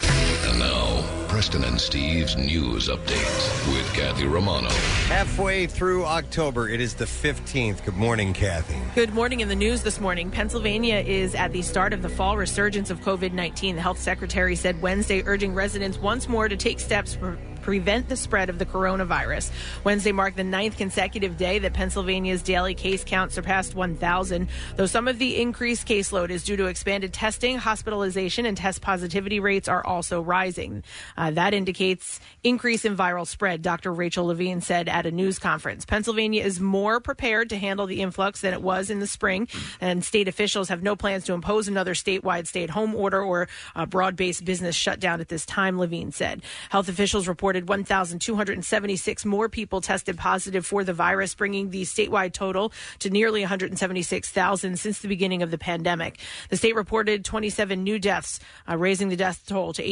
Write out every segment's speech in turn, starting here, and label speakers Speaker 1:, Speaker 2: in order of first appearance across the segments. Speaker 1: And now, Preston and Steve's news update with Kathy Romano.
Speaker 2: Halfway through October, it is the 15th. Good morning, Kathy.
Speaker 3: Good morning. In the news this morning, Pennsylvania is at the start of the fall resurgence of COVID 19. The health secretary said Wednesday, urging residents once more to take steps for. Prevent the spread of the coronavirus. Wednesday marked the ninth consecutive day that Pennsylvania's daily case count surpassed 1,000, though some of the increased caseload is due to expanded testing, hospitalization, and test positivity rates are also rising. Uh, that indicates increase in viral spread, Dr. Rachel Levine said at a news conference. Pennsylvania is more prepared to handle the influx than it was in the spring, and state officials have no plans to impose another statewide stay at home order or uh, broad based business shutdown at this time, Levine said. Health officials reported 1,276 more people tested positive for the virus, bringing the statewide total to nearly 176,000 since the beginning of the pandemic. The state reported 27 new deaths, uh, raising the death toll to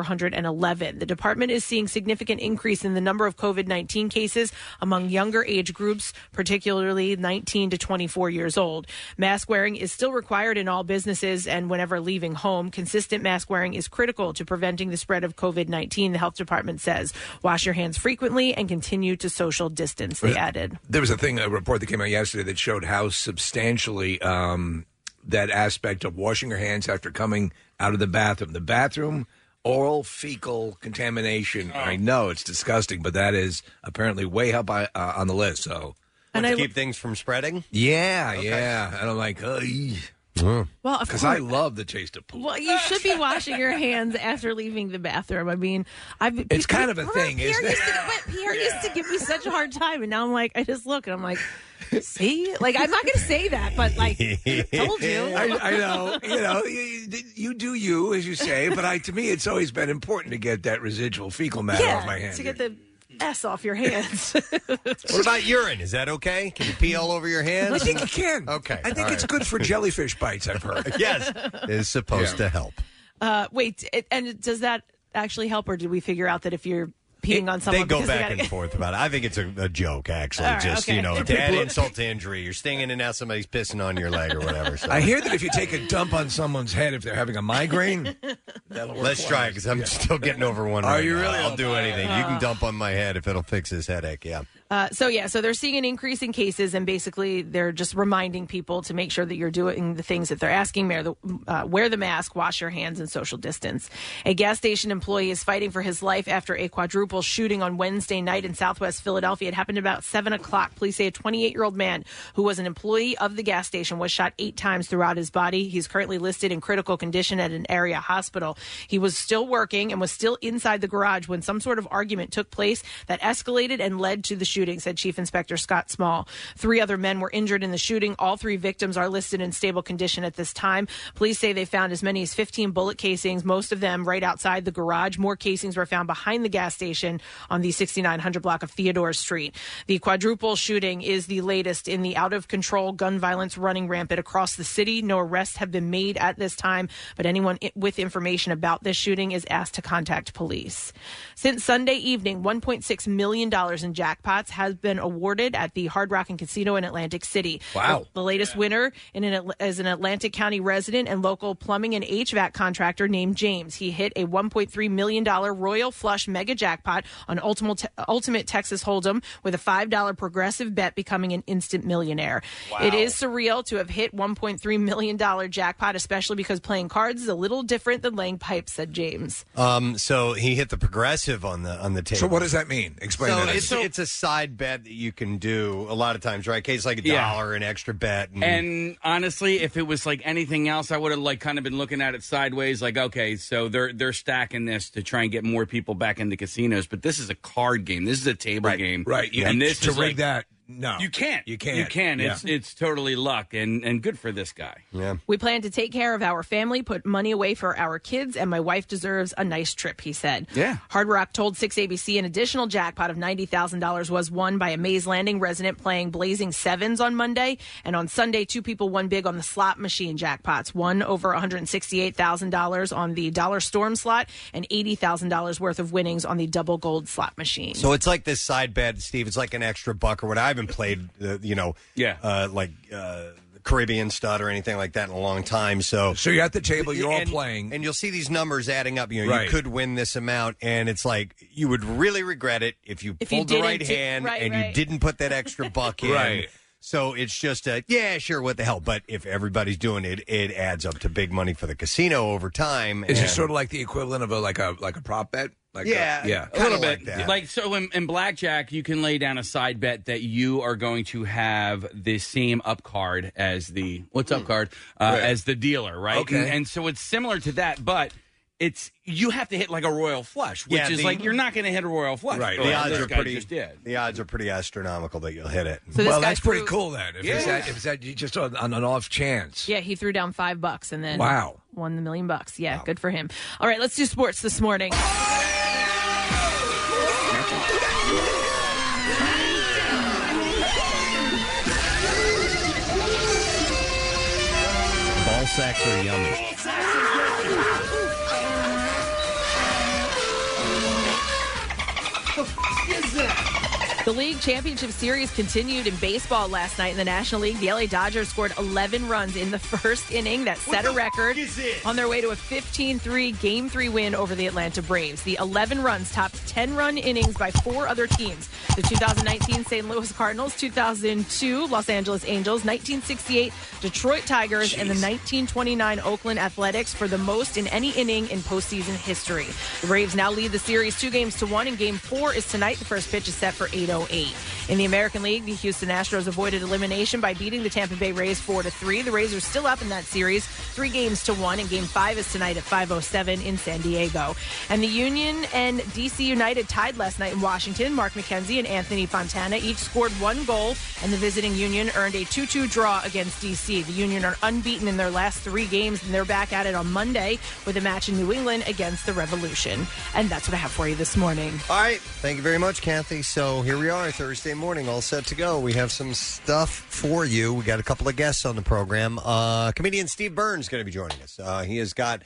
Speaker 3: 8,411. The department is seeing significant increase in the number of COVID 19 cases among younger age groups, particularly 19 to 24 years old. Mask wearing is still required in all businesses and whenever leaving home. Consistent mask wearing is critical to preventing the spread of COVID 19, the health department says. Wash your hands frequently and continue to social distance, they added.
Speaker 4: There was a thing, a report that came out yesterday that showed how substantially um, that aspect of washing your hands after coming out of the bathroom. The bathroom oral fecal
Speaker 2: Oh.
Speaker 4: contamination. I know it's disgusting, but that is apparently way up uh, on the list. So,
Speaker 2: And to keep things from spreading?
Speaker 4: yeah, yeah. And I'm like, because
Speaker 3: Well, of
Speaker 4: I
Speaker 3: course.
Speaker 4: love the taste of poop.
Speaker 3: Well, you should be washing your hands after leaving the bathroom. I mean, I've
Speaker 4: It's kind of a thing,
Speaker 3: Pierre
Speaker 4: isn't it?
Speaker 3: Used to, but Pierre used to give me such a hard time, and now I'm like, I just look and I'm like, see, like I'm not going to say that, but like, told you.
Speaker 4: I, I know, you know, you, you do you as you say, but I to me it's always been important to get that residual fecal matter off my
Speaker 3: yeah,
Speaker 4: hands.
Speaker 3: to get the s off your hands.
Speaker 2: What about urine? Is that okay? Can you pee all over your hands?
Speaker 4: I think you can. Okay, I think
Speaker 2: all
Speaker 4: it's
Speaker 2: right.
Speaker 4: good for jellyfish bites. I've heard.
Speaker 2: Yes. Is supposed to help.
Speaker 3: Uh, wait, it, and does that actually help, or did we figure out that if you're peeing on someone,
Speaker 2: they go
Speaker 3: because
Speaker 2: back
Speaker 3: gotta
Speaker 2: and
Speaker 3: get-
Speaker 2: forth about it. I think it's a, a joke, actually.
Speaker 3: All right,
Speaker 2: Just,
Speaker 3: okay.
Speaker 2: you know, to add insult to injury. You're stinging and now somebody's pissing on your leg or whatever. So.
Speaker 4: I hear that if you take a dump on someone's head if they're having a migraine, that'll work.
Speaker 2: Let's try because I'm still getting over one.
Speaker 4: Are
Speaker 2: right
Speaker 4: you
Speaker 2: now.
Speaker 4: really?
Speaker 2: I'll do anything. You
Speaker 3: Oh.
Speaker 2: can dump on my head if it'll fix his headache. Yeah.
Speaker 3: Uh, so yeah, so they're seeing an increase in cases, and basically they're just reminding people to make sure that you're doing the things that they're asking. Wear the, uh, wear the mask, wash your hands, and social distance. A gas station employee is fighting for his life after a quadruple shooting on Wednesday night in Southwest Philadelphia. It happened about seven o'clock. Police say a 28 year old man who was an employee of the gas station was shot eight times throughout his body. He's currently listed in critical condition at an area hospital. He was still working and was still inside the garage when some sort of argument took place that escalated and led to the shooting, said Chief Inspector Scott Small. Three other men were injured in the shooting. All three victims are listed in stable condition at this time. Police say they found as many as 15 bullet casings, most of them right outside the garage. More casings were found behind the gas station on the 6900 block of Theodore Street. The quadruple shooting is the latest in the out of control gun violence running rampant across the city. No arrests have been made at this time, but anyone i- with information about this shooting is asked to contact police. Since Sunday evening, $1.6 million in jackpots has been awarded at the Hard Rock and Casino in Atlantic City.
Speaker 4: Wow.
Speaker 3: The latest winner in an, Atl- is an Atlantic County resident and local plumbing and HVAC contractor named James. He hit a $1.3 million Royal Flush mega jackpot on Ultimate, Ultimate Texas Hold'em with a $5 progressive bet, becoming an instant millionaire. It is surreal to have hit $1.3 million jackpot, especially because playing cards is a little different than laying pipes, said James.
Speaker 2: Um, so he hit the progressive on the on the table.
Speaker 4: So what does that mean? Explain
Speaker 2: so
Speaker 4: that.
Speaker 2: it's, it's a side bet that you can do a lot of times, right? Kate, It's like a
Speaker 5: Yeah.
Speaker 2: dollar, an extra bet.
Speaker 4: Mm.
Speaker 2: And,
Speaker 5: And honestly, if it was like anything else, I would have like kind of been looking at it sideways, like, okay, so they're they're stacking this to try and get more people back into casinos, but this is a card game. This is a table game.
Speaker 4: right. You
Speaker 5: and
Speaker 4: need
Speaker 5: this
Speaker 4: to
Speaker 5: is
Speaker 4: rig
Speaker 5: like-
Speaker 4: that No,
Speaker 5: you can't.
Speaker 4: You can't.
Speaker 5: You can.
Speaker 4: Yeah.
Speaker 5: It's it's totally luck and and good for this guy.
Speaker 2: Yeah.
Speaker 3: We plan to take care of our family, put money away for our kids, and my wife deserves a nice trip, he said.
Speaker 5: Yeah.
Speaker 3: Hard Rock told 6ABC an additional jackpot of $90,000 was won by a Mays Landing resident playing Blazing Sevens on Monday. And on Sunday, two people won big on the slot machine jackpots one over $168,000 on the dollar storm slot and $80,000 worth of winnings on the double gold slot machine.
Speaker 2: So it's like this side bet, Steve. It's like an extra buck or what. I haven't played, uh, you know,
Speaker 5: Yeah.
Speaker 2: uh, like uh, Caribbean stud or anything like that in a long time. So,
Speaker 4: so you're at the table, you're all
Speaker 2: And-
Speaker 4: playing.
Speaker 2: and you'll see these numbers adding up. You know,
Speaker 4: Right.
Speaker 2: you could win this amount, and it's like you would really regret it if you
Speaker 3: If you
Speaker 2: pulled the
Speaker 3: didn't
Speaker 2: right
Speaker 3: do-
Speaker 2: hand
Speaker 3: right,
Speaker 2: and
Speaker 3: right.
Speaker 2: you didn't put that extra buck in.
Speaker 4: Right.
Speaker 2: So it's just a yeah, sure, what the hell. But if everybody's doing it, it adds up to big money for the casino over time.
Speaker 4: Is it
Speaker 2: and-
Speaker 4: sort of like the equivalent of a like a like a prop bet? Like a-
Speaker 2: Yeah.
Speaker 4: yeah.
Speaker 2: A little bit. that.
Speaker 5: Like so in, in blackjack, you can lay down a side bet that you are going to have the same up card as the what's
Speaker 2: Hmm.
Speaker 5: up card uh,
Speaker 4: Right.
Speaker 5: as the dealer, right?
Speaker 4: Okay.
Speaker 5: And, and so it's similar to that, but it's you have to hit like a royal flush, which
Speaker 2: Yeah,
Speaker 5: is
Speaker 2: the-
Speaker 5: like you're not going to hit a royal flush.
Speaker 4: Right.
Speaker 5: but
Speaker 2: the
Speaker 4: Yeah,
Speaker 2: odds
Speaker 5: this
Speaker 2: are
Speaker 5: guy
Speaker 2: pretty.
Speaker 5: Just did.
Speaker 2: The odds are pretty astronomical that you'll hit it.
Speaker 3: So this
Speaker 4: Well,
Speaker 3: guy
Speaker 4: that's pretty
Speaker 3: threw-
Speaker 4: cool then. If it's
Speaker 5: Yeah.
Speaker 4: that, if it's that, you just on, on an off chance.
Speaker 3: Yeah, he threw down five bucks and then
Speaker 4: Wow.
Speaker 3: won the million bucks. Yeah, good for him. All right, let's do sports this morning.
Speaker 2: Ball sacks are yummy.
Speaker 3: The league championship series continued in baseball last night in the National League. The LA Dodgers scored 11 runs in the first inning that set a record on their way to a 15 3 game three win over the Atlanta Braves. The 11 runs topped 10 run innings by four other teams the 2019 St. Louis Cardinals, 2002 Los Angeles Angels, 1968 Detroit Tigers, and the 1929 Oakland Athletics for the most in any inning in postseason history. The Braves now lead the series two games to one, and game four is tonight. The first pitch is set for 8.08. In the American League, the Houston Astros avoided elimination by beating the Tampa Bay Rays 4 to 3. The Rays are still up in that series, three games to one, and game five is tonight at 5.07 in San Diego. And the Union and DC United tied last night in Washington. Mark McKenzie and Anthony Fontana each scored one goal, and the visiting Union earned a 2 2 draw against DC. The Union are unbeaten in their last three games, and they're back at it on Monday with a match in New England against the Revolution. And that's what I have for you this morning.
Speaker 2: All right. Thank you very much, Kathy. So here we are, Thursday morning, all set to go. We have some stuff for you. We got a couple of guests on the program. Uh, comedian Steve Burns going to be joining us. Uh, he has got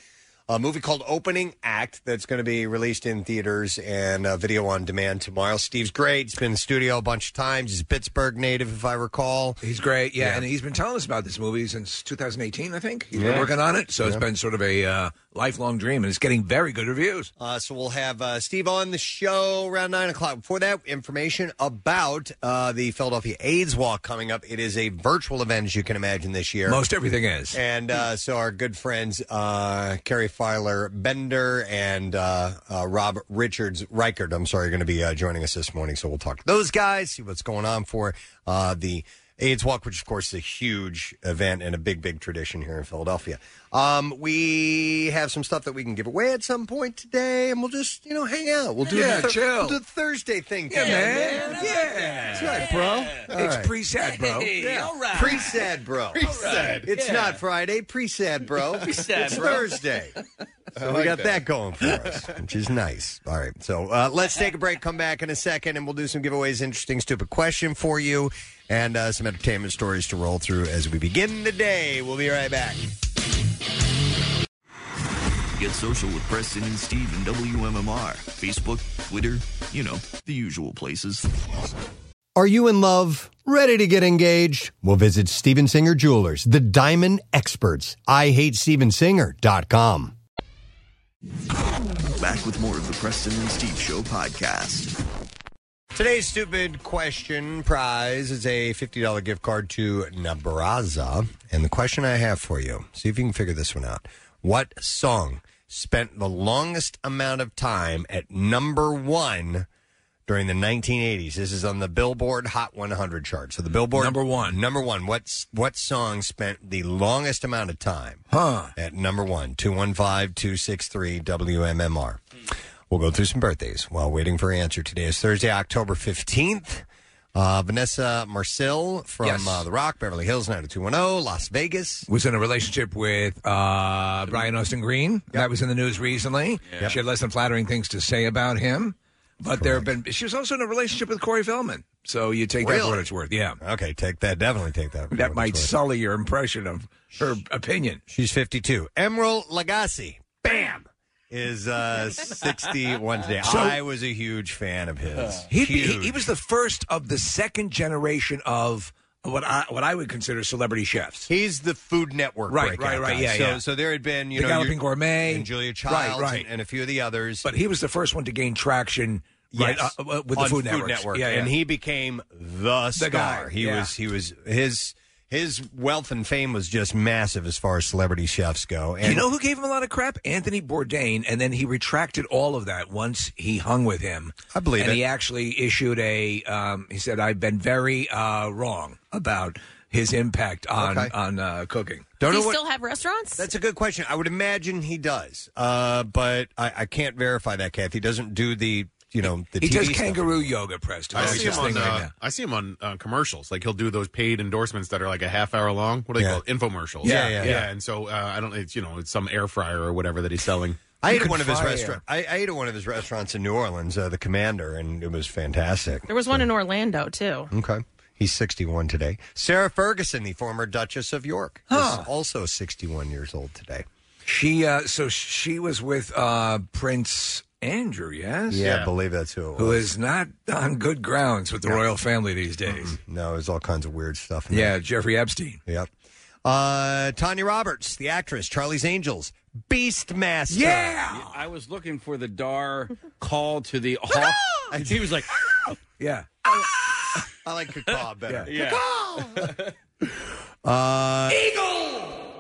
Speaker 2: a movie called Opening Act that's going to be released in theaters and uh, video on demand tomorrow. Steve's great. He's been in the studio a bunch of times. He's a Pittsburgh native, if I recall.
Speaker 4: He's great, yeah,
Speaker 2: Yeah.
Speaker 4: and he's been telling us about this movie since 2018, I think. He's been working on it, so it's been sort of a uh, lifelong dream, and it's getting very good reviews.
Speaker 2: Uh, so we'll have uh, Steve on the show around nine o'clock. Before that, information about uh, the Philadelphia AIDS Walk coming up. It is a virtual event, as you can imagine, this year.
Speaker 4: Most everything is.
Speaker 2: and uh, so our good friends uh, Carrie Filer Bender and uh, uh, Rob Richards Reichard, I'm sorry, are going to be uh, joining us this morning. So we'll talk to those guys, see what's going on for uh, the AIDS Walk, which of course is a huge event and a big, big tradition here in Philadelphia. Um, we have some stuff that we can give away at some point today, and we'll just you know hang out. We'll do
Speaker 4: Yeah,
Speaker 2: the thir-
Speaker 4: chill.
Speaker 2: We'll do the Thursday thing.
Speaker 4: Yeah,
Speaker 2: today.
Speaker 4: man. Yeah.
Speaker 2: That's right, bro. All
Speaker 4: It's
Speaker 2: right.
Speaker 4: preset, bro. yeah.
Speaker 5: All right.
Speaker 2: Pre-sad, bro. Pre-sad. It's not Friday. Pre-sad, bro.
Speaker 5: Pre-sad,
Speaker 2: it's
Speaker 5: bro.
Speaker 2: Thursday. So we got that. going for us, which is nice. All right. So uh, let's take a break, come back in a second, and we'll do some giveaways, interesting, stupid question for you, and uh, some entertainment stories to roll through as we begin the day. We'll be right back.
Speaker 6: Get social with Preston and Steve and WMMR. Facebook, Twitter, you know, the usual places.
Speaker 2: Are you in love? Ready to get engaged? Well, visit Steven Singer Jewelers, the diamond experts. I hate Stevensinger.com.
Speaker 6: Back with more of the Preston and Steve Show podcast.
Speaker 2: Today's stupid question prize is a $50 gift card to Nabraza. And the question I have for you, see if you can figure this one out. What song spent the longest amount of time at number one during the 1980s? This is on the Billboard Hot 100 chart. So the Billboard.
Speaker 4: Number one.
Speaker 2: Number one. What, what song spent the longest amount of time?
Speaker 4: Huh.
Speaker 2: at number one, 215 263 WMMR. We'll go through some birthdays while waiting for your answer. Today is Thursday, October 15th. Uh, Vanessa Marcil from
Speaker 4: Yes.
Speaker 2: uh, The Rock, Beverly Hills 90210, Las Vegas.
Speaker 4: was in a relationship with uh, Brian Austin Green. That was in the news recently. She had less than flattering things to say about him. But there have been. She was also in a relationship with Corey Feldman. So you take that for what
Speaker 2: Really?
Speaker 4: it's worth. Yeah.
Speaker 2: Okay, take that. Definitely take that. for
Speaker 4: That
Speaker 2: what
Speaker 4: might
Speaker 2: it's worth.
Speaker 4: sully your impression of her opinion.
Speaker 2: She's 52. Emerald Lagasse, bam, is uh, 61 today.
Speaker 4: So-
Speaker 2: I was a huge fan of his.
Speaker 4: He, he, he was the first of the second generation of what I what I would consider celebrity chefs.
Speaker 2: He's the Food Network,
Speaker 4: right,
Speaker 2: breakout
Speaker 4: right, right.
Speaker 2: guy.
Speaker 4: Yeah,
Speaker 2: so,
Speaker 4: yeah.
Speaker 2: So there had been, you
Speaker 4: the
Speaker 2: know,
Speaker 4: Galloping
Speaker 2: your-
Speaker 4: Gourmet
Speaker 2: and Julia
Speaker 4: right,
Speaker 2: Childs
Speaker 4: right.
Speaker 2: and, and a few of the others.
Speaker 4: but he was the first one to gain traction, right,
Speaker 2: Yes.
Speaker 4: uh, uh, with the
Speaker 2: On
Speaker 4: Food, Networks.
Speaker 2: Network.
Speaker 4: Yeah, yeah.
Speaker 2: and he became the star.
Speaker 4: guy,
Speaker 2: He
Speaker 4: yeah.
Speaker 2: was he was his his wealth and fame was just massive as far as celebrity chefs go. And
Speaker 4: you know who gave him a lot of crap? Anthony Bourdain, and then he retracted all of that once he hung with him.
Speaker 2: I believe
Speaker 4: and
Speaker 2: it.
Speaker 4: he actually issued a. Um, he said, "I've been very uh, wrong about his impact on
Speaker 2: Okay.
Speaker 4: on uh, cooking."
Speaker 2: don't
Speaker 3: Do
Speaker 2: know
Speaker 3: you
Speaker 2: what-
Speaker 3: still have restaurants?
Speaker 2: That's a good question. I would imagine he does, uh, but I, I can't verify that. Kathy doesn't do the you know the
Speaker 4: He
Speaker 2: TV
Speaker 4: does
Speaker 2: stuff.
Speaker 4: kangaroo yoga, Preston.
Speaker 7: I
Speaker 4: That's
Speaker 7: see,
Speaker 4: his
Speaker 7: him on,
Speaker 4: thing right
Speaker 7: uh,
Speaker 4: now.
Speaker 7: I see him on uh, commercials. Like he'll do those paid endorsements that are like a half hour long. What do they
Speaker 2: Yeah.
Speaker 7: call it? infomercials?
Speaker 2: Yeah, yeah, yeah.
Speaker 7: And so uh, I don't. It's you know it's some air fryer or whatever that he's selling.
Speaker 2: I
Speaker 4: You
Speaker 2: ate at
Speaker 4: could
Speaker 2: one of his
Speaker 4: fire.
Speaker 2: restaurant. I, I ate at one of his restaurants in New Orleans, uh, the Commander, and it was fantastic.
Speaker 3: there was one in Orlando too.
Speaker 2: Okay. He's 61 today. Sarah Ferguson, the former Duchess of York, is also 61 years old today.
Speaker 4: She uh, so she was with uh, Prince Andrew, yes,
Speaker 2: Yeah, I
Speaker 7: Yeah.
Speaker 2: believe that's who it was.
Speaker 4: who is not on good grounds with the royal family these days.
Speaker 2: No, there's all kinds of weird stuff. In
Speaker 4: Yeah, Jeffrey Epstein.
Speaker 2: There. Yep. Uh, Tanya Roberts, the actress, Charlie's Angels, Beastmaster.
Speaker 4: Yeah,
Speaker 5: I was looking for the Dar call to the hawk. And he was like,
Speaker 4: yeah.
Speaker 2: I like Kakaw better.
Speaker 5: yeah.
Speaker 2: Uh, Eagle!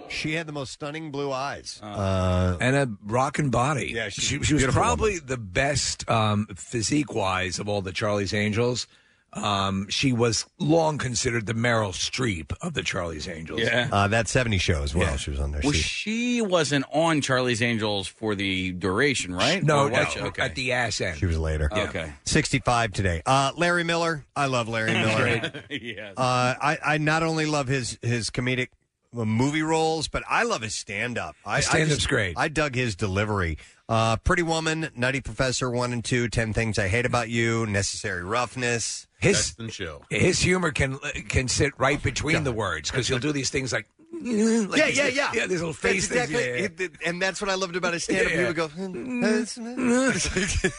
Speaker 2: She had the most stunning blue eyes. Uh,
Speaker 4: and a rockin' body.
Speaker 2: Yeah, she's
Speaker 4: she,
Speaker 2: a
Speaker 4: she was
Speaker 2: beautiful
Speaker 4: probably the best um, physique wise of all the Charlie's Angels. Um, she was long considered the Meryl Streep of the Charlie's Angels.
Speaker 5: Yeah.
Speaker 2: uh, that 70 show as well. She was on there.
Speaker 5: Well,
Speaker 2: She-
Speaker 5: she wasn't on Charlie's Angels for the duration, right?
Speaker 4: No,
Speaker 5: Or
Speaker 4: no,
Speaker 5: was she? Okay.
Speaker 4: at the ass end.
Speaker 2: She was later.
Speaker 5: Okay.
Speaker 2: 65 today. Uh, Larry Miller. I love Larry Miller.
Speaker 5: yes.
Speaker 2: Uh, I, I not only love his, his comedic uh, movie roles, but I love his stand up. I,
Speaker 4: His
Speaker 2: I
Speaker 4: stand-up's
Speaker 2: just-
Speaker 4: great.
Speaker 2: I dug his delivery. Uh, Pretty Woman, Nutty Professor 1 and 2, 10 Things I Hate About You, Necessary Roughness.
Speaker 4: his
Speaker 7: Preston Chill.
Speaker 4: his humor can can sit right between the words because he'll do these things like, like these- yeah, these little
Speaker 2: That's
Speaker 4: face
Speaker 2: exactly,
Speaker 4: things. Yeah.
Speaker 2: it- and that's what I loved about his stand up.
Speaker 4: Yeah.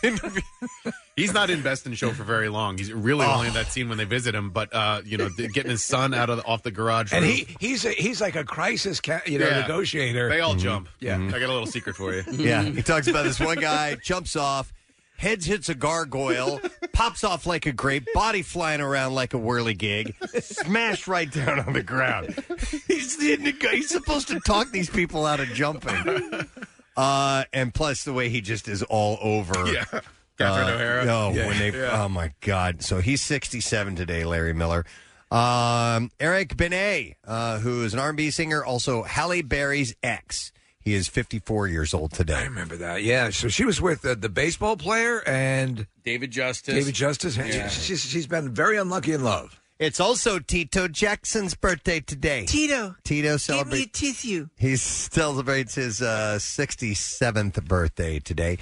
Speaker 2: He would go,
Speaker 7: He's not in Best in Show for very long. He's really only in that scene when they visit him. But uh, you know, th- getting his son out of the, off the garage
Speaker 4: And
Speaker 7: roof.
Speaker 4: he he's a, he's like a crisis ca- you know
Speaker 7: Yeah.
Speaker 4: negotiator.
Speaker 7: They all jump.
Speaker 4: Yeah.
Speaker 7: I got a little secret for you.
Speaker 2: Mm-hmm. Yeah, he talks about this one guy jumps off, heads hits a gargoyle, pops off like a grape, body flying around like a whirligig, smashed right down on the ground. He's, the- he's supposed to talk these people out of jumping. Uh, and plus, the way he just is all over.
Speaker 7: Yeah. Catherine
Speaker 2: Uh,
Speaker 7: O'Hara.
Speaker 2: No,
Speaker 4: Yeah.
Speaker 2: when they. Oh my God! So he's 67 today, Larry Miller. Um, Eric Benet, uh, who is an R&B singer, also Halle Berry's ex. He is 54 years old
Speaker 4: I
Speaker 2: today.
Speaker 4: remember that. Yeah, so she was with uh, the baseball player and
Speaker 5: David Justice.
Speaker 4: David Justice.
Speaker 5: Yeah.
Speaker 4: She- She's, she's been very unlucky in love.
Speaker 2: It's also Tito Jackson's birthday today.
Speaker 4: Tito,
Speaker 2: Tito celebrates.
Speaker 4: tissue.
Speaker 2: He celebrates his uh, 67th birthday today.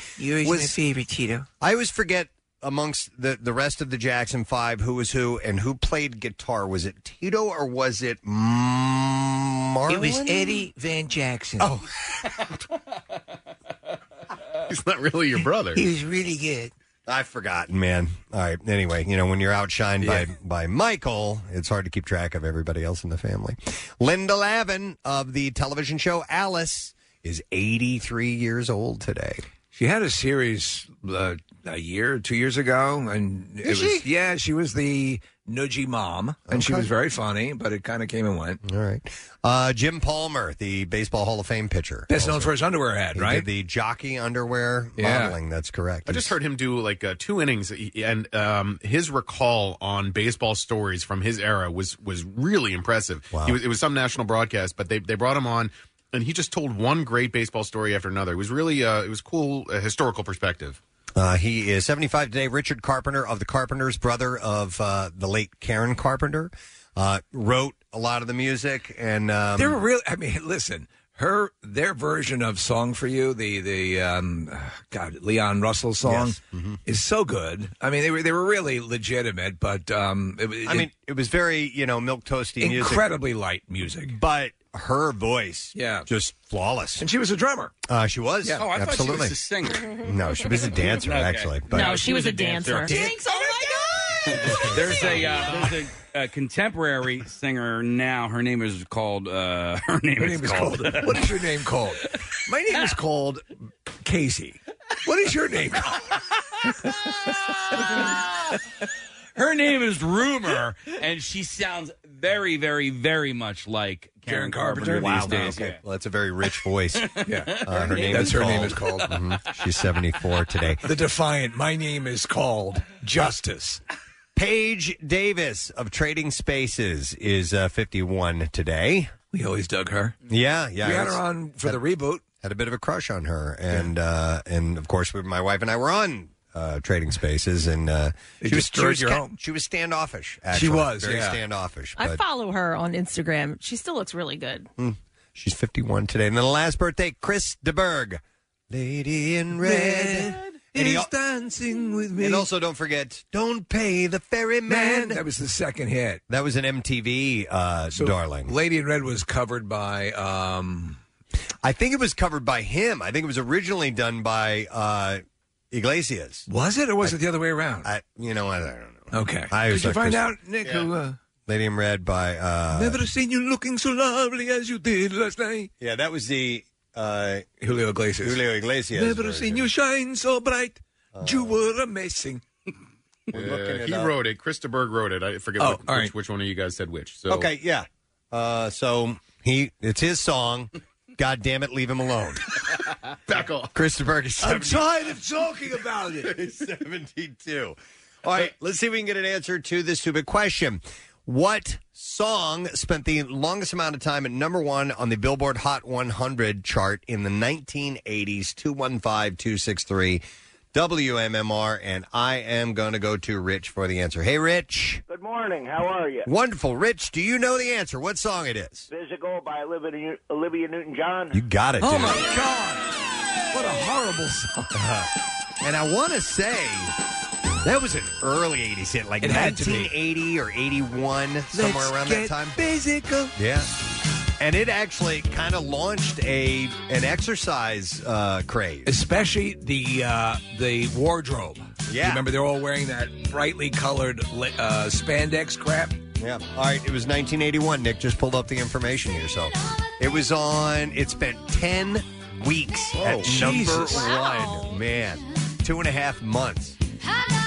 Speaker 2: Was-
Speaker 4: favorite, Tito.
Speaker 2: I always forget amongst the, the rest of the Jackson Five who was who and who played guitar. Was it Tito or was it Marlon?
Speaker 4: Van Jackson.
Speaker 2: Oh.
Speaker 7: He's not really your brother.
Speaker 4: was really good.
Speaker 2: I've forgotten, man. All right. Anyway, you know, when you're outshined by, by Michael, it's hard to keep track of everybody else in the family. Linda Lavin of the television show Alice is 83 years old today.
Speaker 4: She had a series uh, a year, two years ago, and it was yeah, she was the nudgy mom, and she was very funny, but it kind of came and went.
Speaker 2: All right. Uh, Jim Palmer, the Baseball Hall of Fame pitcher.
Speaker 4: Best
Speaker 2: Also,
Speaker 4: known for his underwear ad,
Speaker 2: he
Speaker 4: right?
Speaker 2: did the jockey underwear
Speaker 4: Yeah.
Speaker 2: modeling. That's correct.
Speaker 7: I just heard him do like uh, two innings, and um, his recall on baseball stories from his era was was really impressive.
Speaker 2: Wow.
Speaker 7: He was, it was some national broadcast, but they they brought him on, and he just told one great baseball story after another. It was really uh, it was cool uh, historical perspective.
Speaker 2: Uh, he is 75 today. Richard Carpenter of the Carpenters, brother of uh, the late Karen Carpenter, uh, wrote a lot of the music. And um,
Speaker 4: They're really. I mean, listen. Her their version of "Song for You," the the um, God Leon Russell song,
Speaker 2: Mm-hmm.
Speaker 4: is so good. I mean, they were they were really legitimate, but um, it,
Speaker 2: I mean, it was very you know milk toasty, music.
Speaker 4: incredibly light music.
Speaker 2: But her voice,
Speaker 4: yeah,
Speaker 2: just flawless.
Speaker 4: And she was a drummer.
Speaker 2: Uh, she was.
Speaker 4: Yeah. Oh, I thought she was
Speaker 2: absolutely.
Speaker 4: a
Speaker 5: singer.
Speaker 2: no, she was a dancer
Speaker 5: Okay.
Speaker 2: actually. But
Speaker 5: No, she was a dancer.
Speaker 3: Thanks, oh my God!
Speaker 5: There's a uh, there's a, a contemporary singer now. Her name is called. Uh, her name
Speaker 4: Her
Speaker 5: is
Speaker 4: name is
Speaker 5: called.
Speaker 4: called- what is your name called? My name is called Casey. What is your name called?
Speaker 5: Her name is Rumor, and she sounds very, very, very much like
Speaker 4: Karen
Speaker 5: Karen,
Speaker 4: Carpenter?
Speaker 5: Carpenter,
Speaker 4: Wow,
Speaker 5: these days.
Speaker 4: okay.
Speaker 2: Well, that's a very rich voice.
Speaker 4: yeah,
Speaker 2: uh, her name
Speaker 4: That's
Speaker 2: is
Speaker 4: her
Speaker 2: called.
Speaker 4: name is called.
Speaker 2: Mhm. She's 74 today.
Speaker 4: The Defiant. My name is called Justice.
Speaker 2: Paige Davis of Trading Spaces is uh, 51 today.
Speaker 4: We always dug her.
Speaker 2: Yeah, yeah.
Speaker 4: we
Speaker 2: I
Speaker 4: had
Speaker 2: was-
Speaker 4: her on for the reboot.
Speaker 2: Had a bit of a crush on her, and uh, and of course, we, my wife and I were on uh, Trading Spaces, and uh,
Speaker 4: They
Speaker 2: she was she
Speaker 4: destroyed
Speaker 2: was,
Speaker 4: your
Speaker 2: ca-
Speaker 4: home.
Speaker 2: she was standoffish.
Speaker 4: She
Speaker 2: Actually.
Speaker 4: was,
Speaker 2: very
Speaker 4: yeah.
Speaker 2: standoffish.
Speaker 3: I
Speaker 2: but-
Speaker 3: follow her on Instagram. She still looks really good.
Speaker 2: She's 51 today. And then the last birthday, Chris DeBerg. Lady in red. And he al-
Speaker 4: dancing with me.
Speaker 2: And also, don't forget, don't pay the ferryman.
Speaker 4: that was the second hit.
Speaker 2: That was an MTV uh, darling.
Speaker 4: Lady in Red was covered by. Um,
Speaker 2: I think it was covered by him. I think it was originally done by uh, Iglesias.
Speaker 4: was it or was it the other way around?
Speaker 2: I, you know, I, I don't know.
Speaker 4: okay.
Speaker 2: I
Speaker 4: Did
Speaker 2: was
Speaker 4: you
Speaker 2: like
Speaker 4: find
Speaker 2: Chris-
Speaker 4: out, Nick? Who, uh,
Speaker 2: Lady in Red by. Uh,
Speaker 4: Never seen you looking so lovely as you did last night.
Speaker 2: yeah, that was the uh,
Speaker 4: Julio Iglesias.
Speaker 2: Julio Iglesias.
Speaker 4: Never
Speaker 2: version.
Speaker 4: seen you shine so bright. you were amazing.
Speaker 2: Uh, We're looking
Speaker 7: Uh,
Speaker 2: it
Speaker 7: he
Speaker 2: up.
Speaker 7: wrote it. Krista Berg wrote it. I forget
Speaker 4: Oh,
Speaker 7: which,
Speaker 4: all right.
Speaker 7: which, which one of you guys said which. So
Speaker 2: Okay, yeah. Uh, so he, it's his song. God damn it, leave him alone.
Speaker 7: back off.
Speaker 2: Christopher is
Speaker 4: I'm
Speaker 2: 70
Speaker 4: tired of talking about it.
Speaker 2: 72. All right, let's see if we can get an answer to this stupid question. What song spent the longest amount of time at number one on the Billboard Hot 100 chart in the 1980s? 215 263 WMMR. And I am going to go to Rich for the answer. Hey, Rich.
Speaker 8: Good morning. How are you?
Speaker 2: Wonderful. Rich, do you know the answer? What song it is?
Speaker 8: Physical by Olivia, Olivia Newton-John.
Speaker 2: You got it,
Speaker 4: Oh
Speaker 2: dude.
Speaker 4: my God! What a horrible song.
Speaker 2: Uh-huh. And I want to say that was an early 80s hit, like
Speaker 4: It had to be.
Speaker 2: 1980 or 81, somewhere around that time.
Speaker 4: Physical.
Speaker 2: Yeah. And it actually kind of launched a an exercise uh, craze.
Speaker 4: Especially the uh, the wardrobe.
Speaker 2: Yeah.
Speaker 4: You remember they're all wearing that brightly colored li- uh, spandex crap.
Speaker 2: Yeah. All right. It was 1981. Nick just pulled up the information here. So it was on, it spent 10 weeks at
Speaker 4: Oh, Jesus.
Speaker 2: number one. Man, two and a half months.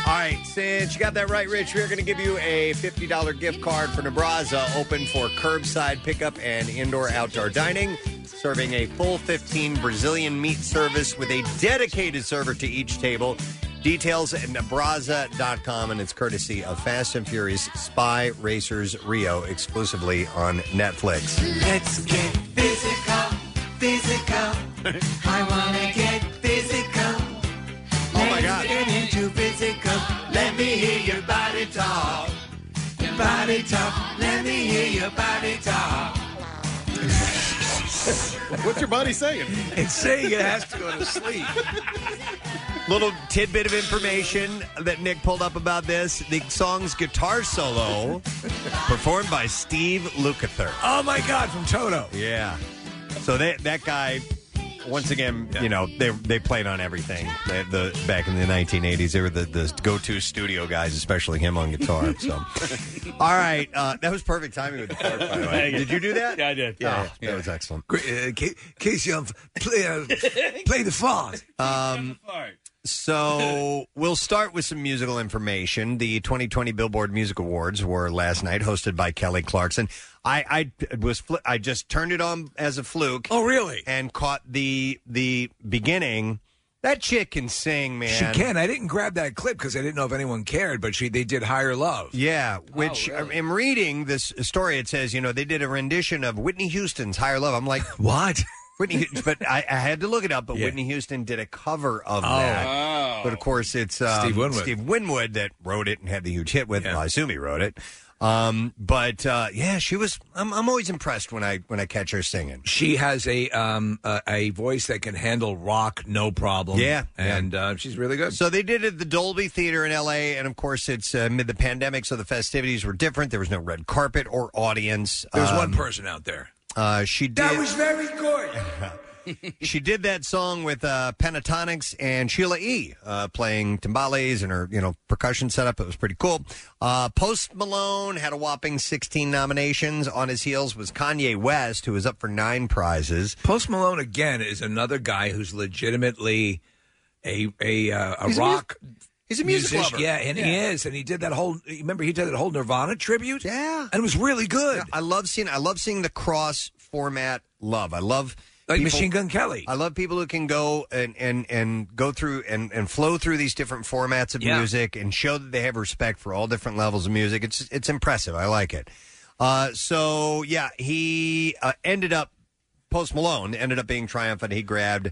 Speaker 2: All right, since you got that right, Rich, we're going to give you a $50 gift card for Nebraza, open for curbside pickup and indoor outdoor dining, serving a full 15 Brazilian meat service with a dedicated server to each table. Details at Nebraza.com, and it's courtesy of Fast and Furious Spy Racers Rio, exclusively on Netflix.
Speaker 9: Let's get physical, physical. I wanna get physical.
Speaker 2: Oh, my God.
Speaker 9: Get into physical. Let me hear your body talk. Your body talk. Let me hear your body talk.
Speaker 7: What's your body saying?
Speaker 4: It's saying it has to go to sleep.
Speaker 2: Little tidbit of information that Nick pulled up about this the song's guitar solo, performed by Steve Lukather.
Speaker 4: Oh my God! From Toto.
Speaker 2: Yeah. So that that guy, once again, you know, they they played on everything. They, the back in the 1980s, they were the, the go-to studio guys, especially him on guitar. So, all right, uh, that was perfect timing with the part. By the way, did you do that?
Speaker 5: Yeah, I did.
Speaker 2: Yeah,
Speaker 5: Oh,
Speaker 2: that
Speaker 5: yeah.
Speaker 2: was excellent.
Speaker 4: Great, uh, Ca- Casey, um, play, uh, play the fart.
Speaker 2: Um, so we'll start with some musical information. The 2020 Billboard Music Awards were last night, hosted by Kelly Clarkson. I I was fl- I just turned it on as a fluke.
Speaker 4: Oh, really?
Speaker 2: and caught the the beginning. That chick can sing, man.
Speaker 4: She can. I didn't grab that clip because I didn't know if anyone cared, but she they did higher love.
Speaker 2: Yeah, which
Speaker 7: Oh,
Speaker 2: I'm reading this story. It says, you know, they did a rendition of Whitney Houston's "Higher Love." I'm like,
Speaker 4: What?
Speaker 2: Whitney, Hu- but I, I had to look it up. But Whitney Houston did a cover of that. But of course, it's um,
Speaker 4: Oh. Steve Winwood.
Speaker 2: Steve Winwood that wrote it and had the huge hit with. Well, I assume he wrote it. Um, but uh, yeah, she was. I'm, I'm always impressed when I when I catch her singing.
Speaker 4: She has a um a, a voice that can handle rock no problem.
Speaker 2: Yeah,
Speaker 4: and Uh, she's really good.
Speaker 2: So they did it at the Dolby Theater in L.A., and of course, it's uh, mid the pandemic, so the festivities were different. There was no red carpet or audience.
Speaker 4: There was one
Speaker 2: Um,
Speaker 4: person out there.
Speaker 2: Uh, she did.
Speaker 4: very good.
Speaker 2: she did that song with uh, Pentatonics and Sheila E. Uh, playing timbales and her, you know, percussion setup. It was pretty cool. Uh, Post Malone had a whopping 16 nominations. On his heels was Kanye West, who was up for nine prizes.
Speaker 4: Post Malone again is another guy who's legitimately a a uh, a
Speaker 2: He's a mu-
Speaker 4: rock.
Speaker 2: he's a music lover.
Speaker 4: Yeah, and he
Speaker 2: Yeah.
Speaker 4: is, and he did that whole. Remember, he did that whole Nirvana tribute.
Speaker 2: Yeah,
Speaker 4: and it was really good.
Speaker 2: I love seeing. I love seeing the cross format love. I love
Speaker 4: Like Machine Gun Kelly.
Speaker 2: I love people who can go and and and go through and and flow through these different formats of
Speaker 4: Yeah.
Speaker 2: music and show that they have respect for all different levels of music. It's it's impressive. I like it. Uh, so yeah, he uh, ended up Post Malone ended up being triumphant. He grabbed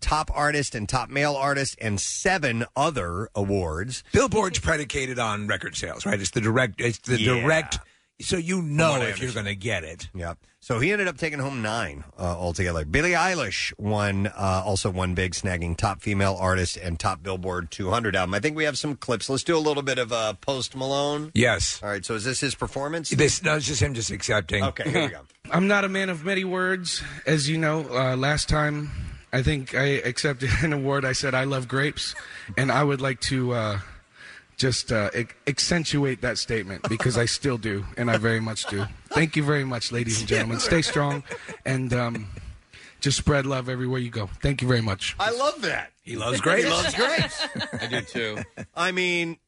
Speaker 2: top artist and top male artist and seven other awards.
Speaker 4: Billboard's predicated on record sales, right? It's the direct. It's the
Speaker 2: Yeah.
Speaker 4: direct. So you know
Speaker 2: what I
Speaker 4: if you're going to get it.
Speaker 2: Yeah. So he ended up taking home nine uh, altogether. Billie Eilish won, uh, also won big, snagging top female artist and top Billboard 200 album. I think we have some clips. Let's do a little bit of uh, Post Malone.
Speaker 4: Yes.
Speaker 2: All right. So is this his performance?
Speaker 4: This no, it's just him just accepting.
Speaker 2: Okay. Here we go.
Speaker 10: I'm not a man of many words, as you know. Uh, last time, I think I accepted an award. I said I love grapes, and I would like to uh, just uh, ac- accentuate that statement because I still do, and I very much do. Thank you very much, ladies and gentlemen. Stay strong, and um, just spread love everywhere you go. Thank you very much.
Speaker 2: I love that.
Speaker 4: He loves grapes.
Speaker 2: He loves grapes.
Speaker 5: I do too.
Speaker 2: I mean,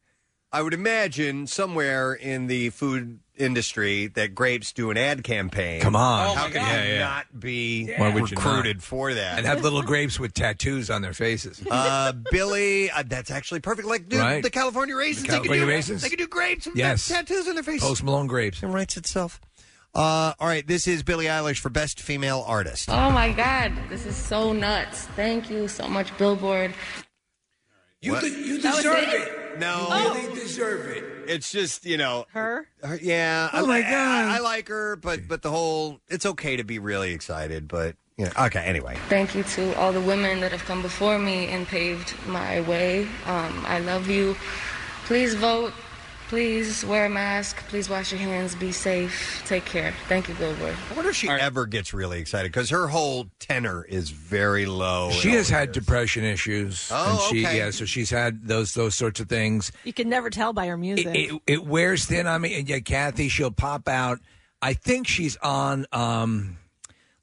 Speaker 2: I would imagine somewhere in the food industry that grapes do an ad campaign.
Speaker 4: Come on. Oh,
Speaker 2: How
Speaker 4: my
Speaker 2: can
Speaker 4: God.
Speaker 2: you
Speaker 4: Yeah, yeah.
Speaker 2: not be
Speaker 4: Why would you not?
Speaker 2: recruited for that?
Speaker 4: and have little grapes with tattoos on their faces.
Speaker 2: uh, Billy, uh, that's actually perfect. Like, dude,
Speaker 4: Right.
Speaker 2: the California raisins.
Speaker 4: The California
Speaker 2: they can do,
Speaker 4: raisins?
Speaker 2: They can do grapes. and
Speaker 4: Yes.
Speaker 2: tattoos on their face.
Speaker 4: Post Malone grapes.
Speaker 2: It writes itself. Uh, all right, this is Billie Eilish for Best Female Artist.
Speaker 11: Oh my God, this is so nuts. Thank you so much, Billboard.
Speaker 4: You, de- you
Speaker 11: That was
Speaker 4: deserve
Speaker 11: it?
Speaker 4: it.
Speaker 2: No.
Speaker 4: You really deserve it.
Speaker 2: It's just you know,
Speaker 3: Her?
Speaker 2: her- yeah.
Speaker 4: Oh,
Speaker 2: I,
Speaker 4: my
Speaker 2: I-
Speaker 4: God.
Speaker 2: I, I like her, but but the whole it's okay to be really excited, but you know, okay. Anyway,
Speaker 11: Thank you to all the women that have come before me and paved my way. Um, I love you. Please vote. Please wear a mask. Please wash your hands. Be safe. Take care. Thank you, Billboard.
Speaker 2: I wonder if she ever gets really excited because her whole tenor is very low.
Speaker 4: She has had depression issues.
Speaker 2: Oh,
Speaker 4: and she,
Speaker 2: okay.
Speaker 4: Yeah, so she's had those those sorts of things.
Speaker 3: You can never tell by her music.
Speaker 4: It, it, it wears thin on me, and yet Kathy, she'll pop out. I think she's on um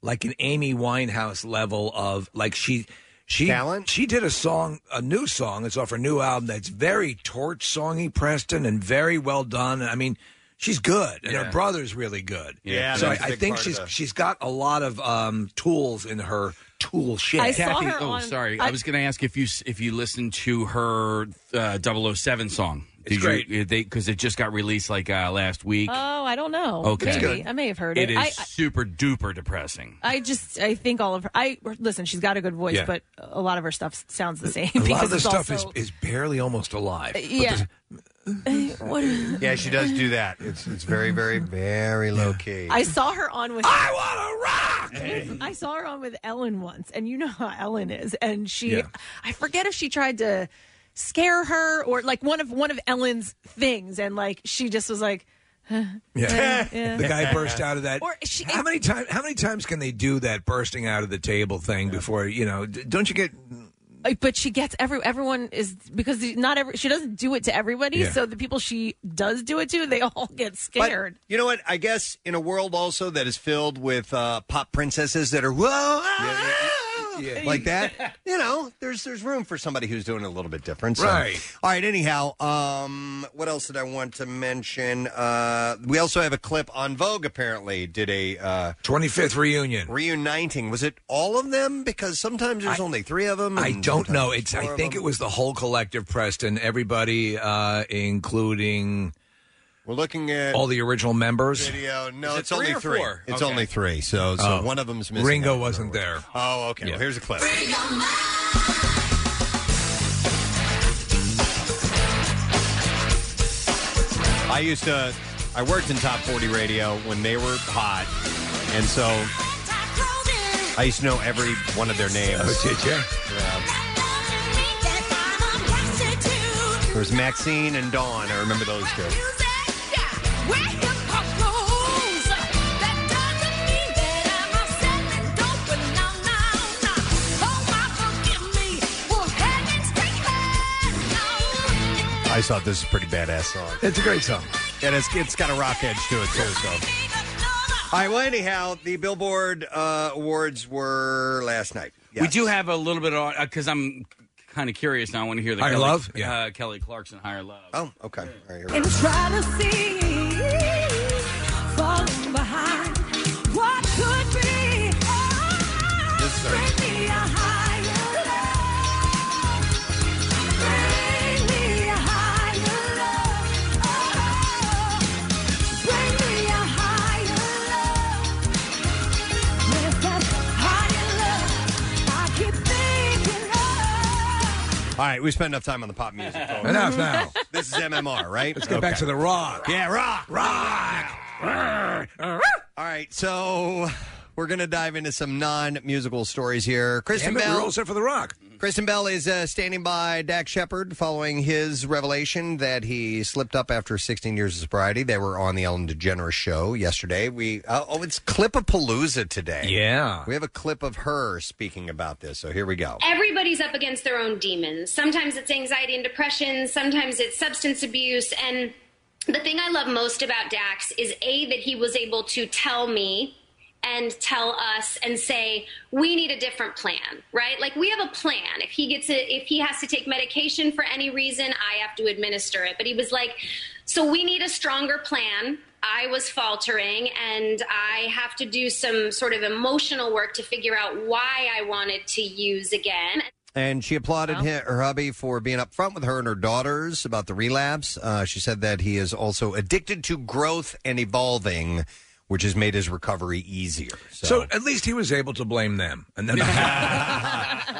Speaker 4: like an Amy Winehouse level of like she she
Speaker 2: Talent?
Speaker 4: she did a song, a new song. It's off her new album that's very torch songy, Preston, and very well done. I mean. She's good, and her brother's really good.
Speaker 2: Yeah,
Speaker 4: so I,
Speaker 2: that's a
Speaker 4: I
Speaker 2: big
Speaker 4: think
Speaker 2: part of
Speaker 4: she's
Speaker 2: the-
Speaker 4: she's got a lot of um, tools in her tool shed.
Speaker 3: I saw
Speaker 5: Kathy,
Speaker 3: her
Speaker 5: oh,
Speaker 3: on-
Speaker 5: sorry. I,
Speaker 3: I-
Speaker 5: was going to ask if you s- if you listened to her uh, 007 song.
Speaker 4: It's great.
Speaker 5: Because it just got released like uh, last week.
Speaker 3: oh, I don't know.
Speaker 5: Okay. It's
Speaker 3: Maybe.
Speaker 5: good.
Speaker 3: I may have heard
Speaker 5: it
Speaker 3: it.
Speaker 5: is
Speaker 3: I,
Speaker 5: super duper depressing.
Speaker 3: I just, I think all of her, I, listen, she's got a good voice,
Speaker 4: Yeah.
Speaker 3: but a lot of her stuff sounds the same.
Speaker 4: A
Speaker 3: because
Speaker 4: lot of the
Speaker 3: it's
Speaker 4: stuff
Speaker 3: also,
Speaker 4: is, is barely almost alive. But
Speaker 3: Yeah. Uh, what-
Speaker 2: yeah, she does do that. It's it's very very very low key.
Speaker 3: I saw her on with.
Speaker 4: I want to rock.
Speaker 3: I saw her on with Ellen once, and you know how Ellen is, and she,
Speaker 4: Yeah.
Speaker 3: I forget if she tried to scare her or like one of one of Ellen's things, and like she just was like,
Speaker 4: Yeah.
Speaker 3: Yeah.
Speaker 4: The guy burst out of that.
Speaker 3: Or she-
Speaker 4: how many times? How many times can they do that bursting out of the table thing before you know? d- Don't you get?
Speaker 3: like, Uh, but she gets every everyone is because not every she doesn't do it to everybody,
Speaker 4: Yeah.
Speaker 3: so the people she does do it to, they all get
Speaker 2: But
Speaker 3: scared.
Speaker 2: you know what? I guess in a world also that is filled with uh, pop princesses that are whoa, ah,
Speaker 4: yeah, yeah.
Speaker 2: like that, you know, there's there's room for somebody who's doing it a little bit different. So.
Speaker 4: Right.
Speaker 2: All right. Anyhow, um, what else did I want to mention? Uh, we also have a clip on Vogue. Apparently, did a uh,
Speaker 4: Twenty fifth reunion.
Speaker 2: reuniting. Was it all of them? Because sometimes there's only three of them.
Speaker 4: I
Speaker 2: and
Speaker 4: don't know.
Speaker 2: sometimes
Speaker 4: It's.
Speaker 2: four
Speaker 4: I
Speaker 2: of
Speaker 4: think
Speaker 2: them.
Speaker 4: it was the whole collective, Preston. Everybody, uh, including
Speaker 2: We're looking at
Speaker 4: all the original members.
Speaker 2: video. No,
Speaker 5: Is it
Speaker 2: it's
Speaker 5: three
Speaker 2: only
Speaker 5: or
Speaker 2: three.
Speaker 5: four?
Speaker 2: It's
Speaker 5: Okay.
Speaker 2: only three. So, so
Speaker 4: Oh.
Speaker 2: one of them's missing.
Speaker 4: Ringo
Speaker 2: out.
Speaker 4: wasn't there.
Speaker 2: Oh, okay.
Speaker 4: Yeah.
Speaker 2: Well, here's a clip. I used to, I worked in top 40 radio when they were hot. And so I used to know every one of their names.
Speaker 4: Oh, did ya?
Speaker 12: Uh,
Speaker 2: Yeah. There was Maxine and Dawn. I remember those two. I just thought this is a pretty badass song.
Speaker 4: It's a great song.
Speaker 2: And it's, it's got a rock edge to it, too. So. All right, well, anyhow, the Billboard uh, Awards were last night.
Speaker 5: We do have a little bit of because I'm kind of curious now. I want to hear the
Speaker 2: Higher
Speaker 5: Kelly,
Speaker 2: Love?
Speaker 5: uh, Kelly Clarkson higher love.
Speaker 2: Oh, okay. All right, here we
Speaker 9: And try to see, falling behind what could be. Oh,
Speaker 2: go. This is our-
Speaker 9: Bring me a higher love. Bring me a higher love. Oh, bring me a higher love. With that higher love, I keep thinking
Speaker 2: All right, we spent enough time on the pop music. folks.
Speaker 9: Enough now.
Speaker 2: This is MMR, right?
Speaker 9: Let's get back to
Speaker 4: the rock.
Speaker 2: Yeah, rock. Rock. All right, so we're going to dive into some non-musical stories here. Kristen
Speaker 4: Damn it,
Speaker 2: Bell
Speaker 4: We're all set for the rock.
Speaker 2: Kristen Bell is uh, standing by Dak Shepard following his revelation that he slipped up after 16 years of sobriety. They were on the Ellen DeGeneres show yesterday. We uh, oh, it's Clipapalooza today.
Speaker 4: Yeah.
Speaker 2: we have a clip of her speaking about this. So here we go.
Speaker 13: Everybody's up against their own demons. Sometimes it's anxiety and depression, sometimes it's substance abuse. And the thing I love most about Dax is A, that he was able to tell me and tell us and say we need a different plan right like we have a plan if he gets a, if he has to take medication for any reason i have to administer it but he was like so we need a stronger plan i was faltering and i have to do some sort of emotional work to figure out why i wanted to use again
Speaker 2: And she applauded hi- her hubby for being upfront with her and her daughters about the relapse. Uh, she said that he is also addicted to growth and evolving, which has made his recovery easier. So,
Speaker 4: So at least he was able to blame them. And then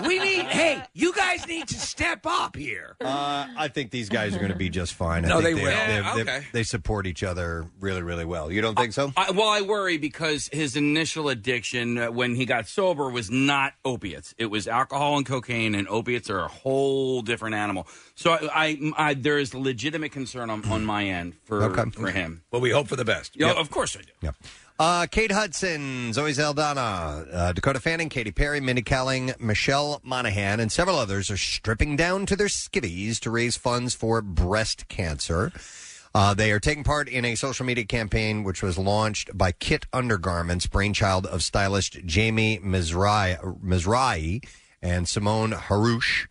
Speaker 4: we need. Hey, you guys need to step up here.
Speaker 2: Uh, I think these guys are going to be just fine. I
Speaker 4: No,
Speaker 2: think
Speaker 4: they will. Oh, Yeah,
Speaker 5: okay.
Speaker 2: they support each other really, really well. You don't think so?
Speaker 5: I, well, I worry because his initial addiction uh, when he got sober was not opiates. It was alcohol and cocaine, and opiates are a whole different animal. So I, I, I there is legitimate concern on, on my end for
Speaker 2: Okay.
Speaker 5: for him.
Speaker 4: But we hope for the best.
Speaker 5: Yeah,
Speaker 2: Yep.
Speaker 5: of course I do.
Speaker 2: Uh, Kate Hudson, Zoe Zeldana, uh, Dakota Fanning, Katy Perry, Mindy Kaling, Michelle Monaghan, and several others are stripping down to their skivvies to raise funds for breast cancer. Uh, they are taking part in a social media campaign which was launched by Kit Undergarments, brainchild of stylist Jamie Mizrahi, Mizrahi and Simone Harouche.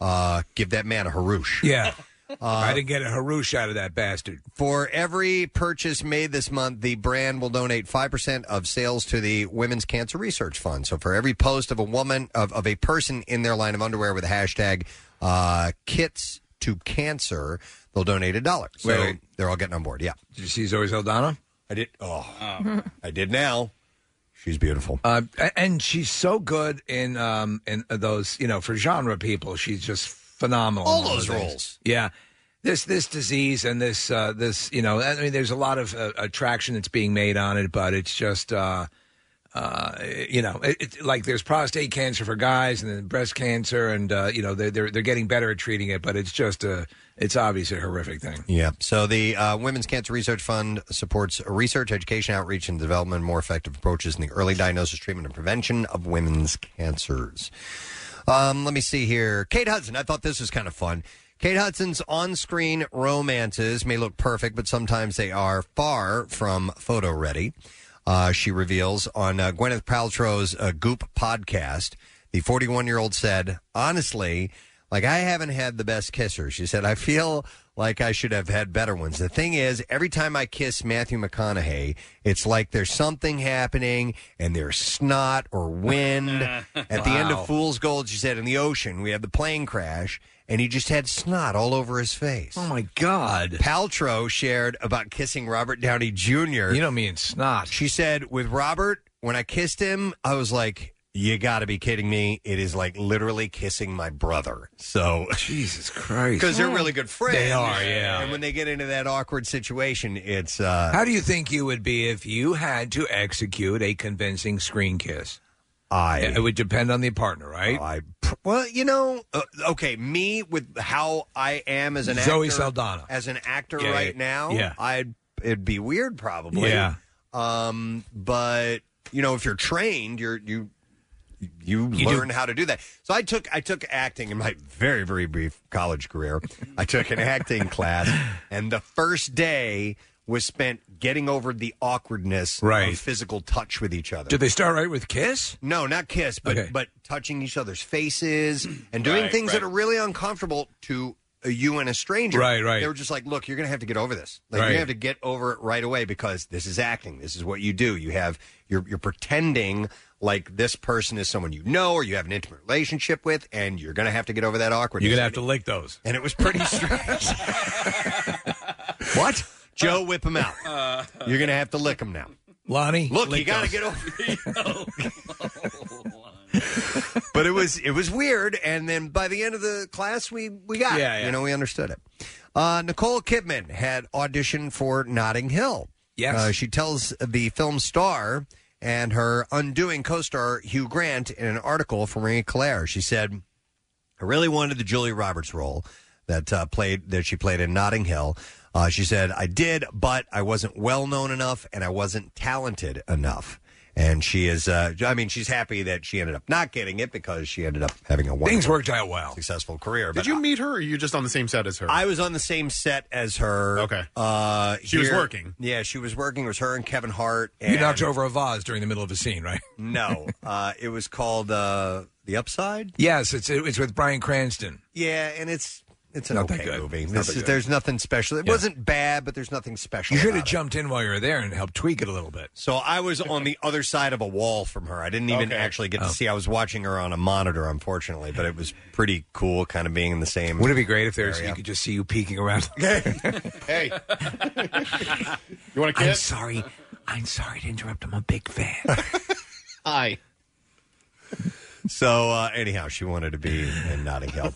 Speaker 2: Uh, give that man a Harouche.
Speaker 4: Yeah.
Speaker 2: Uh,
Speaker 4: I didn't get a harouche out of that bastard.
Speaker 2: for every purchase made this month, the brand will donate 5% of sales to the Women's Cancer Research Fund. So for every post of a woman, of, of a person in their line of underwear with a hashtag uh, kits to cancer, they'll donate a dollar. So
Speaker 4: Wait, wait.
Speaker 2: they're all getting on board. Yeah.
Speaker 4: Did you see Zoe Saldana?
Speaker 2: I did. Oh, I did now. She's beautiful.
Speaker 4: Uh, a- and she's so good in um in those you know for genre people. She's just phenomenal. in
Speaker 2: All those
Speaker 4: the things.
Speaker 2: roles.
Speaker 4: Yeah. This this disease and this uh, this you know I mean there's a lot of uh, attraction that's being made on it, but it's just. Uh, uh, you know, it, it, like there's prostate cancer for guys, and then breast cancer, and uh, you know they're, they're they're getting better at treating it, but it's just a it's obviously a horrific thing.
Speaker 2: Yeah. So the uh, Women's Cancer Research Fund supports research, education, outreach, and development of more effective approaches in the early diagnosis, treatment, and prevention of women's cancers. Um, let me see here. Kate Hudson. I thought this was kind of fun. Kate Hudson's on screen romances may look perfect, but sometimes they are far from photo ready. Uh, she reveals on uh, Gwyneth Paltrow's uh, Goop podcast. The 41 year old said, honestly, like I haven't had the best kisser. She said, I feel like I should have had better ones. The thing is, every time I kiss Matthew McConaughey, it's like there's something happening and there's snot or wind. At the end
Speaker 4: Wow.
Speaker 2: of Fool's Gold, she said, in the ocean, we had the plane crash and he just had snot all over his face. Oh
Speaker 4: my God.
Speaker 2: Paltrow shared about kissing Robert Downey Jr.
Speaker 4: You know me and snot.
Speaker 2: She said, with Robert, when I kissed him, I was like, You got to be kidding me. It is like literally kissing my brother. So Jesus
Speaker 4: Christ.
Speaker 2: Because they're really good friends.
Speaker 4: They are, yeah.
Speaker 2: And when they get into that awkward situation, it's uh
Speaker 4: How do you think you would be if you had to execute a convincing screen kiss?
Speaker 2: I.
Speaker 4: It would depend on the partner, right?
Speaker 2: I. Well, you know, uh, okay, me with how I am as an
Speaker 4: Zoe
Speaker 2: actor,
Speaker 4: Saldana.
Speaker 2: as an actor
Speaker 4: Yeah,
Speaker 2: right
Speaker 4: yeah,
Speaker 2: now,
Speaker 4: yeah.
Speaker 2: I'd it'd be weird probably.
Speaker 4: Yeah.
Speaker 2: Um, but you know, if you're trained, you're you you,
Speaker 9: You
Speaker 2: learn
Speaker 9: do-
Speaker 2: how to do that. So I took I took acting in my very very brief college career. I took an acting class, and the first day was spent getting over the awkwardness
Speaker 4: Right.
Speaker 2: of physical touch with each other.
Speaker 4: Do they start right with kiss?
Speaker 2: No, not kiss, but
Speaker 4: Okay.
Speaker 2: but touching each other's faces and doing
Speaker 4: Right,
Speaker 2: things that
Speaker 4: right.
Speaker 2: are really uncomfortable to uh, you and a stranger.
Speaker 4: Right, right.
Speaker 2: They were just like, look, you're going to have to get over this. Like
Speaker 4: Right.
Speaker 2: you have to get over it right away because this is acting. This is what you do. You have you're you're pretending like this person is someone you know or you have an intimate relationship with, and you're going to have to get over that awkwardness.
Speaker 4: You're gonna have to lick those.
Speaker 2: And it was pretty strange. what? Joe, whip him out. You're going to have to lick him now.
Speaker 4: Uh. Lonnie,
Speaker 2: Look, you
Speaker 4: lick
Speaker 2: got to
Speaker 4: those.
Speaker 2: get over. but it was it was weird, and then by the end of the class, we we got it.
Speaker 9: Yeah, yeah.
Speaker 2: you know we understood it. Uh, Nicole Kidman had auditioned for Notting Hill.
Speaker 9: Yes.
Speaker 2: uh, she tells the film star and her undoing co-star Hugh Grant in an article from Marie Claire. She said. I really wanted the Julia Roberts role that uh, played that she played in Notting Hill. Uh, she said, "I did, but I wasn't well known enough, and I wasn't talented enough." And she is, uh, I mean, she's happy that she ended up not getting it because she ended up having a wonderful,
Speaker 7: Things worked
Speaker 4: out well,
Speaker 2: successful career.
Speaker 7: Did you meet her, or you just on the same set as her?
Speaker 2: I was on the same set as her. Okay, uh,
Speaker 7: She was
Speaker 2: here-
Speaker 7: working.
Speaker 2: Yeah, she was working. It was her and Kevin Hart. And
Speaker 4: You knocked over a vase during the middle of a scene, right?
Speaker 2: No, uh, it was called uh, The Upside.
Speaker 4: Yes, it's it's with Brian Cranston.
Speaker 2: Yeah, and it's it's an
Speaker 4: Not that
Speaker 2: okay
Speaker 4: good.
Speaker 2: movie.
Speaker 4: Not
Speaker 2: This
Speaker 4: that
Speaker 2: is,
Speaker 4: good.
Speaker 2: there's nothing special. It
Speaker 4: Yeah.
Speaker 2: wasn't bad, but there's nothing special.
Speaker 4: You should
Speaker 2: about
Speaker 4: have
Speaker 2: it.
Speaker 4: jumped in while you were there and helped tweak it a little bit.
Speaker 2: So I was on the other side of a wall from her. I didn't even
Speaker 4: Okay.
Speaker 2: actually get to
Speaker 4: Oh.
Speaker 2: see. I was watching her on a monitor, unfortunately, but it was pretty cool, kind of being in the same.
Speaker 4: Would it be great if there's
Speaker 2: Area.
Speaker 4: you could just see you peeking around?
Speaker 7: hey,
Speaker 4: you
Speaker 7: want
Speaker 4: I'm sorry. I'm sorry to interrupt. I'm a big fan.
Speaker 7: Hi.
Speaker 2: So uh, anyhow, she wanted to be in Notting Hill.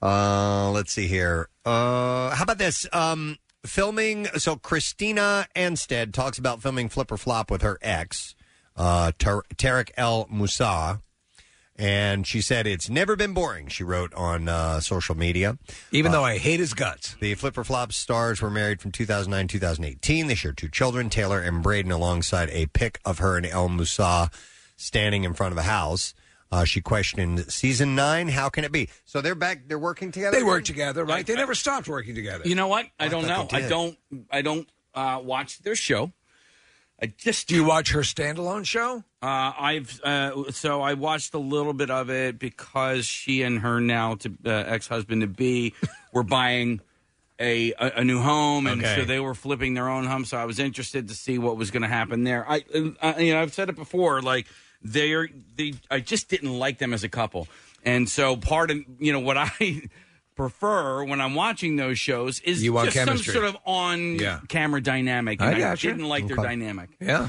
Speaker 2: Uh, let's see here. Uh, how about this? Um, filming. So Christina Anstead talks about filming Flip or Flop with her ex, uh, Tar- Tarek El Moussa. And she said it's never been boring. She wrote on uh, social media.
Speaker 4: Even
Speaker 2: Uh,
Speaker 4: though I hate his guts.
Speaker 2: The Flipper Flop stars were married from 2009 2018. They share two children, Taylor and Braden, alongside a pic of her and El Musa standing in front of a house. Uh, she questioned season nine. How can it be? So they're back. They're working together.
Speaker 4: They work together, right? They never stopped working together.
Speaker 5: You know what? I,
Speaker 2: I
Speaker 5: don't know.
Speaker 2: thought they
Speaker 5: I
Speaker 2: did.
Speaker 5: don't. I don't uh, watch their show. I just
Speaker 4: do. You watch her standalone show?
Speaker 5: Uh, I've uh, so I watched a little bit of it because she and her now to uh, ex husband to be were buying a, a a new home, and
Speaker 14: Okay.
Speaker 5: so they were flipping their own home. So I was interested to see what was going to happen there. I, I you know I've said it before, like they're they I just didn't like them as a couple, and so part of you know what I. Prefer when I'm watching those shows is
Speaker 4: You want
Speaker 5: just some
Speaker 4: chemistry.
Speaker 5: sort of on
Speaker 4: Yeah.
Speaker 5: camera dynamic.
Speaker 4: I
Speaker 5: And I,
Speaker 4: gotcha.
Speaker 5: didn't like their
Speaker 4: Okay.
Speaker 5: dynamic.
Speaker 4: Yeah.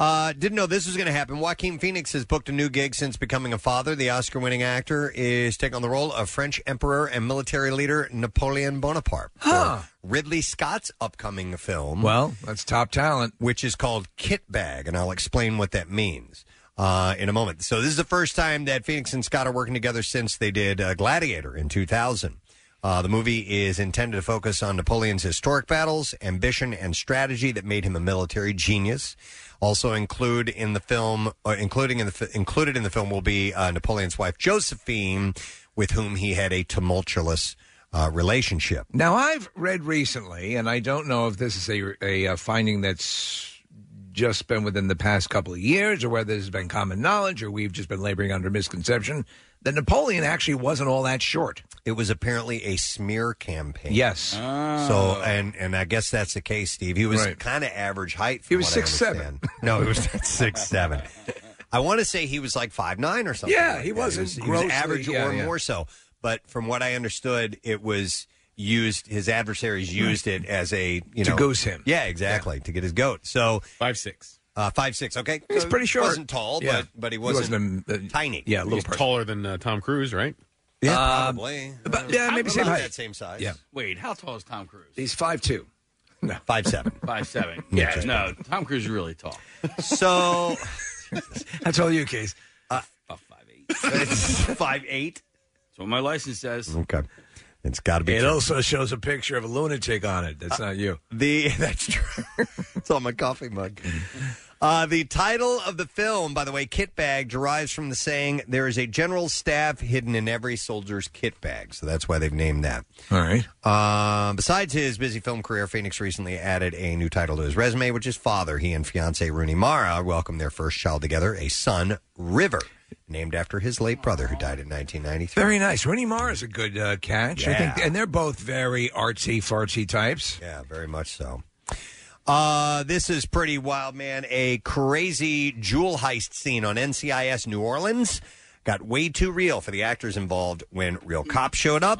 Speaker 2: Uh, didn't know this was going to happen. Joaquin Phoenix has booked a new gig since becoming a father. The Oscar winning actor is taking on the role of French emperor and military leader Napoleon Bonaparte. for Ridley Scott's upcoming film.
Speaker 4: Well, that's top talent.
Speaker 2: Which is called Kit Bag, and I'll explain what that means uh, in a moment. So, this is the first time that Phoenix and Scott are working together since they did uh, Gladiator in 2000. Uh, the movie is intended to focus on Napoleon's historic battles, ambition, and strategy that made him a military genius. Also include in the film, uh, including in the fi- included in the film, will be uh, Napoleon's wife Josephine, with whom he had a tumultuous uh, relationship.
Speaker 4: Now, I've read recently, and I don't know if this is a, a, uh finding that's just been within the past couple of years or whether this has been common knowledge or we've just been laboring under misconception, that Napoleon actually wasn't all that short.
Speaker 2: It was apparently a smear campaign.
Speaker 4: Yes. Ah.
Speaker 2: So and and I guess that's the case, Steve. He was
Speaker 4: Right.
Speaker 2: kind of average height. From
Speaker 4: He was
Speaker 2: what I
Speaker 4: 6'7".
Speaker 2: understand. No, he was not six seven. I want to say he was like five nine or something.
Speaker 4: Yeah,
Speaker 2: like
Speaker 4: he
Speaker 2: that.
Speaker 4: wasn't
Speaker 2: He was,
Speaker 4: grossly-
Speaker 2: average
Speaker 4: yeah,
Speaker 2: or
Speaker 4: yeah.
Speaker 2: more so. But from what I understood, it was used. His adversaries used it as a you
Speaker 4: Hmm. To
Speaker 2: know
Speaker 4: goose him.
Speaker 2: Yeah, exactly to get his goat. So five six. Uh, five six. Okay,
Speaker 4: He's pretty
Speaker 2: sure.
Speaker 4: short.
Speaker 2: Wasn't tall,
Speaker 4: Yeah.
Speaker 2: but but he
Speaker 4: He
Speaker 2: wasn't,
Speaker 4: wasn't a- a-
Speaker 2: tiny.
Speaker 4: yeah, a little
Speaker 7: He's
Speaker 4: person.
Speaker 7: taller than uh, Tom Cruise, right?
Speaker 2: Yeah, probably.
Speaker 4: But, yeah, maybe
Speaker 2: About
Speaker 4: same height.
Speaker 2: That same size.
Speaker 4: Yeah.
Speaker 5: Wait, how tall is Tom Cruise?
Speaker 4: He's five two. No,
Speaker 2: five seven.
Speaker 5: Five seven.
Speaker 2: Yeah.
Speaker 5: Yeah, no, Tom Cruise is really tall.
Speaker 2: So
Speaker 4: that's all you, Case.
Speaker 2: Uh, five eight.
Speaker 5: That's what my license says.
Speaker 2: Okay, it's got to be.
Speaker 4: It
Speaker 2: true.
Speaker 4: also shows a picture of a lunatic on it. That's not you.
Speaker 2: The that's true. it's on my coffee mug. Uh, the title of the film, by the way, kit bag derives from the saying "There is a general staff hidden in every soldier's kit bag," so that's why they've named that.
Speaker 4: All right.
Speaker 2: Uh, besides his busy film career, Phoenix recently added a new title to his resume, which is father. He and fiance Rooney Mara welcomed their first child together, a son, River, named after his late brother who died in 1993.
Speaker 4: Very nice. Rooney Mara is a good uh, catch. I think,
Speaker 2: Yeah.
Speaker 4: and they're both very artsy fartsy types.
Speaker 2: Yeah, very much so. Uh, this is pretty wild, man. A crazy jewel heist scene on NCIS New Orleans got way too real for the actors involved when real cops showed up,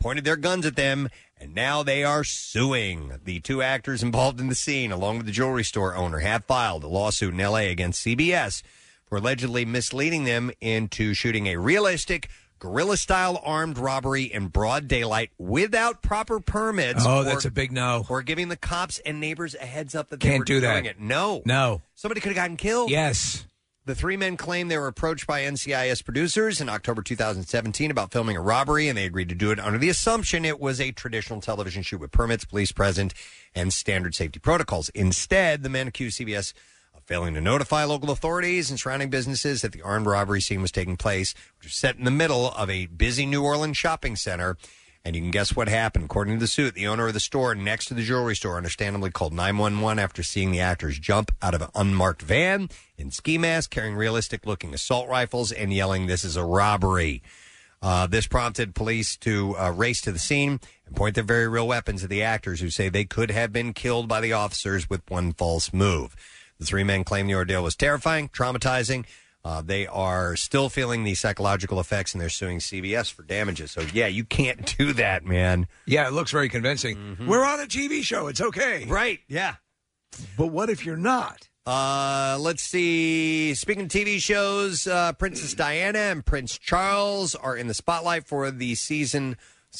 Speaker 2: pointed their guns at them, and now they are suing. The two actors involved in the scene, along with the jewelry store owner, have filed a lawsuit in LA against CBS for allegedly misleading them into shooting a realistic guerrilla style armed robbery in broad daylight without proper permits.
Speaker 4: Oh,
Speaker 2: or-
Speaker 4: that's a big no.
Speaker 2: Or giving the cops and neighbors a heads up that they
Speaker 4: Can't
Speaker 2: were
Speaker 4: do that.
Speaker 2: doing it. No,
Speaker 4: No.
Speaker 2: somebody could have gotten killed.
Speaker 4: Yes.
Speaker 2: The three men claim they were approached by NCIS producers in October 2017 about filming a robbery, and they agreed to do it under the assumption it was a traditional television shoot with permits, police present, and standard safety protocols. Instead, the men accused CBS of failing to notify local authorities and surrounding businesses that the armed robbery scene was taking place, which was set in the middle of a busy New Orleans shopping center. And you can guess what happened. According to the suit, the owner of the store next to the jewelry store understandably called 911 after seeing the actors jump out of an unmarked van in ski masks, carrying realistic looking assault rifles, and yelling, This is a robbery. Uh, this prompted police to uh, race to the scene and point their very real weapons at the actors who say they could have been killed by the officers with one false move. The three men claim the ordeal was terrifying, traumatizing. Uh, they are still feeling the psychological effects and they're suing CBS for damages. So, yeah, you can't do that, man.
Speaker 4: Yeah, it looks very convincing.
Speaker 2: Mm-hmm.
Speaker 4: We're on a TV show. It's okay.
Speaker 2: Right. Yeah.
Speaker 4: But what if you're not?
Speaker 2: Uh, let's see. Speaking of TV shows, uh, Princess Diana and Prince Charles are in the spotlight for the season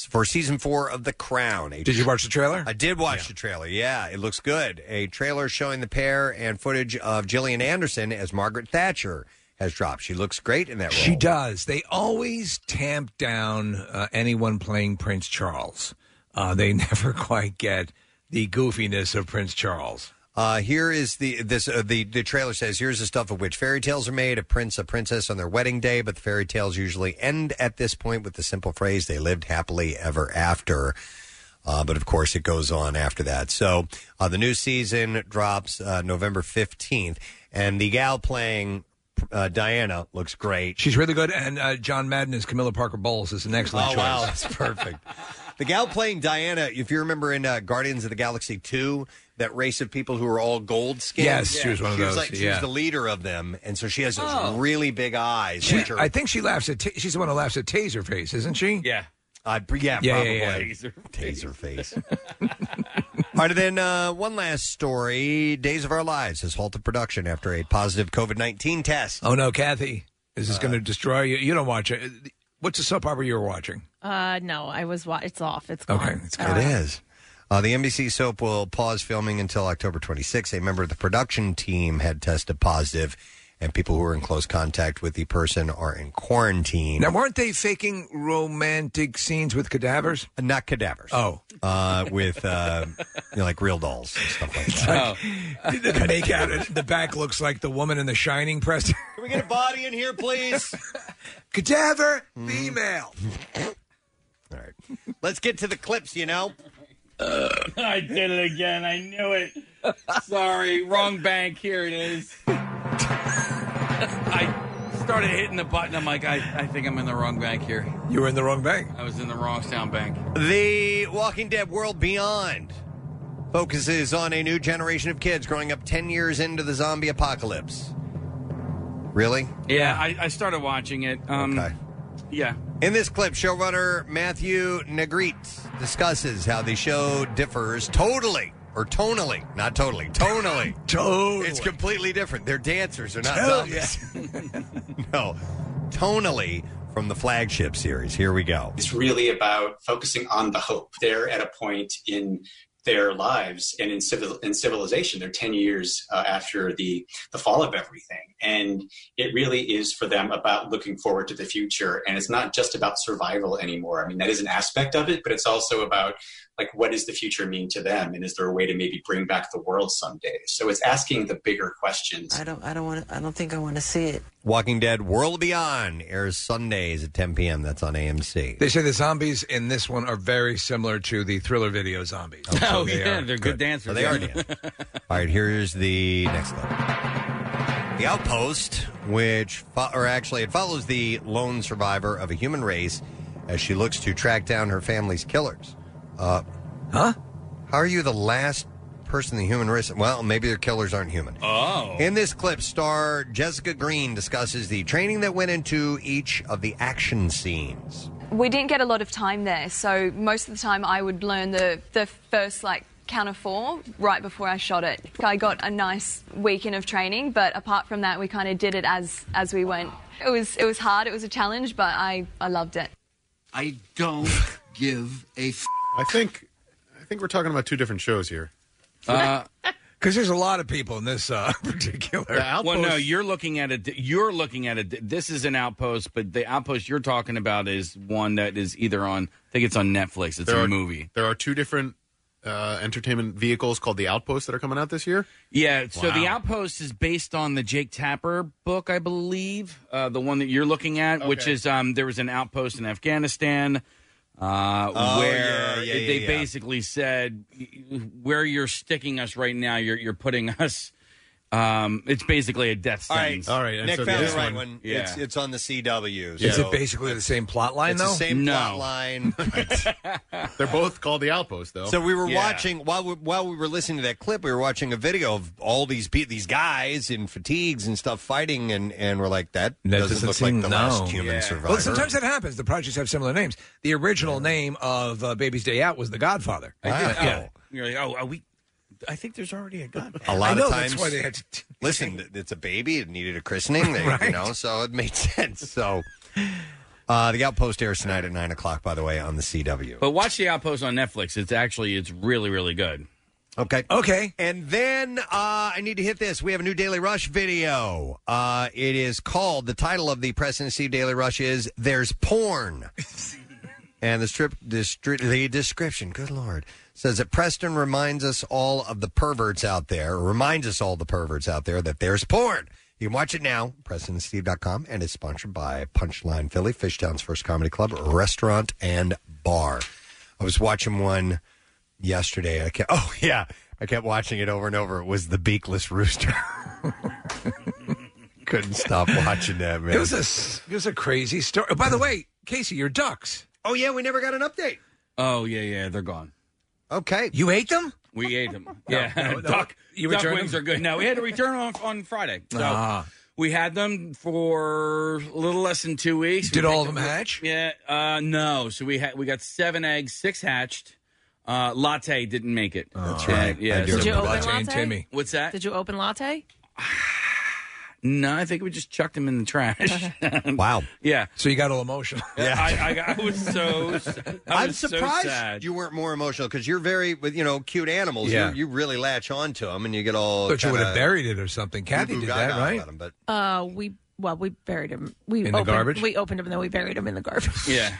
Speaker 2: for season four of The Crown. A-
Speaker 4: Did you watch the trailer?
Speaker 2: I did watch the trailer. Yeah, it looks good. A trailer showing the pair and footage of Gillian Anderson as Margaret Thatcher has dropped. She looks great in that role.
Speaker 4: She does. They always tamp down uh, anyone playing Prince Charles. Uh, they never quite get the goofiness of Prince Charles.
Speaker 2: Uh, here is the this uh, the the trailer says here's the stuff of which fairy tales are made a prince a princess on their wedding day but the fairy tales usually end at this point with the simple phrase they lived happily ever after uh, but of course it goes on after that so uh, the new season drops uh, November fifteenth and the gal playing uh, Diana looks great
Speaker 4: She's really good, and uh, John Madden is Camilla Parker Bowles is an excellent
Speaker 2: Oh,
Speaker 4: choice.
Speaker 2: wow, that's perfect. The gal playing Diana, if you remember in uh, Guardians of the Galaxy 2, that race of people who are all gold skinned.
Speaker 4: Yes, she was one of those,
Speaker 2: like, she was
Speaker 4: yeah.
Speaker 2: the leader of them, and so she has those
Speaker 4: Oh.
Speaker 2: really big eyes.
Speaker 4: She-
Speaker 2: which are,
Speaker 4: I think she laughs at. Ta she's the one who laughs at Taser Face, isn't she?
Speaker 5: Yeah.
Speaker 2: I, yeah,
Speaker 4: Yeah,
Speaker 2: probably.
Speaker 4: yeah, yeah.
Speaker 2: Taser, face. All right, and then uh, one last story. Days of Our Lives has halted production after a positive COVID 19 test. Uh,
Speaker 4: Oh no, Kathy, is this going to destroy you? You don't watch it. What's the soap opera you're watching?
Speaker 3: Uh, no, I was. Wa- it's off. It's gone.
Speaker 4: Okay,
Speaker 2: It's good. It is. Uh, the NBC soap will pause filming until October 26. A member of the production team had tested positive, and people who are in close contact with the person are in quarantine.
Speaker 4: Now, weren't they faking romantic scenes with cadavers?
Speaker 2: Not cadavers.
Speaker 4: Oh,
Speaker 2: uh, with uh, you know, like real dolls and stuff like that. Oh.
Speaker 4: the make out the back looks like the woman in The Shining. Press
Speaker 2: Can we get a body in here, please? Mm-hmm.
Speaker 4: cadaver female.
Speaker 2: All right, let's get to the clips. You know,
Speaker 5: I did it again. I knew it. Sorry, wrong bank. Here it is. I started hitting the button. I'm like, I, I think I'm in the wrong bank here.
Speaker 4: You were in the wrong bank.
Speaker 5: I was in the wrong sound bank.
Speaker 2: The Walking Dead World Beyond focuses on a new generation of kids growing up 10 years into the zombie apocalypse. Really?
Speaker 5: Yeah, I, I started watching it. Um,
Speaker 2: Okay.
Speaker 5: Yeah.
Speaker 2: In this clip, showrunner Matthew Negrete discusses how the show differs totally or tonally, not totally, tonally, totally. It's completely different. They're dancers. They're not
Speaker 9: Totally.
Speaker 2: zombies. no, tonally from the flagship series. Here we go.
Speaker 14: It's really about focusing on the hope. They're at a point in their lives and in civil in civilization. They're ten years uh, after the the fall of everything, and it really is for them about looking forward to the future. And it's not just about survival anymore. I mean, that is an aspect of it, but it's also about like what does the future mean to them, and is there a way to maybe bring back the world someday? So it's asking the bigger questions.
Speaker 15: I don't. I don't want. I don't think I want to see it.
Speaker 2: Walking Dead: World Beyond airs Sundays at 10 p.m. That's on AMC.
Speaker 4: They say the zombies in this one are very similar to the thriller video zombies.
Speaker 2: Oh, so they are good. So they are
Speaker 4: yeah.
Speaker 2: All right, here's the next clip. The Outpost, which, fo- or actually, it follows the lone survivor of a human race as she looks to track down her family's killers. Uh, huh? How are you the last person in the human race? Well, maybe their killers aren't human.
Speaker 5: Oh.
Speaker 2: In this clip, star Jessica Green discusses the training that went into each of the action scenes.
Speaker 16: we didn't get a lot of time there, so most of the time I would learn the, the first like count of four right before I shot it. I got a nice weekend of training, but apart from that, we kind of did it as as we went. It was it was hard, it was a challenge, but I I loved it.
Speaker 7: I don't give a. F- I think, I think we're talking about two different shows here.
Speaker 5: Uh,
Speaker 4: Because there's a lot of people in this uh, particular.
Speaker 5: Well, no, you're looking at it. You're looking at it. This is an outpost, but the outpost you're talking about is one that is either on. I think it's on Netflix. It's
Speaker 7: There
Speaker 5: a
Speaker 7: are-
Speaker 5: movie.
Speaker 7: There are two different uh, entertainment vehicles called the Outpost that are coming out this year.
Speaker 5: Yeah, so the
Speaker 7: Wow.
Speaker 5: Outpost is based on the Jake Tapper book, I believe, uh, the one that you're looking at, which
Speaker 7: Okay.
Speaker 5: is um, there was an outpost in Afghanistan uh,
Speaker 2: Oh, yeah,
Speaker 5: where
Speaker 2: yeah,
Speaker 5: they
Speaker 2: yeah, yeah.
Speaker 5: basically said where you're sticking us right now, you're you're putting us. Um, it's basically a death
Speaker 2: All right.
Speaker 5: sentence.
Speaker 2: All right, and Nick so found this the right one- one.
Speaker 5: Yeah.
Speaker 2: It's- it's on the CW.
Speaker 4: Is it basically the same plot line
Speaker 2: it's
Speaker 4: though?
Speaker 2: the same plot line.
Speaker 7: They're both called the Outpost, though.
Speaker 2: So we were watching while we, while we were listening to that clip. We were watching a video of all these pe- these guys in fatigues and stuff fighting, and, and we're like, that, doesn't, look like the last human survivor.
Speaker 4: Well, sometimes that happens. The projects have similar names. The original name of uh, Baby's Day Out was The Godfather. Yeah.
Speaker 5: You're like, oh, are we? I think there's already a gun.
Speaker 2: a lot
Speaker 4: I know,
Speaker 2: of
Speaker 4: that's
Speaker 2: times,
Speaker 4: why they had to-
Speaker 2: listen, th- it's a baby; it needed a christening, they, you
Speaker 4: Right.
Speaker 2: know, so it made sense. So, uh, the outpost airs tonight at nine o'clock. By the way, on the CW.
Speaker 5: But watch the Outpost on Netflix. It's actually it's really really good.
Speaker 2: Okay. Okay. And then uh, I need to hit this. We have a new Daily Rush video. Uh, it is called, the title of the President Steve Daily Rush is There's Porn. and the, strip, the, stri- the description, good Lord, says that Preston reminds us all of the perverts out there, or reminds us all the perverts out there that there's porn. You can watch it now, PresidentSteve.com, and it's sponsored by Punchline Philly, Fishtown's first comedy club, restaurant, and bar. I was watching one yesterday. I kept, oh yeah, I kept watching it over and over. It was the beakless rooster. Couldn't stop watching that man.
Speaker 4: It was a s- it was a crazy story. Oh, by the way, Casey, your ducks.
Speaker 2: Oh yeah, we never got an update.
Speaker 5: Oh yeah, yeah, they're gone.
Speaker 2: Okay,
Speaker 4: you ate them.
Speaker 5: We ate them.
Speaker 4: No,
Speaker 5: yeah,
Speaker 4: no, no.
Speaker 5: duck,
Speaker 4: You
Speaker 5: duck
Speaker 4: returned
Speaker 5: wings
Speaker 4: them?
Speaker 5: are good. No, we had to return them on, on Friday. So
Speaker 4: Ah.
Speaker 5: we had them for a little less than two weeks. We
Speaker 4: Did all
Speaker 5: picked
Speaker 4: of them hatch?
Speaker 5: Yeah, uh, no. So we had we got seven eggs, six hatched. Uh, latte didn't make it. That's
Speaker 4: right. I
Speaker 5: yeah.
Speaker 4: do
Speaker 5: so-
Speaker 4: Did you remember open Latte
Speaker 3: and Latte? Timmy.
Speaker 5: What's that?
Speaker 3: Did you open latte?
Speaker 5: No, I think we just chucked them in the trash.
Speaker 2: wow.
Speaker 5: Yeah.
Speaker 4: So you got all emotional.
Speaker 5: Yeah. I, I, got- I was so. s- I
Speaker 2: I'm
Speaker 5: was so
Speaker 2: surprised
Speaker 5: sad.
Speaker 2: you weren't more emotional because you're very with you know cute animals.
Speaker 4: Yeah.
Speaker 2: You, you really latch onto them and you get all.
Speaker 4: Thought you would have
Speaker 2: kinda
Speaker 4: buried it or something. Kathy
Speaker 2: boo-boo
Speaker 4: did that,
Speaker 2: gaga
Speaker 4: right?
Speaker 2: about 'em, but
Speaker 3: Uh, we well, we buried him. We
Speaker 4: In the
Speaker 3: opened,
Speaker 4: garbage?
Speaker 3: We opened him and then we buried him in the garbage.
Speaker 5: Yeah.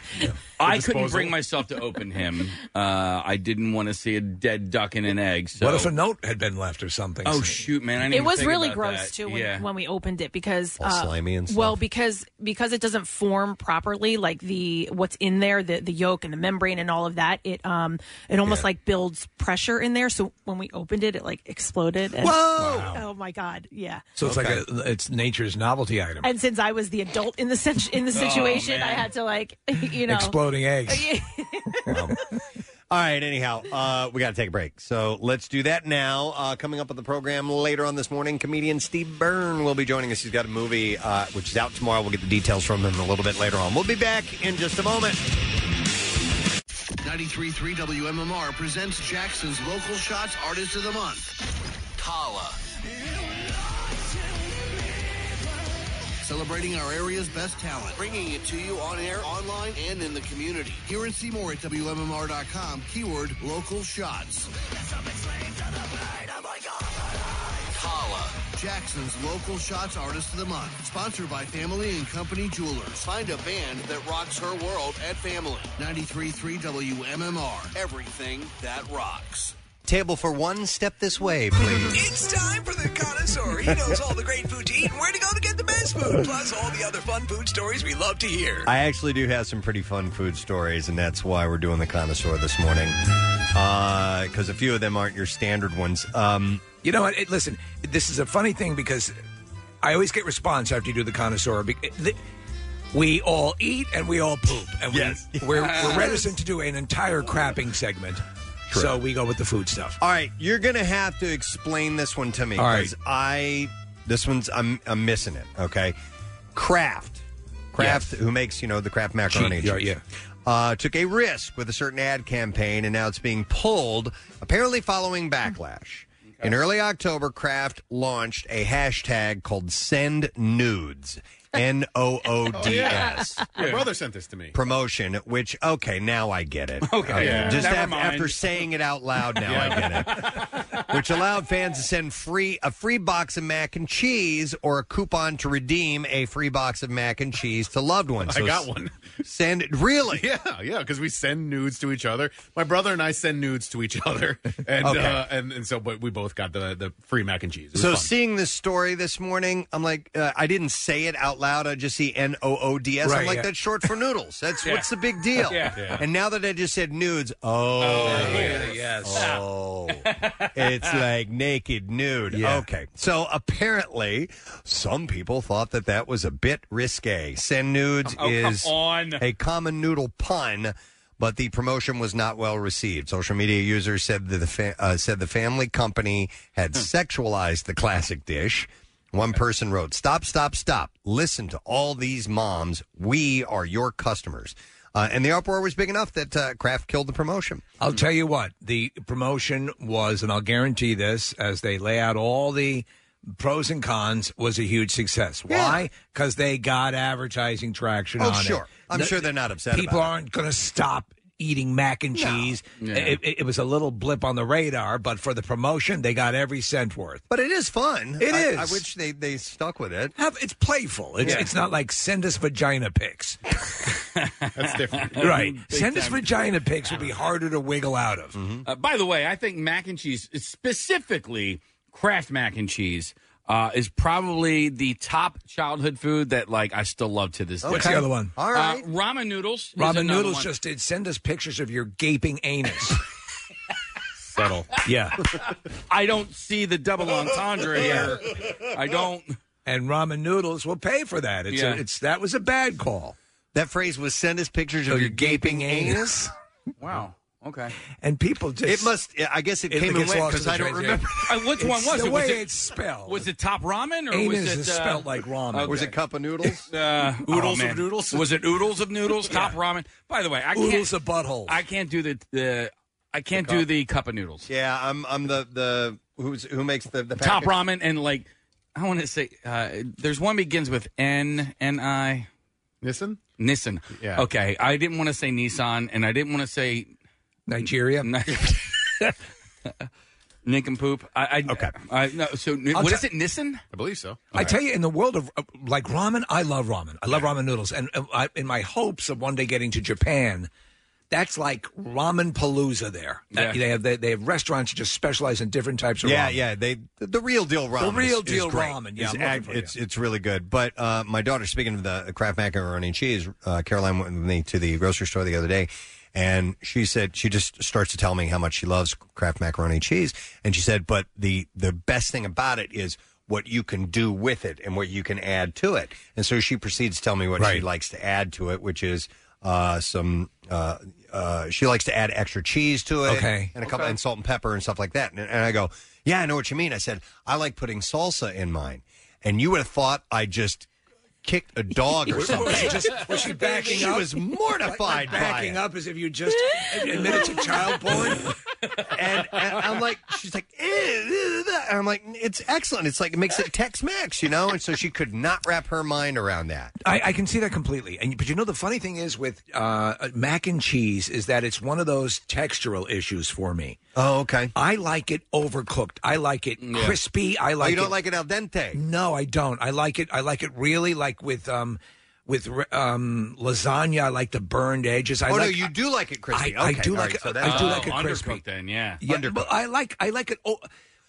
Speaker 5: I couldn't
Speaker 3: disposal.
Speaker 5: bring myself to open him. Uh, I didn't want to see a dead duck in an egg. So.
Speaker 4: What if a note had been left or something?
Speaker 5: Oh shoot, man! I didn't
Speaker 3: It
Speaker 5: even
Speaker 3: was
Speaker 5: think
Speaker 3: really
Speaker 5: about
Speaker 3: gross
Speaker 5: that.
Speaker 3: too when,
Speaker 5: yeah.
Speaker 3: when we opened it because uh,
Speaker 2: All slimy and
Speaker 3: well because because it doesn't form properly like the what's in there the the yolk and the membrane and all of that it um it almost like builds pressure in there so when we opened it it like exploded and,
Speaker 4: Whoa!
Speaker 3: oh my god yeah
Speaker 4: So it's like a, it's nature's novelty item.
Speaker 3: and since I was the adult in the situ- in the
Speaker 4: Oh,
Speaker 3: situation I
Speaker 4: man.
Speaker 3: had to like you know
Speaker 4: Exploding eggs.
Speaker 2: All right. Anyhow, uh, we got to take a break, so let's do that now. Uh, coming up on the program later on this morning, comedian Steve Byrne will be joining us. He's got a movie uh, which is out tomorrow. We'll get the details from him a little bit later on. We'll be back in just a moment.
Speaker 17: 93.3 WMMR presents Jackson's Local Shots Artist of the Month, Tala. Celebrating our area's best talent, bringing it to you on air, online, and in the community. Here and see more at WMMR.com, keyword local shots. Tala, Jackson's Local Shots Artist of the Month. Sponsored by Family and Company Jewelers. Find a band that rocks her world at Family. 93.3 WMMR. Everything that rocks.
Speaker 2: Table for one step this way, please.
Speaker 18: It's time for the connoisseur. He knows all the great food to eat and where to go to get the best food, plus all the other fun food stories we love to hear.
Speaker 2: I actually do have some pretty fun food stories, and that's why we're doing the connoisseur this morning. Because a few of them aren't your standard ones. Um,
Speaker 4: You know what? It, listen, this is a funny thing because I always get response after you do the connoisseur. Be- eh, the- We all eat and we all poop, and we, we're, we're reticent to do an entire crapping segment. So we go with the food stuff.
Speaker 2: All right, you're gonna have to explain this one to me
Speaker 4: All right.
Speaker 2: because I this one's I'm I'm missing it. Okay, Kraft, Kraft, who makes you know the Kraft macaroni, and
Speaker 4: Cheap,
Speaker 2: cheese,
Speaker 4: yeah,
Speaker 2: Uh, took a risk with a certain ad campaign, and now it's being pulled. Apparently, following backlash. In early October, Kraft launched a hashtag called "Send Nudes." N O O
Speaker 7: Oh,
Speaker 2: D
Speaker 7: yeah.
Speaker 2: S
Speaker 7: My brother sent this to me.
Speaker 2: promotion, which okay, now I get it. Uh,
Speaker 7: Okay. Yeah.
Speaker 2: just
Speaker 7: Never
Speaker 2: af-
Speaker 7: mind.
Speaker 2: after saying it out loud, now I get it. Which allowed fans to send free a free box of mac and cheese or a coupon to redeem a free box of mac and cheese to loved ones.
Speaker 7: I got
Speaker 2: s-
Speaker 7: one.
Speaker 2: Send really?
Speaker 7: Yeah, yeah. Because we send nudes to each other. My brother and I send nudes to each other, and
Speaker 2: Okay.
Speaker 7: uh, and and so but we both got the the free mac and cheese. It was
Speaker 2: So
Speaker 7: fun.
Speaker 2: seeing this story this morning, I'm like, uh, I didn't say it out loud. I just see N O O D S. I'm
Speaker 7: Right,
Speaker 2: like,
Speaker 7: yeah.
Speaker 2: that's short for noodles. That's
Speaker 7: Yeah.
Speaker 2: what's the big deal.
Speaker 7: Yeah. Yeah.
Speaker 2: And now that I just said nudes, oh,
Speaker 4: yes.
Speaker 2: Oh, it's like naked nude. Okay. So apparently, some people thought that that was a bit risque. Send nudes
Speaker 19: Oh, come
Speaker 2: is
Speaker 19: on.
Speaker 2: a common noodle pun. But the promotion was not well received. Social media users said that the fa- uh, said the family company had
Speaker 4: Hmm.
Speaker 2: sexualized the classic dish. One person wrote, "Stop, stop, stop! Listen to all these moms. We are your customers." Uh, and the uproar was big enough that uh, Kraft killed the promotion.
Speaker 4: I'll tell you what, the promotion was, and I'll guarantee this as they lay out all the pros and cons, was a huge success. Why? Because they got advertising traction
Speaker 2: Oh,
Speaker 4: on it.
Speaker 2: sure. I'm
Speaker 4: The-
Speaker 2: sure they're not upset
Speaker 4: People
Speaker 2: about it.
Speaker 4: aren't going to stop eating mac and cheese.
Speaker 2: Yeah.
Speaker 4: It, it- it was a little blip on the radar, but for the promotion, they got every cent worth.
Speaker 2: But it is fun.
Speaker 4: It
Speaker 2: I-
Speaker 4: is.
Speaker 2: I wish they, they stuck with it.
Speaker 4: Have- it's playful. It's,
Speaker 2: Yeah.
Speaker 4: it's not like send us vagina pics.
Speaker 7: That's different.
Speaker 4: right.
Speaker 5: Big
Speaker 4: Send us
Speaker 5: time.
Speaker 4: vagina pics would be harder to wiggle out of.
Speaker 5: Uh, by the way, I think mac and cheese, specifically Kraft mac and cheese, uh, is probably the top childhood food that like I still love to this day.
Speaker 4: What's the other one?
Speaker 2: All
Speaker 5: right, Uh, ramen noodles. is
Speaker 4: Ramen
Speaker 5: another
Speaker 4: Noodles
Speaker 5: one.
Speaker 4: just did send us pictures of your gaping anus.
Speaker 7: Subtle.
Speaker 4: Yeah.
Speaker 5: I don't see the double entendre here. I don't.
Speaker 4: And Ramen Noodles will pay for that. It's,
Speaker 5: Yeah.
Speaker 4: a, it's That was a bad call.
Speaker 2: That phrase was send us pictures of your gaping anus.
Speaker 5: Wow. Okay.
Speaker 4: And people just.
Speaker 2: It must, I guess it,
Speaker 4: It
Speaker 2: came and
Speaker 4: gets
Speaker 2: went
Speaker 4: lost
Speaker 2: because
Speaker 4: in
Speaker 2: I don't
Speaker 4: translation.
Speaker 2: remember.
Speaker 5: Uh, which one
Speaker 4: It's
Speaker 5: was
Speaker 4: the
Speaker 5: it?
Speaker 4: way
Speaker 5: was it
Speaker 4: it's spelled.
Speaker 5: Was it top ramen or
Speaker 4: Anus
Speaker 5: was it uh,
Speaker 4: is spelled
Speaker 2: uh,
Speaker 4: like ramen.
Speaker 5: Or
Speaker 4: Was it
Speaker 2: cup of noodles?
Speaker 5: Uh,
Speaker 4: Oodles of
Speaker 5: man.
Speaker 4: noodles?
Speaker 5: Was it oodles of noodles? Top ramen. By the way, I can't.
Speaker 4: Oodles of buttholes.
Speaker 5: I can't do the the. I can't do the cup of noodles.
Speaker 2: Yeah, I'm I'm the the who's who makes the the
Speaker 5: Top
Speaker 2: package?
Speaker 5: ramen and like I want to say uh, there's one begins with N N I
Speaker 7: Nissan
Speaker 5: Nissan.
Speaker 7: Yeah.
Speaker 5: Okay, I didn't want to say Nissan and I didn't want to say
Speaker 4: Nigeria.
Speaker 5: Nincompoop. I, I okay. I, no, so n-
Speaker 4: I'll
Speaker 5: what
Speaker 4: try-
Speaker 5: is it? Nissan?
Speaker 7: I believe so.
Speaker 4: I tell you, in the world of uh, like ramen, I love ramen. I love ramen noodles, and uh, I, in my hopes of one day getting to Japan, that's like ramen palooza. There, Uh,
Speaker 2: Yeah.
Speaker 4: they have they, they have restaurants that just specialize in different types of
Speaker 2: Yeah,
Speaker 4: ramen.
Speaker 2: yeah. They the real deal ramen.
Speaker 4: The real
Speaker 2: is- is
Speaker 4: deal
Speaker 2: great.
Speaker 4: ramen. Yeah,
Speaker 2: it's,
Speaker 4: I'm looking
Speaker 2: ag-
Speaker 4: for
Speaker 2: it's it's really good. But uh, my daughter, speaking of the uh, Kraft macaroni and cheese, uh, Caroline went with me to the grocery store the other day, and she said she just starts to tell me how much she loves Kraft macaroni and cheese, and she said, but the the best thing about it is what you can do with it and what you can add to it. And so she proceeds to tell me what she likes to add to it, which is uh, some. Uh, uh, she likes to add extra cheese to it,
Speaker 4: Okay.
Speaker 2: and a couple and salt and pepper and stuff like that. And, and I go, yeah, I know what you mean. I said I like putting salsa in mine, and you would have thought I just kicked a dog or
Speaker 4: Was-
Speaker 2: something.
Speaker 4: Was she, just, was she backing
Speaker 2: She
Speaker 4: up?
Speaker 2: was mortified
Speaker 4: Like, like
Speaker 2: by
Speaker 4: backing
Speaker 2: it.
Speaker 4: up as if you just admitted to child porn.
Speaker 2: and, and I'm like, she's like, "Eh, eh, eh," and I'm like, it's excellent. It's like it makes it Tex Mex, you know. And so she could not wrap her mind around that.
Speaker 4: I, I can see that completely. And but you know the funny thing is with uh, mac and cheese is that it's one of those textural issues for me.
Speaker 2: Oh, okay.
Speaker 4: I like it overcooked. I like it
Speaker 2: Yeah.
Speaker 4: crispy. I
Speaker 2: Oh,
Speaker 4: like.
Speaker 2: you don't like it al dente.
Speaker 4: No, I don't. I like it. I like it really like with um with re- um lasagna. I like the burned edges. I
Speaker 2: oh
Speaker 4: like,
Speaker 2: no, you do like it crispy.
Speaker 4: I, I
Speaker 2: Okay,
Speaker 4: do
Speaker 2: all
Speaker 4: like
Speaker 2: right,
Speaker 4: it.
Speaker 2: so that's-
Speaker 4: I do
Speaker 2: Oh,
Speaker 4: like it crispy.
Speaker 2: undercooked
Speaker 5: then, yeah.
Speaker 4: Yeah, but I like I like it. Oh,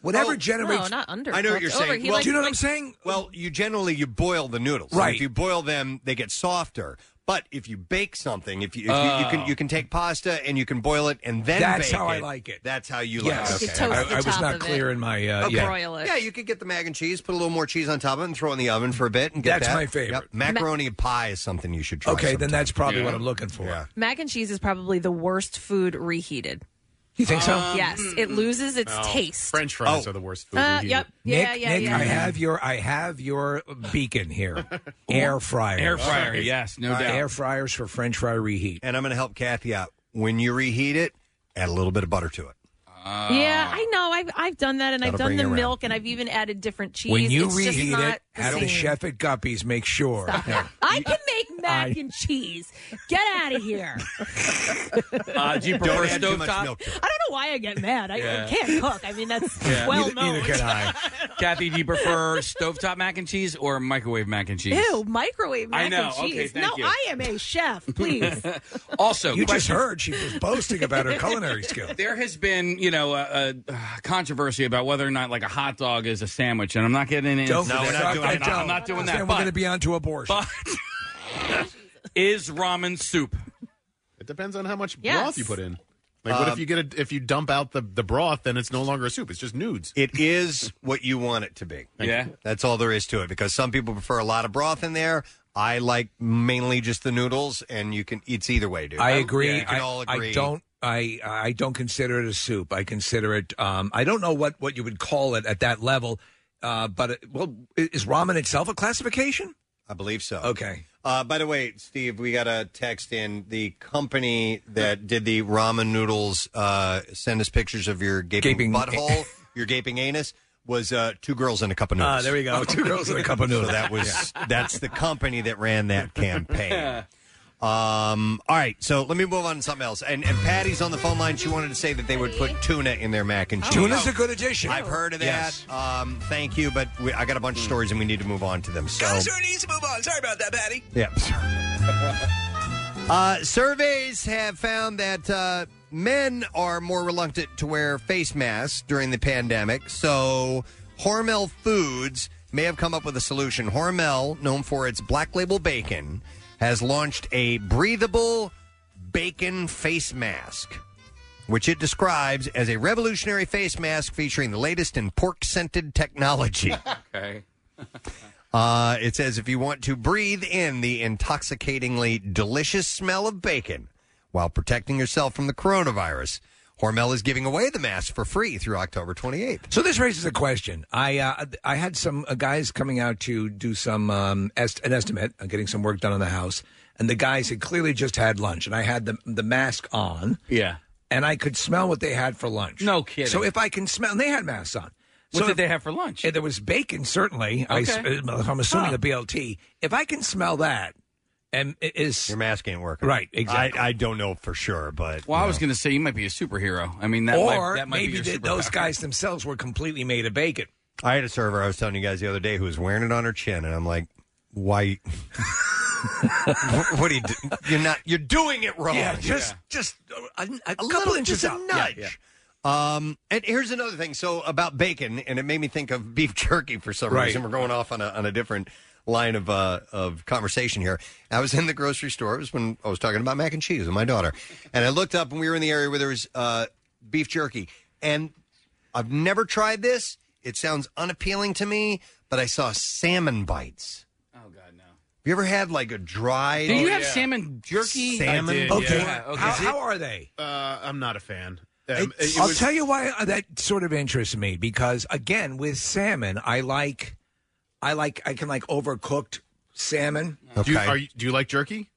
Speaker 4: whatever
Speaker 2: Oh,
Speaker 4: generates.
Speaker 2: No, not I know what you're saying.
Speaker 4: do you know what I'm saying?
Speaker 2: Well, you generally you boil the noodles.
Speaker 4: Right.
Speaker 2: And if you boil them, they get softer. But if you bake something, if you if you, you
Speaker 4: Oh.
Speaker 2: can you can take pasta and you can boil it and then
Speaker 4: That's
Speaker 2: bake
Speaker 4: how I
Speaker 2: it.
Speaker 4: like it.
Speaker 2: That's how you
Speaker 4: Yes.
Speaker 2: like
Speaker 4: You
Speaker 2: it.
Speaker 4: toast the I- I was top not of it. clear in my, uh, yeah. Broil it.
Speaker 2: Yeah, you could get the mac and cheese, put a little more cheese on top of it, and throw it in the oven for a bit. And get
Speaker 4: That's
Speaker 2: that.
Speaker 4: my favorite.
Speaker 2: Yep. Macaroni pie is something you should try.
Speaker 4: Okay, then that's probably what I'm
Speaker 2: looking
Speaker 4: for.
Speaker 3: Mac and cheese is probably the worst food reheated.
Speaker 4: You think so? Um,
Speaker 3: yes, it loses its
Speaker 5: Oh.
Speaker 4: no.
Speaker 3: taste.
Speaker 7: Oh, French fries are the worst food.
Speaker 3: Uh,
Speaker 7: we eat.
Speaker 3: yep. Yeah,
Speaker 4: Oh. Nick,
Speaker 3: yeah,
Speaker 4: Nick,
Speaker 3: yeah.
Speaker 4: I have your I have your beacon here. air fryer.
Speaker 5: Air fryer, yes, no
Speaker 4: All right,
Speaker 5: doubt.
Speaker 4: Air fryers for French fry reheat.
Speaker 2: And I'm going to help Kathy out when you reheat it. Add a little bit of butter to it.
Speaker 5: Uh,
Speaker 3: yeah, I know. I've I've done that, and I've
Speaker 2: That'll
Speaker 3: done
Speaker 2: bring
Speaker 3: the
Speaker 2: it around.
Speaker 3: milk, and I've even added different cheese.
Speaker 4: when you
Speaker 3: It's just
Speaker 4: reheat
Speaker 3: not
Speaker 4: it, have
Speaker 3: same.
Speaker 4: the chef at Guppies make sure.
Speaker 3: I can make mac
Speaker 4: I-
Speaker 3: and cheese. Get out of here.
Speaker 5: Uh, do you
Speaker 4: Don't
Speaker 5: prefer
Speaker 4: add too much
Speaker 5: stovetop?
Speaker 3: I don't know why I get mad. I,
Speaker 5: Yeah.
Speaker 3: I can't cook. I mean, that's
Speaker 5: Yeah.
Speaker 3: well
Speaker 5: Neither-
Speaker 3: known.
Speaker 5: neither can I. Kathy, do you prefer stovetop mac and cheese or microwave mac and cheese?
Speaker 3: Ew, microwave mac
Speaker 5: I know.
Speaker 3: and cheese.
Speaker 5: Okay, thank
Speaker 3: no,
Speaker 5: you.
Speaker 3: I am a chef. Please.
Speaker 5: also,
Speaker 4: You just
Speaker 5: question-
Speaker 4: heard she was boasting about her culinary skill.
Speaker 5: There has been, you know, a, a controversy about whether or not like a hot dog is a sandwich, and I'm not getting into
Speaker 4: Don't
Speaker 5: that.
Speaker 4: forget-
Speaker 5: I'm not doing
Speaker 4: I
Speaker 5: that. I'm
Speaker 4: don't.
Speaker 5: not
Speaker 4: Then
Speaker 5: doing that.
Speaker 4: we're going
Speaker 5: But
Speaker 4: to be on to abortion.
Speaker 5: is ramen soup?
Speaker 7: It depends on how much
Speaker 5: Yes.
Speaker 7: broth you put in. Like, what
Speaker 2: Um,
Speaker 7: if you get a, if you dump out the, the broth, then it's no longer a soup. It's just nudes.
Speaker 2: It is what you want it to be.
Speaker 5: Yeah.
Speaker 2: That's all there is to it because some people prefer a lot of broth in there. I like mainly just the noodles, and you can it's either way, dude.
Speaker 4: I agree.
Speaker 2: You can
Speaker 4: I,
Speaker 2: all agree.
Speaker 4: I don't. I I don't consider it a soup. I consider it. Um, I don't know what what you would call it at that level. Uh, but it, well, i- is ramen itself a classification?
Speaker 2: I believe so.
Speaker 4: Okay.
Speaker 2: Uh, by the way, Steve, we got a text in. The company that did the ramen noodles uh, send us pictures of your gaping,
Speaker 4: Gaping-
Speaker 2: butthole, your gaping anus. Was uh, two girls and a cup of noodles.
Speaker 4: Ah, there we go. Two girls and a cup of noodles.
Speaker 2: So that was
Speaker 4: Yeah.
Speaker 2: that's the company that ran that campaign. Um, all right, so let me move on to something else. And, and Patty's on the phone line. She wanted to say that they would put tuna in their mac and cheese.
Speaker 4: Tuna's a good addition.
Speaker 2: I've heard of that.
Speaker 4: Yes. Hmm.
Speaker 2: Um, thank you, but we, I got a bunch of stories and we need to move on to them. So
Speaker 18: Connoisseur needs to move on. Sorry about that, Patty.
Speaker 2: Yep. Uh, surveys have found that uh, men are more reluctant to wear face masks during the pandemic, so Hormel Foods may have come up with a solution. Hormel, known for its black label bacon, has launched a breathable bacon face mask. Which it describes as a revolutionary face mask featuring the latest in pork scented technology.
Speaker 5: Okay.
Speaker 2: Uh, it says if you want to breathe in the intoxicatingly delicious smell of bacon while protecting yourself from the coronavirus, Hormel is giving away the mask for free through October 28th.
Speaker 4: So this raises a question. I uh, I had some uh, guys coming out to do some um, est- an estimate, uh, getting some work done on the house, and the guys had clearly just had lunch, and I had the the mask on,
Speaker 5: Yeah.
Speaker 4: and I could smell what they had for lunch.
Speaker 5: No kidding.
Speaker 4: So if I can smell, and they had masks on.
Speaker 5: What
Speaker 4: so
Speaker 5: did
Speaker 4: if-
Speaker 5: they have for lunch?
Speaker 4: Yeah, there was bacon, certainly. I, uh,
Speaker 5: Okay.
Speaker 4: am assuming
Speaker 5: Huh.
Speaker 4: a BLT. If I can smell that, and it is your
Speaker 2: mask ain't working,
Speaker 4: right? Exactly.
Speaker 2: I, I don't know for sure, but
Speaker 5: Well, I was going to say you might be a superhero. I mean, that
Speaker 4: or
Speaker 5: might, that might
Speaker 4: maybe
Speaker 5: be your
Speaker 4: th-
Speaker 5: superpower.
Speaker 4: those guys themselves were completely made of bacon.
Speaker 2: I had a server I was telling you guys the other day who was wearing it on her chin, and I'm like, why? what, what are you? Do- you're not. You're doing it wrong.
Speaker 4: Yeah, just just uh, a, a, couple
Speaker 2: little-
Speaker 4: inches
Speaker 2: just a
Speaker 4: up.
Speaker 2: nudge. Um, and here's another thing. So about bacon, and it made me think of beef jerky for some
Speaker 4: Right.
Speaker 2: reason. We're going off on a on a different line of uh, of conversation here. I was in the grocery store. It was when I was talking about mac and cheese with my daughter, and I looked up, and we were in the area where there was uh, beef jerky. And I've never tried this. It sounds unappealing to me, but I saw salmon bites. Oh God, no! Have you ever had like a dry?
Speaker 5: Do you
Speaker 4: Oh,
Speaker 5: have salmon jerky?
Speaker 2: Salmon.
Speaker 4: Okay.
Speaker 2: Yeah, okay.
Speaker 4: How,
Speaker 2: Is it-
Speaker 4: how are they?
Speaker 7: Uh, I'm not a fan. Um,
Speaker 4: It's- I'll tell you why uh, that sort of interests me because again, with salmon, I like, I like, I can like overcooked salmon.
Speaker 7: Do, you, are you, do you like jerky?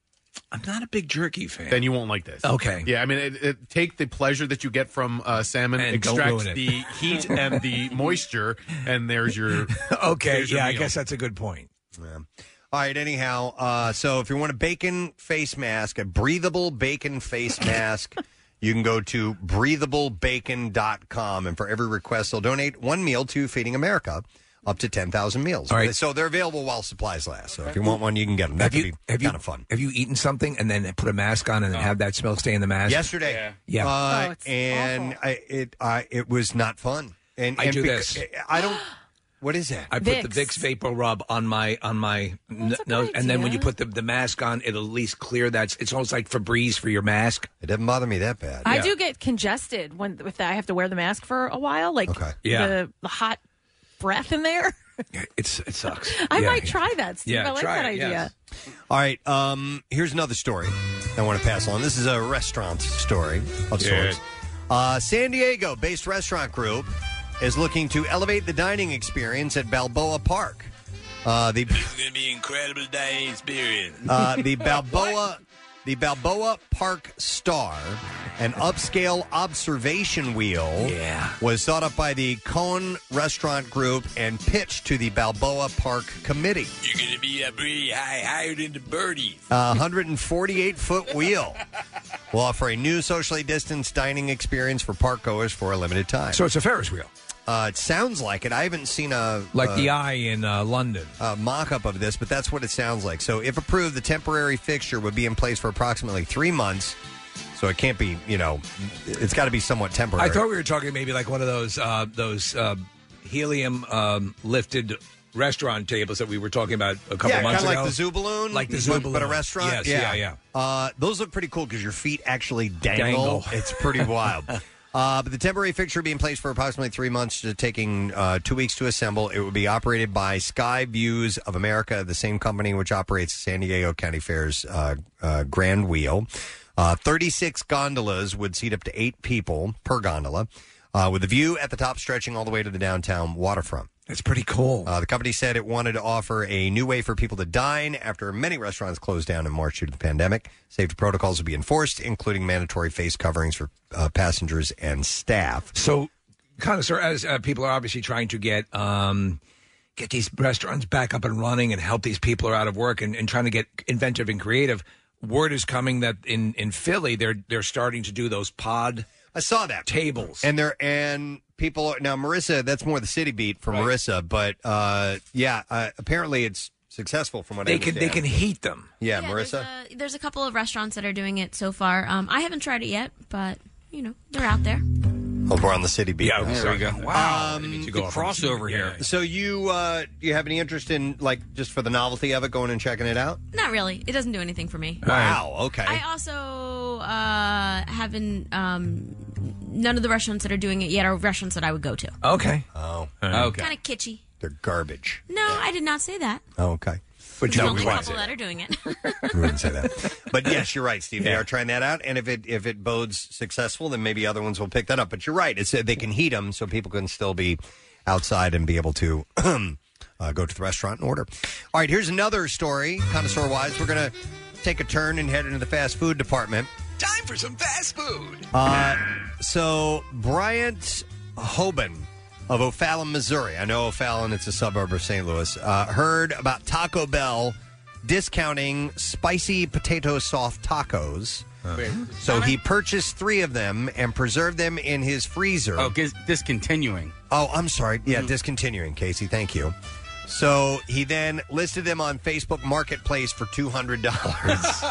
Speaker 4: I'm not a big jerky fan.
Speaker 7: Then you won't like this.
Speaker 4: Okay.
Speaker 7: Yeah, I mean, it, it, take the pleasure that you get from uh, salmon,
Speaker 4: And don't
Speaker 7: extract
Speaker 4: ruin it.
Speaker 7: the heat and the moisture, and there's your.
Speaker 4: okay,
Speaker 7: there's your
Speaker 4: yeah, I
Speaker 7: meal.
Speaker 4: guess that's a good point.
Speaker 2: All right, anyhow, uh, so if you want a bacon face mask, a breathable bacon face mask, you can go to breathablebacon.com. And for every request, they'll donate one meal to Feeding America, up to 10,000 meals.
Speaker 4: All right.
Speaker 2: So they're available while supplies last. So if you want one, you can get them. That
Speaker 4: have
Speaker 2: could
Speaker 4: you,
Speaker 2: be
Speaker 4: have you-
Speaker 2: kind of fun.
Speaker 4: Have you eaten something and then put a mask on and then have that smell stay in the mask?
Speaker 2: yesterday.
Speaker 4: Yeah.
Speaker 3: Oh,
Speaker 2: Uh, and I, it I, it was not fun. And,
Speaker 4: I
Speaker 2: and
Speaker 4: do
Speaker 2: bec-
Speaker 4: this.
Speaker 2: I don't. What is that?
Speaker 4: I put the Vicks vapor rub on my on my n- nose, and then when you put the, the mask on, it'll at least clear that. It's almost like Febreze for your mask.
Speaker 2: It doesn't bother me that bad.
Speaker 3: I do get congested when if I have to wear the mask for a while, like
Speaker 4: Yeah.
Speaker 3: the, the hot breath in there.
Speaker 4: It's it sucks.
Speaker 3: I might try that. Steve.
Speaker 2: Yeah,
Speaker 3: I like
Speaker 2: try
Speaker 3: that
Speaker 2: it,
Speaker 3: idea.
Speaker 2: yes. All right. Um, here's another story I want to pass on. This is a restaurant story of
Speaker 9: Yeah.
Speaker 2: sorts. Uh, San Diego based restaurant group is looking to elevate the dining experience at Balboa Park. Uh, the
Speaker 18: going to be incredible dining experience.
Speaker 2: uh, the Balboa the Balboa Park Star, an upscale observation wheel, was thought up by the Cohen Restaurant Group and pitched to the Balboa Park Committee.
Speaker 18: You're going to be uh, pretty high, higher than the birdie.
Speaker 2: A 148 foot wheel will offer a new socially distanced dining experience for park goers for a limited time.
Speaker 4: So it's a Ferris wheel.
Speaker 2: Uh, it sounds like it. I haven't seen a
Speaker 4: Like
Speaker 2: a-
Speaker 4: the eye in uh, London.
Speaker 2: uh, mock up of this, but that's what it sounds like. So, if approved, the temporary fixture would be in place for approximately three months. So, it can't be, you know, it's got to be somewhat temporary.
Speaker 4: I thought we were talking maybe like one of those uh, those uh, helium um, lifted restaurant tables that we were talking about a couple
Speaker 2: yeah,
Speaker 4: months
Speaker 2: kinda
Speaker 4: ago,
Speaker 2: like the zoo balloon,
Speaker 4: like the zoo
Speaker 2: but,
Speaker 4: balloon,
Speaker 2: but a restaurant.
Speaker 4: Yes, yeah, yeah.
Speaker 2: Uh, those look pretty cool because your feet actually dangle.
Speaker 4: Dangle.
Speaker 2: It's pretty wild. Uh, but the temporary fixture will be in place for approximately three months, to taking uh, two weeks to assemble. It will be operated by Sky Views of America, the same company which operates San Diego County Fair's uh, uh, Grand Wheel. Uh, 36 gondolas would seat up to eight people per gondola, uh, with the view at the top stretching all the way to the downtown waterfront.
Speaker 4: That's pretty cool.
Speaker 2: Uh, the company said it wanted to offer a new way for people to dine after many restaurants closed down in March due to the pandemic. Safety protocols will be enforced, including mandatory face coverings for uh, passengers and staff.
Speaker 4: So, kind of, sir, as uh, people are obviously trying to get um, get these restaurants back up and running and help these people who are out of work and, and trying to get inventive and creative. Word is coming that in, in Philly they're they're starting to do those pod.
Speaker 2: I saw that
Speaker 4: tables
Speaker 2: and there and people are, now Marissa. That's more the city beat for Marissa, but uh, yeah, uh, apparently it's successful from what I
Speaker 4: They can- they
Speaker 2: understand.
Speaker 4: can heat them.
Speaker 2: Yeah, Marissa.
Speaker 19: Uh, there's a couple of restaurants that are doing it so far. Um, I haven't tried it yet, but you know they're out there.
Speaker 2: Oh, we're on the city beat.
Speaker 4: Yeah,
Speaker 2: now.
Speaker 4: there we go. Wow.
Speaker 2: Um,
Speaker 4: to go The off on- crossover here. yeah, yeah.
Speaker 2: So you uh, you have any interest in like just for the novelty of it, going and checking it out?
Speaker 19: Not really. It doesn't do anything for me.
Speaker 2: Wow. Okay.
Speaker 19: I also uh, haven't. Um, none of the restaurants that are doing it yet are restaurants that I would go to.
Speaker 4: Okay.
Speaker 2: Oh.
Speaker 19: Kind of kitschy.
Speaker 2: They're garbage.
Speaker 19: No, I did not say that.
Speaker 2: Okay.
Speaker 19: There's only a couple that are doing it.
Speaker 2: We wouldn't say that. But yes, you're right, Steve. They are trying that out, and if it if it bodes successful, then maybe other ones will pick that up. But you're right; it's uh, they can heat them so people can still be outside and be able to uh, go to the restaurant and order. All right, here's another story, connoisseur wise. We're gonna take a turn and head into the fast food department.
Speaker 18: Time for some fast food.
Speaker 2: Uh, so Bryant Hoban of O'Fallon, Missouri. I know O'Fallon; it's a suburb of St. Louis. Uh, heard about Taco Bell discounting spicy potato soft tacos. So he purchased three of them and preserved them in his freezer.
Speaker 5: Oh, dis- discontinuing.
Speaker 2: Oh, I'm sorry. Yeah,
Speaker 5: Mhm.
Speaker 2: discontinuing, Casey. Thank you. So he then listed them on Facebook Marketplace for two hundred dollars.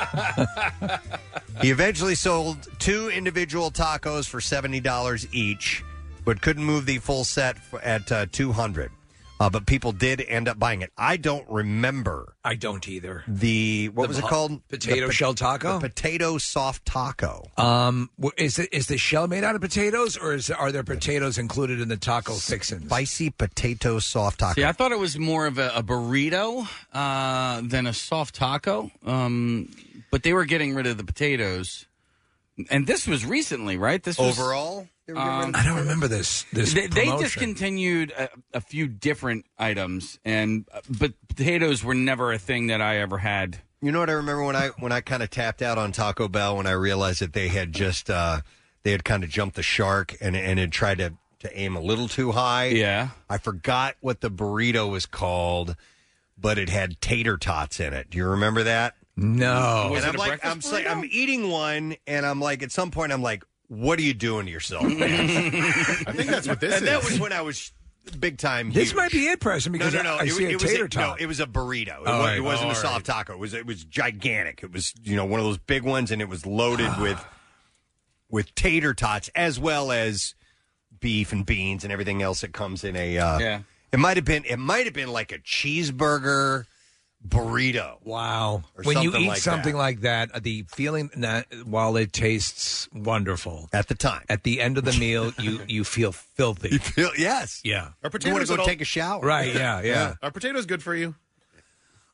Speaker 2: he eventually sold two individual tacos for seventy dollars each, but couldn't move the full set f- at uh, two hundred. Uh, but people did end up buying it. I don't remember
Speaker 4: I don't either.
Speaker 2: the what
Speaker 4: The
Speaker 2: was it
Speaker 4: po-
Speaker 2: called?
Speaker 4: potato
Speaker 2: The pot-
Speaker 4: shell taco?
Speaker 2: the potato soft taco.
Speaker 4: Um, wh- is it is the shell made out of potatoes, or is are there potatoes included in the taco fixins?
Speaker 2: Spicy potato soft taco.
Speaker 5: See, I thought it was more of a, a burrito uh, than a soft taco, um, but they were getting rid of the potatoes. And this was recently, right? This was,
Speaker 2: Overall?
Speaker 15: They
Speaker 5: Um,
Speaker 4: I don't remember this. This
Speaker 5: they, they
Speaker 4: promotion.
Speaker 5: discontinued a, a few different items, and uh, but potatoes were never a thing that I ever had.
Speaker 2: You know what I remember when I when I kind of tapped out on Taco Bell when I realized that they had just uh, they had kind of jumped the shark and and had tried to to aim a little too high.
Speaker 5: Yeah,
Speaker 2: I forgot what the burrito was called, but it had tater tots in it. Do you remember that?
Speaker 4: No.
Speaker 2: and I'm like I'm saying I'm eating one, and I'm like at some point I'm like, what are you doing to yourself? I
Speaker 7: think that's what this
Speaker 2: and That
Speaker 7: is.
Speaker 2: was when I was big time.
Speaker 4: This
Speaker 2: huge.
Speaker 4: might be it, Preston, because
Speaker 2: no, no, no.
Speaker 4: I- I
Speaker 2: it,
Speaker 4: see a
Speaker 2: it was
Speaker 4: tater
Speaker 2: a, no,
Speaker 4: tot.
Speaker 2: it was a burrito. It,
Speaker 4: All
Speaker 2: wa-
Speaker 4: right.
Speaker 2: it wasn't
Speaker 4: All
Speaker 2: a soft taco. It was it was gigantic. It was you know one of those big ones, and it was loaded with with tater tots as well as beef and beans and everything else that comes in a. Uh,
Speaker 5: Yeah.
Speaker 2: It might have been it might have been like a cheeseburger burrito.
Speaker 4: Wow.
Speaker 2: Or
Speaker 4: when you
Speaker 2: something
Speaker 4: eat
Speaker 2: like
Speaker 4: something like that, uh, the feeling that while it tastes wonderful
Speaker 2: at the time,
Speaker 4: at the end of the meal, you you feel filthy. You
Speaker 2: feel yes,
Speaker 4: yeah.
Speaker 7: Are
Speaker 2: You want
Speaker 7: potatoes
Speaker 2: to
Speaker 7: at
Speaker 2: go
Speaker 7: all-
Speaker 2: take a shower?
Speaker 4: Right, yeah, yeah.
Speaker 7: Are potatoes good for you?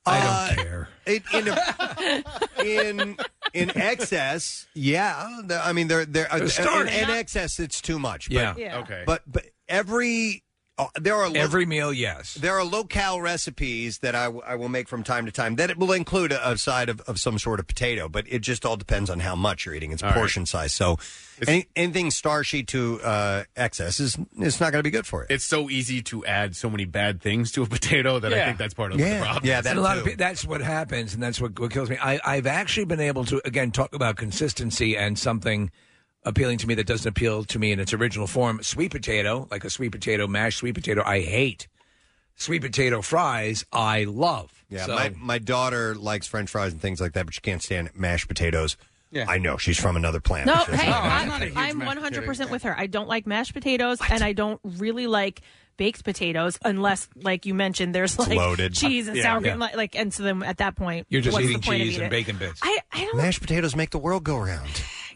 Speaker 2: I
Speaker 4: don't care.
Speaker 2: It, in, a, in in excess, yeah. the- I mean, they're they're uh,
Speaker 4: They're
Speaker 2: in,
Speaker 4: starch.
Speaker 2: in excess. It's too much. But,
Speaker 4: Yeah. Yeah. Okay.
Speaker 2: But but every uh, there are
Speaker 4: Every meal, yes.
Speaker 2: There are locale recipes that I, w- I will make from time to time that it will include a, a side of, of some sort of potato, but it just all depends on how much you're eating. It's
Speaker 7: All right.
Speaker 2: portion size. So any, anything starchy to uh, excess is it's not going to be good for it.
Speaker 7: It's so easy to add so many bad things to a potato that I
Speaker 4: Yeah.
Speaker 7: think that's part of the problem.
Speaker 4: and a lot of pe- that's what happens, and that's what, what kills me. I, I've actually been able to again talk about consistency and something appealing to me that doesn't appeal to me in its original form. Sweet potato, like a sweet potato mashed sweet potato, I hate. Sweet potato fries, I love.
Speaker 2: Yeah,
Speaker 4: So-
Speaker 2: my, my daughter likes French fries and things like that, but she can't stand mashed potatoes.
Speaker 5: Yeah.
Speaker 2: I know she's from another planet.
Speaker 3: No,
Speaker 2: She doesn't
Speaker 3: hey,
Speaker 2: like mashed
Speaker 3: I'm,
Speaker 2: potatoes.
Speaker 3: I'm 100% with her. I don't like mashed potatoes, and I don't really like baked potatoes unless, like you mentioned, there's like
Speaker 2: loaded.
Speaker 3: cheese and
Speaker 2: Yeah.
Speaker 3: sour cream.
Speaker 2: Yeah.
Speaker 3: Like, like, and so then at that point,
Speaker 2: You're just
Speaker 3: what's
Speaker 2: eating
Speaker 3: the point
Speaker 2: cheese
Speaker 3: of
Speaker 2: and
Speaker 3: eating?
Speaker 2: bacon bits.
Speaker 3: I, I don't.
Speaker 2: Mashed potatoes make the world go round.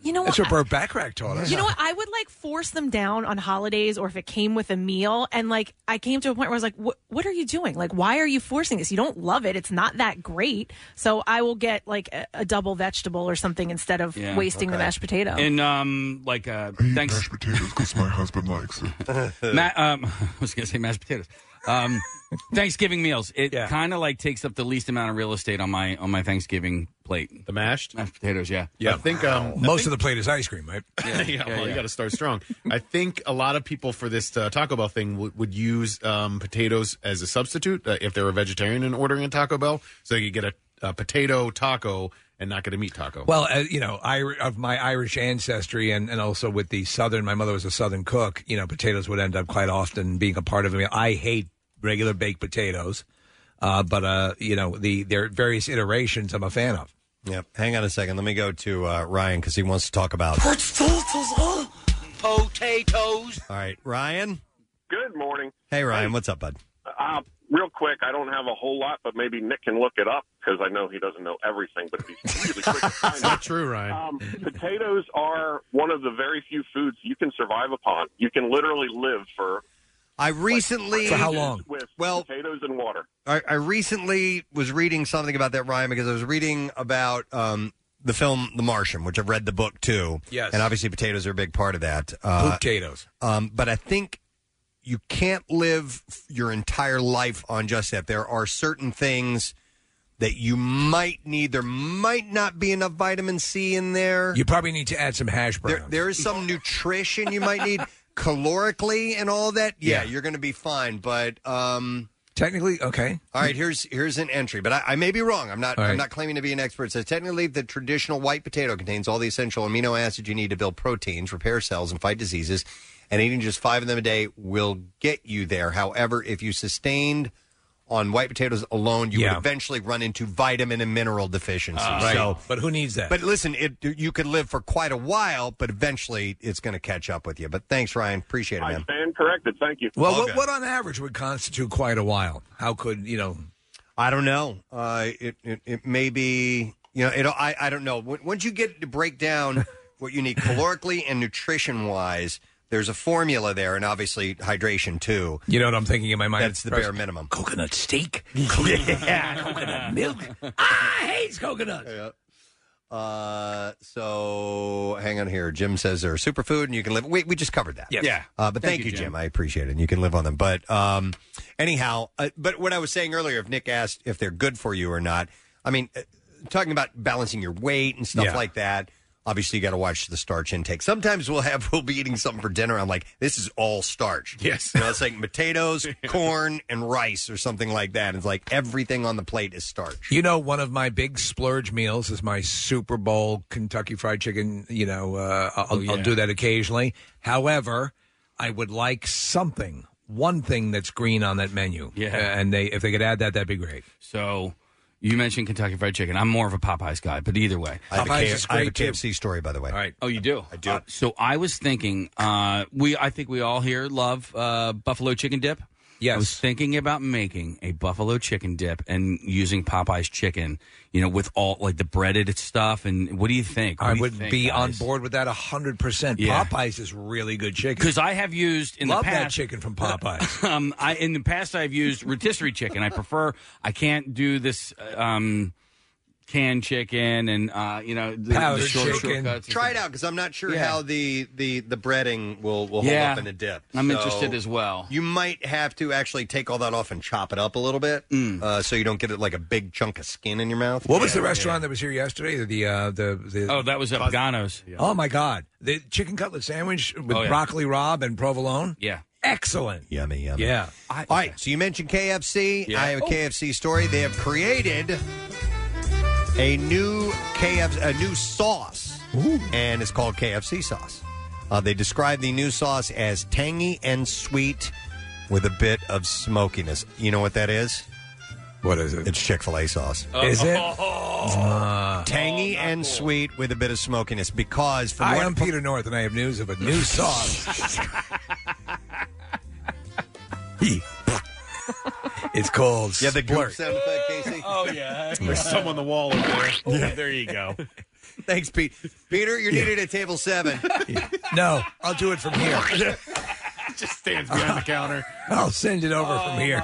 Speaker 3: You know what?
Speaker 4: that's what Bert Bacharach taught us.
Speaker 3: You know what? I would like force them down on holidays or if it came with a meal. And like, I came to a point where I was like, "What- what are you doing? Like, why are you forcing this? You don't love it. It's not that great. So I will get like a, a double vegetable or something instead of
Speaker 5: Yeah.
Speaker 3: wasting the
Speaker 5: Okay.
Speaker 3: mashed potato.
Speaker 5: And um, like uh, thanks mashed
Speaker 20: potatoes because my husband likes it.
Speaker 5: Ma- um, I was going to say mashed potatoes. Um, Thanksgiving meals. It kind of like takes up the least amount of real estate on my on my Thanksgiving plate.
Speaker 7: The mashed
Speaker 5: mashed potatoes. Yeah,
Speaker 7: Yeah, I think um,
Speaker 4: Most of the plate is ice cream, right?
Speaker 7: yeah, well, you got to start strong. I think a lot of people for this uh, Taco Bell thing would would use um, potatoes as a substitute uh, if they were vegetarian and ordering a Taco Bell, so you could get a, a potato taco and not get a meat taco.
Speaker 4: Well, uh, you know, I, of my Irish ancestry, and, and also with the Southern, my mother was a Southern cook. You know, potatoes would end up quite often being a part of a meal. I hate regular baked potatoes, uh, but uh, you know, the their various iterations, I'm a fan of.
Speaker 2: Yep. Hang on a second. Let me go to uh, Ryan because he wants to talk about.
Speaker 9: Potatoes. Potatoes.
Speaker 2: All right, Ryan.
Speaker 12: Good morning.
Speaker 2: Hey, Ryan, what's up, bud?
Speaker 12: Uh, real quick, I don't have a whole lot, but maybe Nick can look it up because I know he doesn't know everything. But he's really quick. That's
Speaker 7: not true, Ryan.
Speaker 12: Um, potatoes are one of the very few foods you can survive upon. You can literally live for
Speaker 2: I recently
Speaker 12: With
Speaker 2: well,
Speaker 12: potatoes and water.
Speaker 2: I, I recently was reading something about that, Ryan, because I was reading about um, the film The Martian, which I've read the book too.
Speaker 4: Yes.
Speaker 2: And obviously, potatoes are a big part of that. Uh,
Speaker 4: Potatoes.
Speaker 2: Um, but I think you can't live f- your entire life on just that. There are certain things that you might need. There might not be enough vitamin C in there.
Speaker 4: You probably need to add some hash browns.
Speaker 2: There, there is some nutrition you might need calorically and all that. Yeah,
Speaker 4: Yeah.
Speaker 2: you're going to be fine. But um,
Speaker 4: technically, okay.
Speaker 2: All right, here's here's an entry, but I, I may be wrong. I'm not
Speaker 4: All
Speaker 2: I'm
Speaker 4: right.
Speaker 2: not claiming to be an expert. It says technically, the traditional white potato contains all the essential amino acids you need to build proteins, repair cells, and fight diseases. And eating just five of them a day will get you there. However, if you sustained on white potatoes alone, you
Speaker 4: Yeah.
Speaker 2: would eventually run into vitamin and mineral deficiencies.
Speaker 4: Ah, right.
Speaker 2: So,
Speaker 4: but who needs that?
Speaker 2: but listen, it you could live for quite a while, but eventually it's going to catch up with you. But thanks, Ryan. Appreciate it,
Speaker 12: I
Speaker 2: man.
Speaker 12: stand corrected. Thank you.
Speaker 4: well, what, what on average would constitute quite a while? How could you know?
Speaker 2: I don't know. Uh, it, it it may be you know it. I I don't know. When- Once you get to break down what you need calorically and nutrition wise, there's a formula there, and obviously hydration too.
Speaker 4: You know what I'm thinking in my mind?
Speaker 2: That's the bare minimum.
Speaker 4: Coconut steak.
Speaker 2: yeah. Ah,
Speaker 4: Coconut milk. I hate coconut.
Speaker 2: Uh, so hang on here. Jim says they're a superfood and you can live. We, we just covered that.
Speaker 5: Yes. Yeah.
Speaker 2: Uh, but thank, you, Jim. I appreciate it. And you can live on them. But um, anyhow, uh, but what I was saying earlier, if Nick asked if they're good for you or not, I mean, uh, talking about balancing your weight and stuff
Speaker 9: Yeah.
Speaker 2: like that. Obviously, you got to watch the starch intake. Sometimes we'll have we'll be eating something for dinner. I'm like, this is all starch. Yes, you know, it's like potatoes, corn, and rice, or something like that. It's like everything on the plate is starch.
Speaker 4: You know, one of my big splurge meals is my Super Bowl Kentucky Fried Chicken. You know, uh, I'll,
Speaker 5: Oh,
Speaker 4: I'll do that occasionally. However, I would like something, one thing that's green on that menu.
Speaker 5: Yeah.
Speaker 4: Uh, and they if they could add that, that'd be great.
Speaker 5: So you mentioned Kentucky Fried Chicken. I'm more of a Popeyes guy, but either way,
Speaker 2: I have, a, K- I have a KFC story, by the way. All
Speaker 4: right.
Speaker 5: Oh, you do.
Speaker 2: I do.
Speaker 5: Uh, so I was thinking, uh, we I think we all here love uh, buffalo chicken dip.
Speaker 4: Yes.
Speaker 5: I was thinking about making a buffalo chicken dip and using Popeye's chicken, you know, with all like the breaded stuff. And what do you think?
Speaker 4: I would be on board with that hundred percent.
Speaker 5: Yeah.
Speaker 4: Popeyes is really good chicken
Speaker 5: because I have used in
Speaker 4: Love
Speaker 5: the
Speaker 4: that
Speaker 5: past
Speaker 4: chicken from Popeyes.
Speaker 5: um, I in the past I've used rotisserie chicken. I prefer. I can't do this. uh, Um, canned chicken and uh, you know the, the short shortcuts.
Speaker 2: Try it out because I'm not sure
Speaker 5: Yeah.
Speaker 2: how the, the the breading will will hold
Speaker 5: Yeah.
Speaker 2: up in a dip.
Speaker 5: I'm interested as well.
Speaker 2: You might have to actually take all that off and chop it up a little bit,
Speaker 5: Mm.
Speaker 2: uh, so you don't get it like a big chunk of skin in your mouth.
Speaker 4: What was the restaurant that was here yesterday? The uh, the, the
Speaker 5: Oh, that was at Pagano's.
Speaker 4: Oh my God! The chicken cutlet sandwich with
Speaker 5: Oh, yeah.
Speaker 4: broccoli rob and provolone.
Speaker 5: Yeah.
Speaker 4: Excellent.
Speaker 2: Yummy, yummy.
Speaker 4: Yeah.
Speaker 2: All right. So you mentioned KFC. I have a KFC story. They have created a new KFC, a new sauce, and it's called KFC sauce. Uh, they describe the new sauce as tangy and sweet, with a bit of smokiness. You know what that is?
Speaker 4: What is it?
Speaker 2: It's Chick Fil A sauce.
Speaker 4: Is it?
Speaker 2: tangy and sweet with a bit of smokiness? Because from
Speaker 4: Oh, I
Speaker 2: what
Speaker 4: am Peter North, and I have news of a new sauce. it's called
Speaker 2: Yeah, the goop
Speaker 4: splurt.
Speaker 2: sound effect, Casey.
Speaker 5: Oh yeah,
Speaker 2: There's some on
Speaker 7: the wall over there.
Speaker 5: There you go.
Speaker 2: Thanks, Pete. Peter, you're needed at table seven.
Speaker 4: No, I'll do it from here.
Speaker 7: Just stands behind the counter. Oh,
Speaker 4: I'll send it over from here.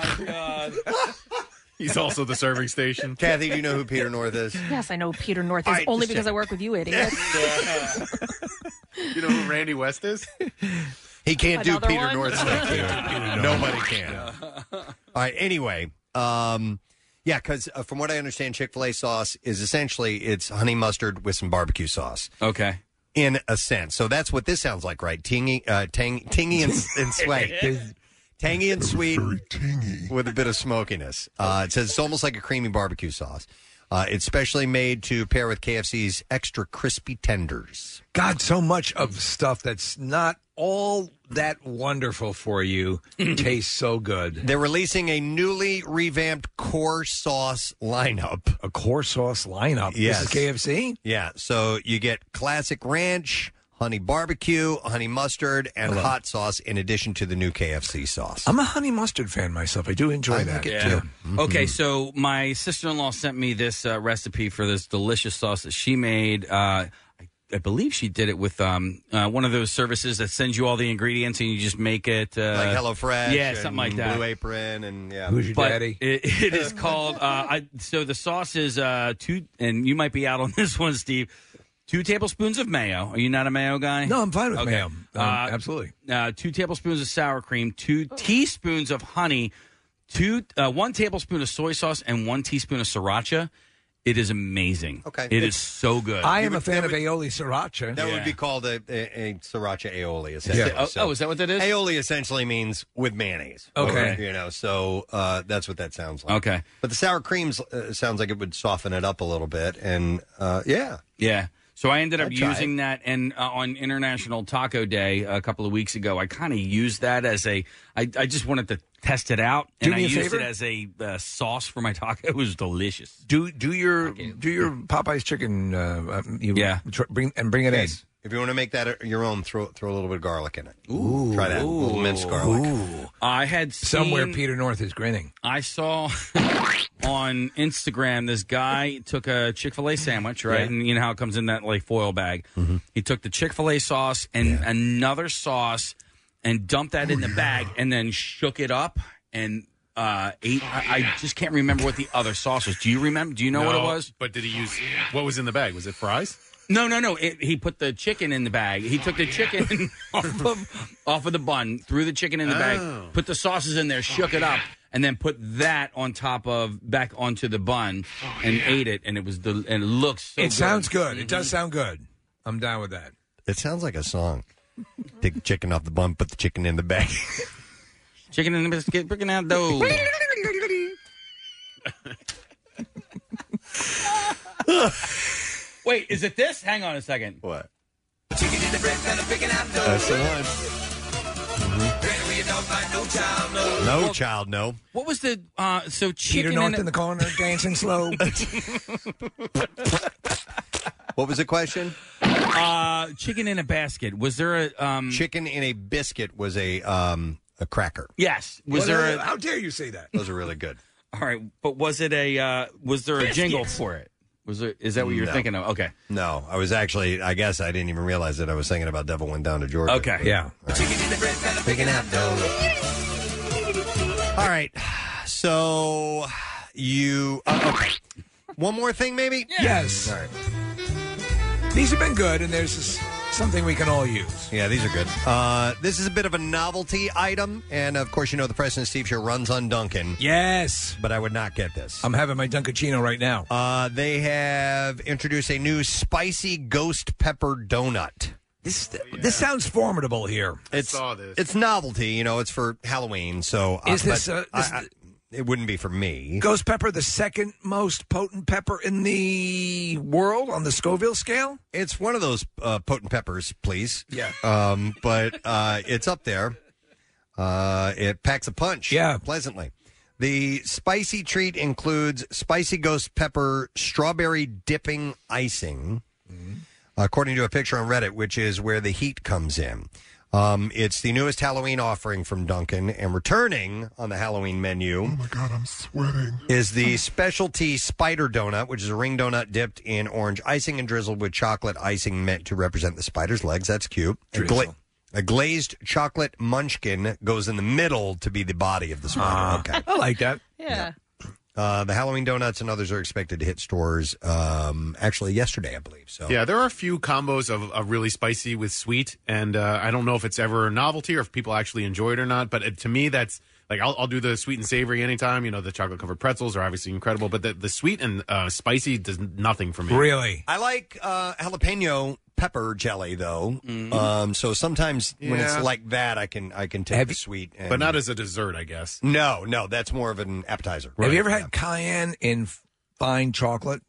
Speaker 7: He's also the serving station.
Speaker 2: Kathy, do you know who Peter North is?
Speaker 3: Yes, I know Peter North is
Speaker 7: All right,
Speaker 3: only
Speaker 7: just
Speaker 3: because
Speaker 7: check.
Speaker 3: I work with you, idiot.
Speaker 7: You know who Randy West is?
Speaker 2: He can't do
Speaker 7: Another
Speaker 2: Peter
Speaker 7: one?
Speaker 2: North stuff. Nobody can. All right. Anyway, um, yeah, because uh, from what I understand, Chick Fil A sauce is essentially it's honey mustard with some barbecue sauce.
Speaker 5: Okay.
Speaker 2: In a sense, so that's what this sounds like, right? Tingy, uh, tang, tingy and, and sweet, tangy and sweet, with a bit of smokiness. Uh, it says it's almost like a creamy barbecue sauce. Uh, it's specially made to pair with KFC's extra crispy tenders.
Speaker 4: God, so much of stuff that's not all that wonderful for you tastes so good.
Speaker 2: They're releasing a newly revamped core sauce lineup.
Speaker 4: A core sauce lineup.
Speaker 2: Yes.
Speaker 4: This is KFC.
Speaker 2: Yeah, so you get classic ranch, honey barbecue, honey mustard, and
Speaker 4: Hello.
Speaker 2: hot sauce in addition to the new KFC sauce.
Speaker 4: I'm a honey mustard fan myself. I do enjoy that.
Speaker 5: Yeah. Mm-hmm. Okay, so my sister in law sent me this uh, recipe for this delicious sauce that she made. Uh, I, I believe she did it with um, uh, one of those services that sends you all the ingredients and you just make it. Uh,
Speaker 2: Like HelloFresh,
Speaker 5: Yeah, something like
Speaker 2: and
Speaker 5: that.
Speaker 2: Blue Apron, and yeah.
Speaker 5: But It, it is called. Uh, I, so the sauce is uh, two, and you might be out on this one, Steve. Two tablespoons of mayo. Are you not a mayo guy?
Speaker 4: No, I'm fine with
Speaker 5: Okay.
Speaker 4: mayo. Um,
Speaker 5: Uh,
Speaker 4: absolutely.
Speaker 5: uh, two tablespoons of sour cream, two teaspoons of honey, two uh, one tablespoon of soy sauce, and one teaspoon of sriracha. It is amazing.
Speaker 2: Okay.
Speaker 5: it is so good.
Speaker 4: I am a fan of aioli sriracha.
Speaker 2: That
Speaker 5: Yeah.
Speaker 2: would be called a, a, a sriracha aioli. Essentially.
Speaker 5: Yeah. Oh, oh, is that what that is?
Speaker 2: Aioli essentially means with mayonnaise.
Speaker 5: Okay.
Speaker 2: You know, so uh, that's what that sounds like.
Speaker 5: Okay.
Speaker 2: But the sour creams uh, sounds like it would soften it up a little bit. And uh, yeah.
Speaker 5: Yeah. So I ended up
Speaker 2: I'd try
Speaker 5: using that, and uh, on International Taco Day a couple of weeks ago, I kind of used that as a. I, I just wanted to test it out,
Speaker 4: Do
Speaker 5: and I
Speaker 4: me a
Speaker 5: used
Speaker 4: favor.
Speaker 5: it as a uh, sauce for my taco. It was delicious.
Speaker 4: Do do your do your Popeyes chicken. Uh, um, you yeah. Tr- bring and bring it
Speaker 2: Yes. If you want to make that uh, your own, throw throw a little bit of garlic in it.
Speaker 4: Ooh.
Speaker 2: Try that. A little minced garlic.
Speaker 5: I had
Speaker 4: in. Somewhere
Speaker 5: seen-
Speaker 4: Peter North is grinning.
Speaker 5: I saw on Instagram this guy took a Chick fil A sandwich, right?
Speaker 4: Yeah.
Speaker 5: And you know how it comes in that like foil bag. He took the Chick fil A sauce and another sauce and dumped that in the bag and then shook it up. And uh, eight. I, I just can't remember what the other sauce was. Do you remember? Do you know what it
Speaker 7: No,
Speaker 5: was?
Speaker 7: But did he use what was in the bag? Was it fries?
Speaker 5: No, no, no. It, he put the chicken in the bag. He took the chicken off of off of the bun, threw the chicken in the
Speaker 7: Oh.
Speaker 5: bag, put the sauces in there, shook it up, and then put that on top of back onto the bun
Speaker 7: Oh,
Speaker 5: and ate it. And it was the and it looks. So
Speaker 4: it
Speaker 5: good.
Speaker 4: sounds good. It
Speaker 5: Mhm.
Speaker 2: Mm-hmm.
Speaker 4: does sound good. I'm down with that.
Speaker 2: It sounds like a song. Take the chicken off the bun, put the chicken in the bag.
Speaker 5: Chicken and the biscuit, breaking out those. Wait, is it this? Hang on a second.
Speaker 2: What?
Speaker 9: Chicken in the bread, fella picking out dough.
Speaker 2: That's the one.
Speaker 9: Granary, a dog fight, no child, no.
Speaker 2: No child, no.
Speaker 5: What was the uh so
Speaker 4: Peter
Speaker 5: chicken
Speaker 4: North
Speaker 5: in,
Speaker 4: in the corner dancing slow.
Speaker 2: What was the question?
Speaker 5: Uh, chicken in a basket. Was there a um,
Speaker 2: chicken in a biscuit? Was a um, a cracker?
Speaker 5: Yes. Was
Speaker 2: What
Speaker 5: there
Speaker 2: are-
Speaker 5: a
Speaker 4: How dare you say that?
Speaker 2: Those are really good.
Speaker 5: All right, but was it a uh was there a
Speaker 2: Biscuits.
Speaker 5: jingle for it? Was there is that what you're
Speaker 2: No.
Speaker 5: thinking of? Okay.
Speaker 2: No, I was actually. I guess I didn't even realize that I was thinking about Devil Went Down to Georgia.
Speaker 5: Okay. Yeah.
Speaker 2: Chicken in the bread, picking out dough. All right. So you. Uh, okay. One more thing, maybe.
Speaker 4: Yes.
Speaker 2: All right.
Speaker 4: These have been good, and there's s- something we can all use.
Speaker 2: Yeah, these are good. Uh, this is a bit of a novelty item, and of course, you know the President Steve Show runs on Duncan.
Speaker 4: Yes,
Speaker 2: but I would not get this.
Speaker 4: I'm having my Dunkachino right now.
Speaker 2: Uh, they have introduced a new spicy ghost pepper donut.
Speaker 4: This this sounds formidable here.
Speaker 2: It's it's novelty, you know. It's for Halloween, so uh,
Speaker 4: Is this,
Speaker 2: but
Speaker 4: uh, this-
Speaker 2: I- I- it wouldn't be for me.
Speaker 4: Ghost pepper, the second most potent pepper in the world on the Scoville scale.
Speaker 2: It's one of those uh, potent peppers, please.
Speaker 4: Yeah.
Speaker 2: Um, but uh, it's up there. Uh, it packs a punch. Yeah. Pleasantly. The spicy treat includes spicy ghost pepper strawberry dipping icing, according to a picture on Reddit, which is where the heat comes in. Um, it's the newest Halloween offering from Duncan, and returning on the Halloween menu.
Speaker 20: Oh my god, I'm sweating.
Speaker 2: is the specialty spider donut, which is a ring donut dipped in orange icing and drizzled with chocolate icing meant to represent the spider's legs. That's cute. A, gla- a glazed chocolate munchkin goes in the middle to be the body of the spider. okay.
Speaker 4: Ah. I like that.
Speaker 9: Yeah.
Speaker 2: Uh, the Halloween donuts and others are expected to hit stores um, actually yesterday, I believe. So
Speaker 7: Yeah, there are a few combos of, of really spicy with sweet, and uh, I don't know if it's ever a novelty or if people actually enjoy it or not. But uh, to me, that's like I'll, I'll do the sweet and savory anytime. You know, the chocolate covered pretzels are obviously incredible, but the, the sweet and uh, spicy does nothing for me.
Speaker 2: I like uh, jalapeno pepper jelly though.
Speaker 5: Mm-hmm.
Speaker 2: Um, so sometimes when it's
Speaker 7: Yeah.
Speaker 2: like that, I can I can take the sweet, and,
Speaker 7: but not as a dessert, I guess.
Speaker 2: No, no, that's more of an appetizer.
Speaker 4: Have you ever had cayenne in f- fine chocolate?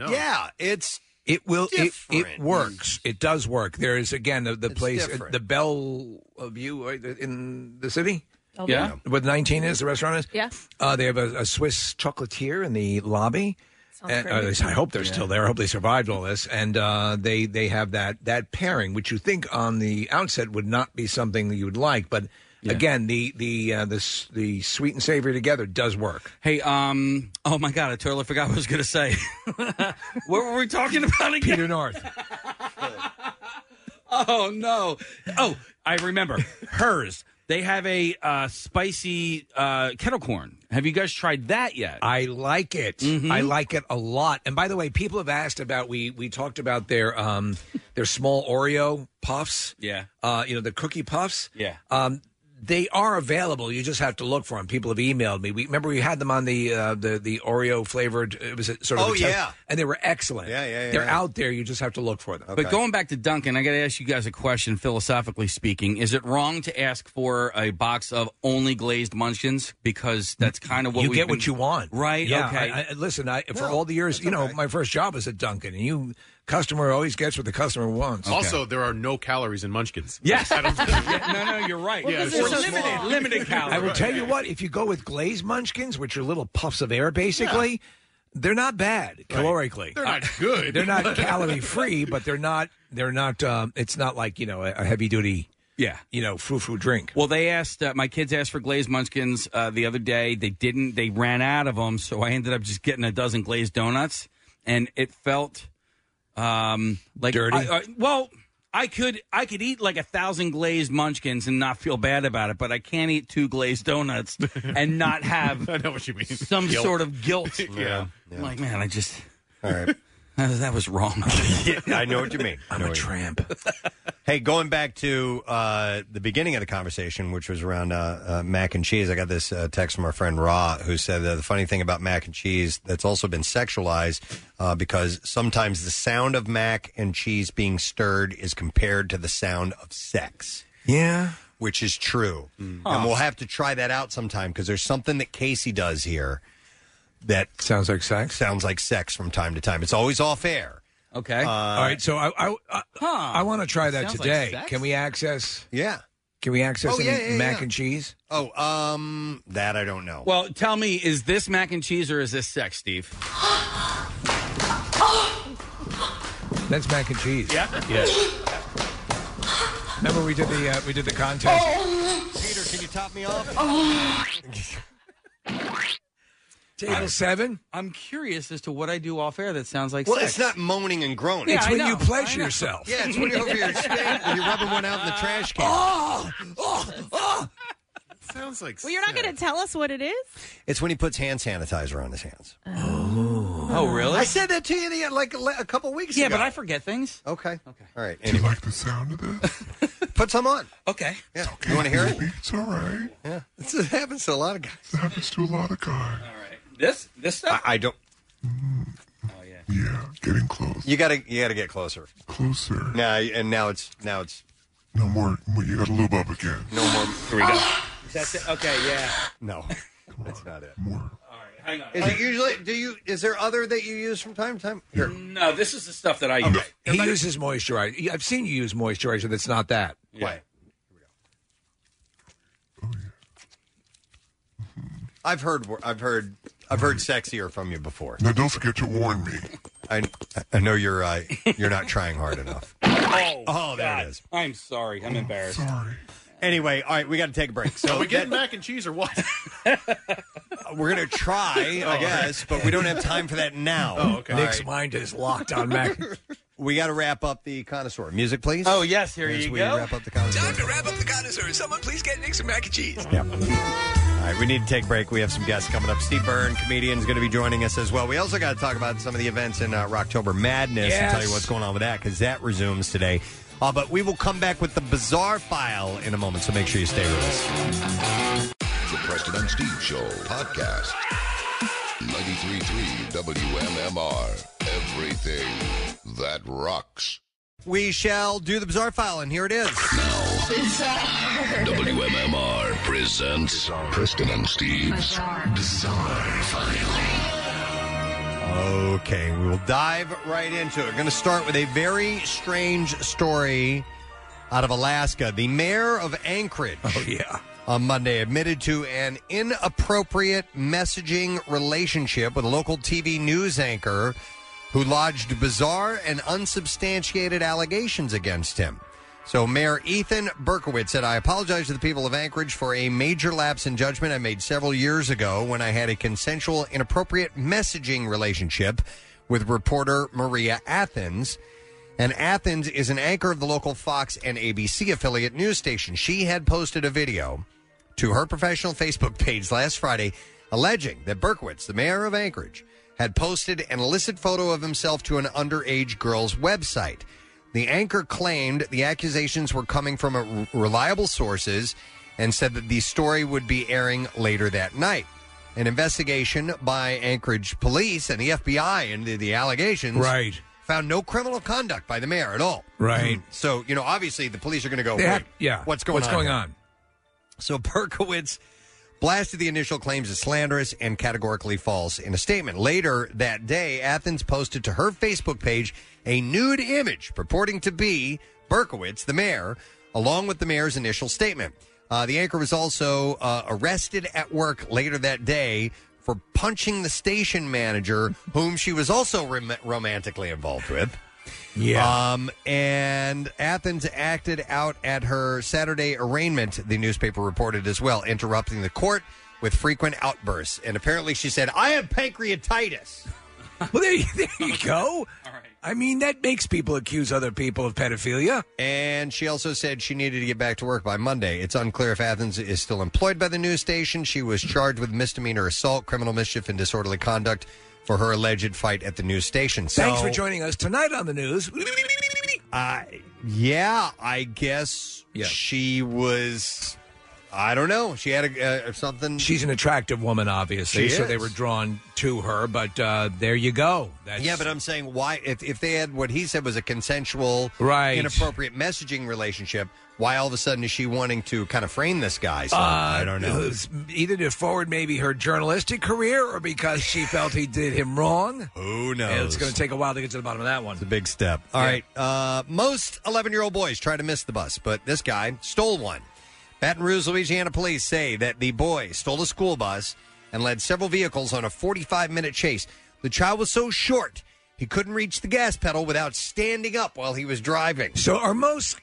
Speaker 2: Yeah, it's
Speaker 4: it will it, it works. It does work. There is again the, the place uh,
Speaker 9: different.
Speaker 4: the Bell of You right, the- in the city.
Speaker 9: Bellevue? Yeah.
Speaker 4: where the nineteen is the restaurant is.
Speaker 9: Yeah.
Speaker 4: Uh, they have a, a Swiss chocolatier in the lobby.
Speaker 9: Sounds
Speaker 4: And,
Speaker 9: great.
Speaker 4: or at least I hope they're still there. I hope they survived all this, and uh, they they have that that pairing, which you think on the outset would not be something that you would like, but again, the the uh, the s- the sweet and savory together does work.
Speaker 5: Hey, um oh my god, I totally forgot what I was gonna say. what were we talking about again?
Speaker 4: Peter North.
Speaker 5: oh no. Oh, I remember. Hers. They have a uh, spicy uh, kettle corn. Have you guys tried that yet? Mm-hmm.
Speaker 4: I like it. I like it a lot. And by the way, people have asked about we we talked about their um their small Oreo puffs.
Speaker 5: Yeah.
Speaker 4: Uh, you know the cookie puffs.
Speaker 5: Yeah.
Speaker 4: Um, they are available. You just have to look for them. People have emailed me. We remember we had them on the uh, the the Oreo flavored. It was a, sort of
Speaker 5: Oh,
Speaker 4: a test,
Speaker 5: yeah.
Speaker 4: and they were excellent. Yeah, yeah. They're
Speaker 5: yeah.
Speaker 4: out there. You just have to look for them.
Speaker 5: But going back to Duncan, I got to ask you guys a question. Philosophically speaking, is it wrong to ask for a box of only glazed munchkins because that's kind of what
Speaker 4: you
Speaker 5: we've
Speaker 4: get
Speaker 5: been-
Speaker 4: what you want,
Speaker 5: right?
Speaker 4: Yeah.
Speaker 5: okay.
Speaker 4: I, I, listen, I, for
Speaker 5: No,
Speaker 4: all the years, you know, my first job was at Dunkin', and you customer always gets what the customer wants.
Speaker 7: Also, there are no calories in Munchkins.
Speaker 4: Yes.
Speaker 7: I don't-
Speaker 5: no, no, you're right.
Speaker 7: Well, Yeah, 'cause it's they're so limited- small. limited calories.
Speaker 4: I will tell you what: if you go with glazed munchkins, which are little puffs of air, basically, they're not bad calorically.
Speaker 7: They're not good.
Speaker 4: They're not calorie free, but they're not. They're not. Um, it's not like you know a, a heavy duty.
Speaker 5: Yeah.
Speaker 4: You know, frou frou drink.
Speaker 5: Well, they asked uh, my kids asked for glazed munchkins uh, the other day. They didn't. They ran out of them, so I ended up just getting a dozen glazed donuts, and it felt um, like
Speaker 4: Dirty?
Speaker 5: I- I- well, I could I could eat like a thousand glazed munchkins and not feel bad about it, but I can't eat two glazed donuts and not have
Speaker 7: I know what you mean.
Speaker 5: some
Speaker 7: Guilt.
Speaker 5: sort of guilt.
Speaker 7: Yeah.
Speaker 5: I'm like, man, I just
Speaker 2: All right.
Speaker 5: that, that was wrong.
Speaker 2: I know what you mean. I'm a
Speaker 4: tramp.
Speaker 2: hey, going back to uh, the beginning of the conversation, which was around uh, uh, mac and cheese, I got this uh, text from our friend Ra, who said that the funny thing about mac and cheese that's also been sexualized uh, because sometimes the sound of mac and cheese being stirred is compared to the sound of sex.
Speaker 4: Yeah.
Speaker 2: Which is true.
Speaker 4: Hmm. Huh.
Speaker 2: And we'll have to try that out sometime because there's something that Casey does here that
Speaker 4: sounds like sex.
Speaker 2: Sounds like sex from time to time. It's always off air. Uh,
Speaker 5: Okay.
Speaker 4: All right, so I I,
Speaker 5: Uh,
Speaker 4: I, I want to try that
Speaker 2: Sounds like
Speaker 4: today.
Speaker 2: sex.
Speaker 4: Can we access?
Speaker 2: Yeah.
Speaker 4: Can we access
Speaker 2: Oh,
Speaker 4: any
Speaker 2: yeah, yeah,
Speaker 4: mac
Speaker 2: yeah.
Speaker 4: and cheese?
Speaker 2: Oh, um, that I don't know.
Speaker 5: Well, tell me, is this mac and cheese or is this sex, Steve?
Speaker 4: That's mac and cheese. Yeah.
Speaker 5: Yeah.
Speaker 4: Remember we did the uh, we did the
Speaker 2: Oh,
Speaker 4: contest.
Speaker 2: Peter, can you top me off? Oh.
Speaker 4: Table seven.
Speaker 5: I'm curious as to what I do off air that sounds like.
Speaker 2: Well, it's
Speaker 5: sex.
Speaker 2: not moaning and groaning.
Speaker 5: Yeah,
Speaker 2: It's
Speaker 5: I
Speaker 2: when
Speaker 5: know.
Speaker 2: you pleasure
Speaker 5: I know.
Speaker 2: yourself. Yeah, it's when you're over your state and you're rubbing one out in the trash can. Ah!
Speaker 4: Oh, oh, oh.
Speaker 7: Sounds like
Speaker 3: Well, you're not going to tell us what it is.
Speaker 2: It's when he puts hand sanitizer on his hands.
Speaker 5: Oh, really?
Speaker 2: I said that to you the, like le- a couple weeks
Speaker 5: yeah,
Speaker 2: ago.
Speaker 5: but I forget things.
Speaker 2: Okay.
Speaker 5: Okay.
Speaker 2: All right. Do you like the sound of this? Put some on.
Speaker 5: Okay.
Speaker 2: Yeah. You want to hear it?
Speaker 20: It's all right.
Speaker 2: Yeah. This is- happens to a lot of guys.
Speaker 20: It happens to a lot of guys.
Speaker 5: This this stuff.
Speaker 2: I, I don't. Oh Mm. yeah. Yeah, getting close. You gotta, you gotta get closer.
Speaker 20: Closer.
Speaker 2: Now, and now it's, now it's
Speaker 20: No more. You got to lube up again.
Speaker 2: no more. Here
Speaker 5: That's it. Okay. Yeah.
Speaker 2: No, that's not it.
Speaker 5: Hang on.
Speaker 2: Is it usually? Do you? Is there other that you use from time to time? Here.
Speaker 5: No, this is the stuff that I use.
Speaker 4: He uses moisturizer. I've seen you use moisturizer. That's not that.
Speaker 2: Why? I've heard. wor- I've heard. I've heard sexier from you before.
Speaker 20: Now, don't forget to warn me.
Speaker 2: I, I know you're. Uh, you're not trying hard enough.
Speaker 5: Oh,
Speaker 2: oh there it is.
Speaker 5: I'm sorry. I'm embarrassed.
Speaker 2: Anyway, all right, we got to take a break. So
Speaker 7: Are we
Speaker 2: that-
Speaker 7: getting mac and cheese or what?
Speaker 2: we're gonna try,
Speaker 7: Oh,
Speaker 2: I
Speaker 7: okay.
Speaker 2: guess, but we don't have time for that now.
Speaker 7: Oh, okay.
Speaker 2: All
Speaker 4: Nick's
Speaker 2: right.
Speaker 4: mind is locked on mac.
Speaker 2: We got to wrap up the connoisseur. Music, please.
Speaker 5: Oh, yes, here
Speaker 2: As
Speaker 5: you
Speaker 2: we
Speaker 5: go.
Speaker 2: Wrap up the connoisseur.
Speaker 18: Time to wrap up the connoisseur. Someone please get Nick some mac and cheese.
Speaker 2: Yep. All right, we need to take a break. We have some guests coming up. Steve Byrne, comedian, is going to be joining us as well. We also got to talk about some of the events in uh, Rocktober Madness and tell you
Speaker 4: Yes.
Speaker 2: what's going on with that because that resumes today. Uh, but we will come back with the bizarre file in a moment, so make sure you stay with us.
Speaker 1: The Preston and Steve Show podcast. 93.3 WMMR. Everything that rocks.
Speaker 2: We shall do the bizarre file, and here it is.
Speaker 1: WMMR presents Preston and Steve's Bizarre, File.
Speaker 2: Okay, we will dive right into it. We're going to start with a very strange story out of Alaska. The mayor of Anchorage
Speaker 4: Oh yeah.
Speaker 2: on Monday admitted to an inappropriate messaging relationship with a local TV news anchor who lodged bizarre and unsubstantiated allegations against him. So, Mayor Ethan Berkowitz said, I apologize to the people of Anchorage for a major lapse in judgment I made several years ago when I had a consensual, inappropriate messaging relationship with reporter Maria Athens. And Athens is an anchor of the local Fox and ABC affiliate news station. She had posted a video to her professional Facebook page last Friday alleging that Berkowitz, the mayor of Anchorage, had posted an illicit photo of himself to an underage girl's website. The anchor claimed the accusations were coming from a r- reliable sources and said that the story would be airing later that night. An investigation by Anchorage police and the FBI into the allegations
Speaker 4: Right.
Speaker 2: found no criminal conduct by the mayor at all.
Speaker 4: Right.
Speaker 2: So, you know, obviously the police are going to go,
Speaker 4: They
Speaker 2: "Wait,
Speaker 4: have- yeah.
Speaker 2: what's going
Speaker 4: What's
Speaker 2: on?
Speaker 4: going
Speaker 2: here?"
Speaker 4: on?
Speaker 2: So Berkowitz blasted the initial claims as slanderous and categorically false in a statement. Later that day, Athens posted to her Facebook page a nude image purporting to be Berkowitz, the mayor, along with the mayor's initial statement. Uh, the anchor was also uh, arrested at work later that day for punching the station manager, whom she was also rom- romantically involved with.
Speaker 4: Yeah.
Speaker 2: Um, and Athens acted out at her Saturday arraignment, the newspaper reported as well, interrupting the court with frequent outbursts. And apparently she said, I have pancreatitis.
Speaker 4: Well, there you, there you go. I I mean, that makes people accuse other people of pedophilia.
Speaker 2: And she also said she needed to get back to work by Monday. It's unclear if Athens is still employed by the news station. She was charged with misdemeanor assault, criminal mischief, and disorderly conduct for her alleged fight at the news station. So,
Speaker 4: Thanks for joining us tonight on the news.
Speaker 2: Uh, yeah, I guess she was. I don't know. She had a, uh, something.
Speaker 4: She's an attractive woman, obviously,
Speaker 2: She
Speaker 4: so
Speaker 2: is.
Speaker 4: they were drawn to her. But uh, there you go. That's,
Speaker 2: yeah, but I'm saying why if if they had what he said was a consensual,
Speaker 4: Right.
Speaker 2: inappropriate messaging relationship, why all of a sudden is she wanting to kind of frame this guy? So
Speaker 4: uh,
Speaker 2: I don't know.
Speaker 4: it was Either to forward maybe her journalistic career, or because she felt he did him wrong.
Speaker 2: Who
Speaker 4: And It's
Speaker 2: knows?
Speaker 4: going to take a while to get to the bottom of that one. It's
Speaker 2: a big step. All right. Uh, most 11 year old boys try to miss the bus, but this guy stole one. Baton Rouge, Louisiana police say that the boy stole a school bus and led several vehicles on a 45 minute chase. The child was so short, he couldn't reach the gas pedal without standing up while he was driving.
Speaker 4: So are most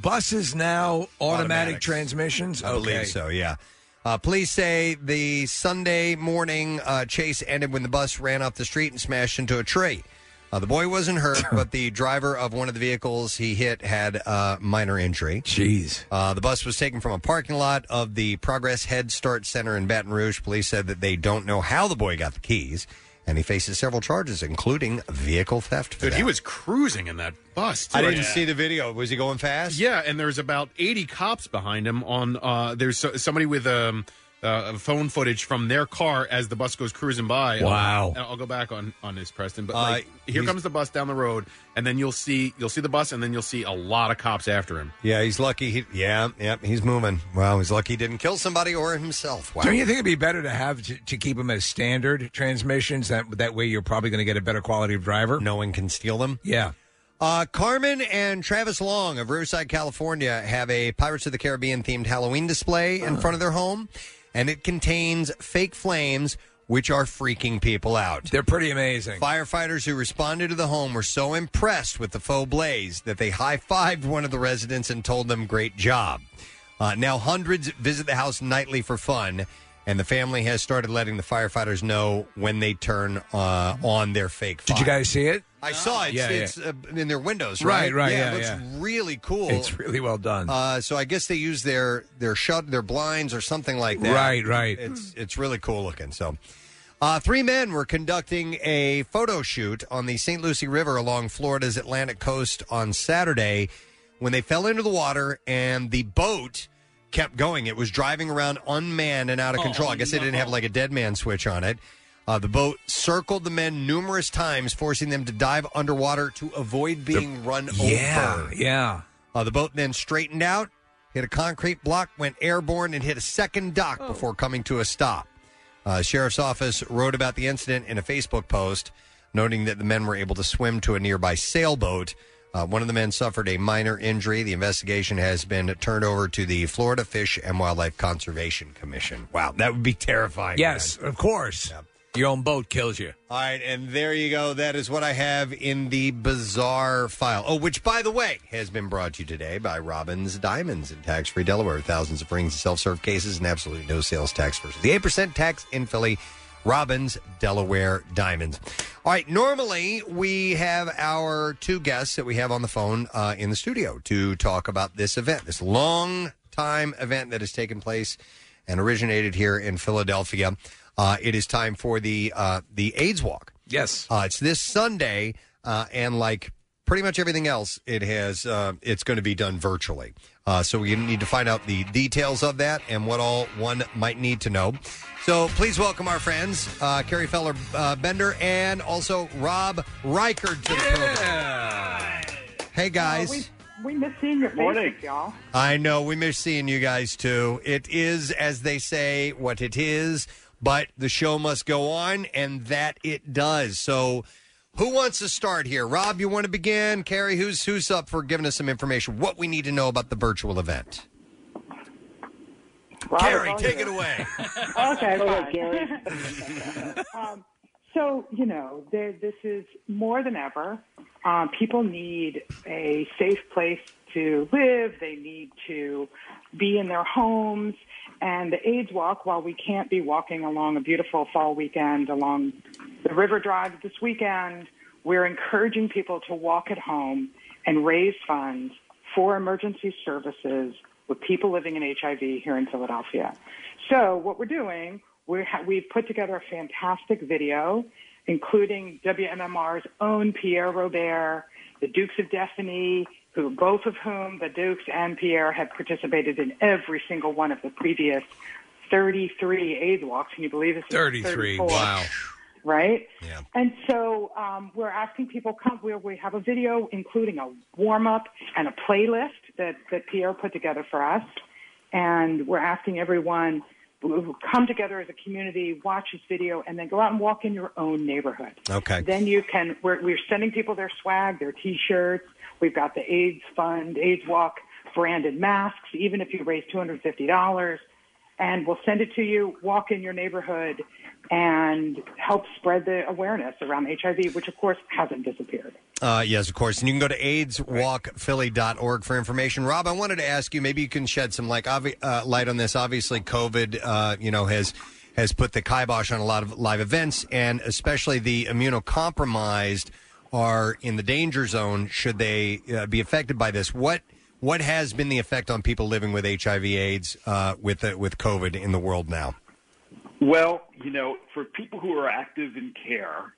Speaker 4: buses now automatic, transmissions?
Speaker 2: I
Speaker 4: Okay.
Speaker 2: believe so, yeah. Uh, police say the Sunday morning uh, chase ended when the bus ran off the street and smashed into a tree. Uh, the boy wasn't hurt, but the driver of one of the vehicles he hit had uh, minor injury.
Speaker 4: Jeez.
Speaker 2: Uh, the bus was taken from a parking lot of the Progress Head Start Center in Baton Rouge. Police said that they don't know how the boy got the keys, and he faces several charges, including vehicle theft. for
Speaker 7: Dude, he
Speaker 2: that.
Speaker 7: was cruising in that bus.
Speaker 2: I didn't see the video. Was he going fast?
Speaker 7: Yeah, and there's about 80 cops behind him. On uh, there's so, somebody with um, uh, phone footage from their car as the bus goes cruising by.
Speaker 4: Wow.
Speaker 7: And I'll go back on on this, Preston. But
Speaker 2: Uh,
Speaker 7: like, here
Speaker 2: he's-
Speaker 7: comes the bus down the road, and then you'll see you'll see the bus, and then you'll see a lot of cops after him.
Speaker 2: Yeah, he's lucky. He, yeah, yeah, he's moving. Wow, he's lucky he didn't kill somebody or himself. Wow.
Speaker 4: Don't you think it'd be better to have to, to keep them as standard transmissions? That that way, you're probably going to get a better quality of driver.
Speaker 2: No one can steal them.
Speaker 4: Yeah.
Speaker 2: Uh, Carmen and Travis Long of Riverside, California, have a Pirates of the Caribbean themed Halloween display in front of their home, and it contains fake flames, which are freaking people out.
Speaker 4: They're pretty amazing.
Speaker 2: Firefighters who responded to the home were so impressed with the faux blaze that they high fived one of the residents and told them, Great job. Uh, now, hundreds visit the house nightly for fun, and the family has started letting the firefighters know when they turn uh, on their fake fire.
Speaker 4: Did you guys see it?
Speaker 2: I saw it.
Speaker 4: Yeah,
Speaker 2: it's
Speaker 4: yeah.
Speaker 2: Uh, in their windows,
Speaker 4: Right,
Speaker 2: right?
Speaker 4: right,
Speaker 2: Yeah,
Speaker 4: yeah,
Speaker 2: it looks
Speaker 4: yeah.
Speaker 2: really cool.
Speaker 4: It's really well done.
Speaker 2: Uh, so I guess they use their their shut their blinds or something like that.
Speaker 4: Right, right.
Speaker 2: It's it's really cool looking. So. Uh, three men were conducting a photo shoot on the St. Lucie River along Florida's Atlantic coast on Saturday when they fell into the water and the boat kept going. It was driving around unmanned and out of control. I guess they didn't have like a dead man switch on it. Uh, the boat circled the men numerous times, forcing them to dive underwater to avoid being run
Speaker 4: yeah,
Speaker 2: over.
Speaker 4: yeah.
Speaker 2: Uh, the boat then straightened out, hit a concrete block, went airborne, and hit a second dock before coming to a stop. Uh, sheriff's office wrote about the incident in a Facebook post, noting that the men were able to swim to a nearby sailboat. Uh, one of the men suffered a minor injury. The investigation has been turned over to the Florida Fish and Wildlife Conservation Commission. Wow, that would be terrifying.
Speaker 4: Yes, of course. Your own boat kills you.
Speaker 2: All right, and there you go. That is what I have in the bizarre file. Oh, which, by the way, has been brought to you today by Robbins Diamonds in tax free Delaware. Thousands of rings and self serve cases and absolutely no sales tax versus the 8% tax in Philly. Robbins Delaware Diamonds. All right, normally we have our two guests that we have on the phone uh, in the studio to talk about this event, this long time event that has taken place and originated here in Philadelphia. Uh, it is time for the uh, the AIDS Walk.
Speaker 4: Yes,
Speaker 2: uh, it's this Sunday, uh, and like pretty much everything else, it has uh, it's going to be done virtually. Uh, so we need to find out the details of that and what all one might need to know. So please welcome our friends uh, Carrie Feller uh, Bender and also Rob Reichard to the program. Hey guys.
Speaker 21: Uh, we, we miss seeing your faces,
Speaker 2: Morning.
Speaker 21: y'all.
Speaker 2: I know we miss seeing you guys too. It is, as they say, what it is, but the show must go on, and that it does. So, who wants to start here? Rob, you want to begin? Carrie, who's who's up for giving us some information? What we need to know about the virtual event? Carrie, take it away.
Speaker 21: Okay,
Speaker 9: Go ahead,
Speaker 21: fine.
Speaker 9: Gary.
Speaker 21: um, so you know, there, this is more than ever. Um, people need a safe place to live. They need to be in their homes. And the AIDS Walk, while we can't be walking along a beautiful fall weekend along the River Drive this weekend, We're encouraging people to walk at home and raise funds for emergency services with people living in HIV here in Philadelphia. So what we're doing, we ha- we've put together a fantastic video, including WMMR's own Pierre Robert, the Dukes of Destiny, who both of whom, the Dukes and Pierre, had participated in every single one of the previous 33 AIDS walks. Can you believe this? is
Speaker 4: 33.
Speaker 21: 34?
Speaker 4: Wow.
Speaker 21: right? Yeah. And so um, we're asking people come. We, we have a video including a warm up and a playlist that that Pierre put together for us, and we're asking everyone who come together as a community, watch this video, and then go out and walk in your own neighborhood.
Speaker 2: Okay.
Speaker 21: Then you can. We're, we're sending people their swag, their T-shirts. We've got the AIDS Fund, AIDS Walk branded masks. Even if you raise two hundred fifty dollars, and we'll send it to you. Walk in your neighborhood and help spread the awareness around HIV, which of course hasn't disappeared.
Speaker 2: Uh, yes, of course. And you can go to aidswalkphilly.org for information. Rob, I wanted to ask you, maybe you can shed some like obvi- uh, light on this. Obviously, COVID, uh, you know, has has put the kibosh on a lot of live events, and especially the immunocompromised are in the danger zone should they uh, be affected by this. What what has been the effect on people living with HIV/AIDS uh, with uh, with COVID in the world now?
Speaker 6: Well, you know, for people who are active in care,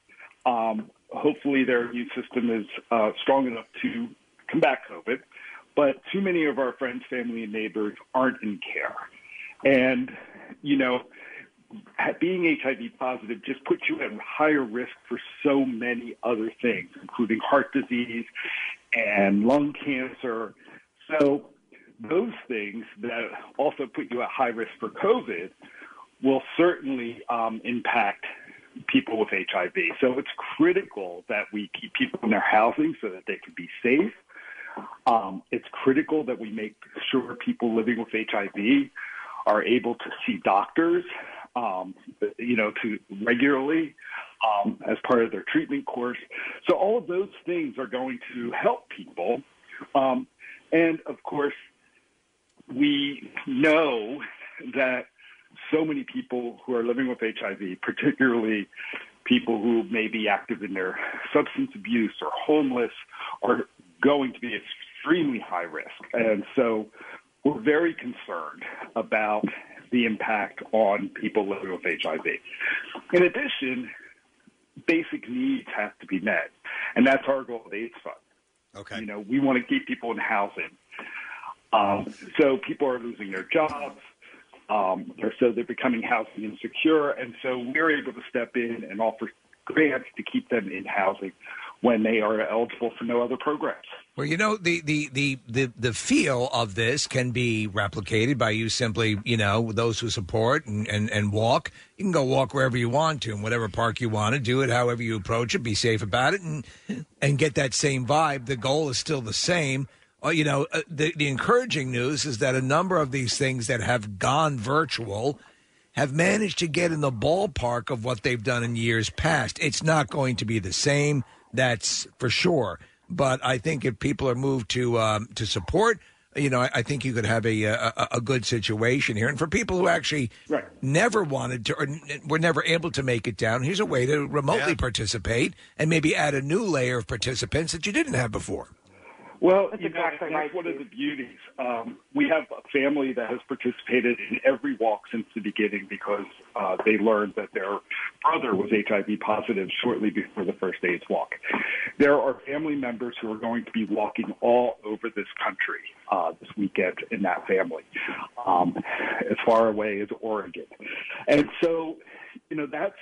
Speaker 6: um, hopefully their immune system is uh, strong enough to combat COVID. But too many of our friends, family, and neighbors aren't in care. And, you know, ha- being HIV positive just puts you at higher risk for so many other things, including heart disease and lung cancer. So, those things that also put you at high risk for COVID will certainly um, impact people with HIV. So it's critical that we keep people in their housing so that they can be safe. Um, it's critical that we make sure people living with HIV are able to see doctors, um, you know, to regularly um, as part of their treatment course. So all of those things are going to help people. Um, and of course, we know that so many people who are living with HIV, particularly people who may be active in their substance abuse or homeless, are going to be extremely high risk. And so we're very concerned about the impact on people living with HIV. In addition, basic needs have to be met, and that's our goal at AIDS Fund.
Speaker 2: Okay.
Speaker 6: You know, we want to keep people in housing. Um, so people are losing their jobs, um, or so they're becoming housing insecure, and so we're able to step in and offer grants to keep them in housing when they are eligible for no other programs.
Speaker 4: Well, you know the the the the the feel of this can be replicated by you simply, you know, those who support and and, and walk. You can go walk wherever you want to, in whatever park you want to. Do it however you approach it. Be safe about it, and and get that same vibe. The goal is still the same. Uh, you know, uh, the the encouraging news is that a number of these things that have gone virtual have managed to get in the ballpark of what they've done in years past. It's not going to be the same, that's for sure. But I think if people are moved to um, to support, you know, I, I think you could have a, a a- a good situation here. And for people who actually never wanted to or n- were never able to make it down, here's a way to remotely participate and maybe add a new layer of participants that you didn't have before.
Speaker 6: Well, you know, that's one of the beauties. Um, we have a family that has participated in every walk since the beginning because uh, they learned that their brother was HIV positive shortly before the first AIDS walk. There are family members who are going to be walking all over this country uh, this weekend in that family, um, as far away as Oregon. And so, you know, that's,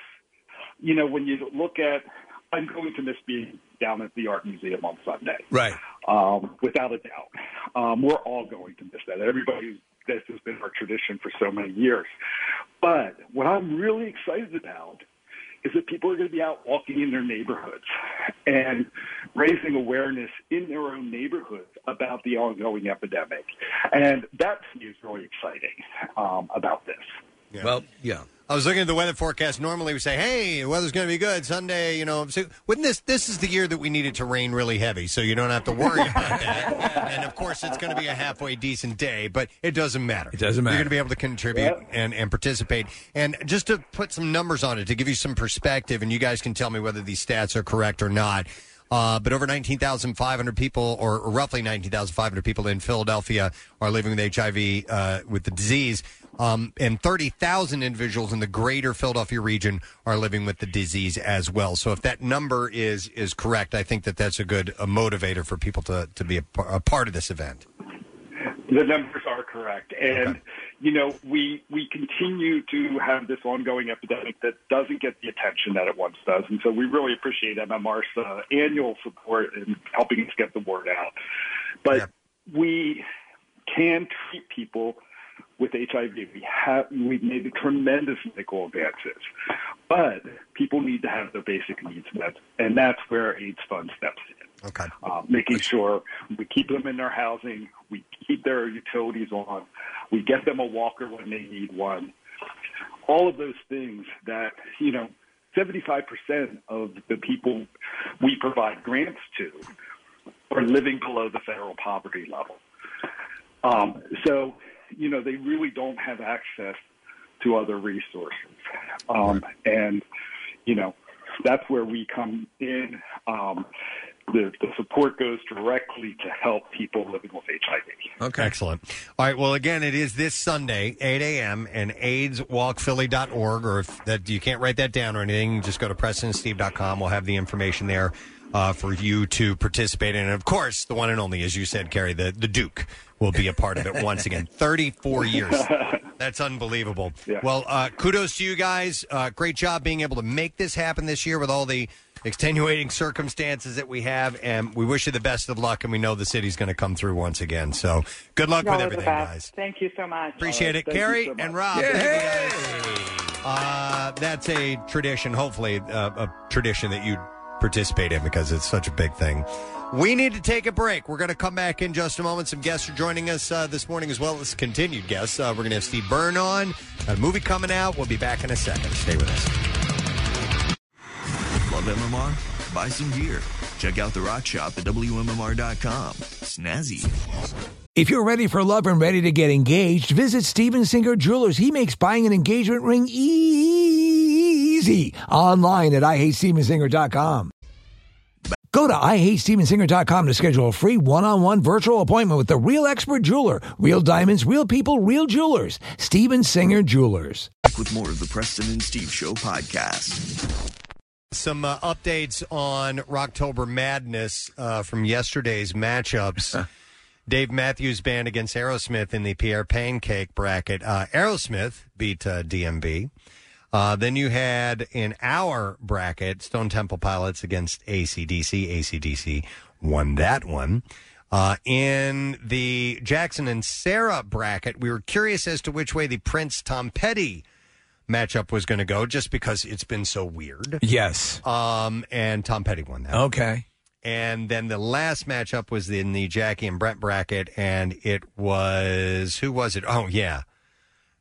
Speaker 6: you know, when you look at, I'm going to miss being down at the Art Museum on Sunday
Speaker 4: Right.
Speaker 6: um, without a doubt. Um, we're all going to miss that. Everybody, this has been our tradition for so many years. But what I'm really excited about is that people are going to be out walking in their neighborhoods and raising awareness in their own neighborhoods about the ongoing epidemic. And that to me is really exciting um, about this.
Speaker 2: Yeah.
Speaker 4: Well, yeah.
Speaker 2: I was looking at the weather forecast. Normally, we say, "Hey, the weather's going to be good Sunday." You know, so wouldn't this this is the year that we need it to rain really heavy, so you don't have to worry about that. and of course, it's going to be a halfway decent day, but it doesn't matter. It
Speaker 4: doesn't
Speaker 2: You're
Speaker 4: matter.
Speaker 2: going to be able to contribute and and participate. And just to put some numbers on it to give you some perspective, and you guys can tell me whether these stats are correct or not. Uh, but over 19,500 people, or roughly 19,500 people in Philadelphia, are living with HIV uh, with the disease. Um, and 30,000 individuals in the greater Philadelphia region are living with the disease as well. So if that number is is correct, I think that that's a good uh motivator for people to, to be a, par- a part of this event.
Speaker 6: The numbers are correct, and you know we we continue to have this ongoing epidemic that doesn't get the attention that it once does, and so we really appreciate MMR's uh, annual support in helping us get the word out. But we can treat people with HIV. We have we've made tremendous medical advances, but people need to have their basic needs met, and that's where AIDS Fund steps in
Speaker 2: Okay.
Speaker 6: uh, making sure we keep them in their housing, we keep their utilities on, we get them a walker when they need one. All of those things that, you know, 75% of the people we provide grants to are living below the federal poverty level. Um, so, you know, they really don't have access to other resources. Um, and, you know, that's where we come in. Um, the, the support goes directly to help people living with HIV.
Speaker 2: Okay. Excellent. All right. Well, again, it is this Sunday, 8 a.m., and AIDSWalkPhilly.org, or if that you can't write that down or anything, just go to PrestonandSteve.com. We'll have the information there uh, for you to participate in. And of course, the one and only, as you said, Kerry, the, the Duke will be a part of it once again. 34 years. That's unbelievable. Well, uh, kudos to you guys. Uh, great job being able to make this happen this year with all the extenuating circumstances that we have. And we wish you the best of luck. And we know the city's going to come through once again. So good luck
Speaker 21: Y'all
Speaker 2: with
Speaker 21: are the
Speaker 2: everything,
Speaker 21: best.
Speaker 2: guys.
Speaker 21: Thank you so much.
Speaker 2: Appreciate it. Carrie and Rob. thank you guys. Uh, that's a tradition, hopefully, uh, a tradition that you participate in because it's such a big thing. We need to take a break. We're going to come back in just a moment. Some guests are joining us uh, this morning as well as continued guests. Uh, we're going to have Steve Byrne on. Got a movie coming out. We'll be back in a second. Stay with us.
Speaker 17: Love MMR? Buy some gear. Check out the rock shop at WMMR.com. Snazzy.
Speaker 8: If you're ready for love and ready to get engaged, visit Steven Singer Jewelers. He makes buying an engagement ring easy online at IHateStevenSinger.com. Go to IHateStevenSinger.com to schedule a free one-on-one virtual appointment with the real expert jeweler. Real diamonds, real people, real jewelers. Steven Singer Jewelers.
Speaker 17: Back with more of the Preston and Steve Show podcast.
Speaker 2: Some uh, updates on Rocktober Madness uh, from yesterday's matchups. Dave Matthews Band against Aerosmith in the Pierre Pancake bracket. Uh, Aerosmith beat uh, DMB. Uh, then you had in our bracket Stone Temple Pilots against ACDC. ACDC won that one. Uh, in the Jackson and Sarah bracket, we were curious as to which way the Prince Tom Petty matchup was going to go just because it's been so weird.
Speaker 4: Yes.
Speaker 2: Um, and Tom Petty won that.
Speaker 4: Okay.
Speaker 2: And then the last matchup was in the Jackie and Brett bracket, and it was who was it? Oh yeah,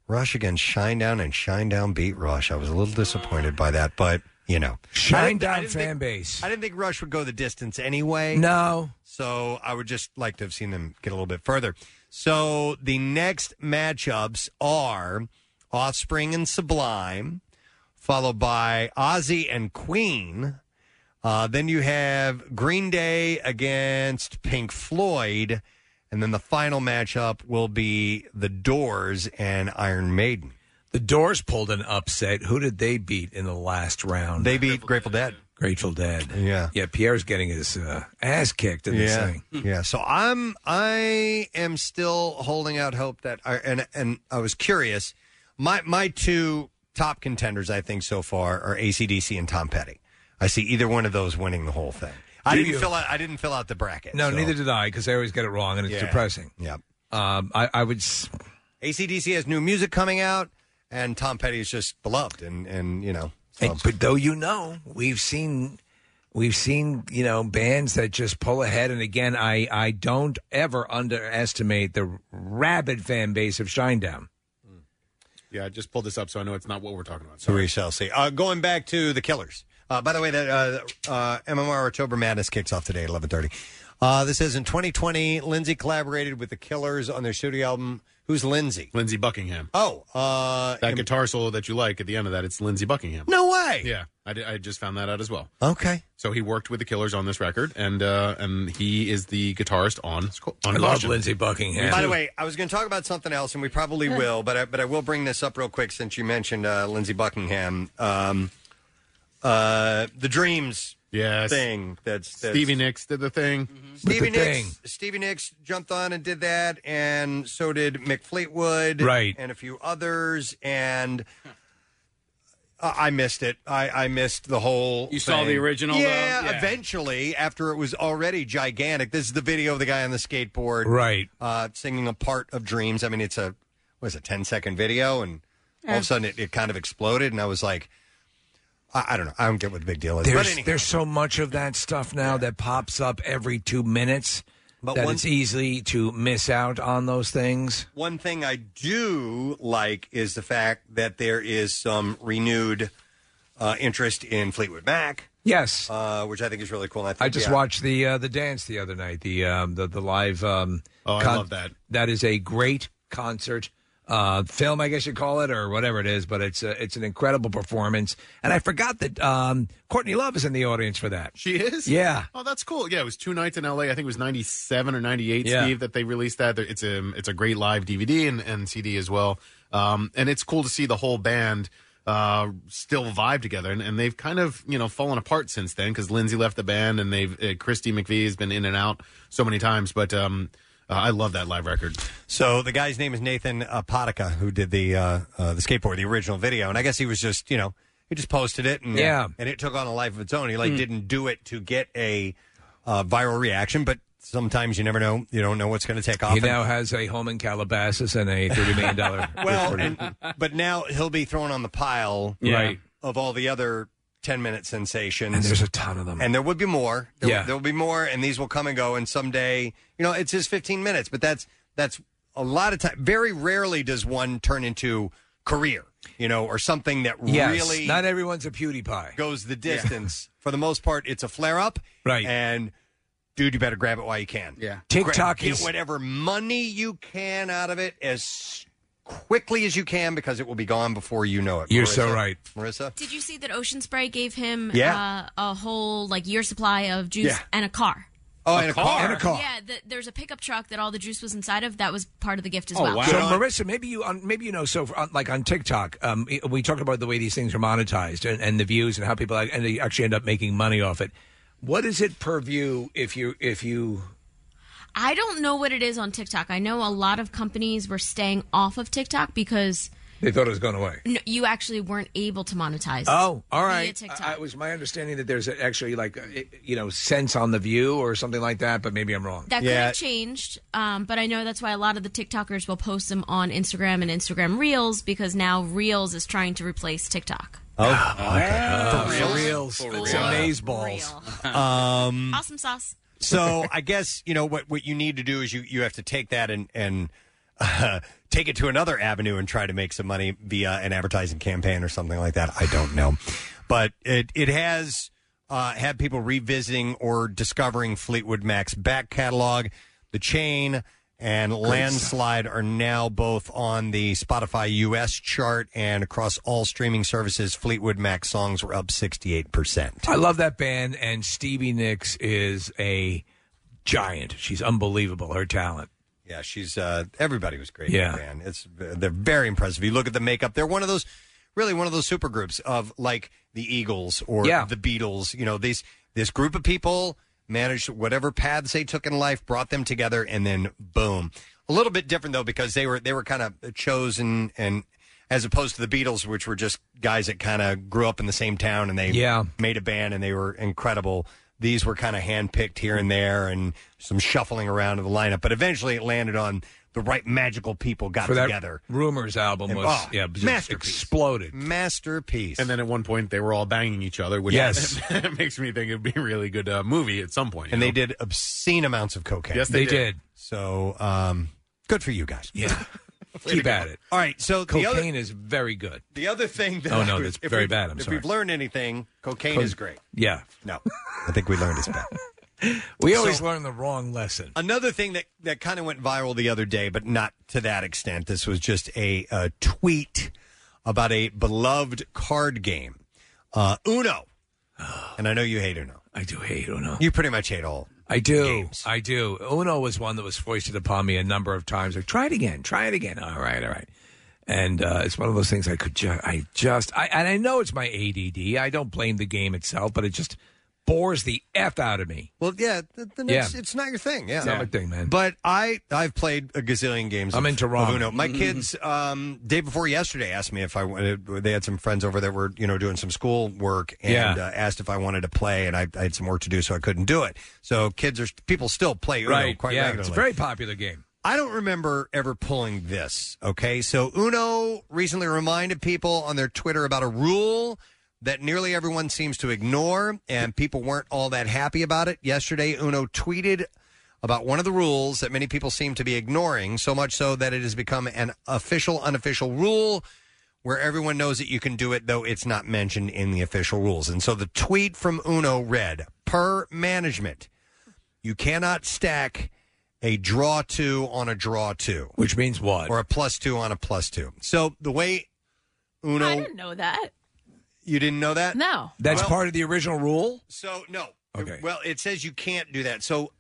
Speaker 2: Rush against Shinedown, and Shinedown beat Rush. I was a little disappointed by that, but you know,
Speaker 4: Shine
Speaker 2: I
Speaker 4: down
Speaker 2: didn't- I didn't
Speaker 4: fan
Speaker 2: think-
Speaker 4: base.
Speaker 2: I didn't think Rush would go the distance anyway.
Speaker 4: No.
Speaker 2: So I would just like to have seen them get a little bit further. So the next matchups are Offspring and Sublime, followed by Ozzy and Queen. Uh, then you have Green Day against Pink Floyd. And then the final matchup will be The Doors and Iron Maiden.
Speaker 4: The Doors pulled an upset. Who did they beat in the last round?
Speaker 2: They beat Grateful Dead.
Speaker 4: Grateful Dead.
Speaker 2: Yeah.
Speaker 4: Yeah, Pierre's getting his uh, ass kicked in this
Speaker 2: yeah.
Speaker 4: thing.
Speaker 2: Yeah. So I'm I am still holding out hope that I and and I was curious. My my two top contenders I think so far are ACDC and Tom Petty. I see either one of those winning the whole thing. I
Speaker 4: Do
Speaker 2: didn't
Speaker 4: you?
Speaker 2: fill out I didn't fill out the bracket.
Speaker 4: No,
Speaker 2: so-
Speaker 4: neither did I because I always get it wrong and it's
Speaker 2: Yeah.
Speaker 4: depressing.
Speaker 2: Yep.
Speaker 4: Um, I, I would. s-
Speaker 2: ACDC has new music coming out and Tom Petty is just beloved and and you know.
Speaker 4: Hey, but though you know, we've seen we've seen you know bands that just pull ahead, and again, I I don't ever underestimate the rabid fan base of Shinedown.
Speaker 7: Mm. Yeah, I just pulled this up so I know it's not what we're talking about.
Speaker 2: So we shall see. Uh, going back to the Killers. Uh, by the way, that uh, uh, MMR October Madness kicks off today at eleven thirty. Uh, this is in 2020. Lindsay collaborated with the Killers on their studio album. Who's Lindsay?
Speaker 7: Lindsay Buckingham.
Speaker 2: Oh, uh,
Speaker 7: that guitar solo that you like at the end of that, it's Lindsey Buckingham.
Speaker 2: No way.
Speaker 7: Yeah, I, did- I just found that out as well.
Speaker 2: Okay.
Speaker 7: So he worked with the Killers on this record, and uh, and he is the guitarist on. Sc- on
Speaker 4: I love
Speaker 7: Caution.
Speaker 4: Lindsey Buckingham.
Speaker 2: By the way, I was going to talk about something else, and we probably will, but I, but I will bring this up real quick since you mentioned uh, Lindsey Buckingham, um, uh, the Dreams
Speaker 7: Yes.
Speaker 2: thing. That's, that's
Speaker 7: Stevie Nicks did the thing.
Speaker 2: Stevie Nicks. Stevie Nicks jumped on and did that, and so did Mick Fleetwood,
Speaker 7: Right.
Speaker 2: and a few others, and. uh, I missed it. I, I missed the whole.
Speaker 5: You saw
Speaker 2: thing.
Speaker 5: the original, though?
Speaker 2: yeah,
Speaker 5: Yeah.
Speaker 2: Eventually, after it was already gigantic, this is the video of the guy on the skateboard,
Speaker 4: Right.
Speaker 2: Uh, singing a part of Dreams. I mean, it's a was a 10 second video, and all of
Speaker 4: Eh.
Speaker 2: a sudden it, it kind of exploded, and I was like, I, I don't know. I don't get what the big deal is. but
Speaker 4: There's,
Speaker 2: anyhow.
Speaker 4: there's so much of that stuff now that pops up every two minutes
Speaker 2: But
Speaker 4: that
Speaker 2: one-
Speaker 4: it's easy to miss out on those things.
Speaker 2: One thing I do like is the fact that there is some renewed uh, interest in Fleetwood Mac.
Speaker 4: Yes,
Speaker 2: uh, which I think is really cool. And I, think,
Speaker 4: I just
Speaker 2: yeah.
Speaker 4: watched the uh, the dance the other night. The um, the the live. Um, oh,
Speaker 2: I love that.
Speaker 4: That is a great concert uh, film, I guess you call it, or whatever it is. But it's a, it's an incredible performance. And I forgot that um, Courtney Love is in the audience for that.
Speaker 7: She is?
Speaker 4: Yeah.
Speaker 7: Oh, that's cool. Yeah, it was two nights in LA. I think it was 97 or 98,
Speaker 4: Yeah.
Speaker 7: Steve, that they released that. It's a, it's a great live DVD and, and CD as well. Um, and it's cool to see the whole band uh, still vibe together. And, and they've kind of, you know, fallen apart since then because Lindsay left the band and they've, uh, Christy McVie has been in and out so many times. But um, uh, I love that live record.
Speaker 2: So the guy's name is Nathan uh, Potica, who did the uh, uh, the skateboard, the original video, and I guess he was just you know he just posted it and
Speaker 4: Yeah.
Speaker 2: and it took on a life of its own. He like
Speaker 4: Mm.
Speaker 2: didn't do it to get a uh, viral reaction, but sometimes you never know. You don't know what's going to take off.
Speaker 4: He
Speaker 2: And-
Speaker 4: now has a home in Calabasas and a thirty million dollar.
Speaker 2: well, and, but now he'll be thrown on the pile
Speaker 4: Yeah. Right.
Speaker 2: of all the other 10 minute sensations.
Speaker 4: And there's a ton of them.
Speaker 2: And there would be more. There,
Speaker 4: Yeah.
Speaker 2: There will be more, and these will come and go. And someday, you know, it's just 15 minutes, but that's that's a lot of time. Very rarely does one turn into career, you know, or something that
Speaker 4: yes,
Speaker 2: really
Speaker 4: not everyone's a PewDiePie.
Speaker 2: goes the distance. For the most part, it's a flare up.
Speaker 4: Right.
Speaker 2: And. Dude, you better grab it while you can. Yeah,
Speaker 4: TikTok
Speaker 2: Get
Speaker 4: is-
Speaker 2: whatever money you can out of it as quickly as you can because it will be gone before you know it.
Speaker 4: You're so
Speaker 2: Marissa?
Speaker 4: right.
Speaker 2: Marissa.
Speaker 19: Did you see that Ocean Spray gave him
Speaker 2: Yeah.
Speaker 19: uh, a whole like year supply of juice
Speaker 2: Yeah.
Speaker 19: and a car?
Speaker 2: Oh, and a car. And a car.
Speaker 19: Yeah, the, there's a pickup truck that all the juice was inside of. That was part of
Speaker 2: Oh,
Speaker 19: the gift as well.
Speaker 4: So, Marissa, maybe you on, maybe you know. So, for, on, like on TikTok, um, i- we talk about the way these things are monetized and, and the views and how people ac- and they actually end up making money off it. What is it per view if you if you?
Speaker 19: I don't know what it is on TikTok. I know a lot of companies were staying off of TikTok because
Speaker 4: They thought it was going away.
Speaker 19: n you actually weren't able to monetize.
Speaker 4: Oh, all
Speaker 19: via
Speaker 4: right.
Speaker 19: TikTok.
Speaker 4: I, it was my understanding that there's actually like uh, it- you know cents on the view or something like that, but maybe I'm wrong.
Speaker 19: That could have changed, um, but I know that's why a lot of the TikTokers will post them on Instagram and Instagram Reels because now Reels is trying to replace TikTok.
Speaker 2: Oh,
Speaker 4: okay. For reals. For It's real. amazeballs.
Speaker 2: Um,
Speaker 19: awesome sauce.
Speaker 2: so I guess you know what what you need to do is you you have to take that and and uh, take it to another avenue and try to make some money via an advertising campaign or something like that. I don't know, but it it has uh, had people revisiting or discovering Fleetwood Mac's back catalog, The Chain. And Landslide are now both on the Spotify US chart and across all streaming services. Fleetwood Mac songs were up 68%.
Speaker 4: I love that band, and Stevie Nicks is a giant. She's unbelievable. Her talent.
Speaker 2: Yeah, she's uh, everybody was great.
Speaker 4: Yeah.
Speaker 2: Yeah, man, it's they're very impressive. You look at the makeup; they're one of those really one of those super groups of like the Eagles or
Speaker 4: Yeah.
Speaker 2: the Beatles. You know, these this group of people managed whatever paths they took in life, brought them together, and then boom. A little bit different though because they were they were kind of chosen and as opposed to the Beatles, which were just guys that kind of grew up in the same town and they
Speaker 4: Yeah.
Speaker 2: made a band and they were incredible. These were kind of handpicked here and there and some shuffling around of the lineup, but eventually it landed on the right magical people got
Speaker 4: For that
Speaker 2: together.
Speaker 4: Rumors album
Speaker 2: And-
Speaker 4: was
Speaker 2: oh,
Speaker 4: yeah just
Speaker 2: masterpiece.
Speaker 4: exploded.
Speaker 2: Masterpiece.
Speaker 7: And then at one point, they were all banging each other, which
Speaker 4: Yes.
Speaker 7: makes me think it'd be a really good uh, movie at some point.
Speaker 2: And they did obscene amounts of cocaine.
Speaker 7: Yes, they They did. did.
Speaker 2: So um, good for you guys.
Speaker 4: Yeah. Keep at it.
Speaker 2: All right, so the
Speaker 4: cocaine
Speaker 2: other-
Speaker 4: is very good.
Speaker 2: The other thing that
Speaker 4: Oh, no,
Speaker 2: I-
Speaker 4: that's
Speaker 2: if
Speaker 4: very
Speaker 2: we-
Speaker 4: bad. I'm
Speaker 2: if
Speaker 4: sorry.
Speaker 2: we've learned anything, cocaine
Speaker 4: Co-
Speaker 2: is great.
Speaker 4: Yeah.
Speaker 2: No. I think we learned it's bad.
Speaker 4: We always
Speaker 2: So-
Speaker 4: learn the wrong lesson.
Speaker 2: Another thing that, that kind of went viral the other day, but not to that extent. This was just a, uh tweet about a beloved card game, uh, Uno. And I know you hate Uno.
Speaker 4: I do hate Uno.
Speaker 2: You pretty much hate all.
Speaker 4: I do. I do. Uno was one that was foisted upon me a number of times. Like, try it again. Try it again. All right. All right. And uh, it's one of those things I could just, I just, I, and I know it's my ADD. I don't blame the game itself, but it just bores the F out of me.
Speaker 2: Well, yeah, the, the
Speaker 4: Yeah.
Speaker 2: next, it's not your thing. Yeah,
Speaker 4: It's not my thing, man.
Speaker 2: But I, I've played a gazillion games.
Speaker 4: I'm
Speaker 2: of-
Speaker 4: into
Speaker 2: of
Speaker 4: ramen.
Speaker 2: Uno. My
Speaker 4: Mhm.
Speaker 2: kids, um, day before yesterday, asked me if I wanted. They had some friends over that were, you know, doing some school work, and
Speaker 4: Yeah.
Speaker 2: uh, asked if I wanted to play, and I, I had some work to do, so I couldn't do it. So kids are people still play Uno
Speaker 4: right.
Speaker 2: quite
Speaker 4: yeah.
Speaker 2: regularly.
Speaker 4: It's a very popular game.
Speaker 2: I don't remember ever pulling this. Okay, so Uno recently reminded people on their Twitter about a rule that nearly everyone seems to ignore, and people weren't all that happy about it. Yesterday, Uno tweeted about one of the rules that many people seem to be ignoring, so much so that it has become an official, unofficial rule where everyone knows that you can do it, though it's not mentioned in the official rules. And so the tweet from Uno read Per management, you cannot stack a draw two on a draw two.
Speaker 4: Which means what?
Speaker 2: Or a plus two on a plus two. So the way
Speaker 3: I
Speaker 2: Uno,
Speaker 3: didn't know that.
Speaker 2: you didn't know that?
Speaker 3: No.
Speaker 4: That's part of the original rule?
Speaker 2: So, no. Okay. Well, it says you can't do that. So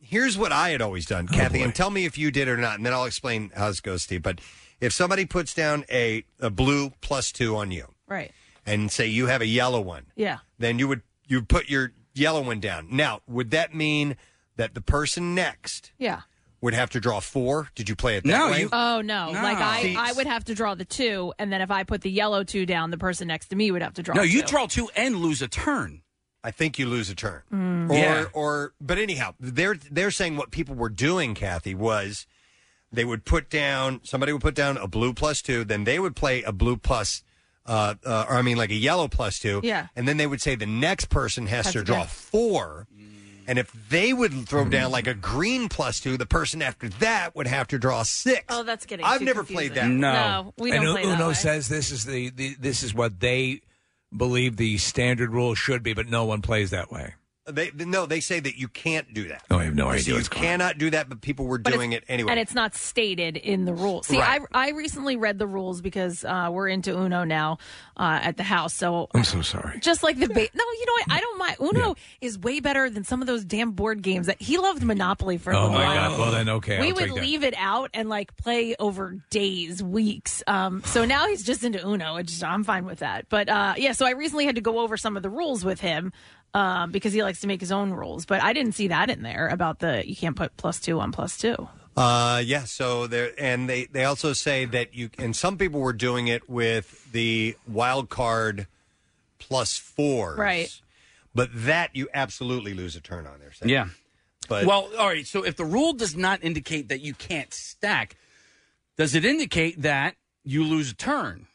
Speaker 2: here's what I had always done, Kathy, and tell me if you did or not, and then I'll explain how this goes, Steve. But if somebody puts down a, a blue plus two on you
Speaker 3: Right.
Speaker 2: and say you have a yellow one,
Speaker 3: Yeah.
Speaker 2: then you would you would put your yellow one down. Now, would that mean that the person next
Speaker 3: Yeah.
Speaker 2: would have to draw four? Did you play it that way?
Speaker 3: oh no.
Speaker 2: No.
Speaker 3: Like I,
Speaker 2: See-
Speaker 3: I would have to draw the two, and then if I put the yellow two down, the person next to me would have to draw.
Speaker 5: No,
Speaker 3: two.
Speaker 5: you draw two and lose a turn.
Speaker 2: I think you lose a turn.
Speaker 3: Mm.
Speaker 2: Or,
Speaker 5: Yeah.
Speaker 2: or, but anyhow, they're they're saying what people were doing, Kathy, was they would put down somebody would put down a blue plus two, then they would play a blue plus, uh, uh, or I mean like a yellow plus two,
Speaker 9: Yeah.
Speaker 2: and then they would say the next person has,
Speaker 9: Has
Speaker 2: to
Speaker 9: to
Speaker 2: draw
Speaker 9: guess.
Speaker 2: four, and if they would throw down like a green plus two, the person after that would have to draw six.
Speaker 3: Oh, that's getting.
Speaker 2: I've
Speaker 3: too
Speaker 2: never
Speaker 3: confusing.
Speaker 2: played that. No.
Speaker 3: no we don't
Speaker 4: and U-
Speaker 3: play that.
Speaker 4: Uno
Speaker 3: way.
Speaker 4: says this is the, the this is what they believe the standard rule should be, but no one plays that way. Oh,
Speaker 2: They no, they say that you can't do that.
Speaker 4: No, I have no idea
Speaker 2: So you
Speaker 4: what's going on.
Speaker 2: cannot do that, but people were doing it anyway.
Speaker 3: And it's not stated in the rules. See,
Speaker 2: Right.
Speaker 3: I I recently read the rules because uh, we're into Uno now uh, at the house. So
Speaker 4: I'm so sorry.
Speaker 3: just like the ba- no, you know what? I don't mind. Uno is way better than some of those damn board games that he loved Monopoly for. a
Speaker 4: Oh
Speaker 3: little
Speaker 4: my
Speaker 3: while.
Speaker 4: god! Well then, okay.
Speaker 3: we
Speaker 4: I'll
Speaker 3: would
Speaker 4: take that.
Speaker 3: leave it out and like play over days, weeks. Um, so now he's just into Uno, which I'm fine with that. But uh, yeah, so I recently had to go over some of the rules with him um, because he likes to make his own rules. But I didn't see that in there about the you can't put plus two on plus two.
Speaker 2: Uh, yeah. So there, and they they also say that you and some people were doing it with the wild card plus four,
Speaker 3: Right.
Speaker 2: But that you absolutely lose a turn on there. Sam.
Speaker 5: Yeah.
Speaker 2: But
Speaker 5: well, all right. So if the rule does not indicate that you can't stack, does it indicate that you lose a turn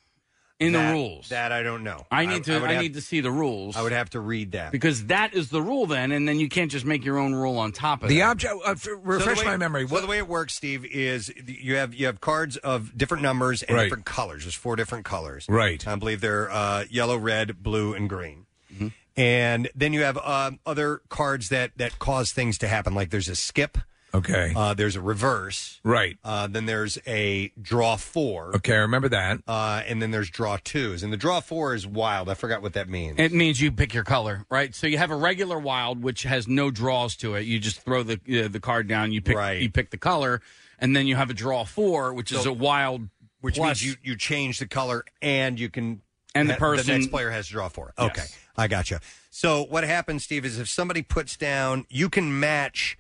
Speaker 5: in
Speaker 2: that-
Speaker 5: the rules?
Speaker 2: that I don't know.
Speaker 5: I need to.
Speaker 2: would
Speaker 5: I,
Speaker 2: have-
Speaker 5: need to see the rules.
Speaker 2: I would have to read that.
Speaker 5: because that is the rule then, and then you can't just make your own rule on top of
Speaker 2: The
Speaker 5: that.
Speaker 2: object-
Speaker 4: uh, f- refresh
Speaker 2: so the way,
Speaker 4: my memory.
Speaker 2: So the way it works, Steve, is you have you have cards of different numbers and
Speaker 4: Right.
Speaker 2: different colors. There's four different colors.
Speaker 4: Right.
Speaker 2: I believe they're uh, yellow, red, blue, and green.
Speaker 5: Mm-hmm.
Speaker 2: And then you have um, other cards that that cause things to happen. Like there's a skip.
Speaker 4: Okay.
Speaker 2: Uh, there's a reverse.
Speaker 4: Right.
Speaker 2: Uh, then there's a draw four.
Speaker 4: Okay, I remember that.
Speaker 2: Uh, and then there's draw twos. And the draw four is wild. I forgot what that means.
Speaker 5: It means you pick your color, right? So you have a regular wild, which has no draws to it. You just throw the uh, the card down. You pick you pick the color, and then you have a draw four, which is
Speaker 2: So-
Speaker 5: a wild,
Speaker 2: which
Speaker 5: plus-
Speaker 2: means you you change the color and you can
Speaker 5: And the
Speaker 2: ha-
Speaker 5: person-
Speaker 2: next player has to draw four. Okay, I gotcha. So what happens, Steve, is if somebody puts down, you can match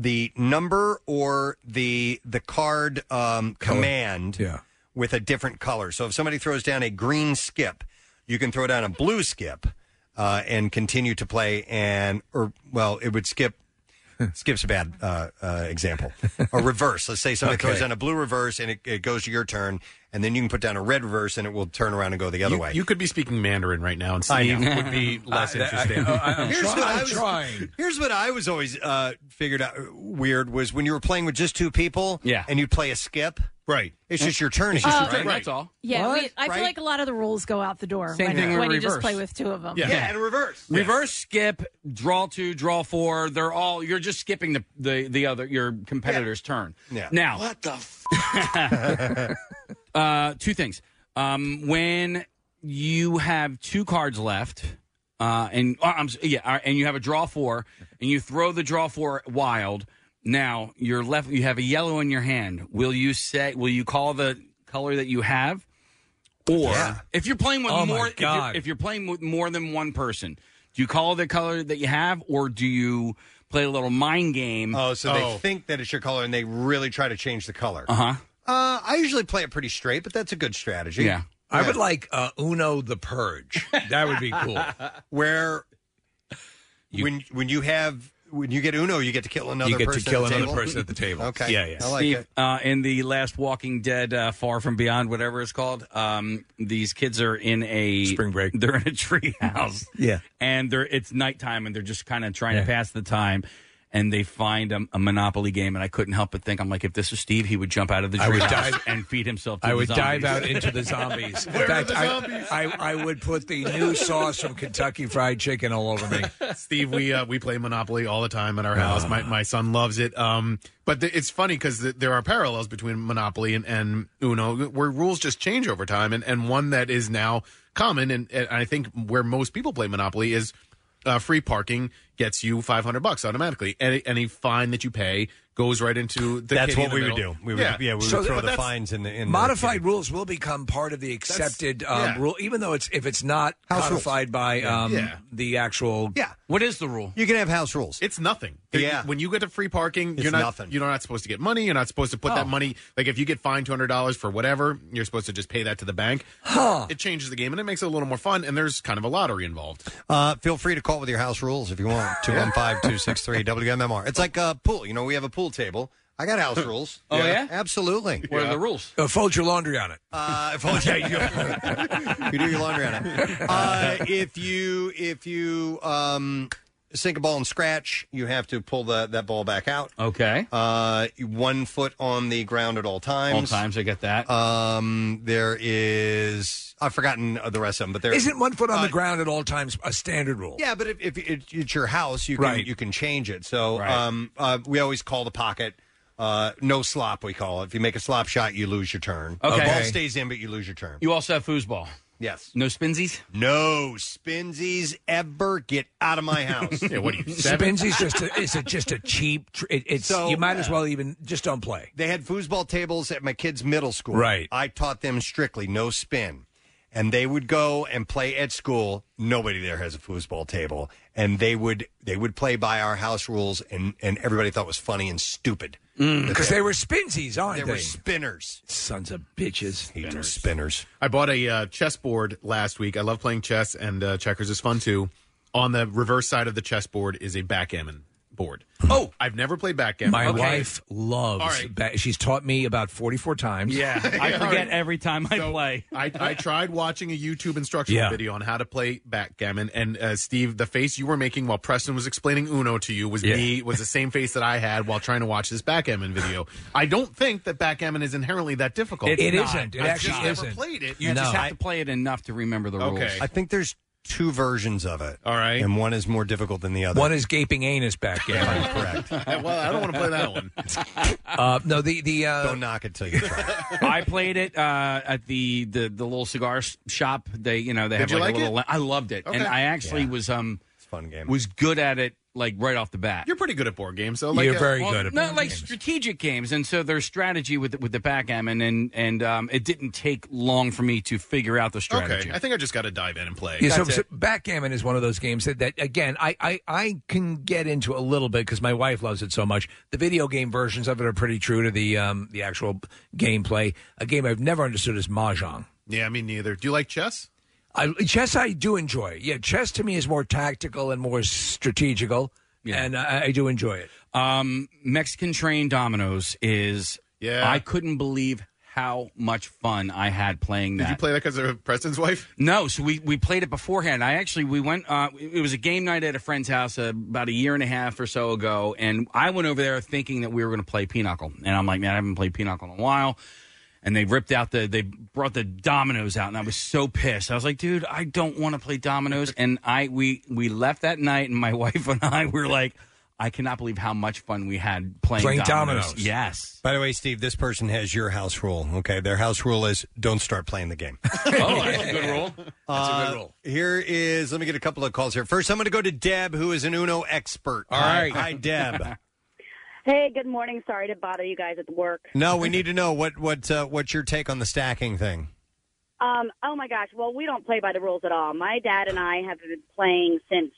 Speaker 2: the number or the the card um, command with a different color. So if somebody throws down a green skip, you can throw down a blue skip uh, and continue to play. And or well, it would skip. Skip's a bad uh, uh, example. A reverse. Let's say somebody
Speaker 4: Okay.
Speaker 2: throws down a blue reverse and it, it goes to your turn, and then you can put down a red reverse and it will turn around and go the other
Speaker 7: You-
Speaker 2: way.
Speaker 7: You could be speaking Mandarin right now, and
Speaker 2: I
Speaker 7: Steve
Speaker 2: know.
Speaker 7: would be less
Speaker 2: I- I-
Speaker 7: interested.
Speaker 2: I- I'm Here's try- what I I'm was-
Speaker 4: trying.
Speaker 2: Here's what I was always uh, figured out weird was when you were playing with just two people,
Speaker 5: Yeah.
Speaker 2: and you'd play a skip. Right. Oh, It's just your turn. It's just your turn.
Speaker 10: Yeah, we, I
Speaker 2: Right?
Speaker 10: feel like a lot of the rules go out the door
Speaker 5: Same
Speaker 10: when,
Speaker 5: thing with
Speaker 10: when you just
Speaker 5: reverse.
Speaker 10: play with two of them.
Speaker 5: reverse. Reverse skip, draw two, draw four. They're all you're just skipping the the, the other your competitor's turn.
Speaker 9: Yeah.
Speaker 5: Now
Speaker 9: What the
Speaker 5: F- uh, two things. Um, when you have two cards left, uh, and uh, I'm s- yeah, uh, and you have a draw four, and you throw the draw four wild. Now you're left. You have a yellow in your hand. Will you say? Will you call the color that you have? Or if you're playing with
Speaker 4: Oh, my
Speaker 5: more, if you're-
Speaker 4: God.
Speaker 5: if you're playing with more than one person, do you call the color that you have, or do you play a little mind game?
Speaker 2: Oh, so they think that it's your color and they really try to change the color.
Speaker 5: Uh huh.
Speaker 2: Uh, I usually play it pretty straight, but that's a good strategy.
Speaker 4: Yeah. I would
Speaker 2: Yeah.
Speaker 4: like uh, Uno the Purge. That would be cool.
Speaker 2: Where when when you have when you get Uno, you get to kill another.
Speaker 4: get to
Speaker 2: person
Speaker 4: kill
Speaker 2: at the
Speaker 4: another
Speaker 2: table?
Speaker 4: person at the table.
Speaker 2: Okay.
Speaker 4: Yeah, yeah.
Speaker 2: I like
Speaker 5: Steve,
Speaker 2: it.
Speaker 5: Uh, in the last Walking Dead, uh, Far From Beyond, whatever it's called, um, these kids are in a spring break. They're in a tree house.
Speaker 4: Yeah.
Speaker 5: and they're it's nighttime, and they're just kind of trying
Speaker 4: Yeah.
Speaker 5: to pass the time. And they find a, a Monopoly game, and I couldn't help but think, I'm like, if this was Steve, he would jump out of the
Speaker 4: I would
Speaker 5: tree house
Speaker 4: dive-
Speaker 5: and feed himself. To
Speaker 4: I
Speaker 5: the
Speaker 4: would dive
Speaker 5: zombies.
Speaker 4: out into the zombies. In fact, I, I, I would put the new sauce from Kentucky Fried Chicken all over me.
Speaker 7: Steve, we uh, we play Monopoly all the time in our house. My my son loves it. Um, but th- it's funny because th- there are parallels between Monopoly and, and Uno, where rules just change over time. And and one that is now common, and, and I think where most people play Monopoly is uh, free parking gets you five hundred bucks automatically. Any any fine that you pay goes right into the.
Speaker 2: That's
Speaker 7: kitty
Speaker 2: what
Speaker 7: in the
Speaker 2: we would
Speaker 7: middle.
Speaker 2: do. We would- yeah, we would So- throw but the that's- fines in the- in the
Speaker 4: Modified rules will become part of the accepted um,
Speaker 2: yeah.
Speaker 4: rule, even though it's if it's not
Speaker 2: House rules.
Speaker 4: codified by
Speaker 2: Yeah.
Speaker 4: um,
Speaker 2: Yeah.
Speaker 4: the actual.
Speaker 2: Yeah.
Speaker 5: What is the rule?
Speaker 2: You can have house rules.
Speaker 7: It's nothing.
Speaker 2: Yeah.
Speaker 7: When you get to free parking,
Speaker 2: It's
Speaker 7: you're not
Speaker 2: nothing. Oh.
Speaker 7: you're not supposed to get money. You're not supposed to put that money like if you get fined two hundred dollars for whatever, you're supposed to just pay that to the bank. It changes the game and it makes it a little more fun. And there's kind of a lottery involved.
Speaker 2: Uh, feel free to call with your house rules if you want. 215 263 WMMR. It's like a pool. You know, we have a pool table. I got house rules.
Speaker 4: Oh, yeah?
Speaker 2: Absolutely.
Speaker 4: What are the
Speaker 5: rules?
Speaker 4: Uh, fold your laundry on it.
Speaker 2: Uh, fold, yeah, you, you do your laundry on it. Uh, if you if you um, sink a ball and scratch, you have to pull the, that ball back out.
Speaker 5: Okay.
Speaker 2: Uh, one foot on the ground at all times.
Speaker 5: All times, I get that.
Speaker 2: Um, there is I've forgotten uh, the rest of them, but there Uh,
Speaker 4: Isn't one foot on the ground at all times a standard rule?
Speaker 2: yeah, but if, if it, it's your house, you can
Speaker 4: Right.
Speaker 2: you can change it. So um, uh, we always call the pocket. Uh, no slop, we call it. If you make a slop shot, you lose your turn.
Speaker 5: Okay.
Speaker 2: The ball stays in, but you lose your turn.
Speaker 5: You also have foosball.
Speaker 2: Yes.
Speaker 5: No spinsies.
Speaker 2: No spinsies ever. Get out of my house.
Speaker 4: Spinsy's just a, is it just a cheap? Tr- it, it's
Speaker 2: So- uh,
Speaker 4: you might as well even just don't play.
Speaker 2: They had foosball tables at my kids' middle school.
Speaker 4: Right.
Speaker 2: I taught them strictly no spin. And they would go and play at school. Nobody there has a foosball table. And they would they would play by our house rules and, and everybody thought it was funny and stupid.
Speaker 4: Because they were spinsies, aren't
Speaker 2: They
Speaker 4: they?
Speaker 2: were spinners.
Speaker 4: Sons of bitches.
Speaker 2: Hate those spinners.
Speaker 7: I bought a uh, chessboard last week. I love playing chess and uh, checkers is fun too. On the reverse side of the chessboard is a backgammon board.
Speaker 4: Oh,
Speaker 7: I've never played backgammon.
Speaker 4: My
Speaker 7: Okay.
Speaker 4: wife loves.
Speaker 7: All right.
Speaker 4: ba- she's taught me about forty-four times.
Speaker 7: all right. So,
Speaker 5: play.
Speaker 7: I, I tried watching a YouTube instructional
Speaker 4: Yeah.
Speaker 7: video on how to play backgammon, and uh, Steve, the face you were making while Preston was explaining Uno to you was
Speaker 4: Yeah.
Speaker 7: me was the same face that I had while trying to watch this backgammon video. I don't think that backgammon is inherently that difficult.
Speaker 4: It's
Speaker 7: It
Speaker 4: It not. isn't. It I've actually just never isn't.
Speaker 7: played it.
Speaker 5: You just have to play it enough to remember the rules.
Speaker 2: I think there's two versions of it. All right. And one is more difficult than the other.
Speaker 4: One is gaping anus backgammon.
Speaker 2: correct.
Speaker 7: well, I don't want to play that one.
Speaker 4: Uh, no, the the uh,
Speaker 2: don't knock it till you try.
Speaker 5: I played it uh, at the, the the little cigar s- shop. They you know they
Speaker 2: Did
Speaker 5: have
Speaker 2: you like
Speaker 5: like, a little.
Speaker 2: it?
Speaker 5: la- I loved it,
Speaker 2: Okay.
Speaker 5: and I actually
Speaker 2: Yeah.
Speaker 5: was um
Speaker 2: It's a fun game.
Speaker 5: was good at it like right off the bat.
Speaker 7: You're pretty good at board games, though.
Speaker 5: Like, uh, well, not like strategic games, and so there's strategy with with the backgammon, and and um, it didn't take long for me to figure out the strategy.
Speaker 7: Okay, I think I just got to dive in and play.
Speaker 4: Yeah, so, so backgammon is one of those games that, that again, I, I, I can get into a little bit because my wife loves it so much. The video game versions of it are pretty true to the um, the actual gameplay. A game I've never understood is mahjong.
Speaker 7: Yeah, me neither. Do you like chess?
Speaker 4: I, chess, I do enjoy. Yeah, chess to me is more tactical and more strategical, and I, I do enjoy it.
Speaker 5: Um, Mexican Train Dominoes is.
Speaker 7: Yeah.
Speaker 5: I couldn't believe how much fun I had playing that.
Speaker 7: Did you play that because of Preston's wife?
Speaker 5: No, so we, we played it beforehand. I actually we went. Uh, it was a game night at a friend's house uh, about a year and a half or so ago, and I went over there thinking that we were going to play Pinochle, and I'm like, man, I haven't played Pinochle in a while. and they ripped out the they brought the dominoes out and I was so pissed. I was like, dude, I don't want to play dominoes. And I we we left that night and my wife and I were like, I cannot believe how much fun we had playing,
Speaker 2: Playing
Speaker 5: dominoes.
Speaker 2: dominoes.
Speaker 5: Yes.
Speaker 2: By the way, Steve, this person has your house rule. Okay, their house rule is don't start playing the game.
Speaker 5: oh, that's a good rule.
Speaker 2: Uh, Here is. Let me get a couple of calls here. First, I'm going to go to Deb, who is an Uno expert.
Speaker 9: All
Speaker 2: Hi-
Speaker 9: right.
Speaker 2: hi Deb.
Speaker 11: Hey, good morning. Sorry to bother you guys at work.
Speaker 2: no, we need to know what what uh, what's your take on the stacking thing.
Speaker 11: Um, oh my gosh. Well, we don't play by the rules at all. My dad and I have been playing since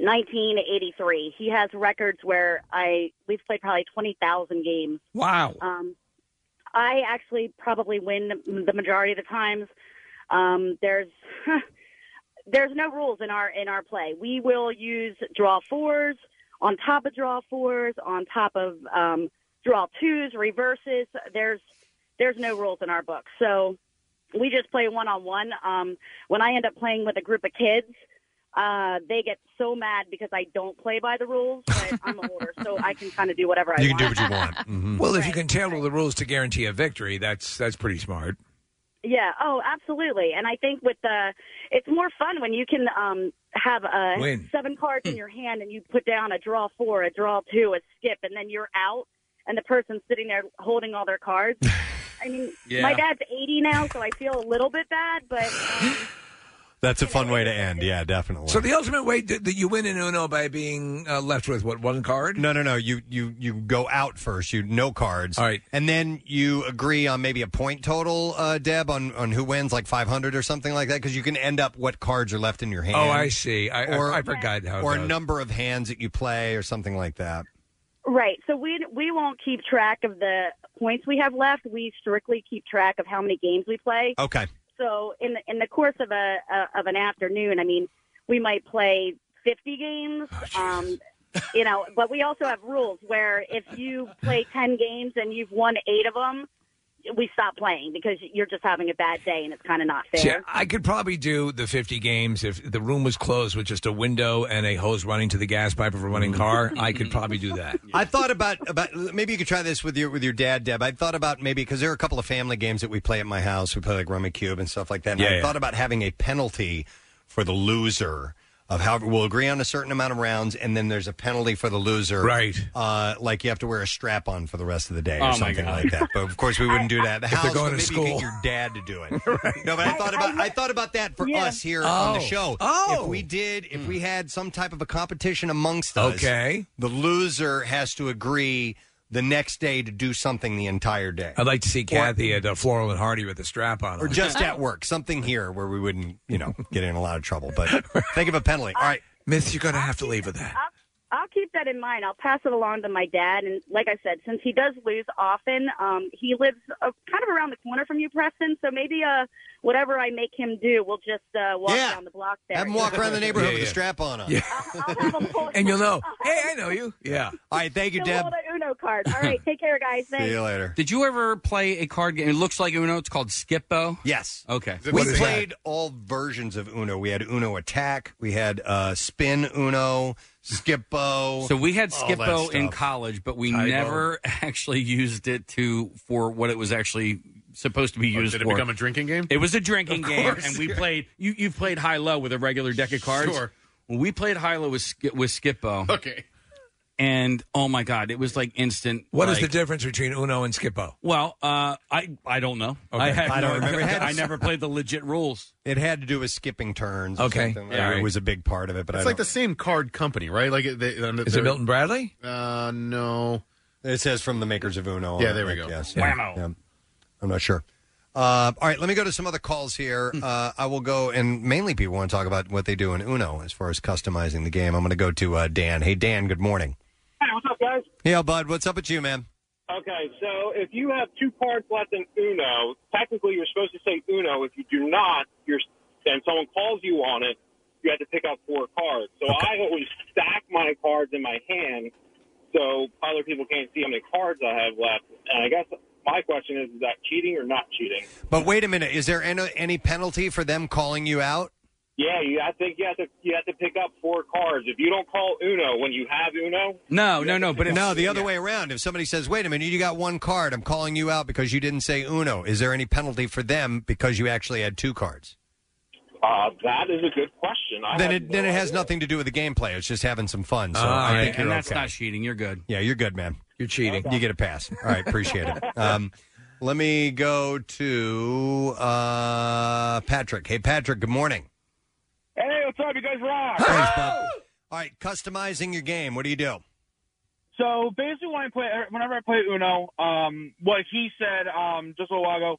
Speaker 11: 1983. He has records where I we've played probably 20,000 games.
Speaker 9: Wow.
Speaker 11: Um, I actually probably win the majority of the times. Um, there's there's no rules in our in our play. We will use draw fours on top of draw fours on top of um, draw twos, reverses. There's there's no rules in our book, so we just play one on one. Um, when I end up playing with a group of kids, uh, they get so mad because I don't play by the rules, but I'm older, so I can kind of do whatever I
Speaker 4: You
Speaker 11: want.
Speaker 4: can do what you want. Well, if you can tailor the rules to guarantee a victory, that's that's pretty smart.
Speaker 11: Yeah. Oh, absolutely. And I think with the, it's more fun when you can um, have a
Speaker 4: Win.
Speaker 11: seven cards in your hand and you put down a draw four, a draw two, a skip, and then you're out, and the person's sitting there holding all their cards. I mean,
Speaker 2: Yeah.
Speaker 11: my dad's 80 now, so I feel a little bit bad, but um,
Speaker 2: That's a fun way to end. Yeah, definitely.
Speaker 4: So the ultimate way that that you win in Uno by being uh, left with what one card?
Speaker 2: No, no, no. You you you go out first. You no cards. All right, and then you agree on maybe a point total, uh, Deb, on on who wins, like 500 or something like that, because you can end up what cards are left in your hand.
Speaker 4: Oh, I see. I, I, I forgot how. it
Speaker 2: or a
Speaker 4: goes.
Speaker 2: number of hands that you play, or something like that.
Speaker 11: right. So we we won't keep track of the points we have left. We strictly keep track of how many games we play.
Speaker 2: Okay.
Speaker 11: So in the, in the course of a, a of an afternoon, I mean, we might play 50 games. um, you know, but we also have rules where if you play 10 games and you've won eight of them, we stop playing because you're just having a bad day and it's kind of not fair.
Speaker 4: See, I could probably do the 50 games if the room was closed with just a window and a hose running to the gas pipe of a running
Speaker 2: Mm-hmm.
Speaker 4: car. I could probably do that.
Speaker 2: I thought about about maybe you could try this with your with your dad, Deb. I thought about maybe because there are a couple of family games that we play at my house. We play like Rummy Cube and stuff like that. And
Speaker 9: Yeah,
Speaker 2: I
Speaker 9: yeah.
Speaker 2: thought about having a penalty for the loser of however we'll agree on a certain amount of rounds, and then there's a penalty for the loser,
Speaker 4: Right.
Speaker 2: Uh, like you have to wear a strap on for the rest of the day
Speaker 4: Oh,
Speaker 2: or
Speaker 4: my
Speaker 2: something
Speaker 4: God.
Speaker 2: like that. But of course, we wouldn't do that. At the
Speaker 4: If they're
Speaker 2: house,
Speaker 4: going
Speaker 2: but
Speaker 4: to
Speaker 2: maybe you get
Speaker 4: school.
Speaker 2: your dad to do it. No, but I thought about I, thought about that for
Speaker 9: Yeah.
Speaker 2: us here on the
Speaker 9: Oh.
Speaker 2: show.
Speaker 9: Oh.
Speaker 2: if we did, if we had some type of a competition amongst us,
Speaker 4: Hmm. Okay.
Speaker 2: the loser has to agree the next day to do something the entire day,
Speaker 4: I'd like to see Kathy at uh, Floral and Hardy with a strap on.
Speaker 2: or just at work, something here where we wouldn't, you know, get in a lot of trouble. But think of a penalty. All right,
Speaker 4: Miss, you're going to have to leave with that.
Speaker 11: I'll keep that in mind. I'll pass it along to my dad. And like I said, since he does lose often, um, he lives uh, kind of around the corner from you, Preston. So maybe uh, whatever I make him do, we'll just uh, walk
Speaker 2: Yeah.
Speaker 11: down the block there.
Speaker 2: Have him walk around the neighborhood
Speaker 4: Yeah,
Speaker 2: with a
Speaker 4: yeah.
Speaker 2: strap on. on.
Speaker 4: Yeah. and you'll know. Hey, I know you. Yeah.
Speaker 2: All right, thank
Speaker 11: Still hold a Uno card. All right, take care, guys. Thanks.
Speaker 2: later.
Speaker 5: Did you ever play a card game? It looks like Uno. It's called Skippo.
Speaker 2: Yes.
Speaker 5: Okay.
Speaker 2: We played all versions of Uno. We had Uno Attack. We had uh, Spin Uno, Skippo.
Speaker 5: So we had
Speaker 2: all that
Speaker 5: Skippo in
Speaker 2: stuff.
Speaker 5: college, but we
Speaker 2: Typo.
Speaker 5: never actually used it to for what it was actually supposed to be
Speaker 7: Oh,
Speaker 5: used
Speaker 7: did it
Speaker 5: for.
Speaker 7: become a drinking game?
Speaker 5: It was a drinking
Speaker 7: Of
Speaker 5: game,
Speaker 7: course.
Speaker 5: and we played. You you've played high low with a regular deck of cards.
Speaker 7: Sure.
Speaker 5: Well, we played high low with Sk- with Skippo.
Speaker 7: Okay.
Speaker 5: And oh my god, it was like instant.
Speaker 4: What is
Speaker 5: like-
Speaker 4: the difference between Uno and Skippo?
Speaker 5: Well, uh, I I don't know.
Speaker 4: Okay.
Speaker 5: I, had
Speaker 4: I
Speaker 5: no
Speaker 4: don't
Speaker 5: idea.
Speaker 4: remember.
Speaker 5: I never played the legit rules.
Speaker 2: It had to do with skipping turns. or
Speaker 7: Okay.
Speaker 2: something.
Speaker 7: Yeah,
Speaker 2: Or It
Speaker 7: right.
Speaker 2: was a big part of it, but
Speaker 7: it's
Speaker 2: I
Speaker 7: like
Speaker 2: don't-
Speaker 7: the same card company, right? Like it- they, um,
Speaker 2: Is it Milton
Speaker 4: Bradley?
Speaker 7: Uh, no.
Speaker 2: It says from the makers of Uno. on
Speaker 7: Yeah,
Speaker 2: it,
Speaker 7: there we
Speaker 2: I
Speaker 7: go.
Speaker 2: guess.
Speaker 7: Whammo.
Speaker 2: Yeah. I'm not sure. Uh, all right, let me go to some other calls here. Uh, I will go, and mainly people want to talk about what they do in Uno as far as customizing the game. I'm going to go to uh, Dan. Hey, Dan, good morning.
Speaker 22: Hey, what's up, guys?
Speaker 2: Yeah, bud, what's up with you, man?
Speaker 22: Okay, so if you have two cards left in Uno, technically you're supposed to say Uno. If you do not, you're and someone calls you on it, you have to pick up four cards. So I always stack my cards in my hand, so other people can't see how many cards I have left. And I guess my question is: Is that cheating or not cheating?
Speaker 2: But wait a minute, is there any, any penalty for them calling you out?
Speaker 22: Yeah, you, I think you have to you have to pick up four cards. If you don't call Uno when you have Uno,
Speaker 5: No, no, no. But if,
Speaker 2: no, the other way around. If somebody says, "Wait a minute, you got one card. I'm calling you out because you didn't say Uno." Is there any penalty for them because you actually had two cards?
Speaker 22: uh, that is a good question. I
Speaker 2: then
Speaker 22: have
Speaker 2: it then it has nothing to do with the gameplay. It's just having some fun. So
Speaker 5: Ah,
Speaker 2: I
Speaker 5: right.
Speaker 2: think you're
Speaker 5: And that's
Speaker 2: okay.
Speaker 5: not cheating. You're good.
Speaker 2: Yeah, you're good, man.
Speaker 4: You're cheating.
Speaker 2: You get a pass. All right, appreciate it. Um, let me go to uh, Patrick. Hey, Patrick. Good morning.
Speaker 13: Hey, what's up? You guys rock.
Speaker 2: All right, customizing your game. What do you do?
Speaker 13: So basically, when I play, whenever I play Uno, um, what he said um, just a little while ago,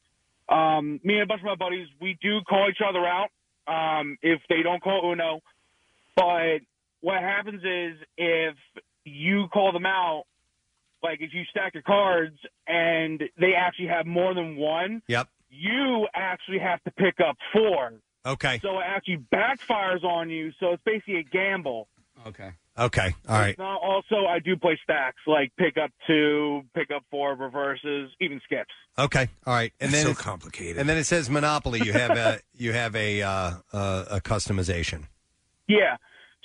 Speaker 13: um, me and a bunch of my buddies, we do call each other out um, if they don't call Uno. But what happens is if you call them out, like if you stack your cards and they actually have more than one,
Speaker 2: Yep.
Speaker 13: you actually have to pick up four.
Speaker 2: Okay.
Speaker 13: So it actually backfires on you. So it's basically a gamble.
Speaker 5: Okay.
Speaker 2: Okay. All right.
Speaker 13: Now, also, I do play stacks, like pick up two, pick up four, reverses, even skips.
Speaker 2: Okay. All right. And
Speaker 13: That's
Speaker 2: then
Speaker 13: so
Speaker 2: complicated. And then it says Monopoly. You have a you have a uh, uh, a customization.
Speaker 13: Yeah.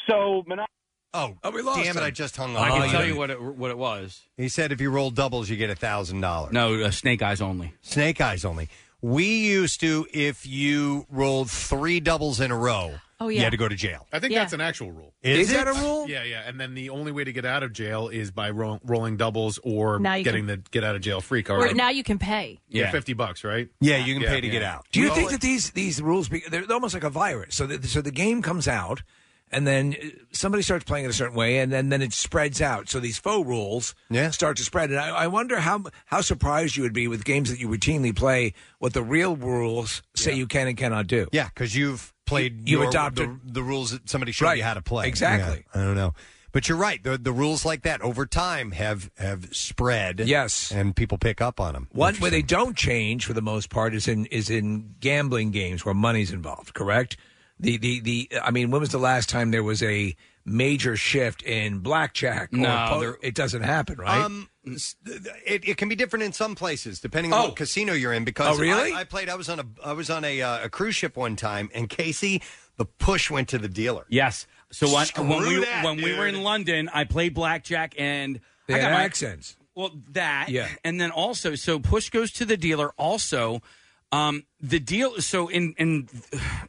Speaker 13: So, Monopoly.
Speaker 2: Oh,
Speaker 4: oh, we
Speaker 2: lost Damn it, him. I just hung
Speaker 5: I
Speaker 2: up.
Speaker 5: can
Speaker 2: Oh,
Speaker 5: tell
Speaker 2: yeah.
Speaker 5: you what it, what it was.
Speaker 2: He said if you roll doubles, you get a thousand dollars.
Speaker 5: No, uh, snake eyes only.
Speaker 2: Snake eyes only. We used to if you rolled three doubles in a row.
Speaker 13: Oh,
Speaker 2: You
Speaker 13: yeah.
Speaker 2: had to go to jail.
Speaker 7: I think
Speaker 13: Yeah.
Speaker 7: that's an actual rule.
Speaker 2: Is Is that it? a rule?
Speaker 7: Yeah, yeah. And then the only way to get out of jail is by ro- rolling doubles or
Speaker 10: Now you
Speaker 7: getting the get out of jail free card.
Speaker 10: Or now you can pay.
Speaker 7: yeah,
Speaker 4: Yeah.
Speaker 7: fifty bucks, right?
Speaker 2: Yeah, you can
Speaker 4: pay to
Speaker 7: yeah.
Speaker 4: get out. Do you think that these these rules be, they're almost like a virus? So that, so the game comes out, and then uh, somebody starts playing it a certain way, and then, then it spreads out. So these faux rules start to spread. And I, I wonder how how surprised you would be with games that you routinely play what the real rules say you can and cannot do.
Speaker 2: Yeah, because you've played
Speaker 4: you
Speaker 2: your-
Speaker 4: adopted
Speaker 2: the, the rules that somebody showed
Speaker 4: Right.
Speaker 2: you how to play.
Speaker 4: Exactly.
Speaker 2: Yeah, I don't know, but you're right. The the rules like that over time have have spread. Yes, and people pick up on them.
Speaker 4: One where they don't change for the most part is in is in gambling games where money's involved. Correct. The the the. I mean, when was the last time there was a major shift in blackjack? or
Speaker 2: No,
Speaker 4: po-
Speaker 2: there-
Speaker 4: it doesn't happen, right?
Speaker 2: Um, s- th- th- it, it can be different in some places depending on
Speaker 5: Oh.
Speaker 2: what casino you're in. Because
Speaker 4: Oh, really?
Speaker 2: I, I played. I was on a I was on a, uh, a cruise ship one time, and Casey, the push went to the dealer.
Speaker 5: Yes. So when,
Speaker 2: Screw
Speaker 5: when we
Speaker 2: that,
Speaker 5: when we were in London, I played blackjack and
Speaker 4: They
Speaker 5: I
Speaker 4: had
Speaker 5: got my
Speaker 4: accents.
Speaker 5: Well, that
Speaker 4: Yeah.
Speaker 5: and then also so push goes to the dealer. Also, um, the deal. So in in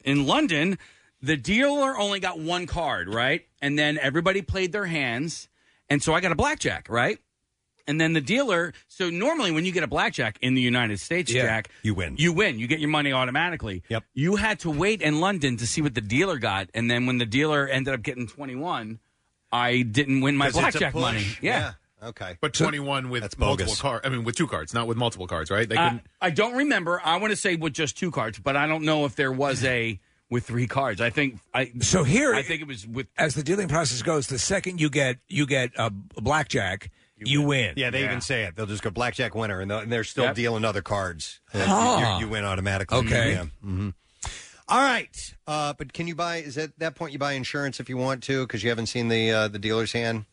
Speaker 5: in London, the dealer only got one card, right? And then everybody played their hands, and so I got a blackjack, right? And then the dealer. So normally, when you get a blackjack in the United States,
Speaker 2: Yeah.
Speaker 5: Jack,
Speaker 2: You win.
Speaker 5: You win. You get your money automatically. Yep. You had to wait in London to see what the dealer got, and then when the dealer ended up getting twenty one, I didn't win my
Speaker 7: 'Cause it's a
Speaker 5: blackjack
Speaker 7: push.
Speaker 5: money. yeah.
Speaker 2: Okay.
Speaker 7: But twenty one with multiple
Speaker 2: bogus.
Speaker 7: cards. I mean, with two cards, not with multiple cards, right? They
Speaker 5: Uh,
Speaker 7: can.
Speaker 5: I don't remember. I want to say with just two cards, but I don't know if there was a with three cards. I think I.
Speaker 4: So here-
Speaker 5: I think it was with.
Speaker 4: as the dealing process goes, the second you get you get a blackjack, you, win.
Speaker 2: Yeah, they even say it. They'll just go blackjack winner, and, they'll- and they're still
Speaker 4: Yep.
Speaker 2: dealing other cards. Uh, you-
Speaker 4: Huh.
Speaker 2: you, you win automatically.
Speaker 5: Mm-hmm.
Speaker 4: Okay.
Speaker 2: Yeah. Mhm. All right, uh, but can you buy? Is at that point you buy insurance if you want to because you haven't seen the uh, the dealer's hand?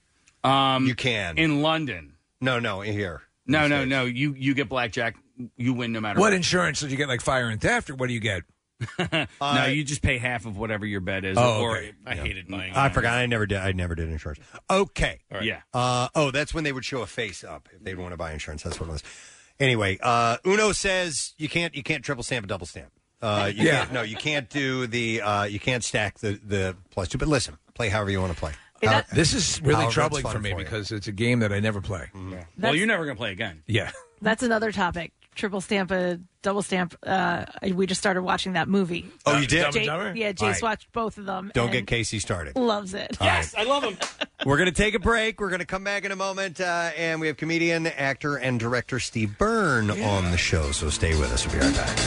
Speaker 5: Um,
Speaker 2: you can
Speaker 5: in London.
Speaker 2: No, no, here.
Speaker 5: No, no, no. You you get blackjack. You win no matter
Speaker 4: What
Speaker 5: what.
Speaker 4: insurance did you get? Like fire and theft, or what do you get?
Speaker 2: Uh,
Speaker 5: no, you just pay half of whatever your bet is.
Speaker 4: Oh,
Speaker 5: or
Speaker 4: okay.
Speaker 5: I hated buying.
Speaker 2: Mm, I forgot. I never did. I never did insurance. Okay.
Speaker 5: Yeah.
Speaker 2: Uh, oh, that's when they would show a face up if they'd want to buy insurance. That's what it was. Anyway, uh, Uno says you can't you can't triple stamp a double stamp. Uh, you
Speaker 4: Yeah.
Speaker 2: Can't, no, you can't do the uh, you can't stack the the plus two. But listen, play however you want to play.
Speaker 4: How- this is really
Speaker 2: however it's
Speaker 4: troubling
Speaker 2: fun
Speaker 4: for me
Speaker 2: you.
Speaker 4: because it's a game that I never play.
Speaker 15: Mm-hmm.
Speaker 5: Well, you're never gonna play again.
Speaker 4: Yeah.
Speaker 10: That's another topic. Triple stamp a double stamp. Uh, we just started watching that movie.
Speaker 2: Oh, you did?
Speaker 10: Jay-
Speaker 2: Dumb and Dumber?
Speaker 10: yeah,
Speaker 2: All
Speaker 10: Jace
Speaker 2: right.
Speaker 10: watched both of them.
Speaker 2: Don't
Speaker 10: and
Speaker 2: get Casey started.
Speaker 10: Loves it.
Speaker 2: All Yes,
Speaker 5: I love him.
Speaker 2: We're going to take a break. We're going to come back in a moment, uh, and we have comedian, actor, and director Steve Byrne on the show. So stay with us. We'll be right back.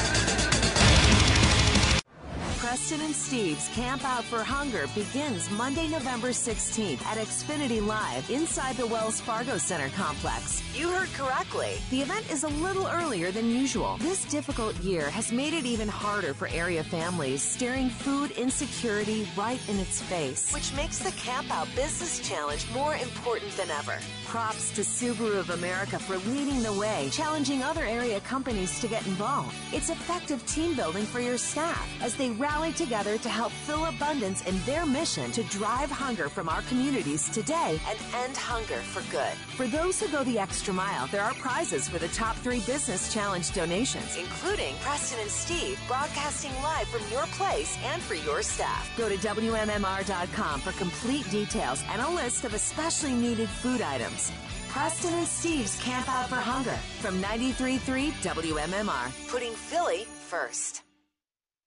Speaker 14: Preston and Steve's Camp Out for Hunger begins Monday, November 16th at Xfinity Live inside the Wells Fargo Center complex. You heard correctly. The event is a little earlier than usual. This difficult year has made it even harder for area families, staring food insecurity right in its face, which makes the Camp Out Business Challenge more important than ever. Props to Subaru of America for leading the way, challenging other area companies to get involved. It's effective team building for your staff as they rally rallied together to help fill abundance in their mission to drive hunger from our communities today and end hunger for good. For those who go the extra mile, there are prizes for the top three Business Challenge donations, including Preston and Steve broadcasting live from your place and for your staff. Go to WMMR.com for complete details and a list of especially needed food items. Preston and Steve's Camp Out for Hunger from 93.3 WMMR, putting Philly first.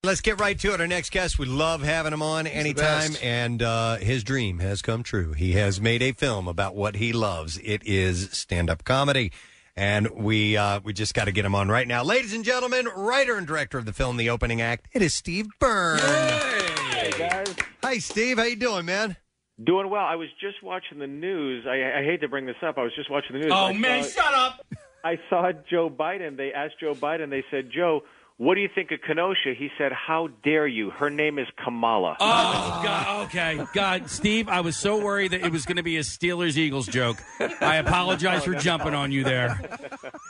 Speaker 2: Let's get right to it. Our next guest, we love having him on anytime, and uh, his dream has come true. He has made a film about what he loves. It is stand-up comedy, and we uh, we just got to get him on right now, ladies and gentlemen. Writer and director of the film, The Opening Act. It is Steve Byrne.
Speaker 15: Hey guys,
Speaker 2: Hi, Steve. How you doing, man?
Speaker 15: doing well. I was just watching the news. I, I hate to bring this up. I was just watching the news.
Speaker 5: Oh,
Speaker 15: I
Speaker 5: man, shut up!
Speaker 15: I saw Joe Biden. They asked Joe Biden. They said, Joe, what do you think of Kenosha? He said, How dare you? Her name is Kamala.
Speaker 5: Oh, God. Okay. God, Steve, I was so worried that it was going to be a Steelers Eagles joke. I apologize for jumping on you there.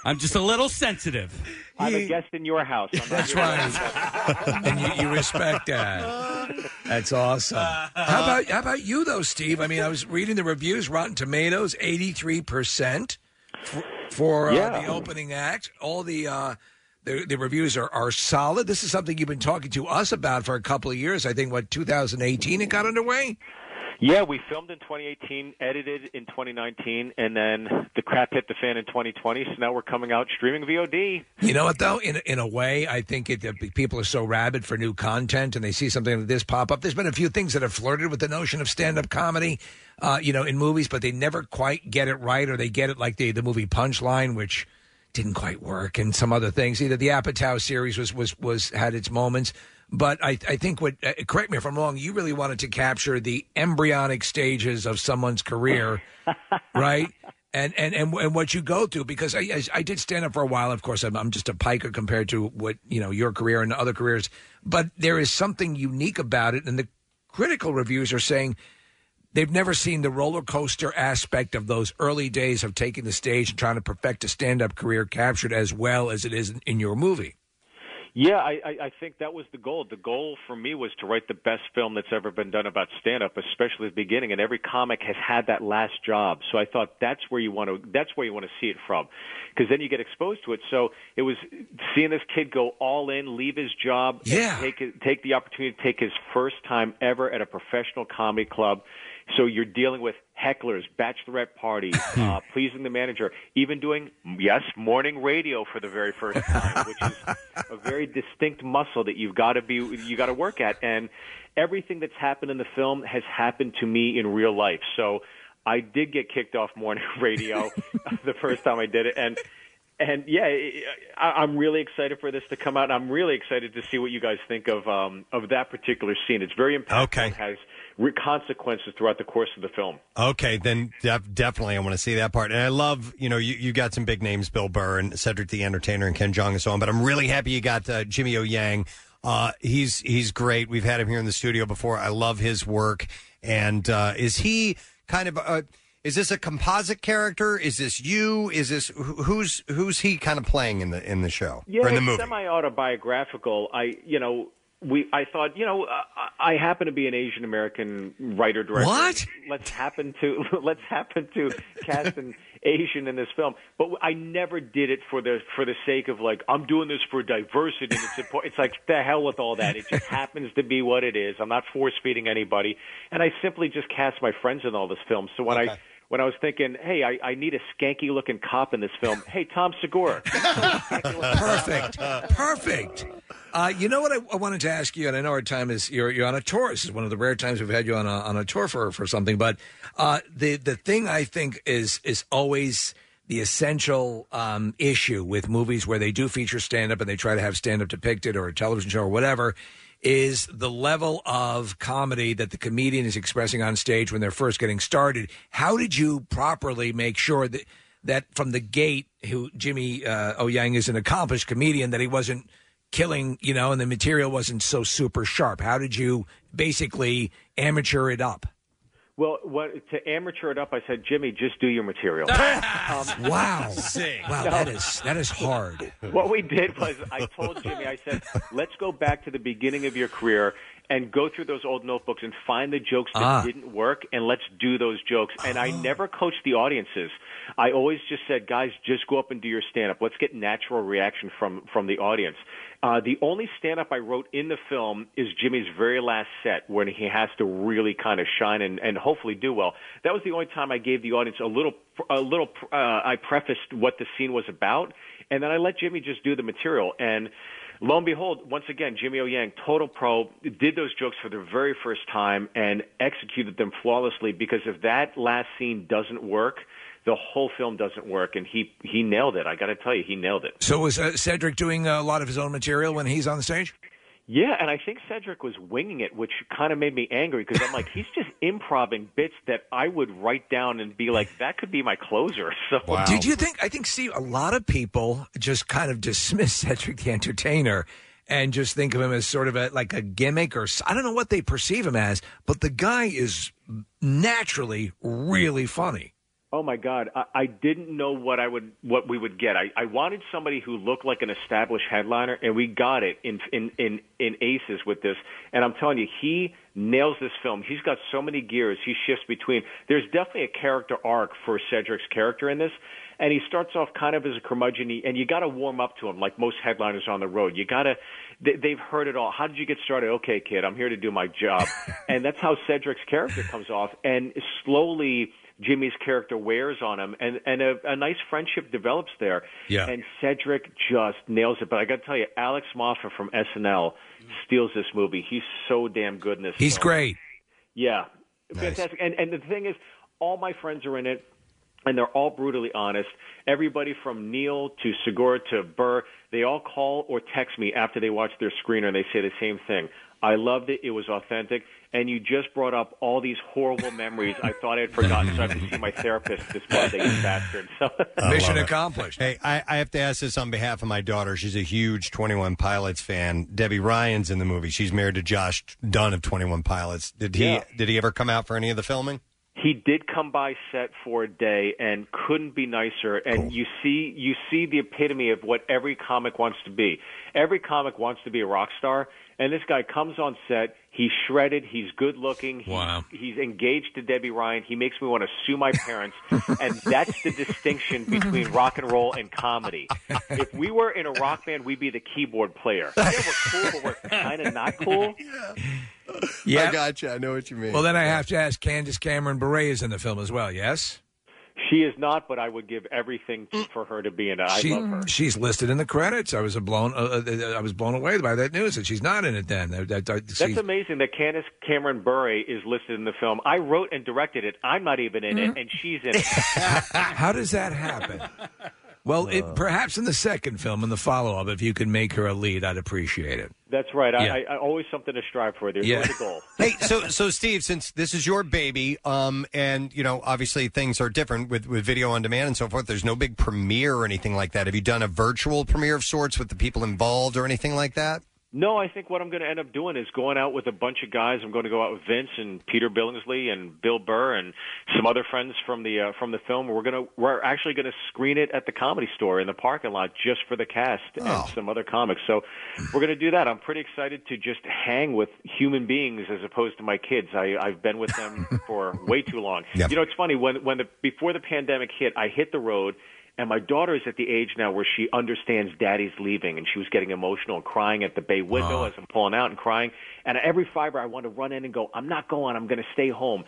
Speaker 5: I'm just a little sensitive.
Speaker 15: I'm a guest in your house. I'm not
Speaker 5: That's
Speaker 15: your
Speaker 5: right.
Speaker 15: guest.
Speaker 4: and you, you respect that. That's awesome. How about how about you though, Steve? I mean, I was reading the reviews. Rotten Tomatoes, eighty three percent for uh,
Speaker 15: Yeah.
Speaker 4: the opening act. All the uh, the, the reviews are, are solid. This is something you've been talking to us about for a couple of years. I think what 2018 it got underway.
Speaker 15: Yeah, we filmed in 2018, edited in 2019, and then the crap hit the fan in 2020. So now we're coming out streaming VOD.
Speaker 4: You know what though? In in a way, I think it, that people are so rabid for new content, and they see something like this pop up. There's been a few things that have flirted with the notion of stand up comedy, uh, you know, in movies, but they never quite get it right, or they get it like the the movie Punchline, which didn't quite work, and some other things. Either the Apatow series was was was had its moments, but I I think what uh, correct me if I'm wrong. You really wanted to capture the embryonic stages of someone's career right? And, and and and what you go through because I I- I did stand up for a while. Of course, I'm, I'm just a piker compared to what you know your career and other careers. But there is something unique about it, and the critical reviews are saying they've never seen the roller coaster aspect of those early days of taking the stage and trying to perfect a stand up career captured as well as it is in, in your movie.
Speaker 15: Yeah, I, I, I think that was the goal. The goal for me was to write the best film that's ever been done about stand up, especially at the beginning, and every comic has had that last job. So I thought that's where you want to that's where you want to see it from. Because then you get exposed to it. So it was seeing this kid go all in, leave his job,
Speaker 4: yeah.
Speaker 15: take it- take the opportunity to take his first time ever at a professional comedy club. So you're dealing with hecklers, bachelorette parties, uh, pleasing the manager, even doing yes morning radio for the very first time, which is a very distinct muscle that you've got to be you got to work at. And everything that's happened in the film has happened to me in real life. So I did get kicked off morning radio the first time I did it, and and yeah, I, I- I'm really excited for this to come out. And I'm really excited to see what you guys think of um, of that particular scene. It's very impactful.
Speaker 2: Okay.
Speaker 15: and has re- consequences throughout the course of the film.
Speaker 2: Okay, then def- definitely I want to see that part. And I love, you know, you, you got some big names, Bill Burr and Cedric the Entertainer and Ken Jong and so on, but I'm really happy you got uh, Jimmy O. Yang. Uh, he's, he's great. We've had him here in the studio before. I love his work. And uh, is he kind of, uh, is this a composite character? Is this you? Is this, who- who's, who's he kind of playing in the, in the show?
Speaker 15: Yeah,
Speaker 2: or in the
Speaker 15: it's
Speaker 2: movie?
Speaker 15: semi-autobiographical. I, you know, we. I thought, you know, I, I happen to be an Asian American writer director.
Speaker 9: What?
Speaker 15: Let's happen to let's happen to cast an Asian in this film, but I never did it for the for the sake of like I'm doing this for diversity. And it's important. It's like the hell with all that. It just happens to be what it is. I'm not force feeding anybody, and I simply just cast my friends in all this film. So when I. When I was thinking, hey, I, I need a skanky looking cop in this film. Hey, Tom Segura.
Speaker 4: Perfect. Perfect. Uh, you know what I, I wanted to ask you, and I know our time is you're, you're on a tour. This is one of the rare times we've had you on a, on a tour for for something. But uh, the the thing I think is is always the essential um, issue with movies where they do feature stand up and they try to have stand up depicted or a television show or whatever is the level of comedy that the comedian is expressing on stage when they're first getting started. How did you properly make sure that that from the gate, who Jimmy uh, O'Yang is an accomplished comedian, that he wasn't killing, you know, and the material wasn't so super sharp? How did you basically amateur it up?
Speaker 15: Well, what, to amateur it up, I said, Jimmy, just do your material. Um,
Speaker 8: wow.
Speaker 15: Sick.
Speaker 8: Wow,
Speaker 15: No.
Speaker 8: that is that is hard.
Speaker 15: what we did was I told Jimmy, I said, let's go back to the beginning of your career and go through those old notebooks and find the jokes that
Speaker 16: Ah.
Speaker 15: didn't work and let's do those jokes. And I never coached the audiences. I always just said, guys, just go up and do your stand up. Let's get natural reaction from, from the audience. Uh, the only stand up I wrote in the film is Jimmy's very last set when he has to really kind of shine and, and hopefully do well. That was the only time I gave the audience a little, a little, uh, I prefaced what the scene was about and then I let Jimmy just do the material. And lo and behold, once again, Jimmy O Yang, total pro, did those jokes for the very first time and executed them flawlessly. Because if that last scene doesn't work, the whole film doesn't work. And he he nailed it. I got to tell you, he nailed it.
Speaker 4: So was uh, Cedric doing a lot of his own material when he's on the stage?
Speaker 15: Yeah, and I think Cedric was winging it, which kind of made me angry because I'm like, he's just improving bits that I would write down and be like, that could be my closer. So
Speaker 4: Did you think? I think, Steve, a lot of people just kind of dismiss Cedric the Entertainer and just think of him as sort of a, like a gimmick or s- I don't know what they perceive him as, but the guy is naturally really funny.
Speaker 15: Oh my God! I, I didn't know what I would, what we would get. I, I wanted somebody who looked like an established headliner, and we got it in in in in aces with this. And I'm telling you, he nails this film. He's got so many gears. He shifts between. There's definitely a character arc for Cedric's character in this, and he starts off kind of as a curmudgeon, and you got to warm up to him like most headliners on the road. You got to. They, they've heard it all. How did you get started? Okay, kid, I'm here to do my job, and that's how Cedric's character comes off. And slowly. Jimmy's character wears on him, and and a, a nice friendship develops there.
Speaker 12: Yeah.
Speaker 15: And Cedric just nails it. But I got to tell you, Alex Moffat from SNL steals this movie. He's so damn good in this.
Speaker 4: He's
Speaker 15: film.
Speaker 4: great.
Speaker 15: Yeah, fantastic. And and the thing is, all my friends are in it, and they're all brutally honest. Everybody from Neil to Segura to Burr, they all call or text me after they watch their screener, and they say the same thing. I loved it. It was authentic. And you just brought up all these horrible memories I thought I had forgotten. So I have to see my therapist this Monday, you bastard. So
Speaker 2: I love it.
Speaker 4: accomplished.
Speaker 2: Hey, I, I have to ask this on behalf of my daughter. She's a huge 21 Pilots fan. Debbie Ryan's in the movie. She's married to Josh Dunn of 21 Pilots. Did he
Speaker 15: Yeah.
Speaker 2: did he ever come out for any of the filming?
Speaker 15: he did come by set for a day and couldn't be nicer and you see you see the epitome of what every comic wants to be every comic wants to be a rock star and this guy comes on set he's shredded he's good looking he,
Speaker 16: Wow.
Speaker 15: he's engaged to debbie ryan he makes me want to sue my parents and that's the distinction between rock and roll and comedy if we were in a rock band we'd be the keyboard player yeah we're cool but we're kind of not cool
Speaker 2: I gotcha. I know what you mean.
Speaker 4: Well, then I have to ask Candace Cameron Bure is in the film as well, yes?
Speaker 15: She is not, but I would give everything to- for her to be in it. I
Speaker 4: she,
Speaker 15: love her.
Speaker 4: She's listed in the credits. I was a blown. Uh, uh, I was blown away by that news that she's not in it. Then that, that, that- she's-
Speaker 15: That's amazing that Candace Cameron Bure is listed in the film. I wrote and directed it. I'm not even in it, and she's in it.
Speaker 4: how does that happen? Well, it, perhaps in the second film, in the follow up, if you can make her a lead, I'd appreciate it.
Speaker 15: That's right. I,
Speaker 4: Yeah.
Speaker 15: I, I always something to strive for. There's
Speaker 4: Yeah.
Speaker 15: always a goal.
Speaker 2: hey, so so Steve, since this is your baby, um, and you know, obviously things are different with, with video on demand and so forth. There's no big premiere or anything like that. Have you done a virtual premiere of sorts with the people involved or anything like that?
Speaker 15: No, I think what I'm going to end up doing is going out with a bunch of guys. I'm going to go out with Vince and Peter Billingsley and Bill Burr and some other friends from the uh, from the film. We're gonna we're actually going to screen it at the Comedy Store in the parking lot just for the cast and some other comics. So we're going to do that. I'm pretty excited to just hang with human beings as opposed to my kids. I, I've been with them for way too long. You know, it's funny when when the before the pandemic hit, I hit the road. And my daughter is at the age now where she understands daddy's leaving, and she was getting emotional and crying at the bay window
Speaker 16: Oh.
Speaker 15: as I'm pulling out and crying. And every fiber, I want to run in and go, I'm not going, I'm going to stay home.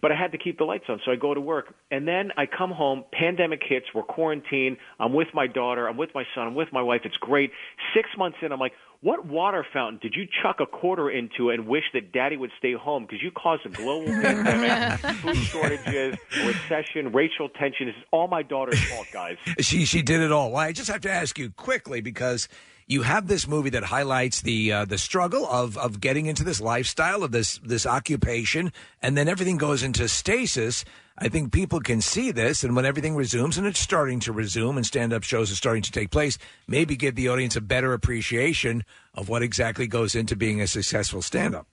Speaker 15: But I had to keep the lights on, so I go to work. And then I come home, pandemic hits, we're quarantined, I'm with my daughter, I'm with my son, I'm with my wife, it's great. Six months in, I'm like, what water fountain did you chuck a quarter into and wish that daddy would stay home? Because you caused a global pandemic, food shortages, recession, racial tension. It's all my daughter's fault, guys.
Speaker 4: She she did it all. Well, I just have to ask you quickly because you have this movie that highlights the uh, the struggle of of getting into this lifestyle of this this occupation, and then everything goes into stasis. I think people can see this, and when everything resumes, and it's starting to resume, and stand up shows are starting to take place, maybe give the audience a better appreciation of what exactly goes into being a successful stand up.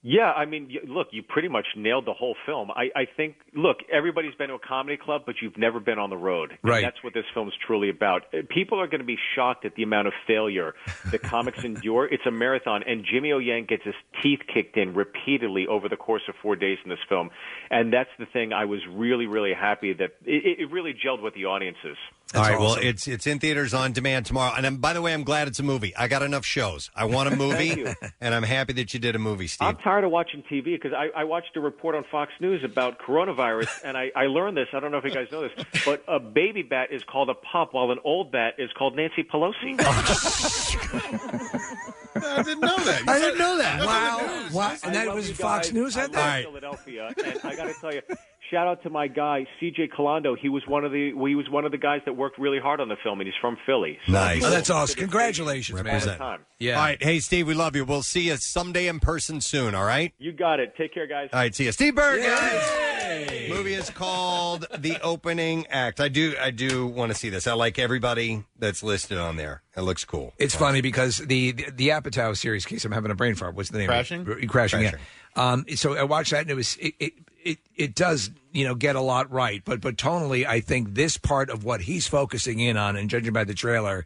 Speaker 15: Yeah, I mean, you, look, you pretty much nailed the whole film. I, I think, look, everybody's been to a comedy club, but you've never been on the road. And
Speaker 4: Right.
Speaker 15: that's what this film's truly about. Uh, People are going to be shocked at the amount of failure the comics endure. It's a marathon, and Jimmy O Yang gets his teeth kicked in repeatedly over the course of four days in this film. And that's the thing I was really, really happy that it, it- it really gelled with the audiences.
Speaker 2: All right. Well, it's it's in theaters on demand tomorrow. And I'm, by the way, I'm glad it's a movie. I got enough shows. I want a
Speaker 15: Thank
Speaker 2: movie,
Speaker 15: you.
Speaker 2: and I'm happy that you did a movie, Steve.
Speaker 15: I'm tired of watching TV because I, I watched a report on Fox News about coronavirus, and I, I learned this. I don't know if you guys know this, but a baby bat is called a pup, while an old bat is called Nancy Pelosi.
Speaker 7: I didn't know that.
Speaker 8: I didn't know that.
Speaker 15: Wow.
Speaker 8: Wow.
Speaker 15: I
Speaker 8: And that
Speaker 15: love
Speaker 8: was
Speaker 15: you
Speaker 8: Fox
Speaker 15: guys.
Speaker 8: News
Speaker 15: I
Speaker 8: had
Speaker 15: love
Speaker 8: that?
Speaker 15: Philadelphia, and I got to tell you, shout out to my guy CJ Colando. He was one of the he was one of the guys that worked really hard on the film, and he's from Philly. So
Speaker 8: Oh, that's awesome. Congratulations, man.
Speaker 2: Represent. All right. Hey, Steve, we love you. We'll see you someday in person soon. All right.
Speaker 15: You got it. Take care, guys.
Speaker 2: All right. See you, Steve Berg. Movie is called The Opening Act. I do. I do want to see this. I like everybody that's listed on there. It looks cool.
Speaker 4: It's funny because the the, the Apatow series case I'm having a brain fart. What's the name?
Speaker 2: Crashing?
Speaker 4: Of it? Crashing.
Speaker 2: Crashing.
Speaker 4: Yeah. Um, so I watched that and it was it, it it it does you know get a lot right, but but tonally I think this part of what he's focusing in on and judging by the trailer,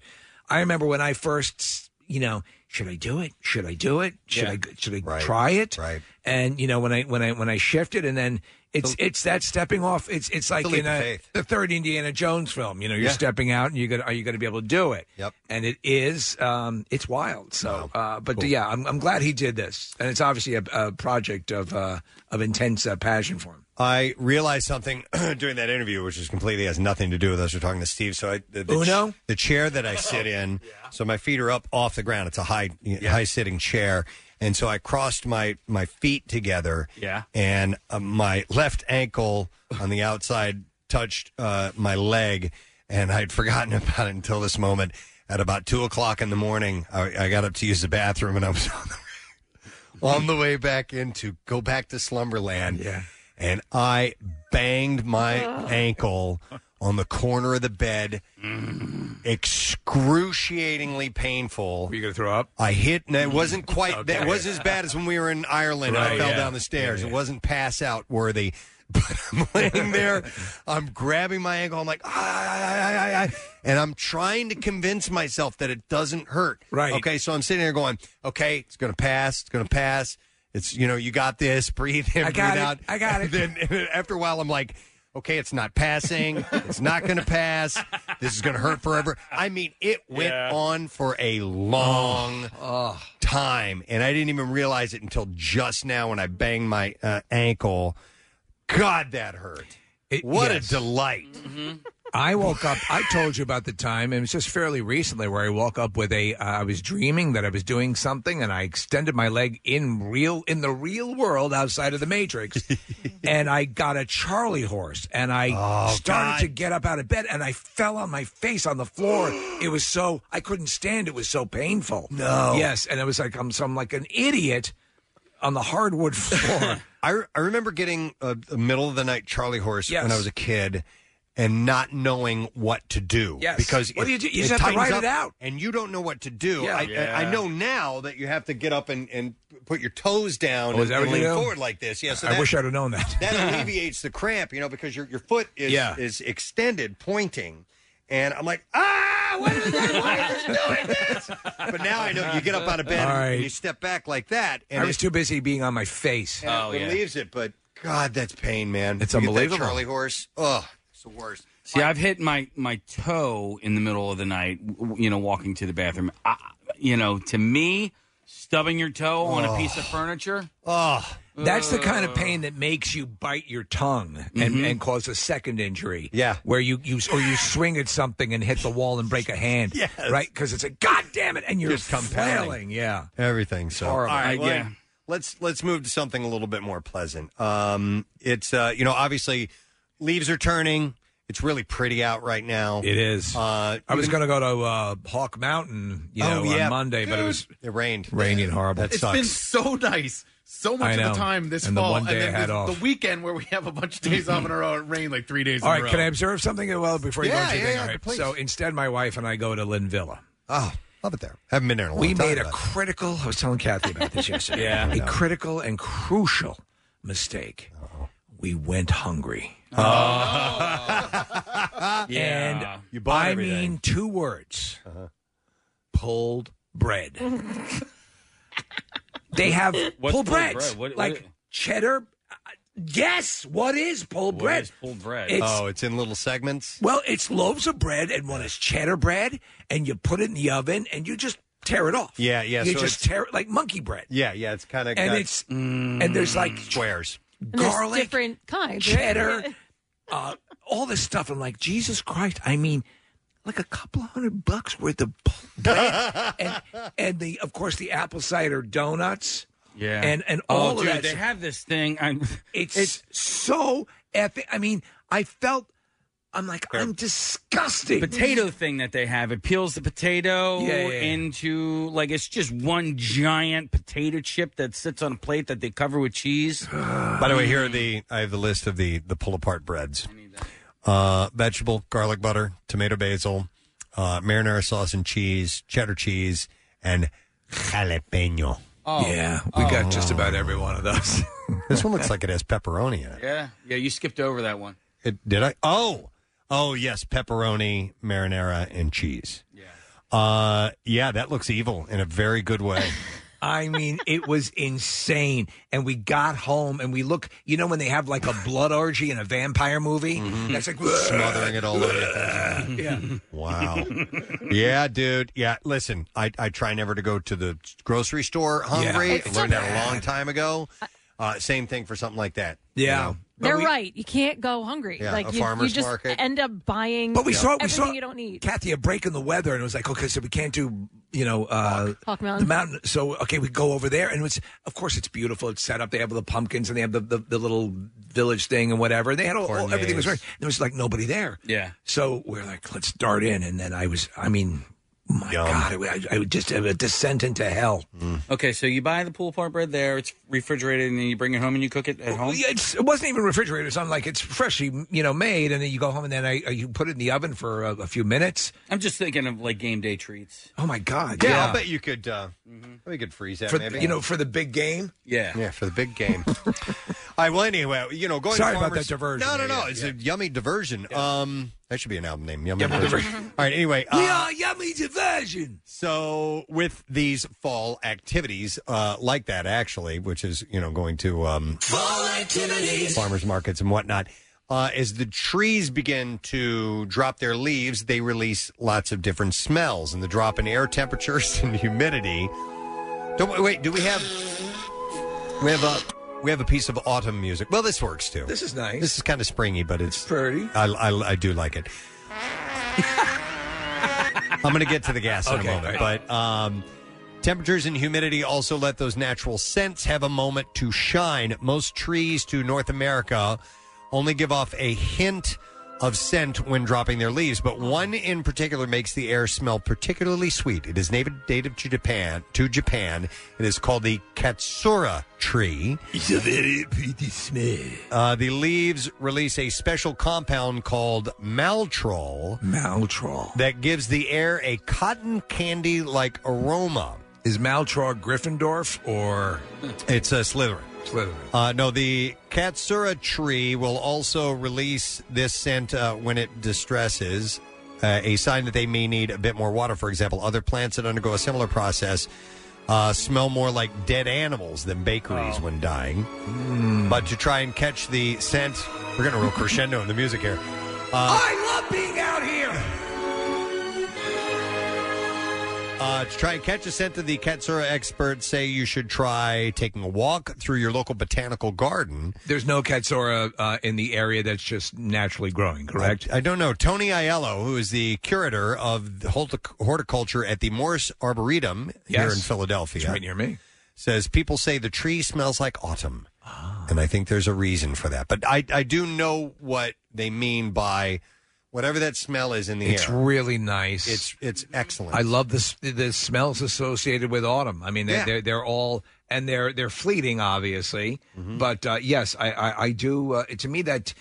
Speaker 4: I remember when I first you know should I do it? Should I do it? Should
Speaker 8: Yeah.
Speaker 4: I should I try it? Right. And you know when I when I when I shifted and then. It's it's that stepping off. It's it's like
Speaker 8: leap
Speaker 4: in
Speaker 8: of
Speaker 4: a,
Speaker 8: faith.
Speaker 4: the third Indiana Jones film. You know, you're
Speaker 8: Yeah.
Speaker 4: stepping out, and you're gonna are you gonna be able to do it? Yep. And it is um, it's wild. So, uh, but yeah, I'm, I'm glad he did this, and it's obviously a, a project of uh, of intense uh, passion for him.
Speaker 2: I realized something during that interview, which is completely has nothing to do with us. We're talking to Steve. So I, the, the,
Speaker 4: Uno?
Speaker 2: the chair that I sit in, so my feet are up off the ground. It's a high, high sitting chair, and so I crossed my my feet together.
Speaker 18: Yeah.
Speaker 2: and uh, my left ankle on the outside touched uh, my leg, and I'd forgotten about it until this moment. At about two o'clock in the morning, I, I got up to use the bathroom, and I was on the, on the way back in to go back to Slumberland. Yeah, and I banged my ankle on the corner of the bed, excruciatingly painful. Were
Speaker 4: Mm. you gonna throw up? Mm.
Speaker 2: I hit, and it wasn't quite. That
Speaker 4: Okay.
Speaker 2: was as bad as when we were in Ireland. and I
Speaker 4: Right,
Speaker 2: fell
Speaker 4: yeah.
Speaker 2: down the stairs.
Speaker 4: Yeah,
Speaker 2: It wasn't pass out worthy. But I'm laying there, I'm grabbing my ankle. I'm like, "Ah, ah, ah, ah, ah," and I'm trying to convince myself that it doesn't hurt. Right. Okay. So I'm sitting there going, okay, it's gonna pass. It's gonna pass. It's you know, you got this. Breathe in,
Speaker 8: I got
Speaker 2: breathe
Speaker 8: it.
Speaker 2: out.
Speaker 8: I got it.
Speaker 2: And then and after a while, I'm like, okay, it's not passing. it's not gonna pass. This is gonna hurt forever. I mean, it went
Speaker 8: Yeah.
Speaker 2: on for a long time, and I didn't even realize it until just now when I banged my uh, ankle. God, that hurt. what a delight!
Speaker 5: Mm-hmm.
Speaker 4: I woke up. I told you about the time, and it was just fairly recently where I woke up with a. Uh, I was dreaming that I was doing something, and I extended my leg in real in the real world outside of the Matrix, and I got a Charlie horse, and I
Speaker 2: Oh,
Speaker 4: started
Speaker 8: God.
Speaker 4: to get up out of bed, and I fell on my face on the floor. it was so I couldn't stand. It was so painful.
Speaker 2: No.
Speaker 4: Yes, and it was like I'm some like an idiot on the hardwood floor.
Speaker 2: I, I remember getting a, a middle of the night Charlie horse
Speaker 4: Yes.
Speaker 2: when I was a kid, and not knowing what to do.
Speaker 4: Yes.
Speaker 2: because
Speaker 4: What
Speaker 2: it,
Speaker 4: do you do? You
Speaker 2: it
Speaker 4: just have to
Speaker 2: tightens
Speaker 4: write
Speaker 2: up
Speaker 4: it out.
Speaker 2: and you don't know what to do.
Speaker 4: Yeah.
Speaker 2: I,
Speaker 4: Yeah.
Speaker 2: I, I know now that you have to get up and, and put your toes down
Speaker 4: Oh, is
Speaker 2: and,
Speaker 4: that
Speaker 2: and
Speaker 4: what
Speaker 2: lean
Speaker 4: you do?
Speaker 2: forward like this. Yeah, so
Speaker 4: I
Speaker 2: that-
Speaker 4: wish I'd have known that.
Speaker 2: that alleviates the cramp, you know, because your your foot is
Speaker 4: Yeah.
Speaker 2: is extended, pointing, and I'm like, ah, what is that? Why is it doing this? But now I know you get up out of bed
Speaker 4: All
Speaker 2: and
Speaker 4: right.
Speaker 2: you step back like that, and
Speaker 4: I was
Speaker 2: it,
Speaker 4: too busy being on my face.
Speaker 2: and it relieves it. But God, that's pain, man.
Speaker 4: It's
Speaker 2: You get that
Speaker 4: unbelievable.
Speaker 2: Charlie horse. Ugh, it's the worst.
Speaker 5: See, I've hit my my toe in the middle of the night. w- w- You know, walking to the bathroom. I, you know, to me, stubbing your toe on a piece of furniture. Uh.
Speaker 4: Oh, that's the kind of pain that makes you bite your tongue and,
Speaker 5: Mm-hmm.
Speaker 4: and cause a second injury. Yeah, where you, you or you swing at something and hit the wall and break a hand.
Speaker 2: Yes.
Speaker 4: right, because it's a god damn it, and you're
Speaker 2: Just come pounding.
Speaker 4: flailing. Yeah,
Speaker 2: Everything. So
Speaker 4: horrible.
Speaker 2: All right,
Speaker 4: I- yeah.
Speaker 2: let- let's let's move to something a little bit more pleasant. Um, it's uh, you know obviously leaves are turning. It's really pretty out right now.
Speaker 4: It is.
Speaker 2: Uh,
Speaker 4: I was
Speaker 2: even-
Speaker 4: going to go to uh, Hawk Mountain, you know,
Speaker 2: Oh, yeah.
Speaker 4: on Monday, but it was
Speaker 2: it rained,
Speaker 4: rainy and horrible.
Speaker 2: That
Speaker 4: It's
Speaker 2: sucks.
Speaker 7: It's been so nice. So
Speaker 4: I
Speaker 7: much of
Speaker 4: know.
Speaker 7: the time this
Speaker 4: And the
Speaker 7: fall,
Speaker 4: one day
Speaker 7: and then
Speaker 4: I had
Speaker 7: the,
Speaker 4: off.
Speaker 7: the weekend where we have a bunch of days off in a row. It rained like three days.
Speaker 4: All
Speaker 7: in a
Speaker 4: right,
Speaker 7: row.
Speaker 4: can I observe something? Well, before you
Speaker 7: Yeah,
Speaker 4: go into
Speaker 7: yeah,
Speaker 4: your thing,
Speaker 7: yeah,
Speaker 4: all right.
Speaker 7: please.
Speaker 4: So instead, my wife and I go to Lynn Villa.
Speaker 2: Oh. Love it there. Haven't been there in a long
Speaker 4: We
Speaker 2: time.
Speaker 4: made a
Speaker 2: but-
Speaker 4: critical. I was telling Kathy about this yesterday.
Speaker 2: Yeah.
Speaker 4: a
Speaker 2: No.
Speaker 4: critical and crucial mistake. We went hungry.
Speaker 5: Oh.
Speaker 9: Yeah.
Speaker 4: And
Speaker 9: You bought
Speaker 4: I
Speaker 9: everything.
Speaker 4: mean two words:
Speaker 2: Uh-huh.
Speaker 4: pulled bread. they have
Speaker 5: What's
Speaker 4: pulled
Speaker 5: pulled
Speaker 4: breads
Speaker 5: bread? What- what-
Speaker 4: like cheddar. Yes, what is pulled
Speaker 5: What
Speaker 4: bread?
Speaker 5: is pulled bread?
Speaker 2: oh, it's in little segments.
Speaker 4: Well, it's loaves of bread and one is cheddar bread, and you put it in the oven and you just tear it off.
Speaker 2: Yeah, yeah,
Speaker 4: You
Speaker 2: so
Speaker 4: just
Speaker 2: it's-
Speaker 4: tear it like monkey bread.
Speaker 2: Yeah, yeah, it's kind of
Speaker 4: And it's- and there's, like,
Speaker 2: Mm, squares.
Speaker 10: there's
Speaker 4: Garlic,
Speaker 10: different kinds. right?
Speaker 4: cheddar, uh, all this stuff. I'm like, Jesus Christ! I mean, like a couple hundred bucks worth of bread, and, and the of course the apple cider donuts.
Speaker 5: Yeah.
Speaker 4: and and
Speaker 5: Oh,
Speaker 4: all of
Speaker 5: dude,
Speaker 4: that.
Speaker 5: they
Speaker 4: stuff.
Speaker 5: have this thing. I'm,
Speaker 4: it's, so epic. I mean, I felt. I'm like, I'm disgusted.
Speaker 5: potato thing that they have. It peels the potato
Speaker 4: Yeah, yeah, yeah.
Speaker 5: into like it's just one giant potato chip that sits on a plate that they cover with cheese.
Speaker 2: By the way, here are the I have the list of the the pull apart breads: uh, vegetable, garlic butter, tomato basil, uh, marinara sauce and cheese, cheddar cheese, and jalapeno.
Speaker 5: Oh.
Speaker 4: Yeah, we got just about every one of those.
Speaker 2: this one looks like it has pepperoni in it.
Speaker 5: Yeah, yeah. You skipped over that one.
Speaker 2: it. Did I? Oh, oh yes, pepperoni, marinara, and cheese. Yeah, uh, yeah, that looks evil in a very good way.
Speaker 4: I mean, it was insane. And we got home and we look, you know, when they have like a blood orgy in a vampire movie, that's like
Speaker 2: smothering it all over. your face.
Speaker 4: Yeah.
Speaker 2: Wow. yeah, dude. Yeah, listen, I, I try never to go to the grocery store
Speaker 4: Yeah.
Speaker 2: hungry.
Speaker 4: It's
Speaker 2: I
Speaker 4: so
Speaker 2: learned that
Speaker 4: bad.
Speaker 2: a long time ago. Uh, same thing for something like that.
Speaker 4: Yeah.
Speaker 10: They're right. You can't go hungry.
Speaker 2: Yeah,
Speaker 10: like
Speaker 2: a
Speaker 10: you,
Speaker 2: farmer's
Speaker 10: you just
Speaker 2: market.
Speaker 10: end up buying
Speaker 4: But we saw- we
Speaker 10: everything
Speaker 4: saw-
Speaker 10: you don't need.
Speaker 4: Kathy, a break in the weather, and it was like, okay, so we can't do, you know, uh,
Speaker 10: Hawk Mountain.
Speaker 4: the mountain. So okay, we go over there, and it's of course it's beautiful. It's set up. They have the pumpkins, and they have the, the, the little village thing, and whatever. They had all, all- everything was right. There was like nobody there.
Speaker 5: Yeah.
Speaker 4: So we're like, let's dart in, and then I was, I mean, my God, it, I, I would just have a descent into hell.
Speaker 5: Okay, so you buy the pulled apart bread there. It's refrigerated, and then you bring it home and you cook it Uh, at home.
Speaker 4: Yeah, it's, it wasn't even refrigerated. It's not like it's freshly, you know, made, and then you go home, and then I, I- you put it in the oven for a, a few minutes.
Speaker 5: I'm just thinking of like game day treats.
Speaker 4: Oh my God!
Speaker 2: Yeah, I'll bet you could. Uh, We could freeze that
Speaker 4: for
Speaker 2: maybe.
Speaker 4: you know for the big game.
Speaker 5: Yeah,
Speaker 2: yeah, for the big game. All right. Well, anyway, you know, going.
Speaker 4: Sorry
Speaker 2: to
Speaker 4: about
Speaker 2: farmers-
Speaker 4: that diversion.
Speaker 2: No, no,
Speaker 4: Yeah,
Speaker 2: no.
Speaker 4: yeah,
Speaker 2: it's a yummy diversion. Um, that should be an album name. Yummy diversion. All right. Anyway,
Speaker 4: we
Speaker 2: uh,
Speaker 4: are yummy diversion.
Speaker 2: So with these fall activities uh, like that, actually, which is you know going to um,
Speaker 9: Fall activities.
Speaker 2: farmers markets and whatnot. Uh, as the trees begin to drop their leaves, they release lots of different smells, and the drop in air temperatures and humidity. Don't wait. Do we have? We have a we have a piece of autumn music. Well, this works too.
Speaker 4: This is nice.
Speaker 2: This is kind of springy, but it's,
Speaker 4: pretty.
Speaker 2: I, I I do like it. I'm going to get to the gas in
Speaker 4: Okay,
Speaker 2: a moment,
Speaker 4: all right.
Speaker 2: but um, temperatures and humidity also let those natural scents have a moment to shine. Most trees to North America only give off a hint of scent when dropping their leaves, but one in particular makes the air smell particularly sweet. It is native native to Japan. To Japan, it is called the katsura tree.
Speaker 4: It's a very pretty smell.
Speaker 2: Uh, the leaves release a special compound called maltrol.
Speaker 4: Maltrol.
Speaker 2: That gives the air a cotton candy like aroma.
Speaker 4: Is Maltrol Gryffindorf or
Speaker 2: it's a Slytherin?
Speaker 4: Slytherin.
Speaker 2: Uh, no, the Katsura tree will also release this scent uh, when it distresses, uh, a sign that they may need a bit more water. For example, other plants that undergo a similar process uh, smell more like dead animals than bakeries
Speaker 4: Oh.
Speaker 2: when dying.
Speaker 4: Hmm.
Speaker 2: But to try and catch the scent, we're going to roll crescendo in the music here. Uh,
Speaker 4: I love being out here.
Speaker 2: Uh, to try and catch a scent of the Katsura experts say you should try taking a walk through your local botanical garden.
Speaker 4: There's no Katsura uh, in the area that's just naturally growing, correct?
Speaker 2: I don't know. Tony Aiello, who is the curator of the hortic- horticulture at the Morris Arboretum here
Speaker 4: Yes.
Speaker 2: in Philadelphia,
Speaker 4: It's right near me.
Speaker 2: says people say the tree smells like autumn.
Speaker 4: Ah.
Speaker 2: And I think there's a reason for that. But I, I do know what they mean by whatever that smell is in the
Speaker 4: It's
Speaker 2: air.
Speaker 4: really nice.
Speaker 2: It's it's excellent.
Speaker 4: I love this the smells associated with autumn. I mean, they're
Speaker 2: Yeah.
Speaker 4: they're, they're all and
Speaker 7: Mm-hmm.
Speaker 4: they're they're fleeting, obviously. But uh, yes, I I, I do. Uh, to me, that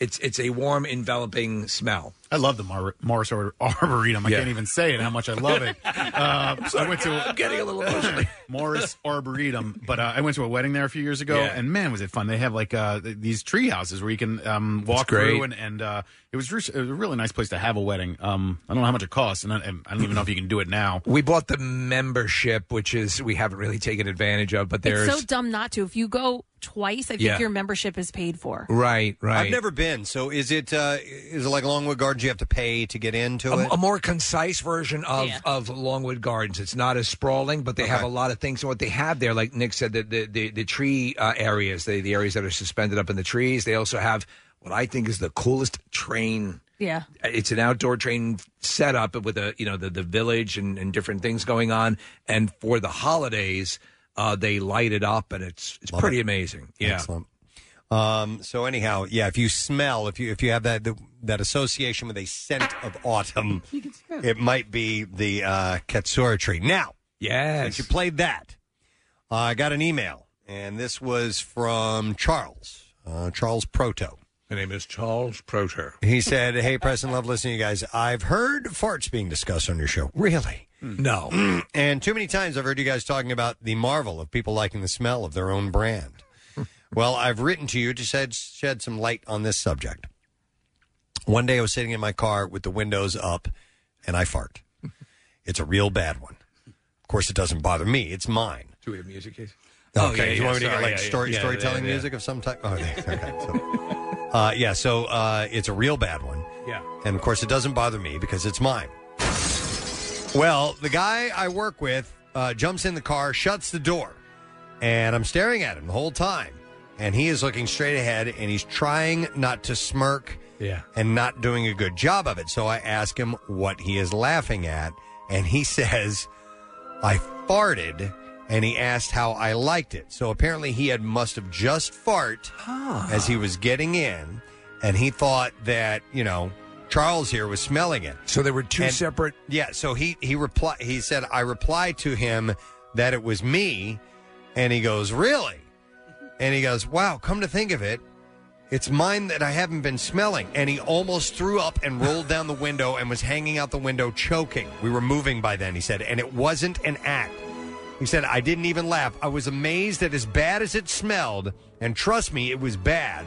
Speaker 4: It's it's a warm, enveloping smell.
Speaker 7: I love the Mar- Morris Ar- Arboretum. I
Speaker 4: Yeah.
Speaker 7: can't even say it how much I love it. Uh, so I went to.
Speaker 4: I'm getting a little emotional.
Speaker 7: Morris Arboretum, but uh, I went to a wedding there a few years ago,
Speaker 4: Yeah.
Speaker 7: and man, was it fun! They have like uh, th- these tree houses where you can um, walk
Speaker 4: great.
Speaker 7: through, and, and uh, it was re- it was a really nice place to have a wedding. Um, I don't know how much it costs, and I, and I don't even know if you can do it now.
Speaker 4: We bought the membership, which is we haven't really taken advantage of, but there's
Speaker 10: It's so dumb not to. If you go twice, I think
Speaker 4: Yeah.
Speaker 10: your membership is paid for.
Speaker 4: right, right.
Speaker 2: I've never been. So is it uh, is it like Longwood Gardens? You have to pay to get into
Speaker 4: a,
Speaker 2: it.
Speaker 4: a more concise version of, of Longwood Gardens. It's not as sprawling, but they have a lot of things. And what they have there, like Nick said, the the the, the tree uh, areas, the, the areas that are suspended up in the trees. They also have what I think is the coolest train.
Speaker 10: Yeah.
Speaker 4: It's an outdoor train setup with a you know the the village and, and different things going on. And for the holidays, uh, they light it up, and it's it's
Speaker 2: Love
Speaker 4: pretty
Speaker 2: it.
Speaker 4: amazing. Yeah.
Speaker 2: Excellent. Um, so anyhow, yeah, if you smell, if you if you have that that association with a scent of autumn, it might be the uh, katsura tree. Now,
Speaker 4: yes,
Speaker 2: since you played that, uh, I got an email, and this was from Charles, uh, Charles Proto.
Speaker 4: My name is Charles Proter.
Speaker 2: He said, "Hey, Preston, love listening to you guys. I've heard farts being discussed on your show. Really?
Speaker 4: Mm. No.
Speaker 2: and too many times I've heard you guys talking about the marvel of people liking the smell of their own brand. well, I've written to you to shed, shed some light on this subject. One day I was sitting in my car with the windows up, and I fart. It's a real bad one. Of course, it doesn't bother me. It's mine."
Speaker 4: Do we have music Oh, case?
Speaker 2: Okay, you want me to get like story storytelling music of some type? Oh, okay. okay. So, uh, yeah, so uh, it's a real bad one.
Speaker 4: Yeah.
Speaker 2: And of course, it doesn't bother me because it's mine. Well, the guy I work with uh, jumps in the car, shuts the door, and I'm staring at him the whole time. And he is looking straight ahead and he's trying not to smirk
Speaker 4: Yeah.
Speaker 2: and not doing a good job of it. So I ask him what he is laughing at. And he says, I farted. And he asked how I liked it. So apparently he had must have just fart
Speaker 4: Ah.
Speaker 2: as he was getting in. And he thought that, you know, Charles here was smelling it.
Speaker 4: So there were two
Speaker 2: And-
Speaker 4: separate.
Speaker 2: Yeah. So he, he replied, he said, I replied to him that it was me. And he goes, Really? And he goes, Wow, come to think of it, it's mine that I haven't been smelling. And he almost threw up and rolled down the window and was hanging out the window choking. We were moving by then, he said, and it wasn't an act. He said, I didn't even laugh. I was amazed that as bad as it smelled, and trust me, it was bad.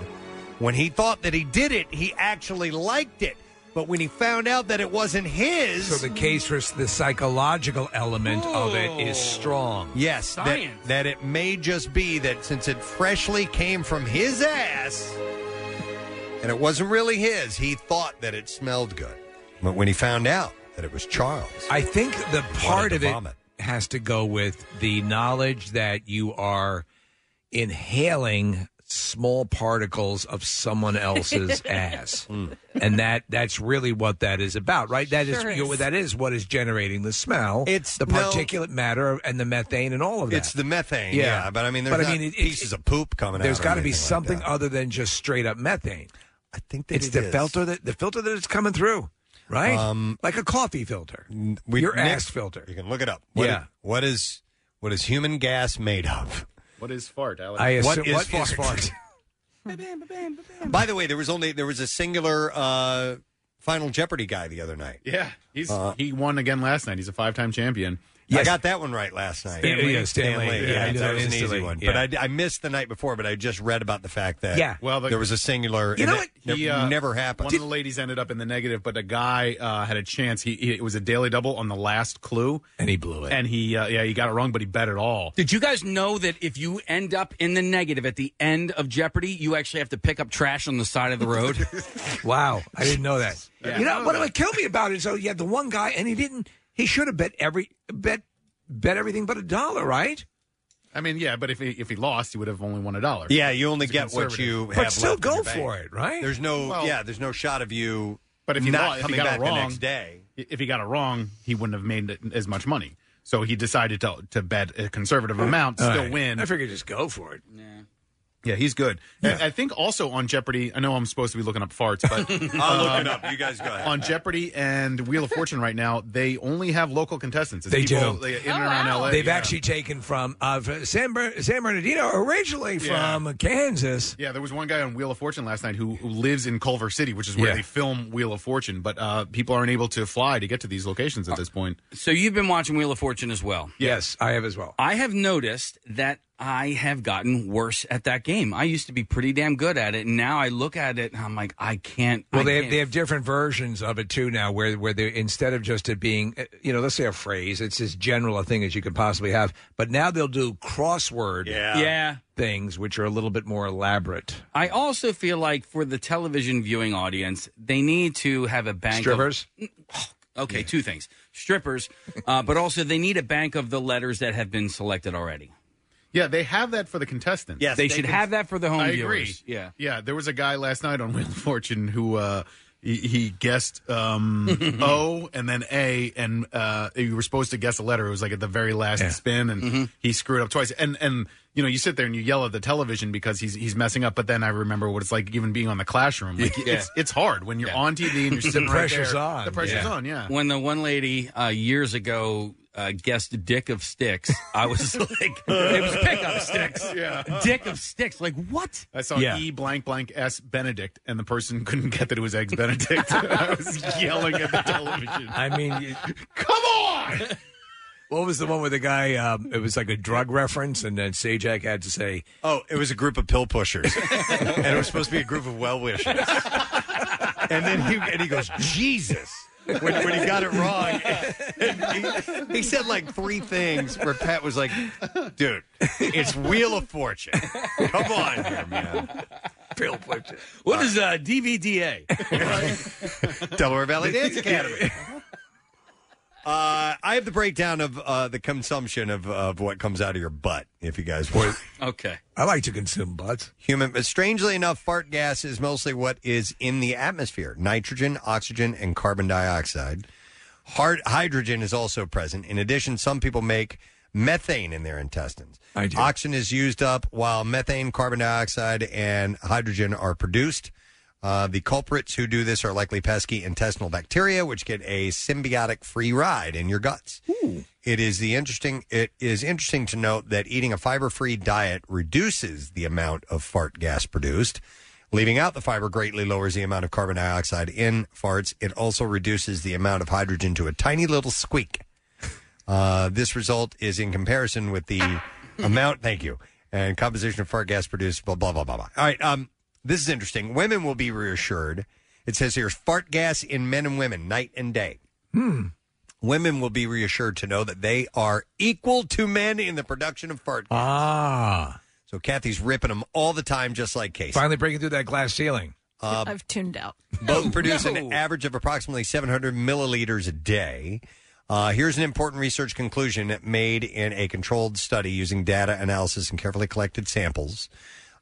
Speaker 2: When he thought that he did it, he actually liked it. But when he found out that it wasn't his.
Speaker 4: So the case for s- the psychological element of it is strong.
Speaker 2: Yes, that,
Speaker 4: Science.
Speaker 2: that it may just be that since it freshly came from his ass and it wasn't really his, he thought that it smelled good. But when he found out that it was Charles,
Speaker 4: I think the part
Speaker 2: to
Speaker 4: of it
Speaker 2: vomit.
Speaker 4: has to go with the knowledge that you are inhaling small particles of someone else's ass.
Speaker 2: Hmm.
Speaker 4: And that that's really what that is about, right? That is
Speaker 2: Sure
Speaker 4: you know,
Speaker 2: is.
Speaker 4: that is what is generating the smell. It's the
Speaker 2: no-
Speaker 4: particulate matter and the methane and all of that.
Speaker 2: it's the methane. Yeah, but I mean, there's not
Speaker 4: it- it-
Speaker 2: pieces of poop coming
Speaker 4: There's
Speaker 2: out.
Speaker 4: got to be something other than just straight up methane.
Speaker 2: I think
Speaker 4: that it's
Speaker 2: it
Speaker 4: the
Speaker 2: is.
Speaker 4: filter that the filter that it's coming through, right?
Speaker 2: Um,
Speaker 4: like a coffee filter,
Speaker 2: we-
Speaker 4: your
Speaker 2: Nick-
Speaker 4: ass filter.
Speaker 2: You can look it up. What
Speaker 4: Yeah.
Speaker 2: is- what is what is human gas made of?
Speaker 7: What is fart, Alex?
Speaker 2: I assume-
Speaker 4: what is fart?
Speaker 2: By the way, there was only there was a singular uh, Final Jeopardy guy the other night.
Speaker 7: Yeah, he's
Speaker 2: Uh,
Speaker 7: he won again last night. He's a five-time champion.
Speaker 2: I got that one right last night.
Speaker 7: Stan Lee.
Speaker 2: Yeah,
Speaker 7: Stan Lee.
Speaker 2: Yeah,
Speaker 7: Yeah, I knew
Speaker 2: that
Speaker 7: that
Speaker 2: was an easy
Speaker 7: instantly.
Speaker 2: one.
Speaker 7: Yeah.
Speaker 2: But I, I missed the night before, but I just read about the fact that
Speaker 7: Yeah.
Speaker 2: well,
Speaker 7: Well, the-
Speaker 2: there was a singular.
Speaker 7: You know
Speaker 2: and
Speaker 7: what?
Speaker 2: It, ne-
Speaker 7: He, uh,
Speaker 2: never happened.
Speaker 7: One of the ladies ended up in the negative, but a guy uh, had a chance. He, he it was a daily double on the last clue,
Speaker 4: and he blew it.
Speaker 7: And he uh, yeah, he got it wrong, but he bet it all.
Speaker 5: Did you guys know that if you end up in the negative at the end of Jeopardy, you actually have to pick up trash on the side of the road?
Speaker 4: wow, I didn't know that.
Speaker 5: Yeah.
Speaker 4: You know what would kill me about
Speaker 8: oh,
Speaker 4: it? So you had the one guy, and he didn't. He should have bet every bet bet everything but a dollar, right?
Speaker 7: I mean, yeah, but if he, if he lost, he would have only won a dollar.
Speaker 2: yeah, you only
Speaker 7: He's a
Speaker 2: get what
Speaker 7: conservative.
Speaker 2: you. have left in your bank. There's no.
Speaker 7: Well,
Speaker 2: yeah, there's no shot of you.
Speaker 7: But if he
Speaker 2: not
Speaker 7: lost, if he
Speaker 2: coming
Speaker 7: got
Speaker 2: back
Speaker 7: it wrong
Speaker 2: the next day,
Speaker 7: if he got it wrong, he wouldn't have made as much money. So he decided to to bet a conservative amount,
Speaker 4: All
Speaker 7: still
Speaker 4: right.
Speaker 7: win.
Speaker 4: I figured just go for it.
Speaker 7: Yeah, he's good. I, I think also on Jeopardy. I know I'm supposed to be looking up farts, but
Speaker 2: I'll look
Speaker 7: um,
Speaker 2: it up. You guys go ahead.
Speaker 7: On Jeopardy and Wheel of Fortune right now, they only have local contestants. It's
Speaker 8: They
Speaker 7: people,
Speaker 8: do.
Speaker 7: like, in
Speaker 2: Oh,
Speaker 7: and around LA.
Speaker 8: They've
Speaker 7: yeah.
Speaker 8: actually taken from uh, San, Ber- San Bernardino, originally
Speaker 7: Yeah.
Speaker 8: from Kansas.
Speaker 7: Yeah, there was one guy on Wheel of Fortune last night who, who lives in Culver City, which is where
Speaker 8: Yeah.
Speaker 7: they film Wheel of Fortune. But uh, people aren't able to fly to get to these locations at this point.
Speaker 5: So you've been watching Wheel of Fortune as well.
Speaker 7: Yes,
Speaker 8: I have as well.
Speaker 5: I have noticed that I have gotten worse at that game. I used to be pretty damn good at it, and now I look at it and I'm like, I can't.
Speaker 8: Well,
Speaker 5: I
Speaker 8: they have,
Speaker 5: can't.
Speaker 8: they have different versions of it too now, where where they instead of just it being uh, you know let's say a phrase, it's as general a thing as you could possibly have, but now they'll do crossword
Speaker 5: Yeah. Yeah.
Speaker 8: things which are a little bit more elaborate.
Speaker 5: I also feel like for the television viewing audience, they need to have a bank
Speaker 8: Strippers?
Speaker 5: Of, Oh, okay, two things: strippers, uh, but also they need a bank of the letters that have been selected already.
Speaker 7: Yeah, they have that for the contestants.
Speaker 5: Yes, They they should can- have that for the home
Speaker 7: I
Speaker 5: viewers.
Speaker 7: Agree.
Speaker 5: Yeah.
Speaker 7: yeah. There was a guy last night on Wheel of Fortune who uh, he, he guessed um, O and then A, and uh, you were supposed to guess a letter. It was like at the very last spin, and
Speaker 5: Mm-hmm.
Speaker 7: he screwed up twice. And and you know you sit there and you yell at the television because he's he's messing up. But then I remember what it's like even being on the classroom. Like,
Speaker 5: Yeah.
Speaker 7: It's it's hard when you're on TV and you're sitting right there. The pressure's on. Yeah.
Speaker 5: When the one lady uh, years ago uh, guessed "dick of sticks," I was like, "It was pickup sticks."
Speaker 7: Yeah.
Speaker 5: Dick of sticks. Like what?
Speaker 7: I saw
Speaker 5: Yeah.
Speaker 7: E blank blank S Benedict, and the person couldn't get that it was eggs Benedict. I was yelling at the television.
Speaker 8: I mean, you-
Speaker 7: come on.
Speaker 8: What was the one where the guy? Um, it was like a drug reference, and then Sajak had to say,
Speaker 2: "Oh, it was a group of pill pushers." and it was supposed to be a group of well wishers. and then he and he goes, Jesus. When, when he got it wrong, he, he said like three things where Pat was like, dude, it's Wheel of Fortune. Come on here, man.
Speaker 8: Pill pushers.
Speaker 5: What is uh, DVDA?
Speaker 2: Delaware Valley Dance Academy. Uh, I have the breakdown of uh, the consumption of, of what comes out of your butt, if you guys want.
Speaker 5: Okay.
Speaker 8: I like to consume butts.
Speaker 2: Human, but strangely enough, fart gas is mostly what is in the atmosphere nitrogen, oxygen, and carbon dioxide. Hard, hydrogen is also present. In addition, some people make methane in their intestines.
Speaker 8: I do.
Speaker 2: Oxygen is used up while methane, carbon dioxide, and hydrogen are produced. Uh, the culprits who do this are likely pesky intestinal bacteria, which get a symbiotic free ride in your guts. It is the interesting. It is interesting to note that eating a fiber-free diet reduces the amount of fart gas produced. Leaving out the fiber greatly lowers the amount of carbon dioxide in farts. It also reduces the amount of hydrogen to a tiny little squeak. Uh, this result is in comparison with the amount. Thank you. And composition of fart gas produced. Blah blah blah blah blah. All right. Um, this is interesting. Women will be reassured. It says here fart gas in men and women, night and day.
Speaker 8: Hmm.
Speaker 2: Women will be reassured to know that they are equal to men in the production of fart gas.
Speaker 8: Ah.
Speaker 2: So Kathy's ripping them all the time, just like Casey.
Speaker 8: Finally breaking through that glass ceiling.
Speaker 2: Uh,
Speaker 10: I've tuned out.
Speaker 2: both produce an average of approximately 700 milliliters a day. Uh, here's an important research conclusion made in a controlled study using data analysis and carefully collected samples.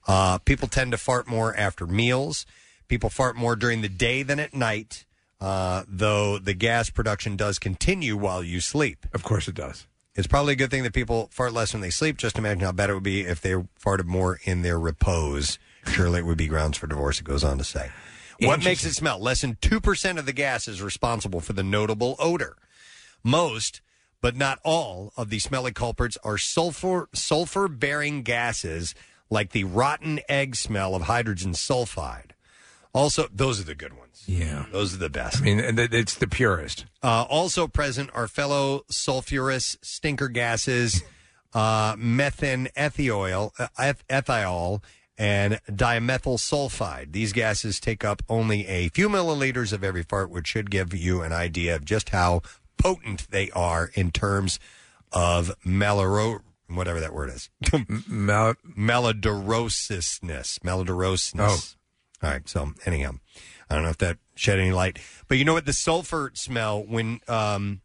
Speaker 2: Uh, people tend to fart more after meals. People fart more during the day than at night, uh, though the gas production does continue while you sleep.
Speaker 8: Of course, it does.
Speaker 2: It's probably a good thing that people fart less when they sleep. Just imagine how bad it would be if they farted more in their repose. Surely it would be grounds for divorce, it goes on to say. What makes it smell? Less than 2% of the gas is responsible for the notable odor. Most, but not all, of the smelly culprits are sulfur sulfur bearing gases like the rotten egg smell of hydrogen sulfide. Also, those are the good ones.
Speaker 8: Yeah.
Speaker 2: Those are the
Speaker 8: I
Speaker 2: best.
Speaker 8: mean, and it- it's the purest.
Speaker 2: Uh, also present are fellow sulfurous stinker gases, uh, methane ethiol, uh, eth- ethiol, and dimethyl sulfide. These gases take up only a few milliliters of every fart, which should give you an idea of just how potent they are in terms of malaro whatever that word is.
Speaker 8: Mal-
Speaker 2: malodorousness. Malodorousness. All right. So anyhow, I don't know if that shed any light, but you know what? The sulfur smell when um,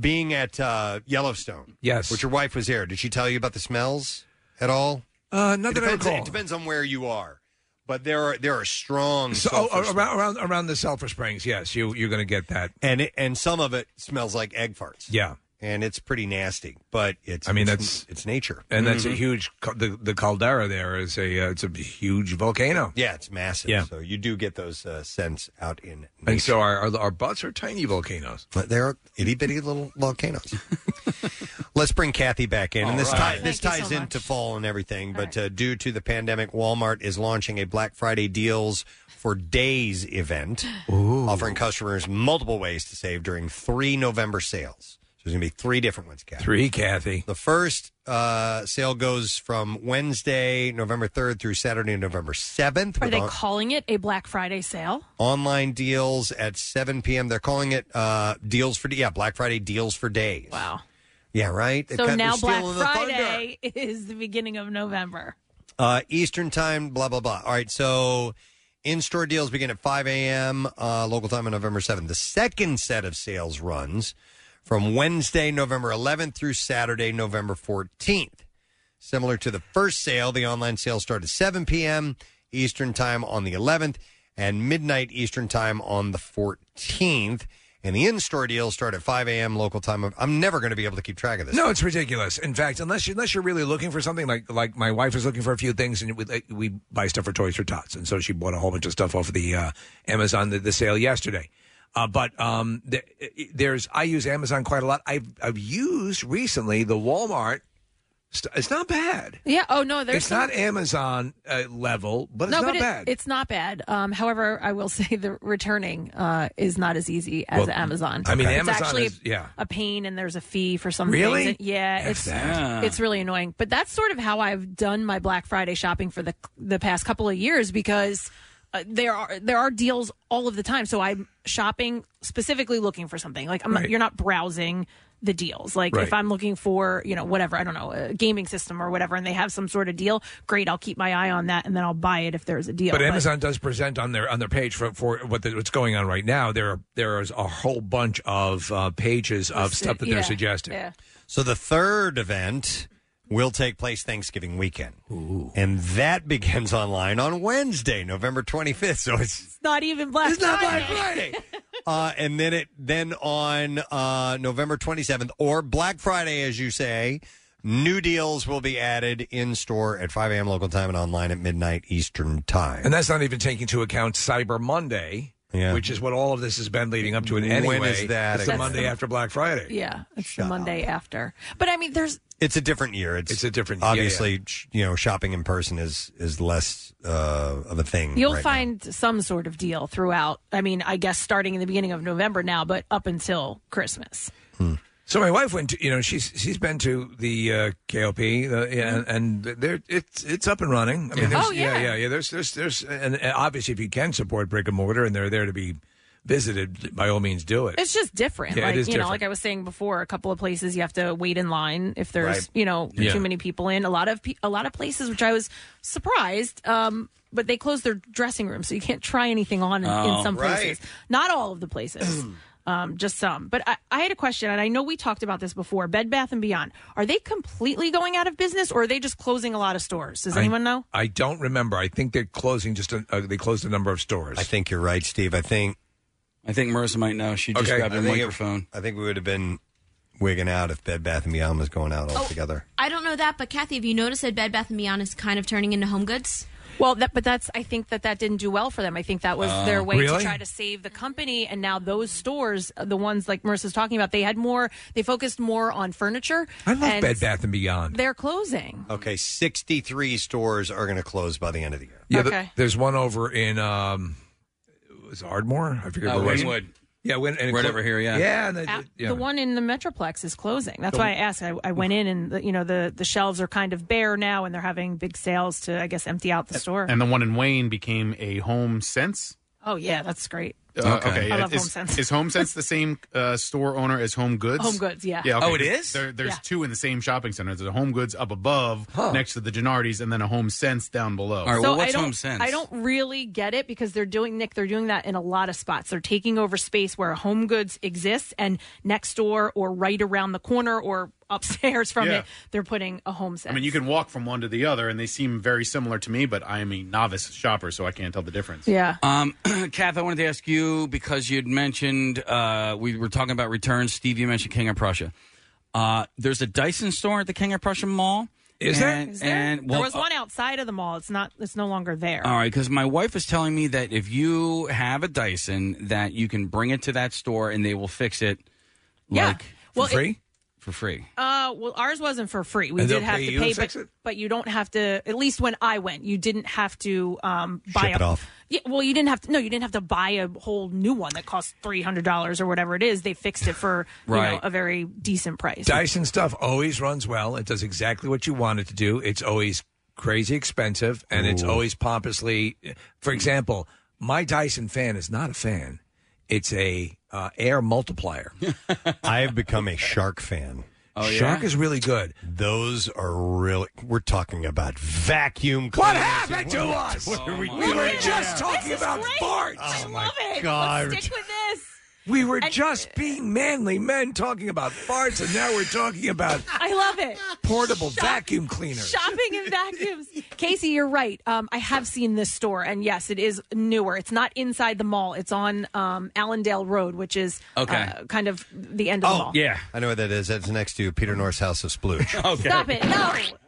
Speaker 2: being at uh, Yellowstone.
Speaker 8: Yes.
Speaker 2: Which your wife was there. Did she tell you about the smells at all?
Speaker 8: Uh, not
Speaker 2: it
Speaker 8: that I
Speaker 2: depends,
Speaker 8: recall.
Speaker 2: It depends on where you are, but there are there are strong.
Speaker 8: So, oh,
Speaker 2: sulfur
Speaker 8: around, around around the sulfur springs, yes, you you're going to get that,
Speaker 2: and it, and some of it smells like egg farts.
Speaker 8: Yeah.
Speaker 2: and it's pretty nasty. But it's
Speaker 4: I mean,
Speaker 2: it's- it's nature,
Speaker 4: and that's a
Speaker 2: Mhm.
Speaker 4: huge. ca- The the caldera there is a uh, it's a huge volcano.
Speaker 2: Yeah, it's massive.
Speaker 4: Yeah.
Speaker 2: So you do get those uh, scents out in
Speaker 4: And so our, our our butts are tiny volcanoes.
Speaker 2: But they're itty bitty little volcanoes. Let's bring Kathy back in,
Speaker 4: All
Speaker 2: and this
Speaker 4: right.
Speaker 2: ti- this
Speaker 4: Thank you
Speaker 2: ties
Speaker 4: so
Speaker 2: into fall and everything. But uh, due to the pandemic, Walmart is launching a Black Friday deals for days event, offering customers multiple ways to save during three November sales. So there's going to be three different ones, Kathy.
Speaker 4: Three, Kathy.
Speaker 2: The first uh, sale goes from Wednesday, November third, through Saturday, November seventh.
Speaker 3: Are they calling it a Black Friday sale?
Speaker 2: online deals at 7 p.m. They're calling it uh, deals for yeah Black Friday deals for days.
Speaker 3: Wow.
Speaker 2: Yeah, right. They've
Speaker 3: So
Speaker 2: got-
Speaker 3: now
Speaker 2: they're
Speaker 3: Black
Speaker 2: stealing the thunder.
Speaker 3: Friday is the beginning of November.
Speaker 2: Uh, Eastern time, blah blah blah. All right, so in-store deals begin at 5 a.m. Uh, local time on November 7th. The second set of sales runs from Wednesday, November 11th through Saturday, November 14th. Similar to the first sale, the online sale started at 7 p.m. Eastern Time on the 11th and midnight Eastern Time on the 14th. And the in-store deals start at 5 a.m. local time. I'm never going to be able to keep track of this.
Speaker 4: No, it's ridiculous. In fact, unless you, unless you're really looking for something like like my wife was looking for a few things, and we, like, we buy stuff for Toys for Tots, and so she bought a whole bunch of stuff off of the uh, Amazon the, the sale yesterday. Uh, but um, the, there's I use Amazon quite a lot. I've I've used recently the Walmart. St- it's not bad.
Speaker 3: Yeah. Oh no, there's
Speaker 4: it's not Amazon uh, level, but it's
Speaker 3: no,
Speaker 4: not
Speaker 3: but it-
Speaker 4: bad.
Speaker 3: it's not bad. Um, however, I will say the returning uh, is not as easy as
Speaker 4: Well,
Speaker 3: Amazon.
Speaker 4: I mean,
Speaker 3: it's
Speaker 4: Amazon
Speaker 3: actually
Speaker 4: is- yeah.
Speaker 3: a pain, and there's a fee for some
Speaker 4: Really?
Speaker 3: things. And- yeah,
Speaker 4: F
Speaker 3: it's
Speaker 4: that.
Speaker 3: it's really annoying. But that's sort of how I've done my Black Friday shopping for the the past couple of years because. Uh, there are there are deals all of the time, so I'm shopping specifically looking for something. Like I'm not,
Speaker 23: Right.
Speaker 3: you're not browsing the deals. Like
Speaker 23: Right.
Speaker 3: if I'm looking for you know whatever I don't know a gaming system or whatever, and they have some sort of deal, great, I'll keep my eye on that, and then I'll buy it if there's a deal.
Speaker 4: But Amazon does present on their on their page for, for what the, what's going on right now. There are there is a whole bunch of uh, pages of stuff that they're suggesting.
Speaker 2: So the third event will take place Thanksgiving weekend. And that begins online on Wednesday, November 25th. So it's
Speaker 3: It's not even Black
Speaker 2: It's not Black Friday. uh and then it then on uh November 27th or Black Friday as you say, new deals will be added in store at 5 a.m. local time and online at midnight Eastern time.
Speaker 4: And that's not even taking into account Cyber Monday,
Speaker 2: Yeah.
Speaker 4: which is what all of this has been leading up to. And anyway,
Speaker 2: When is that
Speaker 4: It's the
Speaker 2: again?
Speaker 4: Monday after Black Friday.
Speaker 3: yeah, it's the Monday after. But I mean, there's
Speaker 2: It's a different year. It's,
Speaker 4: it's a different yeah, yeah.
Speaker 2: obviously sh- you know shopping in person is is less uh, of a thing.
Speaker 3: you'll
Speaker 2: right now.
Speaker 3: find some sort of deal throughout. I mean, I guess starting in the beginning of November now, but up until Christmas.
Speaker 4: So my wife went to you know she's she's been to the uh, KOP uh, yeah,
Speaker 2: Mm-hmm.
Speaker 4: and, and there it's it's up and running. I mean, there's,
Speaker 3: Oh, yeah.
Speaker 4: yeah, yeah, yeah. There's there's there's and, and obviously if you can support brick and mortar and they're there to be visited, by all means do it.
Speaker 3: It's just different.
Speaker 4: Yeah, it
Speaker 3: like
Speaker 4: is
Speaker 3: you
Speaker 4: different.
Speaker 3: know, like I was saying before, a couple of places you have to wait in line if there's
Speaker 4: Right.
Speaker 3: you know
Speaker 4: Yeah.
Speaker 3: too many people in. A lot of pe- a lot of places, which I was surprised, um, but they closed their dressing room, so you can't try anything on in, in
Speaker 23: Oh,
Speaker 3: some
Speaker 23: right.
Speaker 3: places. Not all of the places. Um, just some, but I, I had a question, and I know we talked about this before. Bed Bath and Beyond, are they completely going out of business, or are they just closing a lot of stores? Does
Speaker 4: I-
Speaker 3: anyone know?
Speaker 4: I don't remember. I think they're closing just a, uh, they closed a number of stores. I
Speaker 2: think you're right, Steve. I think
Speaker 5: I think Marissa might know. She just grabbed her
Speaker 2: I think it-
Speaker 5: microphone.
Speaker 2: I think we would have been wigging out if Bed Bath and Beyond was going out
Speaker 19: Oh.
Speaker 2: altogether.
Speaker 19: I don't know that, but Kathy, have you noticed that Bed Bath and Beyond is kind of turning into Home Goods?
Speaker 3: Well, that, but that's I think that that didn't do well for them. I think that was
Speaker 19: Oh.
Speaker 3: their way
Speaker 19: Really?
Speaker 3: to try to save the company. And now those stores, uh, the ones like Marissa's talking about, they had more. They focused more on furniture.
Speaker 4: I love
Speaker 3: and
Speaker 4: Bed Bath and Beyond.
Speaker 3: They're closing.
Speaker 2: Okay, 63 stores are going to close by the end of the year.
Speaker 4: Yeah, th-
Speaker 3: Okay.
Speaker 4: there's one over in um, was it Ardmore. I forget
Speaker 5: Uh,
Speaker 4: where it was.
Speaker 5: Wynnewood.
Speaker 4: Yeah, Win- and it
Speaker 5: Right
Speaker 4: clo-
Speaker 5: over here, yeah.
Speaker 4: yeah. And the,
Speaker 3: At-
Speaker 4: yeah.
Speaker 3: Uh, The one in the Metroplex is closing. That's
Speaker 4: The-
Speaker 3: why I asked. I, I went in, and the, you know the the shelves are kind of bare now, and they're having big sales to I guess empty out the store.
Speaker 7: And the one in Wayne became a Home Sense.
Speaker 3: oh yeah, that's great.
Speaker 7: Uh,
Speaker 3: I love
Speaker 7: is,
Speaker 3: Home Sense.
Speaker 7: Is Home Sense the same uh, store owner as Home Goods?
Speaker 3: Home Goods, yeah.
Speaker 7: okay.
Speaker 3: Oh, it is?
Speaker 7: There, there's
Speaker 3: Yeah.
Speaker 7: two in the same shopping center. There's a Home Goods up above, next to the Gennardis, and then a Home Sense down below. All
Speaker 5: right,
Speaker 3: So I don't, I don't really get it because they're doing Nick. They're doing that in a lot of spots. They're taking over space where Home Goods exists, and next door or right around the corner or upstairs from
Speaker 7: Yeah.
Speaker 3: it, they're putting a Home Sense.
Speaker 7: I mean, you can walk from one to the other, and they seem very similar to me, but I am a novice shopper, so I can't tell the difference.
Speaker 3: Yeah.
Speaker 5: Um, Kath, I wanted to ask you because you'd mentioned uh, we were talking about returns. Steve, you mentioned King of Prussia. Uh, there's a Dyson store at the King of Prussia Mall.
Speaker 3: Is
Speaker 5: and,
Speaker 3: there? Is there?
Speaker 5: And well, uh,
Speaker 3: there was one outside of the mall. It's not. It's no longer there.
Speaker 5: All right, because my wife is telling me that if you have a Dyson, that you can bring it to that store and they will fix it.
Speaker 3: Yeah.
Speaker 5: Like,
Speaker 3: Well, it-
Speaker 5: for free.
Speaker 3: Uh, well, ours wasn't for free. We
Speaker 5: And they'll
Speaker 3: did have
Speaker 5: pay
Speaker 3: to
Speaker 5: you to
Speaker 3: pay,
Speaker 5: fix
Speaker 3: but,
Speaker 5: it?
Speaker 3: but you don't have to. At least when I went, you didn't have to um,
Speaker 2: Ship
Speaker 3: buy a,
Speaker 2: it off.
Speaker 3: Yeah, well, you didn't have to. No, you didn't have to buy a whole new one that cost three hundred dollars or whatever it is. They fixed it for you
Speaker 4: Right.
Speaker 3: know a very decent price.
Speaker 4: Dyson stuff always runs well. It does exactly what you want it to do. It's always crazy expensive and it's
Speaker 16: Ooh.
Speaker 4: always pompously. For example, my Dyson fan is not a fan. It's a uh, air multiplier.
Speaker 2: I have become a shark fan.
Speaker 4: Oh, yeah? Shark is really good.
Speaker 2: Those are really. We're talking about vacuum.
Speaker 4: What
Speaker 2: cleaners.
Speaker 4: happened to
Speaker 2: What-
Speaker 4: us?
Speaker 2: what are we
Speaker 5: Oh,
Speaker 4: we
Speaker 2: doing
Speaker 4: were
Speaker 2: here?
Speaker 4: just talking
Speaker 2: This is
Speaker 4: about
Speaker 2: great.
Speaker 4: farts.
Speaker 2: Oh, my
Speaker 3: it.
Speaker 2: God.
Speaker 3: Let's stick with this.
Speaker 4: We were just being manly men talking about farts, and now we're talking about
Speaker 3: I love it.
Speaker 4: portable vacuum cleaners.
Speaker 3: Shopping and vacuums. Casey, you're right. Um, I have seen this store, and yes, it is newer. It's not inside the mall. It's on um, Allendale Road, which is
Speaker 2: Okay. Oh,
Speaker 3: uh, kind of the end of the
Speaker 4: Oh.
Speaker 3: mall.
Speaker 2: I know what that is. That's next to Peter North's house of splooge.
Speaker 3: Stop it. No.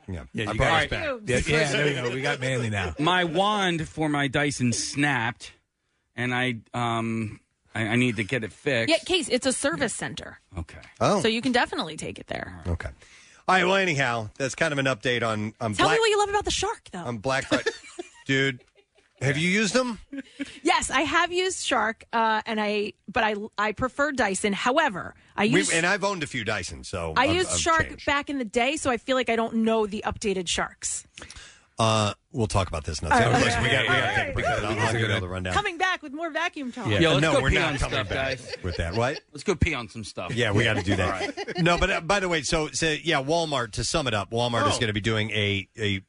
Speaker 2: Yeah,
Speaker 4: Yeah,
Speaker 2: I brought
Speaker 4: you guys
Speaker 2: us back.
Speaker 4: back. Yeah, yeah, there you go. We got manly now.
Speaker 5: My wand for my Dyson snapped, and I um I, I need to get it fixed.
Speaker 3: Yeah, Case, it's a service center.
Speaker 5: Okay.
Speaker 3: So you can definitely take it there.
Speaker 2: Okay. Oh. All right. Well, anyhow, that's kind of an update on on
Speaker 3: Tell
Speaker 2: Black
Speaker 3: me what you love about the shark, though.
Speaker 2: on Black Friday, dude. Have you used them?
Speaker 3: Yes, I have used Shark, uh, and I but I I prefer Dyson. However, I
Speaker 2: We-
Speaker 3: use
Speaker 2: and I've owned a few Dyson, so
Speaker 3: I
Speaker 2: I've-
Speaker 3: used
Speaker 2: I've
Speaker 3: Shark
Speaker 2: changed.
Speaker 3: back in the day, so I feel like I don't know the updated Sharks.
Speaker 2: Uh, we'll talk about this another
Speaker 3: All
Speaker 2: time.
Speaker 3: right.
Speaker 2: Listen, we got we got to take a break.
Speaker 4: All right.
Speaker 2: I'll I'll give you the rundown.
Speaker 3: Coming back with more vacuum talk.
Speaker 2: Yeah,
Speaker 5: let's
Speaker 2: no,
Speaker 5: go
Speaker 2: we're
Speaker 5: pee
Speaker 2: not
Speaker 5: on
Speaker 2: coming
Speaker 5: stuff,
Speaker 2: back
Speaker 5: guys.
Speaker 2: with that. What?
Speaker 5: Let's go pee on some stuff.
Speaker 2: Yeah, we got to do
Speaker 5: All
Speaker 2: that.
Speaker 5: right.
Speaker 2: No, but uh, by the way, so so yeah, Walmart. To sum it up, Walmart is
Speaker 5: Oh.
Speaker 2: going to be doing a a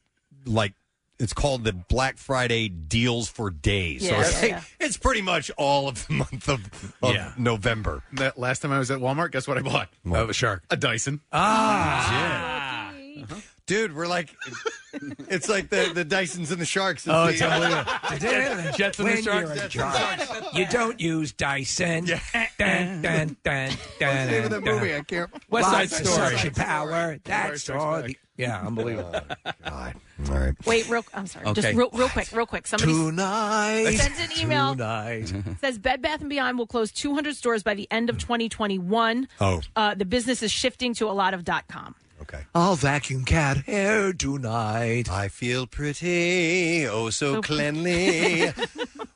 Speaker 2: like it's called the Black Friday deals for days. so
Speaker 7: Yeah,
Speaker 2: it's,
Speaker 7: yeah, yeah.
Speaker 2: it's pretty much all of the month of, of November.
Speaker 7: That last time I was at Walmart, guess what I bought?
Speaker 5: Oh,
Speaker 4: Of a shark,
Speaker 7: a Dyson.
Speaker 2: Ah, dude, we're like it's like the the Dysons and the Sharks.
Speaker 4: Oh,
Speaker 2: the- uh,
Speaker 4: it's unbelievable.
Speaker 2: Jets and the
Speaker 4: When
Speaker 2: Sharks.
Speaker 4: you're in
Speaker 2: Jets and
Speaker 4: charge,
Speaker 2: the
Speaker 4: You don't use Dyson. Dun, dun, dun, dun,
Speaker 2: name of that
Speaker 4: dun.
Speaker 2: movie? I can't-
Speaker 4: West Side
Speaker 2: Lots of
Speaker 4: Story.
Speaker 2: suction
Speaker 4: power.
Speaker 2: That's
Speaker 4: That's
Speaker 2: all
Speaker 4: all. yeah, unbelievable.
Speaker 2: Oh, All right.
Speaker 3: Wait, real. I'm sorry.
Speaker 4: Okay.
Speaker 3: Just real, real quick, real quick. Somebody
Speaker 4: Tonight.
Speaker 3: sends an email.
Speaker 4: Tonight.
Speaker 3: Says Bed Bath and Beyond will close 200 stores by the end of 2021.
Speaker 2: Mm. Oh.
Speaker 3: Uh, the business is shifting to a lot of dot .com.
Speaker 4: I'll vacuum cat hair tonight.
Speaker 2: I feel pretty, oh so
Speaker 3: So-
Speaker 2: cleanly.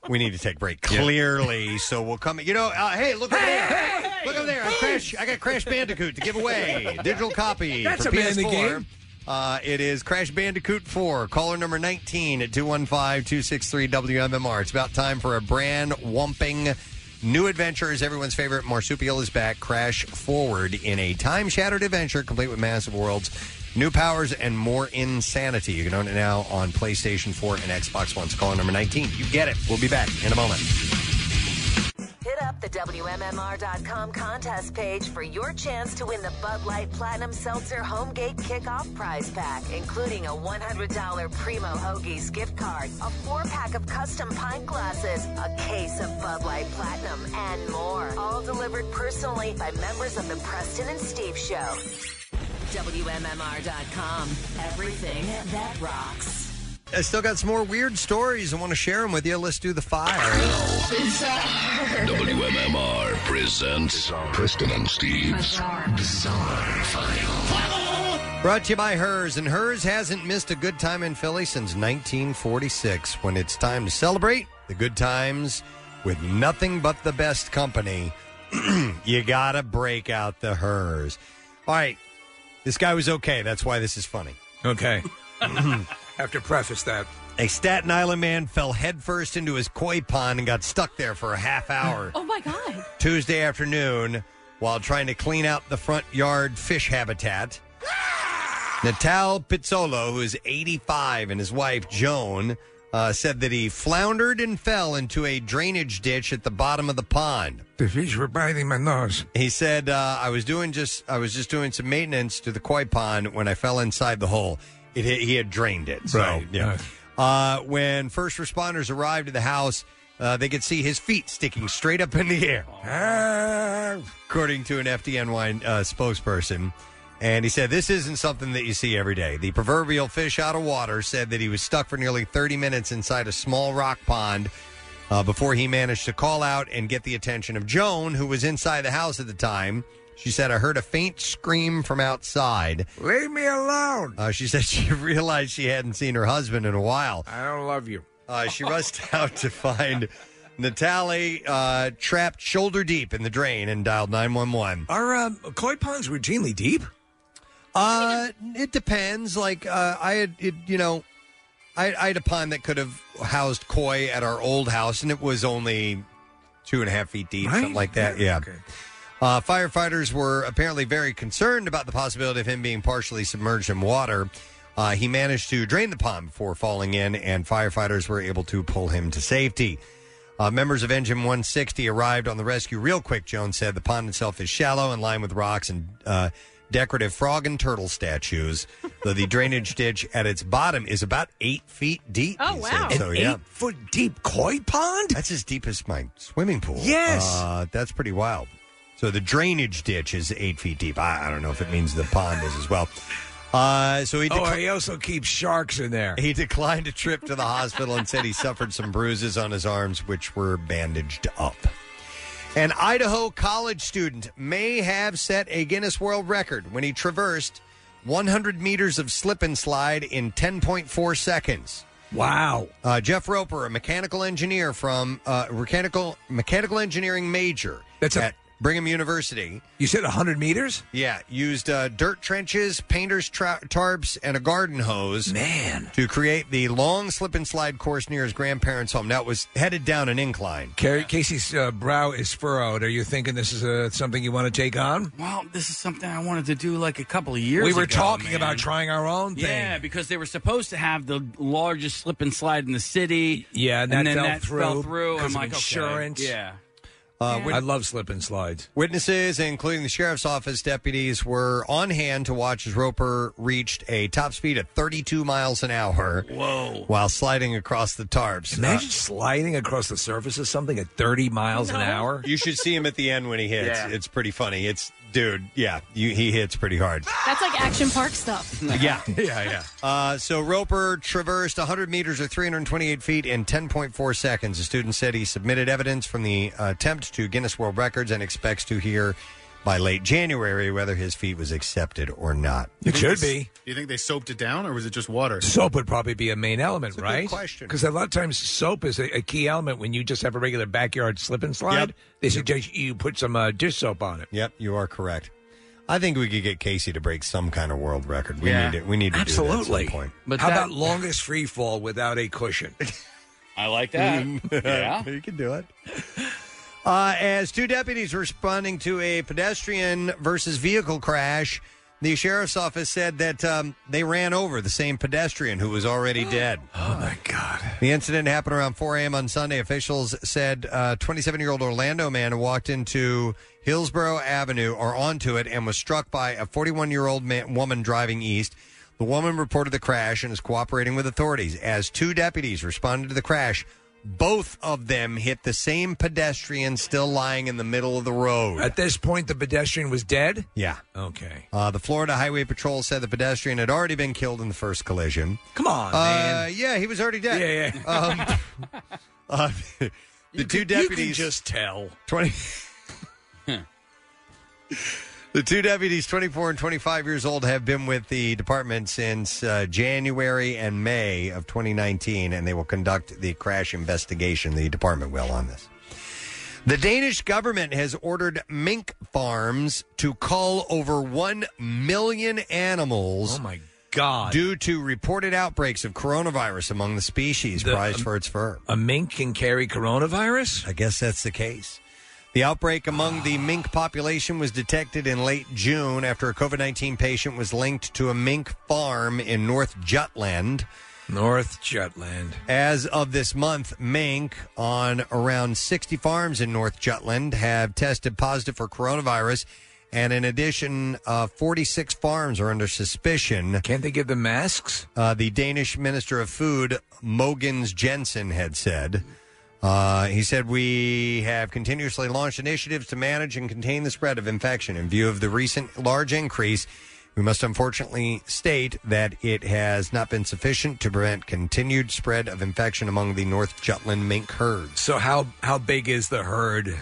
Speaker 2: we need to take a break, clearly. So we'll come. You know, uh, hey, look over there. look over there. I, Crash, I got Crash Bandicoot to give away. Digital copy
Speaker 4: That's
Speaker 2: for
Speaker 4: a manly
Speaker 2: PS4.
Speaker 4: game.
Speaker 2: Uh, it is Crash Bandicoot 4, caller number 19 at 215-263-WMMR. It's about time for a brand whumping new adventure as everyone's favorite marsupial is back. Crash forward in a time-shattered adventure complete with massive worlds, new powers, and more insanity. You can own it now on PlayStation 4 and Xbox One. It's caller number 19. You get it. We'll be back in a moment.
Speaker 14: Hit up the WMMR.com contest page for your chance to win the Bud Light Platinum Seltzer Homegate Kickoff Prize Pack, including a $100 Primo Hoagies gift card, a four pack of custom pint glasses, a case of Bud Light Platinum, and more. All delivered personally by members of the Preston and Steve Show. WMMR.com. Everything that rocks.
Speaker 2: I still got some more weird stories. I want to share them with you. Let's do the fire.
Speaker 1: WMMR presents Preston and Steve's Bizarre, File.
Speaker 2: Brought to you by Hers, and Hers hasn't missed a good time in Philly since 1946 when it's time to celebrate the good times with nothing but the best company. you got to break out the Hers. All right. This guy was okay. That's why this is funny.
Speaker 4: Okay. Have to preface that.
Speaker 2: A Staten Island man fell headfirst into his koi pond and got stuck there for a half hour.
Speaker 3: Oh my God.
Speaker 2: Tuesday afternoon while trying to clean out the front yard fish habitat. Natal Pizzolo, who is 85, and his wife Joan uh, said that he floundered and fell into a drainage ditch at the bottom of the pond.
Speaker 4: The fish were biting my nose.
Speaker 2: He said, uh, "I was doing just I was just doing some maintenance to the koi pond when I fell inside the hole. It he had drained it, so
Speaker 4: Right,
Speaker 2: yeah." Uh, when first responders arrived at the house, Uh, they could see his feet sticking straight up in the air, according to an FDNY uh, spokesperson. And he said, This isn't something that you see every day. The proverbial fish out of water said that he was stuck for nearly 30 minutes inside a small rock pond uh, before he managed to call out and get the attention of Joan, who was inside the house at the time. She said, I heard a faint scream from outside.
Speaker 4: Leave me alone.
Speaker 2: Uh, she said she realized she hadn't seen her husband in a while.
Speaker 4: I don't love you.
Speaker 2: Uh, she rushed out to find Natalie uh, trapped shoulder deep in the drain and dialed 911.
Speaker 4: Are uh, koi ponds routinely deep?
Speaker 2: Uh, it depends. Like uh, I had, it, you know, I, I had a pond that could have housed koi at our old house, and it was only two and a half feet deep, something like that. Yeah. Uh, firefighters were apparently very concerned about the possibility of him being partially submerged in water. Uh, he managed to drain the pond before falling in, and firefighters were able to pull him to safety. Uh, members of Engine 160 arrived on the rescue real quick, Jones said. The pond itself is shallow and lined with rocks and uh, decorative frog and turtle statues, though the drainage ditch at its bottom is about eight feet deep.
Speaker 10: Oh,
Speaker 2: he
Speaker 10: wow.
Speaker 2: Said. So,
Speaker 10: An
Speaker 2: yeah.
Speaker 10: eight
Speaker 4: foot deep koi pond?
Speaker 2: That's as deep as my swimming pool.
Speaker 4: Yes.
Speaker 2: Uh, that's pretty wild. So the drainage ditch is eight feet deep. I, I don't know if it means the pond is as well. Uh, so he
Speaker 4: oh,
Speaker 2: decli-
Speaker 4: he also keeps sharks in there.
Speaker 2: he declined a trip to the hospital and said he suffered some bruises on his arms, which were bandaged up. An Idaho college student may have set a Guinness World Record when he traversed 100 meters of slip and slide in 10.4 seconds.
Speaker 4: Wow.
Speaker 2: Uh, Jeff Roper, a mechanical engineer from uh, mechanical mechanical engineering major
Speaker 4: That's a-
Speaker 2: at Brigham University.
Speaker 4: You said 100 meters?
Speaker 2: Yeah, used uh, dirt trenches, painters' tra- tarps, and a garden hose.
Speaker 4: Man.
Speaker 2: To create the long slip and slide course near his grandparents' home. Now, it was headed down an incline.
Speaker 4: Car- Casey's uh, brow is furrowed. Are you thinking this is uh, something you want to take on?
Speaker 5: Well, this is something I wanted to do like a couple of years
Speaker 4: We were
Speaker 5: ago,
Speaker 4: talking
Speaker 5: man.
Speaker 4: about trying our own thing.
Speaker 5: Yeah, because they were supposed to have the largest slip and slide in the city.
Speaker 4: Yeah, and that
Speaker 5: then
Speaker 4: fell
Speaker 5: that
Speaker 4: through
Speaker 5: fell through.
Speaker 4: because of
Speaker 5: I'm like, okay,
Speaker 4: insurance.
Speaker 5: yeah.
Speaker 2: Uh,
Speaker 4: I love slip and slides.
Speaker 2: Witnesses, including the sheriff's office deputies, were on hand to watch as Roper reached a top speed of 32 miles an hour.
Speaker 5: Whoa.
Speaker 2: While sliding across the tarps.
Speaker 4: Imagine
Speaker 2: Uh,
Speaker 4: sliding across the surface of something at 30 miles an hour.
Speaker 2: You should see him at the end when he hits.
Speaker 4: Yeah.
Speaker 2: It's pretty funny. It's dude, yeah, you, he hits pretty hard.
Speaker 10: That's like action park stuff.
Speaker 2: yeah, yeah, yeah. Uh, so Roper traversed 100 meters or 328 feet in 10.4 seconds. The student said he submitted evidence from the uh, attempt to Guinness World Records and expects to hear by late January whether his feat was accepted or not.
Speaker 4: It should be.
Speaker 7: Do you think they soaped it down, or was it just water?
Speaker 4: Soap would probably be a main element,
Speaker 7: That's a good
Speaker 4: right?
Speaker 7: question.
Speaker 4: Because a lot of times soap is a, a key element when you just have a regular backyard slip and slide. They suggest you put some uh, dish soap on it.
Speaker 2: Yep, you are correct. I think we could get Casey to break some kind of world record. We
Speaker 4: Yeah.
Speaker 2: need to, we need to do that at
Speaker 4: Absolutely.
Speaker 2: some point.
Speaker 4: But How about longest free fall without a cushion?
Speaker 5: I like
Speaker 2: you can do it. Uh, as two deputies were responding to a pedestrian versus vehicle crash, the sheriff's office said that um, they ran over the same pedestrian who was already dead. Oh, my God. The incident happened around 4 a.m. on Sunday. Officials said 27 year old Orlando man walked into Hillsborough Avenue or onto it and was struck by a 41 year old man- woman driving east. The woman reported the crash and is cooperating with authorities. As two deputies responded to the crash, both of them hit the same pedestrian still lying in the middle of the road.
Speaker 4: At this point, the pedestrian was dead?
Speaker 2: Yeah.
Speaker 4: Okay.
Speaker 2: Uh, the Florida Highway Patrol said the pedestrian had already been killed in the first collision.
Speaker 4: Come on,
Speaker 2: Uh,
Speaker 4: man.
Speaker 2: Yeah, he was already dead. Um,
Speaker 4: Yeah,
Speaker 2: yeah. Uh, the two deputies
Speaker 4: just tell.
Speaker 2: twenty. the two deputies, 24 and 25 years old, have been with the department since uh, January and May of 2019, and they will conduct the crash investigation. The department will on this. The Danish government has ordered mink farms to cull over 1 million animals.
Speaker 4: Oh, my God.
Speaker 2: Due to reported outbreaks of coronavirus among the species prized for its fur.
Speaker 4: um, A mink can carry coronavirus?
Speaker 2: I guess that's the case. The outbreak among the mink population was detected in late June after a COVID 19 patient was linked to a mink farm in North Jutland.
Speaker 4: North Jutland.
Speaker 2: As of this month, mink on around 60 farms in North Jutland have tested positive for coronavirus. And in addition, uh, 46 farms are under suspicion.
Speaker 4: Can't they give them masks?
Speaker 2: Uh, the Danish Minister of Food, Mogens Jensen, had said. Uh, he said, We have continuously launched initiatives to manage and contain the spread of infection. In view of the recent large increase, we must unfortunately state that it has not been sufficient to prevent continued spread of infection among the North Jutland mink herd.
Speaker 4: So how how big is the herd?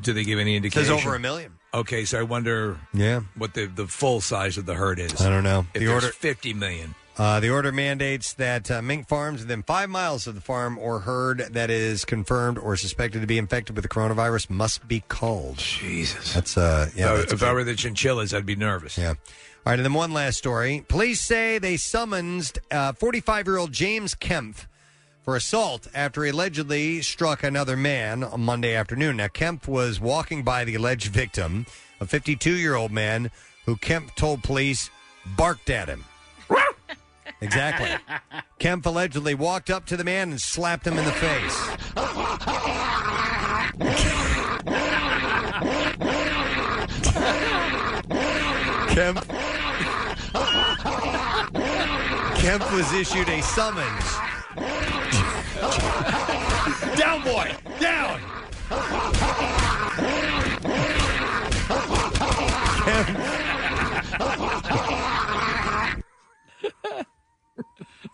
Speaker 4: Do they give any indication?
Speaker 2: over a million.
Speaker 4: Okay, so I wonder.
Speaker 2: Yeah.
Speaker 4: What the the full size of the herd is?
Speaker 2: I don't know.
Speaker 4: If
Speaker 2: The
Speaker 4: there's
Speaker 2: order-
Speaker 4: fifty million.
Speaker 2: Uh, the order mandates that uh, mink farms within five miles of the farm or herd that is confirmed or suspected to be infected with the coronavirus must be culled.
Speaker 4: Jesus,
Speaker 2: that's uh, yeah.
Speaker 4: If I-
Speaker 2: that's
Speaker 4: if I were the chinchillas, I'd be nervous.
Speaker 2: Yeah. All right, and then one last story. Police say they summoned 45 year old James Kemp for assault after he allegedly struck another man on Monday afternoon. Now, Kemp was walking by the alleged victim, a 52 year old man who Kemp told police barked at him. exactly. Kemp allegedly walked up to the man and slapped him in the face. Kemp. Kemp was issued a summons. down, boy! Down!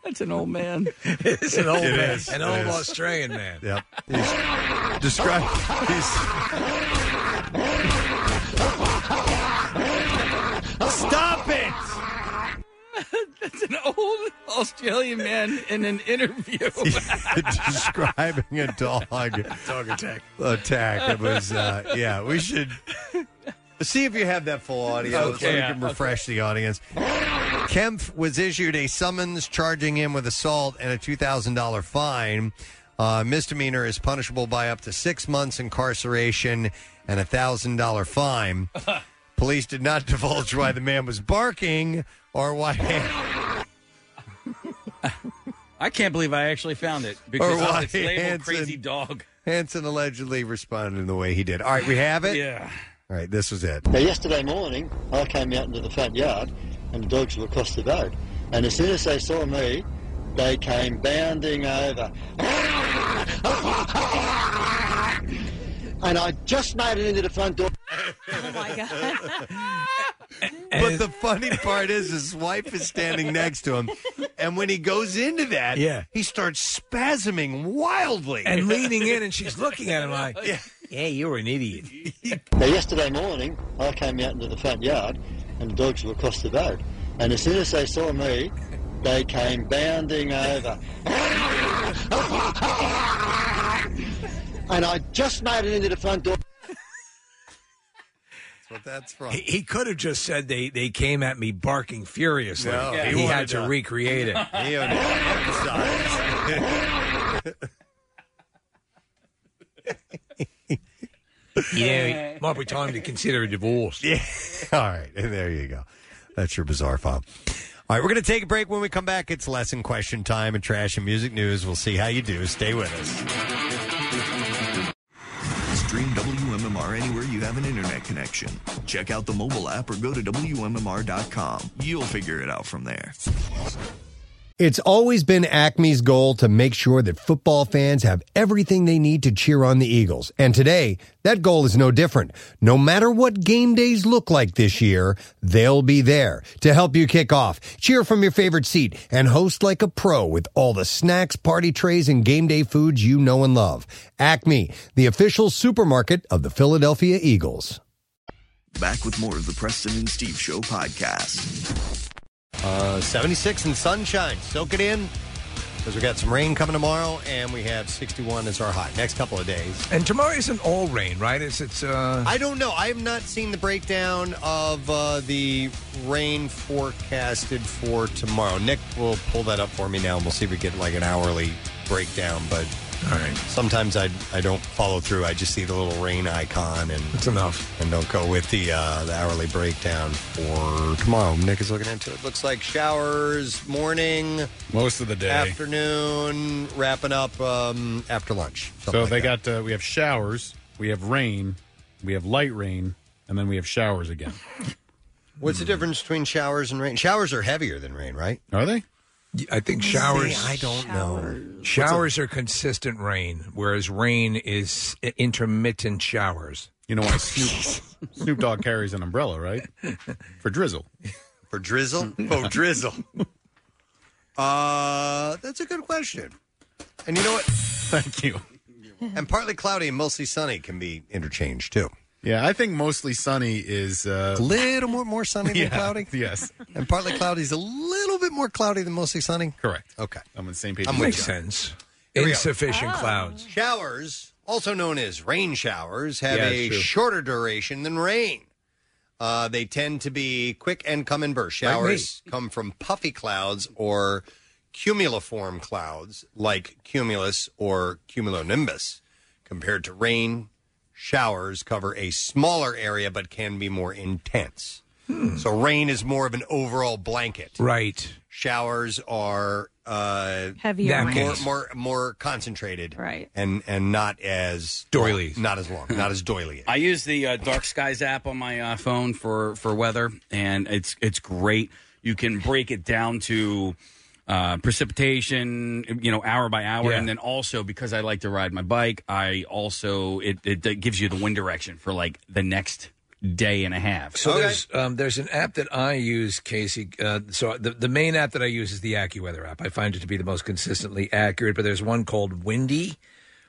Speaker 5: That's an old man.
Speaker 4: it's an old
Speaker 5: It
Speaker 4: man,
Speaker 5: is.
Speaker 4: an
Speaker 5: It
Speaker 4: old
Speaker 5: is.
Speaker 4: Australian man.
Speaker 2: Yep. He's described.
Speaker 4: Oh,
Speaker 2: Stop it!
Speaker 5: That's an old Australian man in an interview.
Speaker 2: describing a dog
Speaker 4: dog attack
Speaker 2: attack. It was uh, yeah. We should see if you have that full audio so we
Speaker 9: Okay.
Speaker 2: can refresh the audience. Kempf was issued a summons charging him with assault and a two thousand dollar fine. Uh, misdemeanor is punishable by up to six months incarceration and a thousand dollar fine. Police did not divulge why the man was barking or why.
Speaker 5: I can't believe I actually found it because
Speaker 2: Or why
Speaker 5: it's labeled
Speaker 2: Hanson-
Speaker 5: crazy dog.
Speaker 2: Hanson allegedly responded in the way he did. All right, we have it.
Speaker 5: Yeah.
Speaker 2: All right, this was it.
Speaker 16: Now, yesterday morning, I came out into the front yard and the dogs were across the road. And as soon as they saw me, they came bounding over. And I just made it into the front door.
Speaker 10: Oh my god!
Speaker 2: But the funny part is his wife is standing next to him, and when he goes into that,
Speaker 4: Yeah.
Speaker 2: he starts spasming wildly
Speaker 4: And leaning in, and she's looking at him like, "Yeah, you were an idiot."
Speaker 16: Now, yesterday morning, I came out into the front yard and the dogs were across the road. And as soon as they saw me, they came bounding over. And I just made it into the front door.
Speaker 2: That's what that's from.
Speaker 4: He, he could have just said they, they came at me barking furiously.
Speaker 2: No,
Speaker 4: he,
Speaker 2: he
Speaker 4: had
Speaker 2: wanted
Speaker 4: to
Speaker 2: to-
Speaker 4: recreate it.
Speaker 2: He only emphasized.
Speaker 4: Yeah, it might be time to consider a divorce.
Speaker 2: Yeah. All right, and there you go. That's your bizarre file. All right, we're going to take a break. When we come back, it's lesson question time and trash and music news. We'll see how you do. Stay with us.
Speaker 18: Stream WMMR anywhere you have an internet connection. Check out the mobile app or go to WMMR.com. You'll figure it out from there.
Speaker 2: It's always been Acme's goal to make sure that football fans have everything they need to cheer on the Eagles. And today, that goal is no different. No matter what game days look like this year, they'll be there to help you kick off, cheer from your favorite seat, and host like a pro with all the snacks, party trays, and game day foods you know and love. Acme, the official supermarket of the Philadelphia Eagles.
Speaker 18: Back with more of the Preston and Steve Show podcast.
Speaker 2: Uh, 76 and sunshine. Soak it in because we got some rain coming tomorrow, and we have 61 as our high. Next couple of days.
Speaker 4: And tomorrow isn't all rain, right? It's it's. Uh,
Speaker 2: I don't know. I have not seen the breakdown of uh, the rain forecasted for tomorrow. Nick will pull that up for me now, and we'll see if we get like an hourly breakdown. But
Speaker 4: all right.
Speaker 2: sometimes I I don't follow through. I just see the little rain icon, and
Speaker 4: that's enough.
Speaker 2: And don't go with the uh, the hourly breakdown for tomorrow. Nick is looking into it. Looks like showers morning,
Speaker 7: most of the day.
Speaker 2: afternoon, wrapping up um, after lunch.
Speaker 7: so they got uh, we have showers, we have rain, we have light rain, and then we have showers again.
Speaker 2: What's the difference between showers and rain? Showers are heavier than rain, right?
Speaker 7: Hmm. Are they?
Speaker 4: I think showers.
Speaker 2: I don't know.
Speaker 4: Showers are consistent rain, whereas rain is i- intermittent showers.
Speaker 7: You know why Snoop, Snoop Dogg carries an umbrella, right? For drizzle.
Speaker 2: For drizzle? Oh, drizzle. Uh, that's a good question. And you know what?
Speaker 7: Thank you.
Speaker 2: And partly cloudy and mostly sunny can be interchanged too.
Speaker 7: Yeah, I think mostly sunny is uh,
Speaker 2: A little more more sunny than
Speaker 7: Yeah,
Speaker 2: cloudy.
Speaker 7: Yes.
Speaker 2: And partly cloudy is a little bit more cloudy than mostly sunny.
Speaker 7: Correct.
Speaker 2: Okay.
Speaker 7: I'm on the same page.
Speaker 2: I'm with
Speaker 4: makes
Speaker 2: you.
Speaker 4: sense.
Speaker 2: Here we go.
Speaker 4: Insufficient clouds.
Speaker 2: Showers, also known as rain showers, have
Speaker 4: Yeah,
Speaker 2: a
Speaker 4: true.
Speaker 2: shorter duration than rain. Uh, they tend to be quick and come in bursts.
Speaker 4: Like me.
Speaker 2: Showers come from puffy clouds or cumuliform clouds, like cumulus or cumulonimbus. Compared to rain, showers cover a smaller area but can be more intense. So rain is more of an overall blanket.
Speaker 4: Hmm. Right.
Speaker 2: Showers are uh,
Speaker 10: Heavier
Speaker 2: more,
Speaker 10: Napkins.
Speaker 2: more more concentrated,
Speaker 10: Right.
Speaker 2: And and not as doilies, not as long, not as doily.
Speaker 5: I use the uh, Dark Skies app on my uh, phone for for weather, and it's it's great. You can break it down to uh, precipitation, you know, hour by hour,
Speaker 4: Yeah.
Speaker 5: and then also because I like to ride my bike, I also it, it, it gives you the wind direction for like the next day and a half.
Speaker 4: So there's um, there's an app that I use, Casey. Uh, so the the main app that I use is the AccuWeather app. I find it to be the most consistently accurate. But there's one called Windy,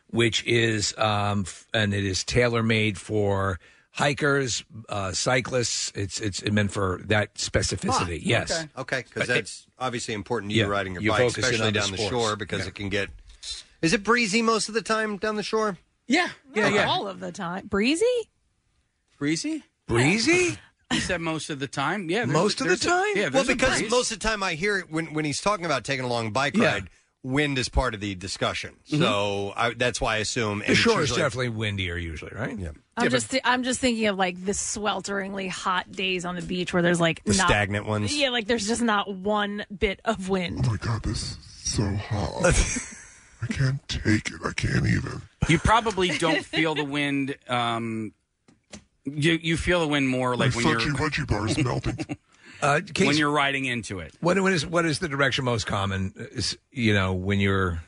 Speaker 4: which is um, f- and it is tailor made for hikers, uh, cyclists. It's it's meant for that specificity. yes.
Speaker 2: Ah, okay, because
Speaker 4: But it-
Speaker 2: that's obviously important to you
Speaker 4: Yeah,
Speaker 2: riding your
Speaker 4: you
Speaker 2: bike,
Speaker 4: focus in
Speaker 2: especially
Speaker 4: on the
Speaker 2: down the,
Speaker 4: sports.
Speaker 2: shore, because
Speaker 4: Yeah.
Speaker 2: it can get. Is it breezy most of the time down the shore?
Speaker 5: Yeah,
Speaker 10: Not all of the time. Breezy?
Speaker 5: breezy,
Speaker 4: breezy.
Speaker 5: You said most of the time. Yeah, there's- there's a- Yeah,
Speaker 2: well,
Speaker 5: there's a
Speaker 2: because
Speaker 5: breeze.
Speaker 2: most of the time I hear it when when he's talking about taking a long bike
Speaker 5: Yeah.
Speaker 2: ride, wind is part of the discussion. So I, that's why I assume and
Speaker 4: The
Speaker 2: it's
Speaker 4: shore is
Speaker 2: usually-
Speaker 4: definitely windier usually, right?
Speaker 2: Yeah.
Speaker 10: I'm just thi- I'm just thinking of like the swelteringly hot days on the beach where there's like
Speaker 2: The
Speaker 10: not,
Speaker 2: stagnant ones?
Speaker 10: Yeah, like there's just not one bit of wind. Oh my
Speaker 20: god, this so hot. I can't take it. I can't even.
Speaker 5: You probably don't feel the wind. Um, you you feel the wind more like
Speaker 4: My
Speaker 5: when you're
Speaker 4: fudgy
Speaker 20: fudgy bar is melting.
Speaker 4: Uh,
Speaker 5: when
Speaker 4: Casey,
Speaker 5: you're riding into it.
Speaker 4: What, what is what is the direction most common? Is, you know when you're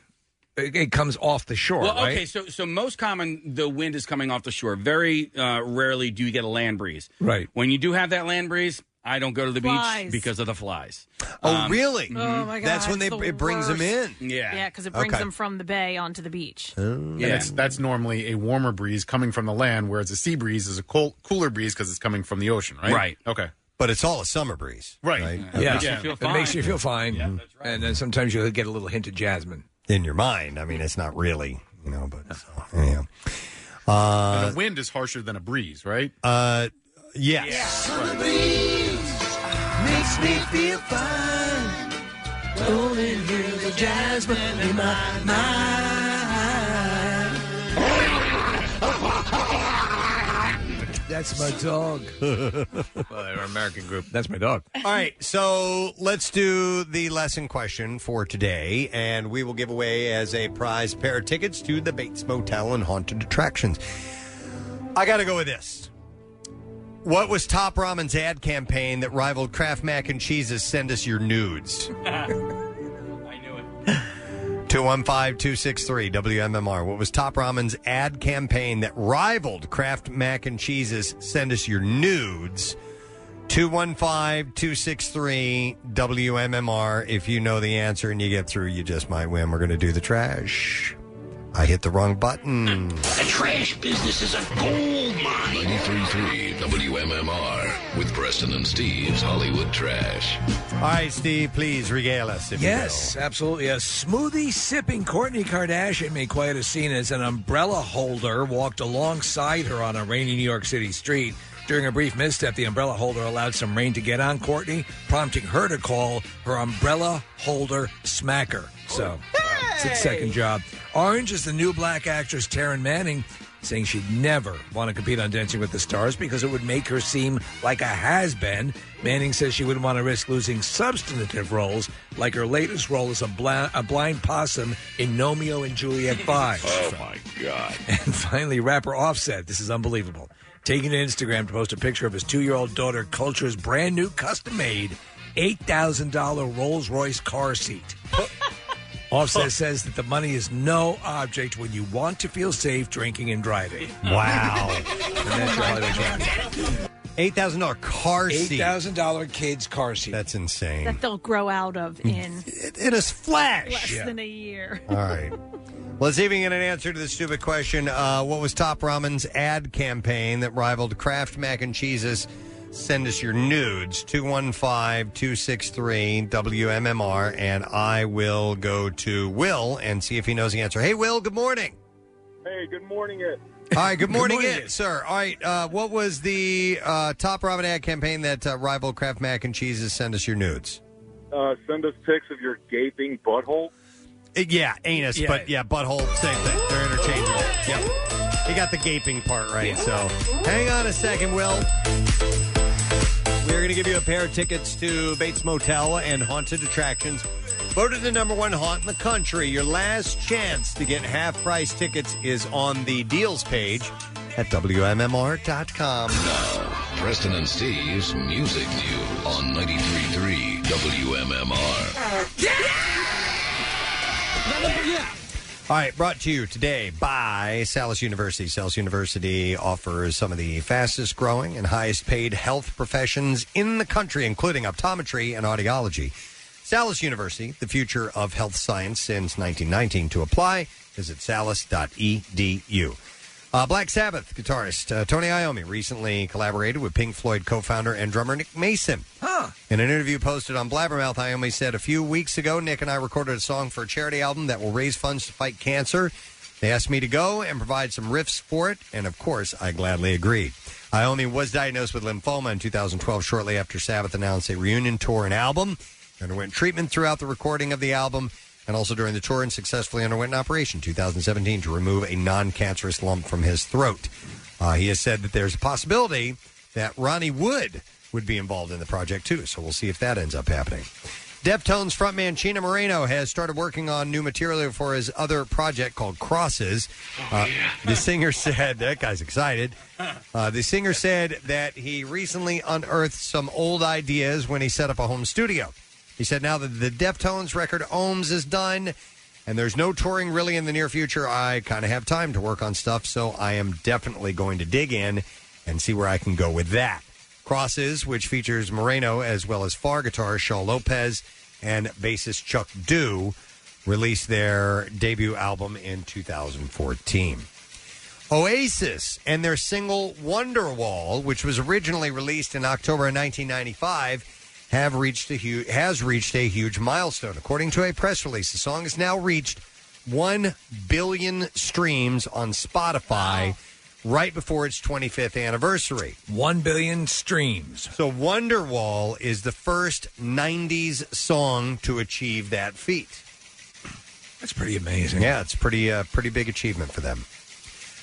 Speaker 4: it, it comes off the shore,
Speaker 5: well,
Speaker 4: right?
Speaker 5: okay, so so most common the wind is coming off the shore. Very uh, rarely do you get a land breeze.
Speaker 4: Right.
Speaker 5: When you do have that land breeze, I don't go to the
Speaker 10: Flies.
Speaker 5: beach because of the flies.
Speaker 2: Oh,
Speaker 7: Um,
Speaker 2: really?
Speaker 7: Mm.
Speaker 5: mhm.
Speaker 10: Oh my god.
Speaker 2: That's when
Speaker 10: it's
Speaker 2: they-
Speaker 10: the
Speaker 2: it brings them
Speaker 10: worst.
Speaker 2: in.
Speaker 5: Yeah.
Speaker 10: Yeah, because it brings
Speaker 7: Okay.
Speaker 10: them from the bay onto the beach.
Speaker 2: Oh.
Speaker 7: And
Speaker 10: Yeah.
Speaker 7: it's, that's normally a warmer breeze coming from the land, whereas a sea breeze is a cold, cooler breeze because it's coming from the ocean, right?
Speaker 4: Right.
Speaker 7: Okay.
Speaker 2: But it's all a summer breeze.
Speaker 7: Right.
Speaker 4: Yeah,
Speaker 7: Okay.
Speaker 4: it makes you feel fine. Mm-hmm. And then sometimes you'll get a little hint of jasmine.
Speaker 2: in your mind. I mean, it's not really, you know, but so, yeah.
Speaker 7: And
Speaker 2: Uh,
Speaker 7: a wind is harsher than a breeze, right?
Speaker 2: uh, yes.
Speaker 9: Summer breeze makes me feel fine. Only you, the jasmine in my mind.
Speaker 4: That's my dog. our American group. That's my dog.
Speaker 2: All right, so let's do the lesson question for today, and we will give away as a prize pair of tickets to the Bates Motel and Haunted Attractions. I got to go with this. What was Top Ramen's ad campaign that rivaled Kraft Mac and Cheese's Send Us Your Nudes?
Speaker 5: I knew it.
Speaker 2: 215-263 WMMR. What was Top Ramen's ad campaign that rivaled Kraft Mac and Cheese's Send Us Your Nudes? 215-263 WMMR. If you know the answer and you get through, you just might win. We're going to do the trash. I hit the wrong button.
Speaker 1: The trash business is a gold mine. 93.3 WMMR with Preston and Steve's Hollywood Trash.
Speaker 2: All right, Steve, please regale us if
Speaker 4: Yes, absolutely. A smoothie sipping Courtney Kardashian made quite a scene as an umbrella holder walked alongside her on a rainy New York City street. During a brief misstep, the umbrella holder allowed some rain to get on Courtney, prompting her to call her umbrella holder smacker. So, it's its second job. Orange is the new black actress Taryn Manning saying she'd never want to compete on Dancing with the Stars because it would make her seem like a has been. Manning says she wouldn't want to risk losing substantive roles like her latest role as a, bla- a blind possum in Romeo and Juliet 5.
Speaker 9: Oh, my
Speaker 4: God. And finally, rapper Offset. This is unbelievable. Taking to Instagram to post a picture of his two year old daughter Culture's brand new custom made $8,000 Rolls Royce car seat. Offset says that the money is no object when you want to feel safe drinking and driving.
Speaker 2: Wow.
Speaker 4: that's your holiday driving.
Speaker 2: Eight thousand dollar car
Speaker 4: seat. Eight thousand dollar kids car seat.
Speaker 2: That's insane.
Speaker 10: that they'll grow out of in
Speaker 2: in a flash.
Speaker 10: less
Speaker 2: Yeah.
Speaker 10: than a year.
Speaker 2: All right. Let's even get an answer to this stupid question. Uh, what was Top Ramen's ad campaign that rivaled Kraft Mac and Cheese's? Send us your nudes, 215 263 WMMR, and I will go to Will and see if he knows the answer. Hey, Will, good morning.
Speaker 13: Hey, good morning, it.
Speaker 2: All right, good
Speaker 13: Good
Speaker 2: morning,
Speaker 13: morning.
Speaker 2: it, sir. All right, uh, what was the uh, Top Ramen ad campaign that uh, rivaled Kraft Mac and Cheese's? Send us your nudes.
Speaker 13: Uh, send us pics of your gaping butthole.
Speaker 2: Uh, Yeah, anus, but yeah, butthole, same thing. They're interchangeable. Yep. He got the gaping part right, so hang on a second, Will. We're going to give you a pair of tickets to Bates Motel and Haunted Attractions. Voted the number one haunt in the country. Your last chance to get half price tickets is on the deals page at WMMR.com.
Speaker 1: Preston and Steve's Music News on 93.3 WMMR.
Speaker 2: All right, brought to you today by Salis University. Salis University offers some of the fastest growing and highest paid health professions in the country, including optometry and audiology. Salis University, the future of health science since 1919. To apply, visit salis.edu. Uh, Black Sabbath guitarist uh, Tony Iommi recently collaborated with Pink Floyd co-founder and drummer Nick Mason. In an interview posted on Blabbermouth, Iommi said, "A few weeks ago, Nick and I recorded a song for a charity album that will raise funds to fight cancer. They asked me to go and provide some riffs for it, and of course, I gladly agreed." Iommi was diagnosed with lymphoma in 2012, shortly after Sabbath announced a reunion tour and album. He underwent treatment throughout the recording of the album and also during the tour and successfully underwent an operation in 2017 to remove a non-cancerous lump from his throat. Uh, he has said that there's a possibility that Ronnie Wood would be involved in the project too, so we'll see if that ends up happening. Deftones frontman Chino Moreno has started working on new material for his other project called Crosses. Uh, the singer said, that guy's excited. Uh, the singer said that he recently unearthed some old ideas when he set up a home studio. He said, now that the Deftones record Ohms is done and there's no touring really in the near future, I kind of have time to work on stuff, so I am definitely going to dig in and see where I can go with that. Crosses, which features Moreno as well as far guitarist Shaw Lopez and bassist Chuck Dew, released their debut album in 2014. Oasis and their single Wonderwall, which was originally released in October of 1995, have reached a hu- has reached a huge milestone. According to a press release, the song has now reached 1 billion streams on Spotify right before its 25th anniversary.
Speaker 4: 1 billion streams.
Speaker 2: So Wonderwall is the first 90s song to achieve that feat.
Speaker 4: That's pretty amazing.
Speaker 2: Yeah, it's pretty uh, pretty big achievement for them.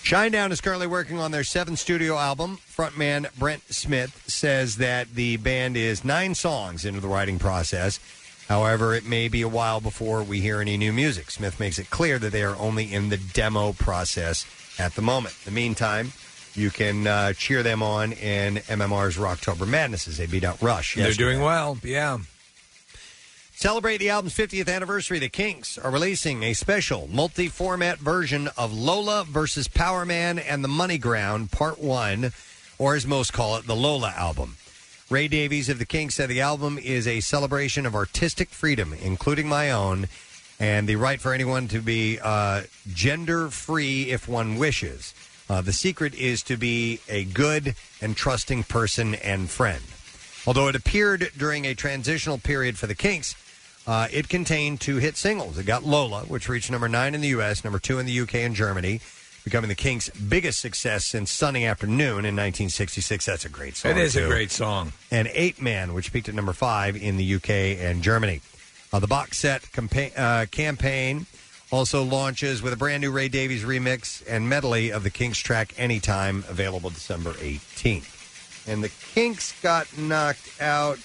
Speaker 2: Shinedown is currently working on their seventh studio album. Frontman Brent Smith says that the band is nine songs into the writing process. However, it may be a while before we hear any new music. Smith makes it clear that they are only in the demo process at the moment. In the meantime, you can uh, cheer them on in MMR's Rocktober Madness as they beat out Rush.
Speaker 4: They're
Speaker 2: yesterday.
Speaker 4: doing well. Yeah.
Speaker 2: Celebrate the album's 50th anniversary. The Kinks are releasing a special multi format version of Lola versus Power Man and the Money Ground, Part 1, or as most call it, the Lola album. Ray Davies of The Kinks said the album is a celebration of artistic freedom, including my own, and the right for anyone to be uh, gender free if one wishes. Uh, the secret is to be a good and trusting person and friend. Although it appeared during a transitional period for the Kinks, uh, it contained two hit singles. It got Lola, which reached number nine in the U.S., number two in the U.K. and Germany, becoming the Kinks' biggest success since Sunny Afternoon in 1966. That's a great song.
Speaker 4: It is a
Speaker 2: too
Speaker 4: great song.
Speaker 2: and Eight Man, which peaked at number five in the UK and Germany. Uh, the box set campa- uh, campaign also launches with a brand new Ray Davies remix and medley of the Kinks track Anytime, available December 18th. And the Kinks got knocked out,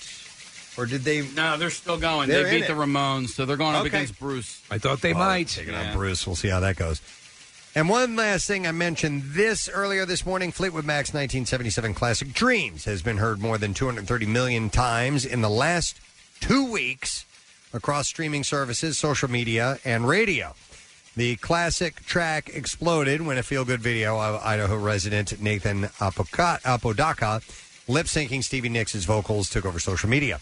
Speaker 2: or did they?
Speaker 5: No, they're still going.
Speaker 2: They're
Speaker 5: they
Speaker 2: in
Speaker 5: beat the
Speaker 2: it.
Speaker 5: Ramones, so they're going up
Speaker 2: Okay.
Speaker 5: against Bruce.
Speaker 4: I thought they
Speaker 2: Oh,
Speaker 4: might.
Speaker 2: Taking on Bruce. We'll see how that goes. And one last thing I mentioned this earlier this morning Fleetwood Mac's 1977 classic Dreams has been heard more than 230 million times in the last two weeks across streaming services, social media, and radio. The classic track exploded when a feel good video of Idaho resident Nathan Apoca- Apodaca lip syncing Stevie Nicks' vocals took over social media.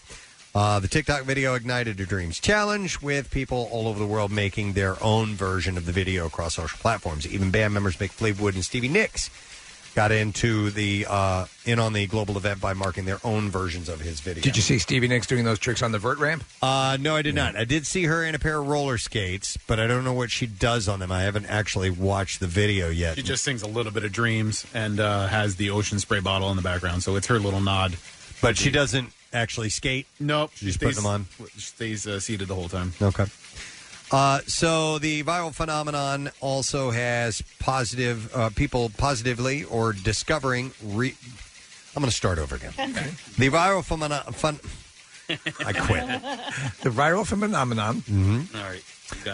Speaker 2: Uh, the TikTok video ignited a Dreams challenge with people all over the world making their own version of the video across social platforms. Even band members Mick Fleetwood and Stevie Nicks got into the uh, in on the global event by marking their own versions of his video.
Speaker 4: Did you see Stevie Nicks doing those tricks on the vert ramp?
Speaker 2: Uh, no, I did not. I did see her in a pair of roller skates, but I don't know what she does on them. I haven't actually watched the video yet.
Speaker 7: She just sings a little bit of dreams and uh, has the ocean spray bottle in the background, so it's her little nod.
Speaker 2: But she doesn't actually skate.
Speaker 7: Nope,
Speaker 2: She's putting them on.
Speaker 7: Stays uh, seated the whole time.
Speaker 2: Okay. Uh, so the viral phenomenon also has positive uh, people positively or discovering. Re- I'm going to start over again. The viral phenomenon. Fun- I quit.
Speaker 4: The viral phenomenon.
Speaker 2: Mhm.
Speaker 5: All right.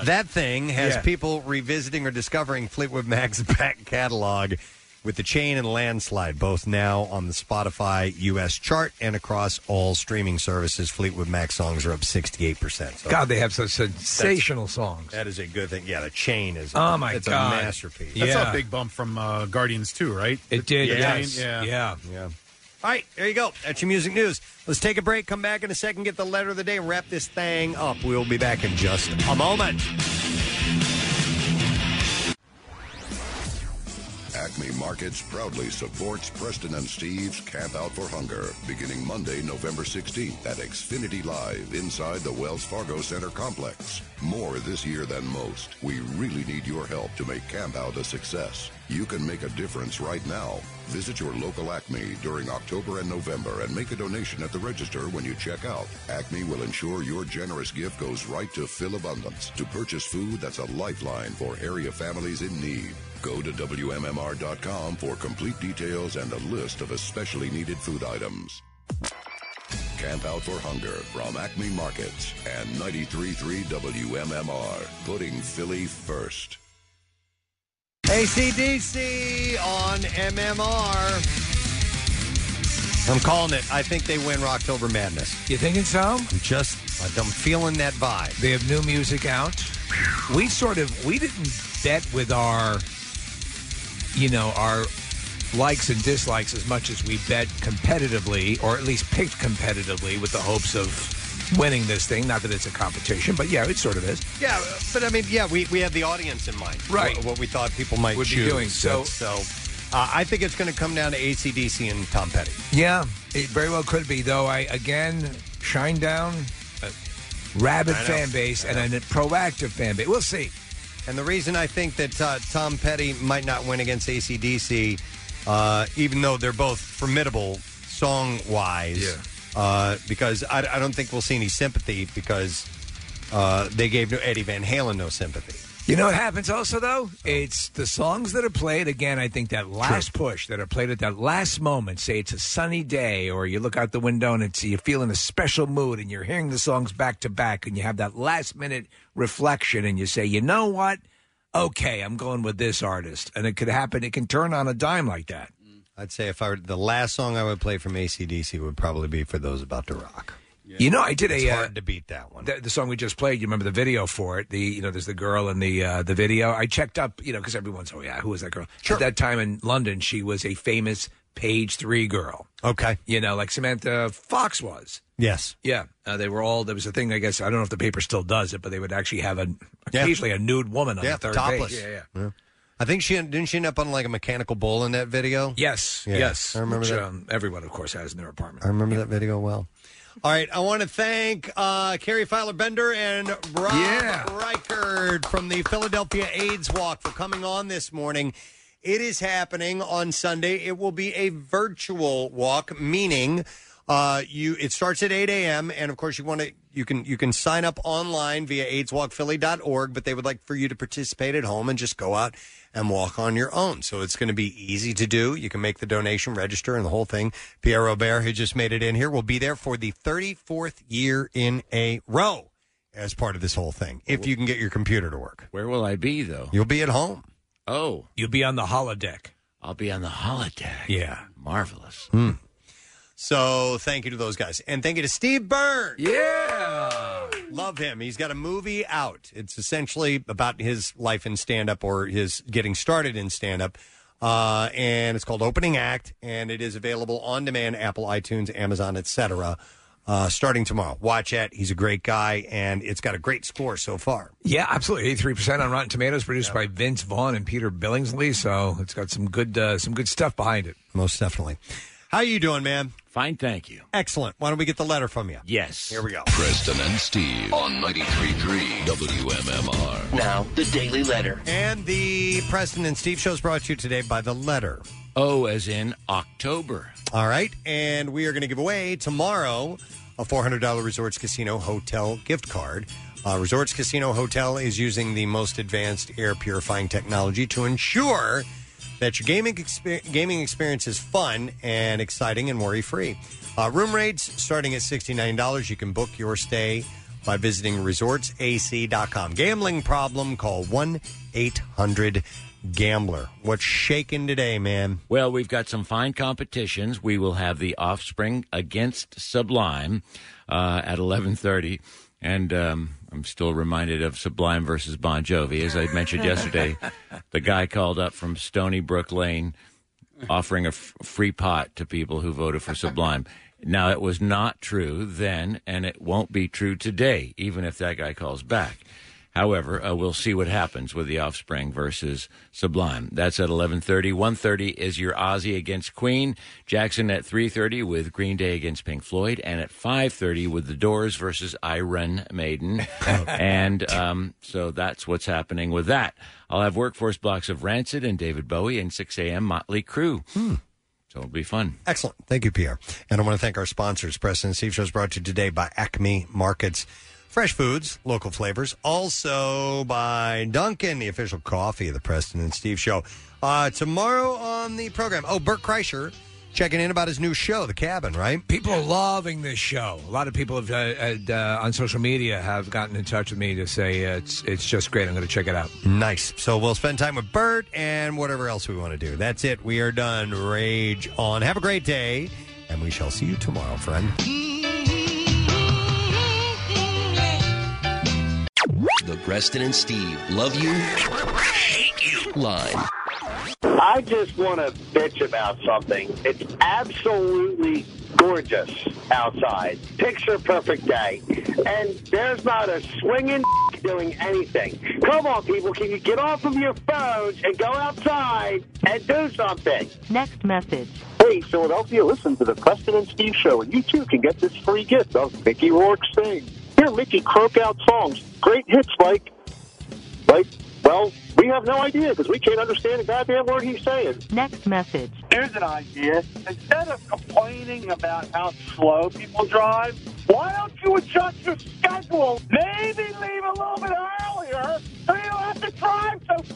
Speaker 2: That thing has
Speaker 4: Yeah.
Speaker 2: people revisiting or discovering Fleetwood Mac's back catalog with the chain and landslide, both now on the Spotify US chart and across all streaming services. Fleetwood Mac songs are up 68%. So
Speaker 4: God, they have such sensational songs.
Speaker 2: That is a good thing. Yeah, the chain is.
Speaker 4: Oh my
Speaker 2: it's
Speaker 4: God.
Speaker 2: a masterpiece.
Speaker 7: That's a big bump from uh, Guardians 2, right?
Speaker 4: It did,
Speaker 7: Yeah.
Speaker 4: yes.
Speaker 7: Yeah.
Speaker 4: Yeah.
Speaker 2: Yeah. All right, there you go. That's your music news. Let's take a break, come back in a second, get the letter of the day, and wrap this thing up. We'll be back in just a moment.
Speaker 1: Acme Markets proudly supports Preston and Steve's Camp Out for Hunger beginning Monday, November 16th at Xfinity Live inside the Wells Fargo Center complex. More this year than most. We really need your help to make Camp Out a success. You can make a difference right now. Visit your local Acme during October and November and make a donation at the register when you check out. Acme will ensure your generous gift goes right to Phil Abundance to purchase food that's a lifeline for area families in need. Go to WMMR.com for complete details and a list of especially needed food items. Camp Out for Hunger from Acme Markets and 93.3 WMMR, putting Philly first.
Speaker 2: ACDC on MMR. I'm calling it. I think they win Rocktober Madness.
Speaker 4: You thinking so? I'm
Speaker 2: just, I'm feeling that vibe.
Speaker 4: They have new music out. We sort of, we didn't bet with our, you know, our likes and dislikes as much as we bet competitively, or at least picked competitively with the hopes of winning this thing. Not that it's a competition, but yeah, it sort of is.
Speaker 2: Yeah, but I mean, yeah, we, we have the audience in mind.
Speaker 4: Right.
Speaker 2: What, what we thought people might
Speaker 4: Would be
Speaker 2: choose.
Speaker 4: doing. So-
Speaker 2: so uh, I think it's going to come down to ACDC and Tom Petty.
Speaker 4: Yeah, it very well could be. Though I again shine down a rabid
Speaker 2: I know.
Speaker 4: fan base
Speaker 2: I
Speaker 4: and a proactive fan base. We'll see.
Speaker 2: And the reason I think that uh, Tom Petty might not win against ACDC, uh, even though they're both formidable song wise, uh, because I, I don't think we'll see any sympathy because uh, they gave Eddie Van Halen no sympathy.
Speaker 4: You know what happens also though? It's the songs that are played again. I think that last push that are played at that last moment. Say it's a sunny day, or you look out the window and it's you feel in a special mood, and you're hearing the songs back to back, and you have that last minute reflection, and you say, you know what? Okay, I'm going with this artist, and it could happen. It can turn on a dime like that.
Speaker 2: I'd say if I were the last song I would play from ACDC would probably be for those about to rock.
Speaker 4: You know, I did
Speaker 2: It's
Speaker 4: a
Speaker 2: hard
Speaker 4: uh,
Speaker 2: to beat that one.
Speaker 4: The, the song we just played, you remember the video for it? The you know, there's the girl in the uh, the video. I checked up, you know, because everyone's oh yeah, who was that girl? At that time in London, she was a famous page three girl.
Speaker 2: Okay.
Speaker 4: You know, like Samantha Fox was.
Speaker 2: Yes.
Speaker 4: Yeah, uh, they were all. There was a thing. I guess I don't know if the paper still does it, but they would actually have a occasionally a nude woman on
Speaker 2: yeah,
Speaker 4: the third
Speaker 2: topless.
Speaker 4: page. Yeah, yeah.
Speaker 2: I think she didn't she end up on like a mechanical bull in that video.
Speaker 4: Yes,
Speaker 2: Yeah,
Speaker 4: yes.
Speaker 2: I remember
Speaker 4: Which,
Speaker 2: that.
Speaker 4: Um, everyone, of course, has in their apartment.
Speaker 2: I remember that video well. All right, I want to thank uh, Carrie Filer Bender and Rob Reichard from the Philadelphia AIDS Walk for coming on this morning. It is happening on Sunday. It will be a virtual walk, meaning uh, you. It starts at eight a.m. and of course you want to you can you can sign up online via AIDSWalkPhilly.org. But they would like for you to participate at home and just go out and walk on your own. So it's going to be easy to do. You can make the donation, register, and the whole thing. Pierre Robert, who just made it in here, will be there for the 34th year in a row as part of this whole thing, if you can get your computer to work.
Speaker 6: Where will I be though?
Speaker 2: You'll be at home.
Speaker 6: Oh,
Speaker 4: you'll be on the holodeck.
Speaker 6: I'll be on the holodeck.
Speaker 4: Yeah,
Speaker 6: marvelous.
Speaker 2: Hmm. So thank you to those guys. And thank you to Steve Byrne.
Speaker 4: Yeah.
Speaker 2: Love him. He's got a movie out. It's essentially about his life in stand up or his getting started in stand up. Uh, and it's called Opening Act, and it is available on demand, Apple, iTunes, Amazon, etc. Uh, starting tomorrow. Watch it. He's a great guy, and it's got a great score so far.
Speaker 4: Yeah, absolutely. Eighty-three percent on Rotten Tomatoes, produced by Vince Vaughn and Peter Billingsley. So it's got some good, uh, some good stuff behind it.
Speaker 2: Most definitely. How you doing, man?
Speaker 12: Fine, thank you.
Speaker 2: Excellent. Why don't we get the letter from you?
Speaker 12: Yes.
Speaker 2: Here we go.
Speaker 1: Preston and Steve on 93.3 WMMR.
Speaker 2: Now,
Speaker 12: the Daily Letter.
Speaker 2: And the Preston and Steve show is brought to you today by The Letter.
Speaker 12: Oh, as in October.
Speaker 2: All right. And we are going to give away tomorrow a $400 Resorts Casino Hotel gift card. Uh, Resorts Casino Hotel is using the most advanced air purifying technology to ensure that your gaming, exper- gaming experience is fun and exciting and worry free. Uh, room rates starting at $69. You can book your stay by visiting resortsac.com. Gambling problem, call 1 800 Gambler. What's shaking today, man?
Speaker 12: Well, we've got some fine competitions. We will have the Offspring against Sublime uh, at eleven thirty, and um, I'm still reminded of Sublime versus Bon Jovi, as I mentioned yesterday. the guy called up from Stony Brook Lane, offering a f- free pot to people who voted for Sublime. Now, it was not true then, and it won't be true today, even if that guy calls back. However, uh, we'll see what happens with the Offspring versus Sublime. That's at 11:30. 1:30 is your Ozzy against Queen. Jackson at 3:30 with Green Day against Pink Floyd, and at 5:30 with the Doors versus Iron Maiden. and um, so that's what's happening with that. I'll have workforce blocks of Rancid and David Bowie and 6 a.m. Motley Crue. So it'll be fun.
Speaker 2: Excellent. Thank you, Pierre. And I want to thank our sponsors. Preston and Steve Show is brought to you today by Acme Markets. Fresh foods, local flavors. Also by Duncan, the official coffee of the Preston and Steve Show. Uh, tomorrow on the program, oh, Bert Kreischer checking in about his new show, The Cabin, right?
Speaker 4: People are loving this show. A lot of people have, uh, had, uh, on social media have gotten in touch with me to say uh, it's it's just great. I'm going to check it out.
Speaker 2: Nice. So we'll spend time with Bert and whatever else we want to do. That's it. We are done. Rage on. Have a great day, and we shall see you tomorrow, friend.
Speaker 9: The Preston and Steve love you, hate you line.
Speaker 22: I just want to bitch about something. It's absolutely gorgeous outside. Picture perfect day. And there's not a swinging doing anything. Come on, people. Can you get off of your phones and go outside and do something?
Speaker 21: Next message.
Speaker 22: Hey, Philadelphia, listen to the Preston and Steve show, and you too can get this free gift of Mickey Rourke Sing. Hear Mickey croak out songs. Great hits like, like, well, we have no idea because we can't understand a goddamn word he's saying.
Speaker 21: Next message.
Speaker 22: Here's an idea. Instead of complaining about how slow people drive, why don't you adjust your schedule? Maybe leave a little bit earlier so you don't have to drive so